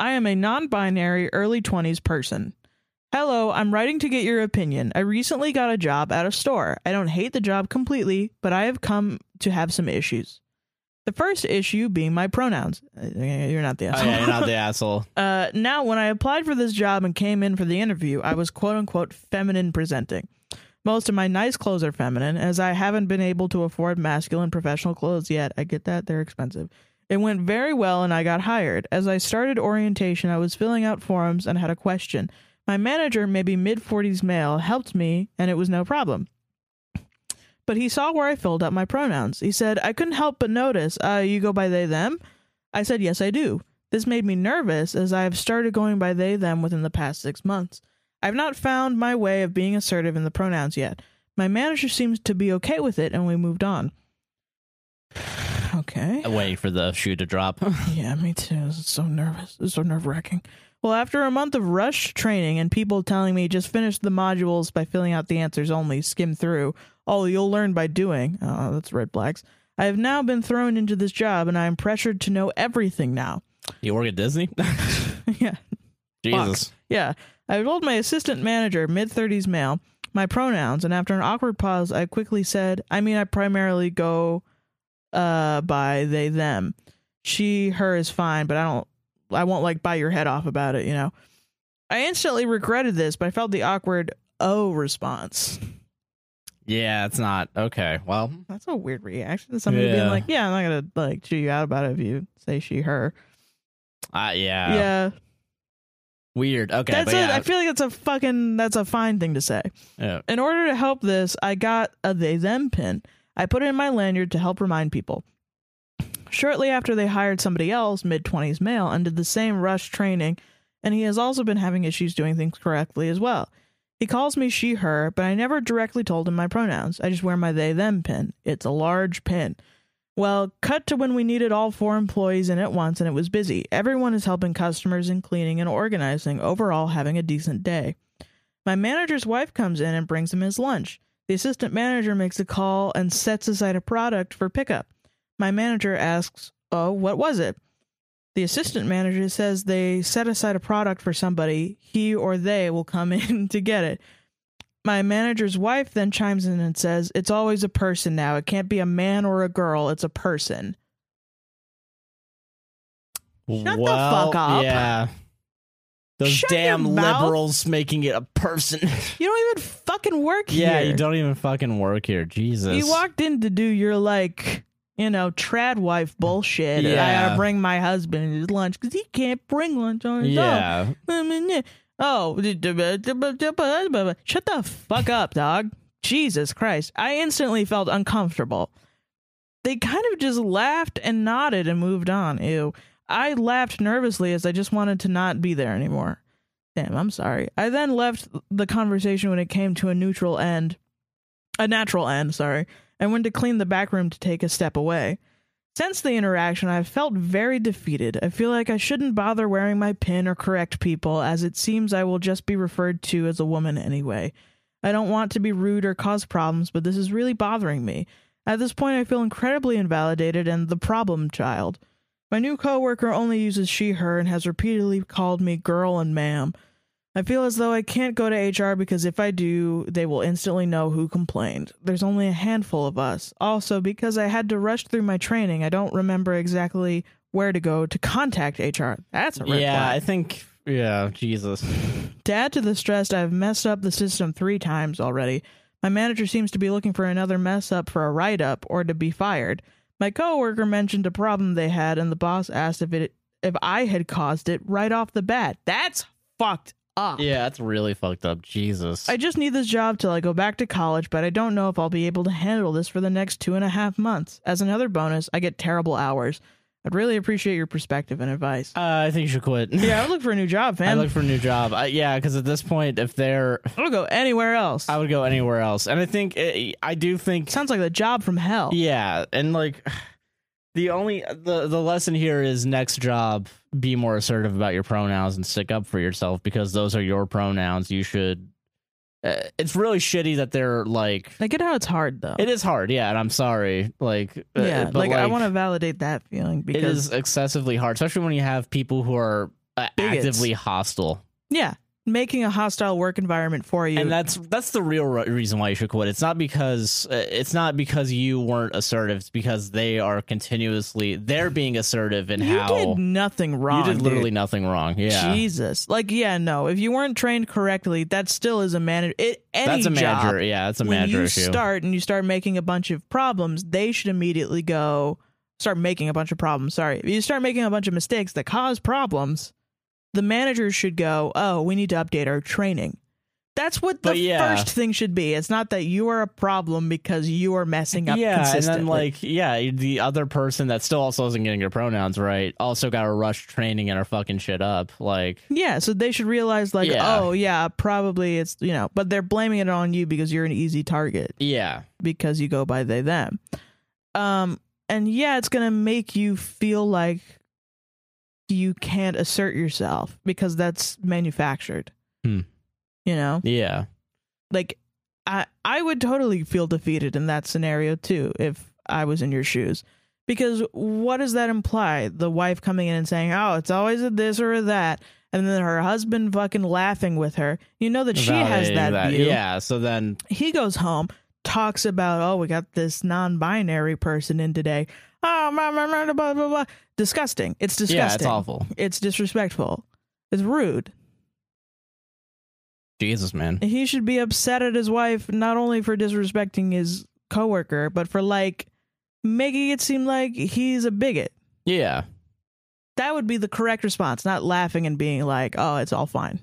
Speaker 2: I am a non binary early 20s person. Hello, I'm writing to get your opinion. I recently got a job at a store. I don't hate the job completely, but I have come to have some issues. The first issue being my pronouns. Uh, You're not the
Speaker 1: oh,
Speaker 2: asshole.
Speaker 1: yeah, you're not the asshole.
Speaker 2: Uh, now, when I applied for this job and came in for the interview, I was quote unquote feminine presenting. Most of my nice clothes are feminine, as I haven't been able to afford masculine professional clothes yet. I get that, they're expensive. It went very well, and I got hired. As I started orientation, I was filling out forms and had a question. My manager, maybe mid 40s male, helped me, and it was no problem but he saw where I filled out my pronouns. He said, I couldn't help but notice. Uh, you go by they, them? I said, Yes, I do. This made me nervous as I have started going by they, them within the past six months. I've not found my way of being assertive in the pronouns yet. My manager seems to be okay with it, and we moved on. Okay.
Speaker 1: Waiting for the shoe to drop.
Speaker 2: Yeah, me too. It's so nervous. It's so nerve wracking. Well, after a month of rush training and people telling me just finish the modules by filling out the answers only, skim through. Oh, you'll learn by doing. Oh, that's red flags. I have now been thrown into this job and I am pressured to know everything now.
Speaker 1: you work at Disney?
Speaker 2: yeah.
Speaker 1: Jesus.
Speaker 2: Yeah. I told my assistant manager, mid 30s male, my pronouns, and after an awkward pause, I quickly said, I mean, I primarily go uh, by they, them. She, her is fine, but I don't, I won't like buy your head off about it, you know? I instantly regretted this, but I felt the awkward, oh response.
Speaker 1: Yeah, it's not. Okay. Well,
Speaker 2: That's a weird reaction to somebody being
Speaker 1: Yeah.
Speaker 2: like, yeah, I'm not going to like chew you out about it if you say she, her.
Speaker 1: uh, yeah.
Speaker 2: yeah.
Speaker 1: Weird. Okay.
Speaker 2: That's
Speaker 1: but
Speaker 2: it.
Speaker 1: yeah.
Speaker 2: I feel like that's a fucking, that's a fine thing to say.
Speaker 1: yeah.
Speaker 2: In order to help this, I got a they them pin. I put it in my lanyard to help remind people. Shortly after, they hired somebody else, mid 20s male, and did the same rush training, and he has also been having issues doing things correctly as well. He calls me she, her, but I never directly told him my pronouns. I just wear my they them pin. It's a large pin. Well, cut to when we needed all four employees in at once, and it was busy. Everyone is helping customers in cleaning and organizing, overall, having a decent day. My manager's wife comes in and brings him his lunch. The assistant manager makes a call and sets aside a product for pickup. My manager asks, Oh, what was it? The assistant manager says they set aside a product for somebody. He or they will come in to get it. My manager's wife then chimes in and says, It's always a person now. It can't be a man or a girl. It's a person. Shut the
Speaker 1: Well,
Speaker 2: fuck up.
Speaker 1: Yeah. Those
Speaker 2: Shut your
Speaker 1: damn
Speaker 2: mouth.
Speaker 1: liberals making it a person.
Speaker 2: You don't even fucking work
Speaker 1: yeah,
Speaker 2: here.
Speaker 1: you don't even fucking work here. Jesus.
Speaker 2: You walked in to do your like, you know, trad wife bullshit. and I gotta
Speaker 1: Yeah.
Speaker 2: bring my husband his lunch because he can't bring lunch on his
Speaker 1: Yeah.
Speaker 2: own. Oh, shut the fuck up, dog. Jesus Christ. I instantly felt uncomfortable. They kind of just laughed and nodded and moved on. Ew. I laughed nervously as I just wanted to not be there anymore. Damn, I'm sorry. I then left the conversation when it came to a neutral end, a natural end, sorry, and went to clean the back room to take a step away. Since the interaction, I've felt very defeated. I feel like I shouldn't bother wearing my pin or correct people, as it seems I will just be referred to as a woman anyway. I don't want to be rude or cause problems, but this is really bothering me. At this point, I feel incredibly invalidated and the problem child. My new coworker only uses she, her, and has repeatedly called me girl and ma'am. I feel as though I can't go to HR because if I do, they will instantly know who complained. There's only a handful of us. Also, because I had to rush through my training, I don't remember exactly where to go to contact HR. That's a red
Speaker 1: Yeah,
Speaker 2: flag.
Speaker 1: I think. Yeah, Jesus.
Speaker 2: To add to the stress, I've messed up the system three times already. My manager seems to be looking for another mess up for a write up or to be fired. My coworker mentioned a problem they had, and the boss asked if it if I had caused it right off the bat. That's fucked up.
Speaker 1: Yeah, that's really fucked up. Jesus.
Speaker 2: I just need this job till I go back to college, but I don't know if I'll be able to handle this for the next two and a half months. As another bonus, I get terrible hours. I'd really appreciate your perspective and advice.
Speaker 1: uh, I think you should quit.
Speaker 2: yeah, I would look for a new job,
Speaker 1: I
Speaker 2: fam. I
Speaker 1: look for a new job. I, yeah, because at this point, if they're,
Speaker 2: would go anywhere else.
Speaker 1: I would go anywhere else. And I think eh, I do think
Speaker 2: Sounds like the job from hell.
Speaker 1: Yeah, and like the only the the lesson here is next job be more assertive about your pronouns and stick up for yourself because those are your pronouns. You should. Uh, it's really shitty that they're like.
Speaker 2: I get how it's hard though.
Speaker 1: It is hard, yeah, and I'm sorry. Like, uh,
Speaker 2: oh. yeah,
Speaker 1: but
Speaker 2: like, I want to validate that feeling
Speaker 1: It
Speaker 2: because
Speaker 1: is excessively hard, especially when you have people who are uh,
Speaker 2: Bigots.
Speaker 1: actively hostile,
Speaker 2: yeah, making a hostile work environment for you.
Speaker 1: and that's that's the real re- reason why you should quit. It's not because uh, it's not because you weren't assertive. It's because they are continuously they're being assertive in
Speaker 2: you
Speaker 1: how
Speaker 2: did nothing wrong.
Speaker 1: You did literally
Speaker 2: dude.
Speaker 1: nothing wrong. Yeah.
Speaker 2: Jesus. Like yeah, no. If you weren't trained correctly, that still is a manager. It any
Speaker 1: That's a
Speaker 2: job,
Speaker 1: manager. Yeah, that's a
Speaker 2: when
Speaker 1: manager
Speaker 2: you
Speaker 1: issue.
Speaker 2: start and you start making a bunch of problems, they should immediately go start making a bunch of problems. Sorry, if you start making a bunch of mistakes that cause problems, the managers should go, "Oh, we need to update our training." That's what the
Speaker 1: But yeah.
Speaker 2: first thing should be. It's not that you are a problem because you are messing up
Speaker 1: yeah, and
Speaker 2: consistently.
Speaker 1: then like yeah, the other person that still also isn't getting your pronouns right also got a rush training and are fucking shit up. Like
Speaker 2: yeah, so they should realize like,
Speaker 1: Yeah.
Speaker 2: oh yeah, probably it's you know, but they're blaming it on you because you're an easy target
Speaker 1: yeah,
Speaker 2: because you go by they them. Um and yeah, it's going to make you feel like you can't assert yourself because that's manufactured.
Speaker 1: Hmm.
Speaker 2: You know?
Speaker 1: yeah,
Speaker 2: like i i would totally feel defeated in that scenario too if i was in your shoes because what does that imply the wife coming in and saying oh it's always a this or a that and then her husband fucking laughing with her you know that she has
Speaker 1: Validating
Speaker 2: that, view
Speaker 1: Yeah, so then
Speaker 2: he goes home talks about oh we got this non-binary person in today oh blah blah blah blah blah, blah. disgusting it's disgusting
Speaker 1: yeah, it's awful.
Speaker 2: it's disrespectful it's rude
Speaker 1: Jesus, man.
Speaker 2: he should be upset at his wife not only for disrespecting his coworker but for like making it seem like he's a bigot
Speaker 1: Yeah,
Speaker 2: that would be the correct response not laughing and being like oh it's all fine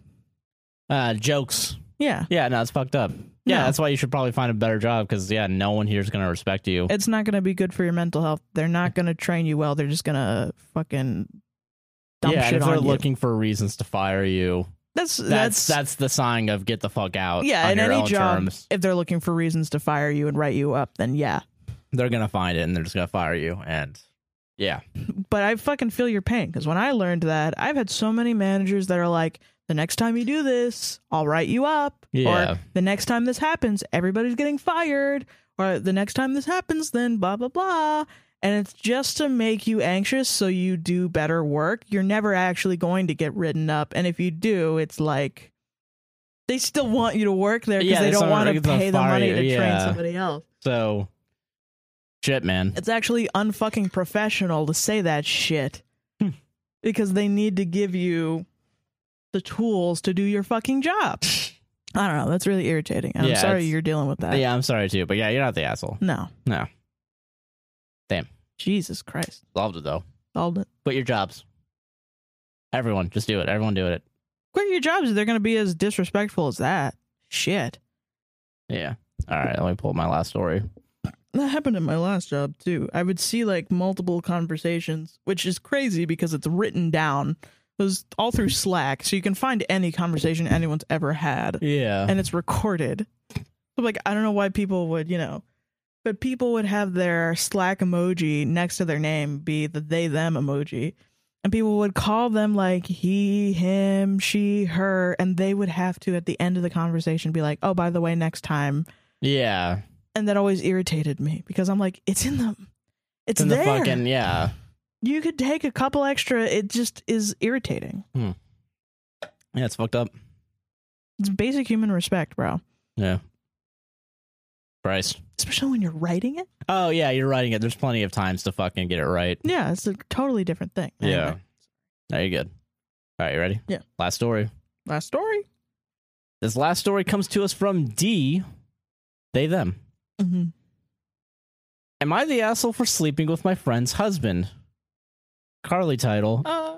Speaker 1: uh, jokes.
Speaker 2: yeah
Speaker 1: Yeah, no, it's fucked up. Yeah,
Speaker 2: No.
Speaker 1: that's why you should probably find a better job because yeah, no one here is gonna respect you.
Speaker 2: it's not going to be good for your mental health they're not going to train you well they're just going to fucking dump
Speaker 1: yeah, and
Speaker 2: shit
Speaker 1: if
Speaker 2: on
Speaker 1: they're
Speaker 2: you
Speaker 1: looking for reasons to fire you,
Speaker 2: that's
Speaker 1: that's, that's the sign of get the fuck out.
Speaker 2: yeah
Speaker 1: on
Speaker 2: in
Speaker 1: your
Speaker 2: any
Speaker 1: own
Speaker 2: job
Speaker 1: terms.
Speaker 2: if they're looking for reasons to fire you and write you up then yeah
Speaker 1: they're gonna find it and they're just gonna fire you. And yeah,
Speaker 2: but I fucking feel your pain because when I learned that, I've had so many managers that are like, the next time you do this, I'll write you up.
Speaker 1: Yeah.
Speaker 2: Or the next time this happens, everybody's getting fired. Or the next time this happens, then blah, blah, blah. And it's just to make you anxious so you do better work. You're never actually going to get written up. And if you do, it's like they still want you to work there because
Speaker 1: Yeah,
Speaker 2: they
Speaker 1: they
Speaker 2: don't
Speaker 1: still
Speaker 2: want to
Speaker 1: wanna get to
Speaker 2: pay the
Speaker 1: fire
Speaker 2: money
Speaker 1: you,
Speaker 2: to train
Speaker 1: yeah.
Speaker 2: somebody else.
Speaker 1: so shit, man.
Speaker 2: It's actually unfucking professional to say that shit.
Speaker 1: Hmm.
Speaker 2: because they need to give you the tools to do your fucking job. I don't know. That's really irritating. And I'm
Speaker 1: Yeah,
Speaker 2: sorry
Speaker 1: it's-
Speaker 2: you're dealing with that.
Speaker 1: yeah, I'm sorry too, but yeah, you're not the asshole.
Speaker 2: No.
Speaker 1: No. Damn.
Speaker 2: Jesus Christ.
Speaker 1: Loved it though.
Speaker 2: All the-
Speaker 1: Quit your jobs. Everyone, just do it. Everyone, do it.
Speaker 2: Quit your jobs. They're going to be as disrespectful as that. Shit.
Speaker 1: Yeah. All right, let me pull up my last story.
Speaker 2: That happened at my last job, too. I would see like multiple conversations, which is crazy because it's written down. It was all through Slack. So you can find any conversation anyone's ever had.
Speaker 1: Yeah.
Speaker 2: and it's recorded. So like I don't know why people would, you know, but people would have their Slack emoji next to their name be the they them emoji. And people would call them like he, him, she, her, and they would have to at the end of the conversation be like, "Oh, by the way, next time."
Speaker 1: yeah.
Speaker 2: And that always irritated me because I'm like, "It's in the it's
Speaker 1: in the
Speaker 2: there.
Speaker 1: fucking yeah.
Speaker 2: you could take a couple extra. It just is irritating.
Speaker 1: Yeah, it's fucked up.
Speaker 2: It's basic human respect, bro.
Speaker 1: Yeah. Bryce.
Speaker 2: Especially when you're writing it.
Speaker 1: Oh yeah, you're writing it. There's plenty of times to fucking get it right.
Speaker 2: Yeah, it's a totally different thing.
Speaker 1: Yeah. Now you're good. All right, you ready?
Speaker 2: Yeah.
Speaker 1: Last story.
Speaker 2: Last story.
Speaker 1: This last story comes to us from D. They them.
Speaker 2: Mm-hmm.
Speaker 1: Am I the asshole for sleeping with my friend's husband? Carly title.
Speaker 2: Uh,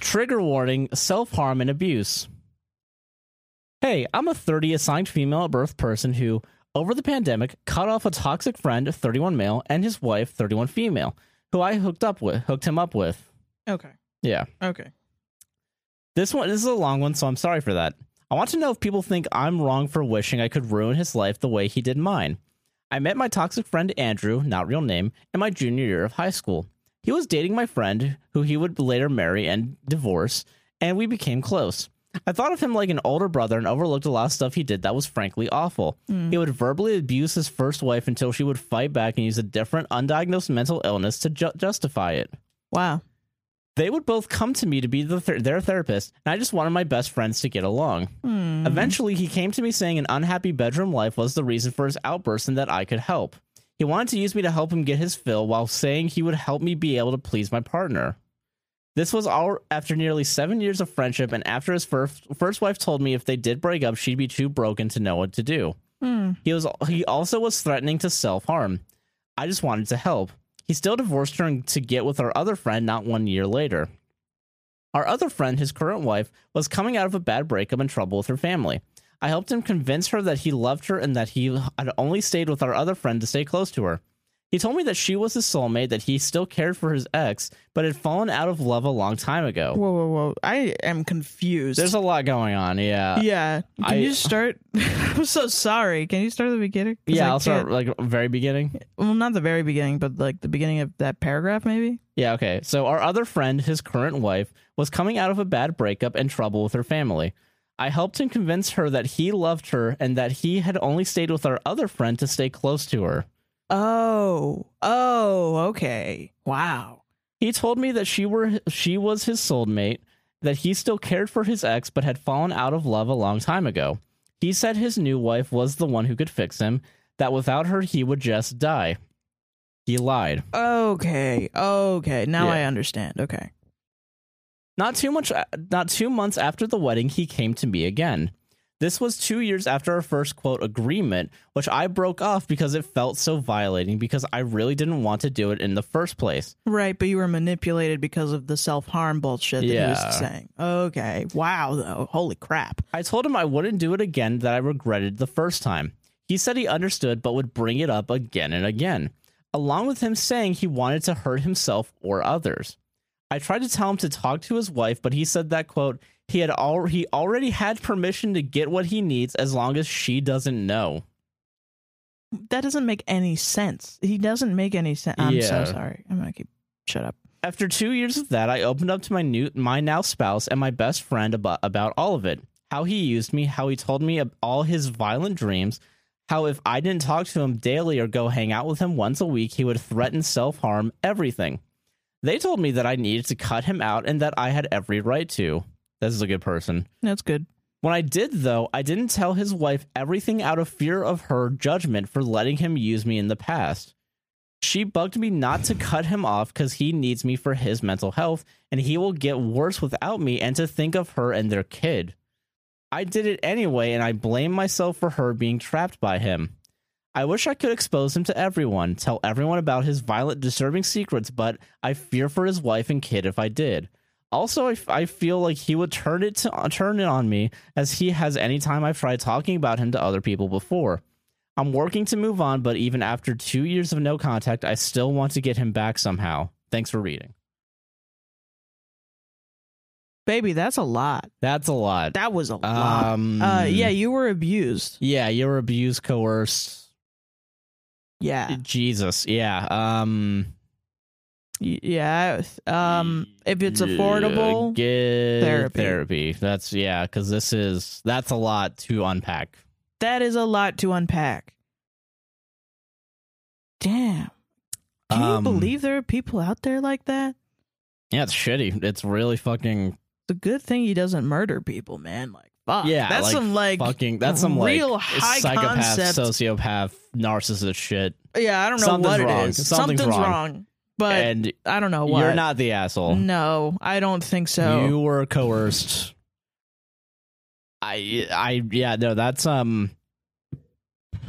Speaker 1: Trigger warning, self harm and abuse. Hey, I'm a 30 assigned female at birth person who, over the pandemic, cut off a toxic friend, 31 male, and his wife, 31 female, who I hooked up with, hooked him up with.
Speaker 2: okay.
Speaker 1: Yeah.
Speaker 2: Okay.
Speaker 1: This one this is a long one, so I'm sorry for that. I want to know if people think I'm wrong for wishing I could ruin his life the way he did mine. I met my toxic friend Andrew, not real name, in my junior year of high school. He was dating my friend, who he would later marry and divorce, and we became close. I thought of him like an older brother and overlooked a lot of stuff he did that was frankly awful. He would verbally abuse his first wife until she would fight back and use a different undiagnosed mental illness to ju- justify it
Speaker 2: Wow.
Speaker 1: they would both come to me to be the ther- their therapist, and I just wanted my best friends to get along. Eventually, he came to me saying an unhappy bedroom life was the reason for his outburst and that I could help. He wanted to use me to help him get his fill while saying he would help me be able to please my partner. This was all after nearly seven years of friendship, and after his first, first wife told me if they did break up, she'd be too broken to know what to do. He was he also was threatening to self harm. I just wanted to help. He still divorced her and to get with our other friend not one year later. Our other friend, his current wife, was coming out of a bad breakup and trouble with her family. I helped him convince her that he loved her and that he had only stayed with our other friend to stay close to her. He told me that she was his soulmate, that he still cared for his ex, but had fallen out of love a long time ago.
Speaker 2: Whoa, whoa, whoa! I am confused.
Speaker 1: There's a lot going on. Yeah.
Speaker 2: yeah. Can
Speaker 1: I-
Speaker 2: you start? I'm so sorry. Can you start at the beginning? 'Cause
Speaker 1: Yeah,
Speaker 2: I
Speaker 1: I'll start
Speaker 2: can't-
Speaker 1: like very beginning.
Speaker 2: Well, not the very beginning, but like the beginning of that paragraph, maybe.
Speaker 1: Yeah, okay. So our other friend, his current wife, was coming out of a bad breakup and trouble with her family. I helped him convince her that he loved her and that he had only stayed with our other friend to stay close to her.
Speaker 2: Oh, oh, okay. Wow.
Speaker 1: He told me that she were she was his soulmate, that he still cared for his ex but had fallen out of love a long time ago. He said his new wife was the one who could fix him, that without her he would just die. He lied.
Speaker 2: Okay, okay. Now
Speaker 1: Yeah.
Speaker 2: I understand. Okay.
Speaker 1: Not too much uh, not 2 months after the wedding he came to me again. This was 2 years after our first quote agreement, which I broke off because it felt so violating because I really didn't want to do it in the first place.
Speaker 2: Right, but you were manipulated because of the self harm bullshit that he
Speaker 1: Yeah.
Speaker 2: was saying. Okay. Wow, though. Holy crap.
Speaker 1: I told him I wouldn't do it again that I regretted the first time. He said he understood but would bring it up again and again, along with him saying he wanted to hurt himself or others. I tried to tell him to talk to his wife, but he said that quote, he had al- he already had permission to get what he needs as long as she doesn't know.
Speaker 2: That doesn't make any sense. He doesn't make any sense. I'm
Speaker 1: Yeah.
Speaker 2: so sorry. I'm going to keep. Shut up.
Speaker 1: After two years of that, I opened up to my new, my now spouse and my best friend about, about all of it. How he used me, how he told me of all his violent dreams, how if I didn't talk to him daily or go hang out with him once a week, he would threaten self harm, everything. They told me that I needed to cut him out and that I had every right to. This is a good person.
Speaker 2: That's good.
Speaker 1: When I did, though, I didn't tell his wife everything out of fear of her judgment for letting him use me in the past. She bugged me not to cut him off because he needs me for his mental health and he will get worse without me and to think of her and their kid. I did it anyway and I blame myself for her being trapped by him. I wish I could expose him to everyone, tell everyone about his violent, disturbing secrets, but I fear for his wife and kid if I did. Also, I, f- I feel like he would turn it to, turn it on me as he has any time I've tried talking about him to other people before. I'm working to move on, but even after two years of no contact, I still want to get him back somehow. Thanks for reading.
Speaker 2: Baby, that's a lot.
Speaker 1: That's a lot.
Speaker 2: That was a lot.
Speaker 1: Um,
Speaker 2: Uh, yeah, you were abused.
Speaker 1: yeah, you were abused, coerced.
Speaker 2: Yeah.
Speaker 1: Jesus, yeah. Um,
Speaker 2: Y- Yeah. Um, if it's
Speaker 1: uh,
Speaker 2: affordable,
Speaker 1: get
Speaker 2: therapy.
Speaker 1: Therapy. That's yeah, because this is that's a lot to unpack.
Speaker 2: that is a lot to unpack. Damn. Can
Speaker 1: Um,
Speaker 2: you believe there are people out there like that?
Speaker 1: Yeah, it's shitty. It's really fucking
Speaker 2: The good thing he doesn't murder people, man. Like, fuck.
Speaker 1: Yeah,
Speaker 2: Uh, That's
Speaker 1: like,
Speaker 2: some like
Speaker 1: fucking that's some like,
Speaker 2: real high
Speaker 1: psychopath,
Speaker 2: concept.
Speaker 1: sociopath, narcissist shit.
Speaker 2: yeah, I don't know
Speaker 1: Something's
Speaker 2: what
Speaker 1: wrong.
Speaker 2: it is.
Speaker 1: Something's wrong.
Speaker 2: But
Speaker 1: and
Speaker 2: I don't know what.
Speaker 1: you're not the asshole.
Speaker 2: No, I don't think so.
Speaker 1: You were coerced. I I yeah no that's um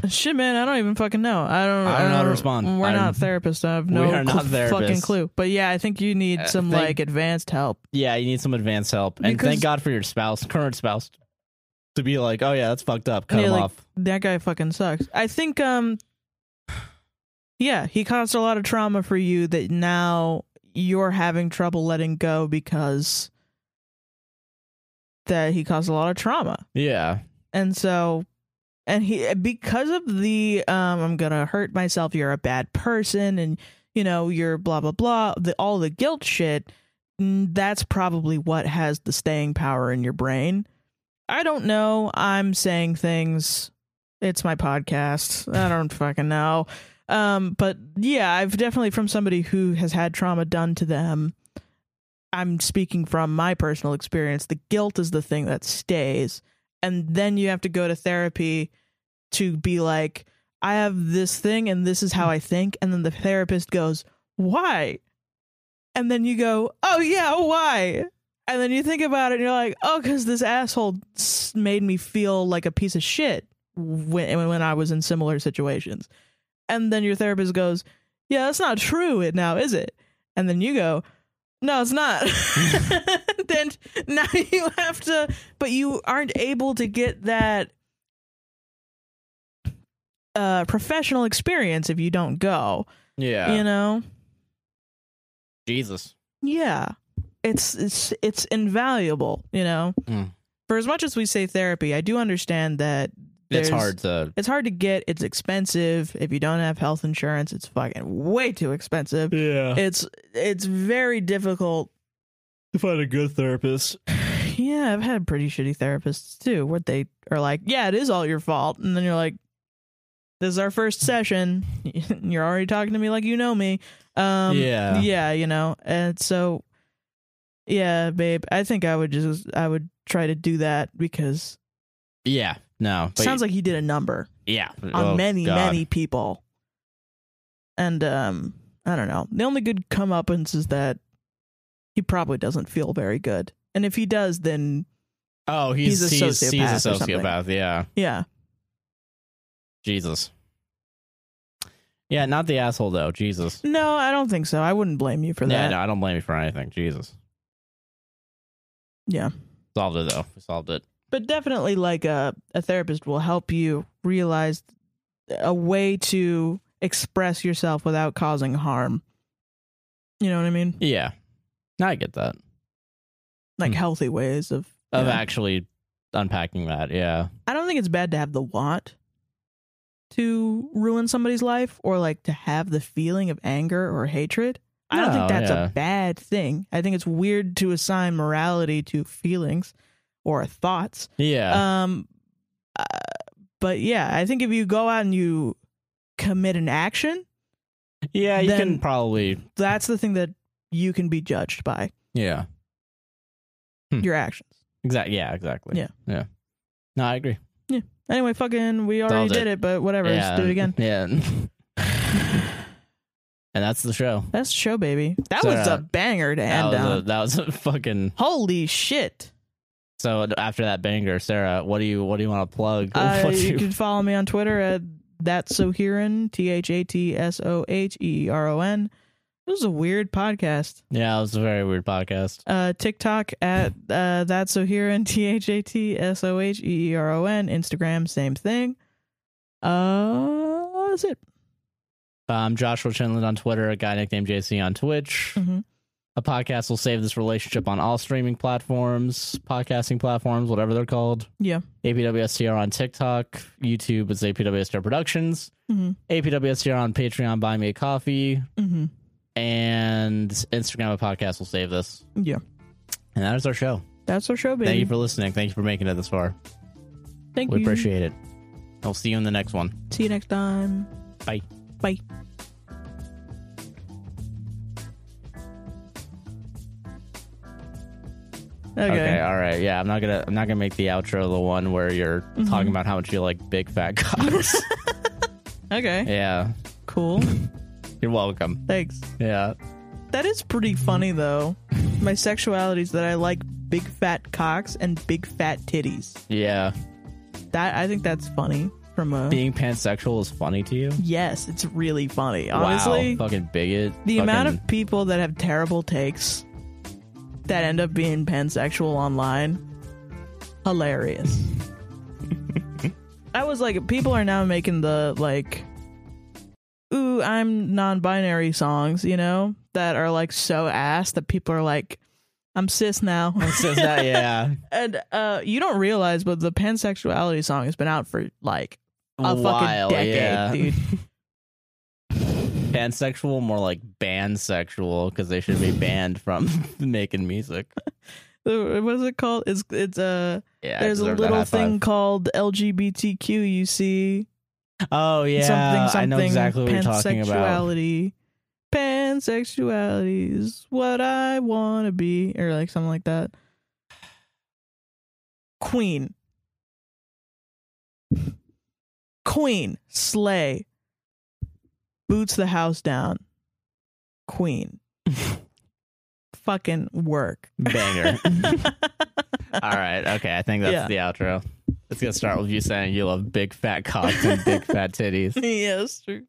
Speaker 2: Shit, man, I don't even fucking know. I don't.
Speaker 1: I don't know how to respond.
Speaker 2: We're
Speaker 1: I'm-
Speaker 2: not therapists. I have no
Speaker 1: We are not
Speaker 2: cl- fucking
Speaker 1: therapists.
Speaker 2: clue. But yeah, I think you need
Speaker 1: Uh,
Speaker 2: some
Speaker 1: thank-
Speaker 2: like advanced help.
Speaker 1: yeah you need some advanced help and
Speaker 2: Because-
Speaker 1: thank God for your spouse current spouse to be like oh yeah that's fucked up cut
Speaker 2: Yeah,
Speaker 1: him
Speaker 2: like,
Speaker 1: off
Speaker 2: That guy fucking sucks. I think. Um. Yeah, he caused a lot of trauma for you that now you're having trouble letting go because that he caused a lot of trauma,
Speaker 1: yeah
Speaker 2: and so. And he, eh, because of the, um, I'm gonna hurt myself. You're a bad person, and you know, you're blah blah blah, the, all the guilt shit, mm, that's probably what has the staying power in your brain. I don't know. I'm saying things. It's my podcast. I don't fucking know. Um, but yeah, I've definitely from somebody who has had trauma done to them. I'm speaking from my personal experience. The guilt is the thing that stays, and then you have to go to therapy to be like, I have this thing and this is how I think. And then the therapist goes, Why? And then you go, Oh, yeah, why? And then you think about it and you're like, Oh, because this asshole s- made me feel like a piece of shit when, when I was in similar situations. And then your therapist goes, Yeah, that's not true it now, is it? And then you go, No, it's not. then now you have to, but you aren't able to get that uh, professional experience if you don't go.
Speaker 1: Yeah.
Speaker 2: You know?
Speaker 1: Jesus.
Speaker 2: Yeah. It's it's it's invaluable, you know.
Speaker 1: Mm.
Speaker 2: For as much as we say therapy, I do understand that
Speaker 1: it's
Speaker 2: there's-
Speaker 1: hard to.
Speaker 2: It's hard to get, it's expensive. If you don't have health insurance, it's fucking way too expensive.
Speaker 1: Yeah.
Speaker 2: It's it's very difficult.
Speaker 1: to find a good therapist.
Speaker 2: Yeah, I've had pretty shitty therapists too, where they are like, "Yeah, it is all your fault," and then you're like, "This is our first session. you're already talking to me like you know me." Um,
Speaker 1: Yeah.
Speaker 2: yeah, you know, and so, yeah, babe, I think I would just I would try to do that because
Speaker 1: Yeah. No.
Speaker 2: it sounds like he did a number
Speaker 1: yeah
Speaker 2: on
Speaker 1: Oh,
Speaker 2: many
Speaker 1: God.
Speaker 2: many people, and um, I don't know. The only good comeuppance is that he probably doesn't feel very good, and if he does, then
Speaker 1: Oh, he's
Speaker 2: He's
Speaker 1: he's
Speaker 2: a
Speaker 1: he's,
Speaker 2: sociopath
Speaker 1: a
Speaker 2: or something.
Speaker 1: sociopath. Yeah.
Speaker 2: yeah.
Speaker 1: Jesus. Yeah, not the asshole though. Jesus.
Speaker 2: No, I don't think so. I wouldn't blame you for
Speaker 1: Yeah,
Speaker 2: that.
Speaker 1: no, I don't blame you for anything. Jesus.
Speaker 2: Yeah.
Speaker 1: Solved it though. We solved it.
Speaker 2: But definitely like a a therapist will help you realize a way to express yourself without causing harm. You know what I mean?
Speaker 1: Yeah. Now I get that.
Speaker 2: Like
Speaker 1: Hmm.
Speaker 2: healthy ways of
Speaker 1: Of
Speaker 2: yeah.
Speaker 1: actually unpacking that. Yeah.
Speaker 2: I don't think it's bad to have the want to ruin somebody's life or like to have the feeling of anger or hatred. I don't
Speaker 1: No,
Speaker 2: think that's
Speaker 1: yeah.
Speaker 2: a bad thing. I think it's weird to assign morality to feelings or thoughts.
Speaker 1: Yeah.
Speaker 2: Um, uh, but yeah, I think if you go out and you commit an action,
Speaker 1: yeah, you can
Speaker 2: then-
Speaker 1: probably
Speaker 2: that's the thing that you can be judged by
Speaker 1: Yeah. Hmm.
Speaker 2: your actions.
Speaker 1: Exactly. Yeah, exactly.
Speaker 2: Yeah.
Speaker 1: Yeah. No, I agree.
Speaker 2: Anyway, fucking, we
Speaker 1: Solved
Speaker 2: already
Speaker 1: it.
Speaker 2: did it, but whatever,
Speaker 1: yeah.
Speaker 2: let's do it again.
Speaker 1: Yeah. and that's the show.
Speaker 2: That's the show, baby. That
Speaker 1: So,
Speaker 2: was
Speaker 1: uh,
Speaker 2: a banger to
Speaker 1: That
Speaker 2: end
Speaker 1: was, a,
Speaker 2: on.
Speaker 1: that was a fucking
Speaker 2: Holy shit!
Speaker 1: So after that banger, Sarah, what do you what do you want to plug?
Speaker 2: Uh,
Speaker 1: What do
Speaker 2: you can follow me on Twitter at that's so heron t h a t s o h e e r o n. This is a weird podcast.
Speaker 1: yeah, it was a very weird podcast.
Speaker 2: uh, TikTok at uh, that's Soheron T H A T S O H E E R O N. Instagram, same thing. Uh, that's it.
Speaker 1: Um, Joshua Chinland on Twitter, a guy nicknamed JC on Twitch.
Speaker 2: Mhm.
Speaker 1: A podcast will save this relationship on all streaming platforms, podcasting platforms, whatever they're called.
Speaker 2: Yeah.
Speaker 1: APWSTR on TikTok, YouTube is APWSTR Productions,
Speaker 2: Mhm.
Speaker 1: APWSTR on Patreon, Buy Me a Coffee,
Speaker 2: Mm-hmm.
Speaker 1: and Instagram. A podcast will save this,
Speaker 2: Yeah,
Speaker 1: and that is our show.
Speaker 2: that's our show, baby.
Speaker 1: Thank you for listening. Thank you for making it this far.
Speaker 2: Thank
Speaker 1: We
Speaker 2: you.
Speaker 1: appreciate it. I'll see you in the next one.
Speaker 2: See you next time.
Speaker 1: Bye.
Speaker 2: Bye. Okay.
Speaker 1: Okay. all right. Yeah, I'm not gonna I'm not gonna make the outro the one where you're
Speaker 2: Mm-hmm.
Speaker 1: talking about how much you like big fat cocks.
Speaker 2: Okay.
Speaker 1: yeah.
Speaker 2: Cool.
Speaker 1: You're welcome.
Speaker 2: Thanks.
Speaker 1: Yeah.
Speaker 2: That is pretty funny though. My sexuality is that I like big fat cocks and big fat titties.
Speaker 1: Yeah.
Speaker 2: That I think that's funny from a
Speaker 1: Being pansexual is funny to you?
Speaker 2: Yes, it's really funny. Honestly,
Speaker 1: wow. fucking bigot.
Speaker 2: the
Speaker 1: Fucking-
Speaker 2: amount of people that have terrible takes that end up being pansexual online, hilarious. I was like, people are now making the like, ooh, I'm non-binary songs, you know, that are like so ass that people are like, I'm cis now,
Speaker 1: Says that, yeah.
Speaker 2: and uh, you don't realize, but the pansexuality song has been out for like a
Speaker 1: While,
Speaker 2: fucking decade,
Speaker 1: yeah.
Speaker 2: dude.
Speaker 1: Pansexual, more like bansexual, because they should be banned from making music.
Speaker 2: The- what is it called? It's it's uh,
Speaker 1: Yeah. I
Speaker 2: there's a
Speaker 1: deserve that high
Speaker 2: little
Speaker 1: five.
Speaker 2: thing called LGBTQ. You see,
Speaker 1: Oh yeah.
Speaker 2: something something.
Speaker 1: I know exactly what you're talking about.
Speaker 2: pansexuality. Pansexuality is what I want to be, or like something like that. Queen, Queen, slay, boots the house down. Queen, fucking work.
Speaker 1: Banger. All right. Okay. I think that's the outro. It's going to start with you saying you love big fat cocks and big fat titties.
Speaker 2: yeah, that's true.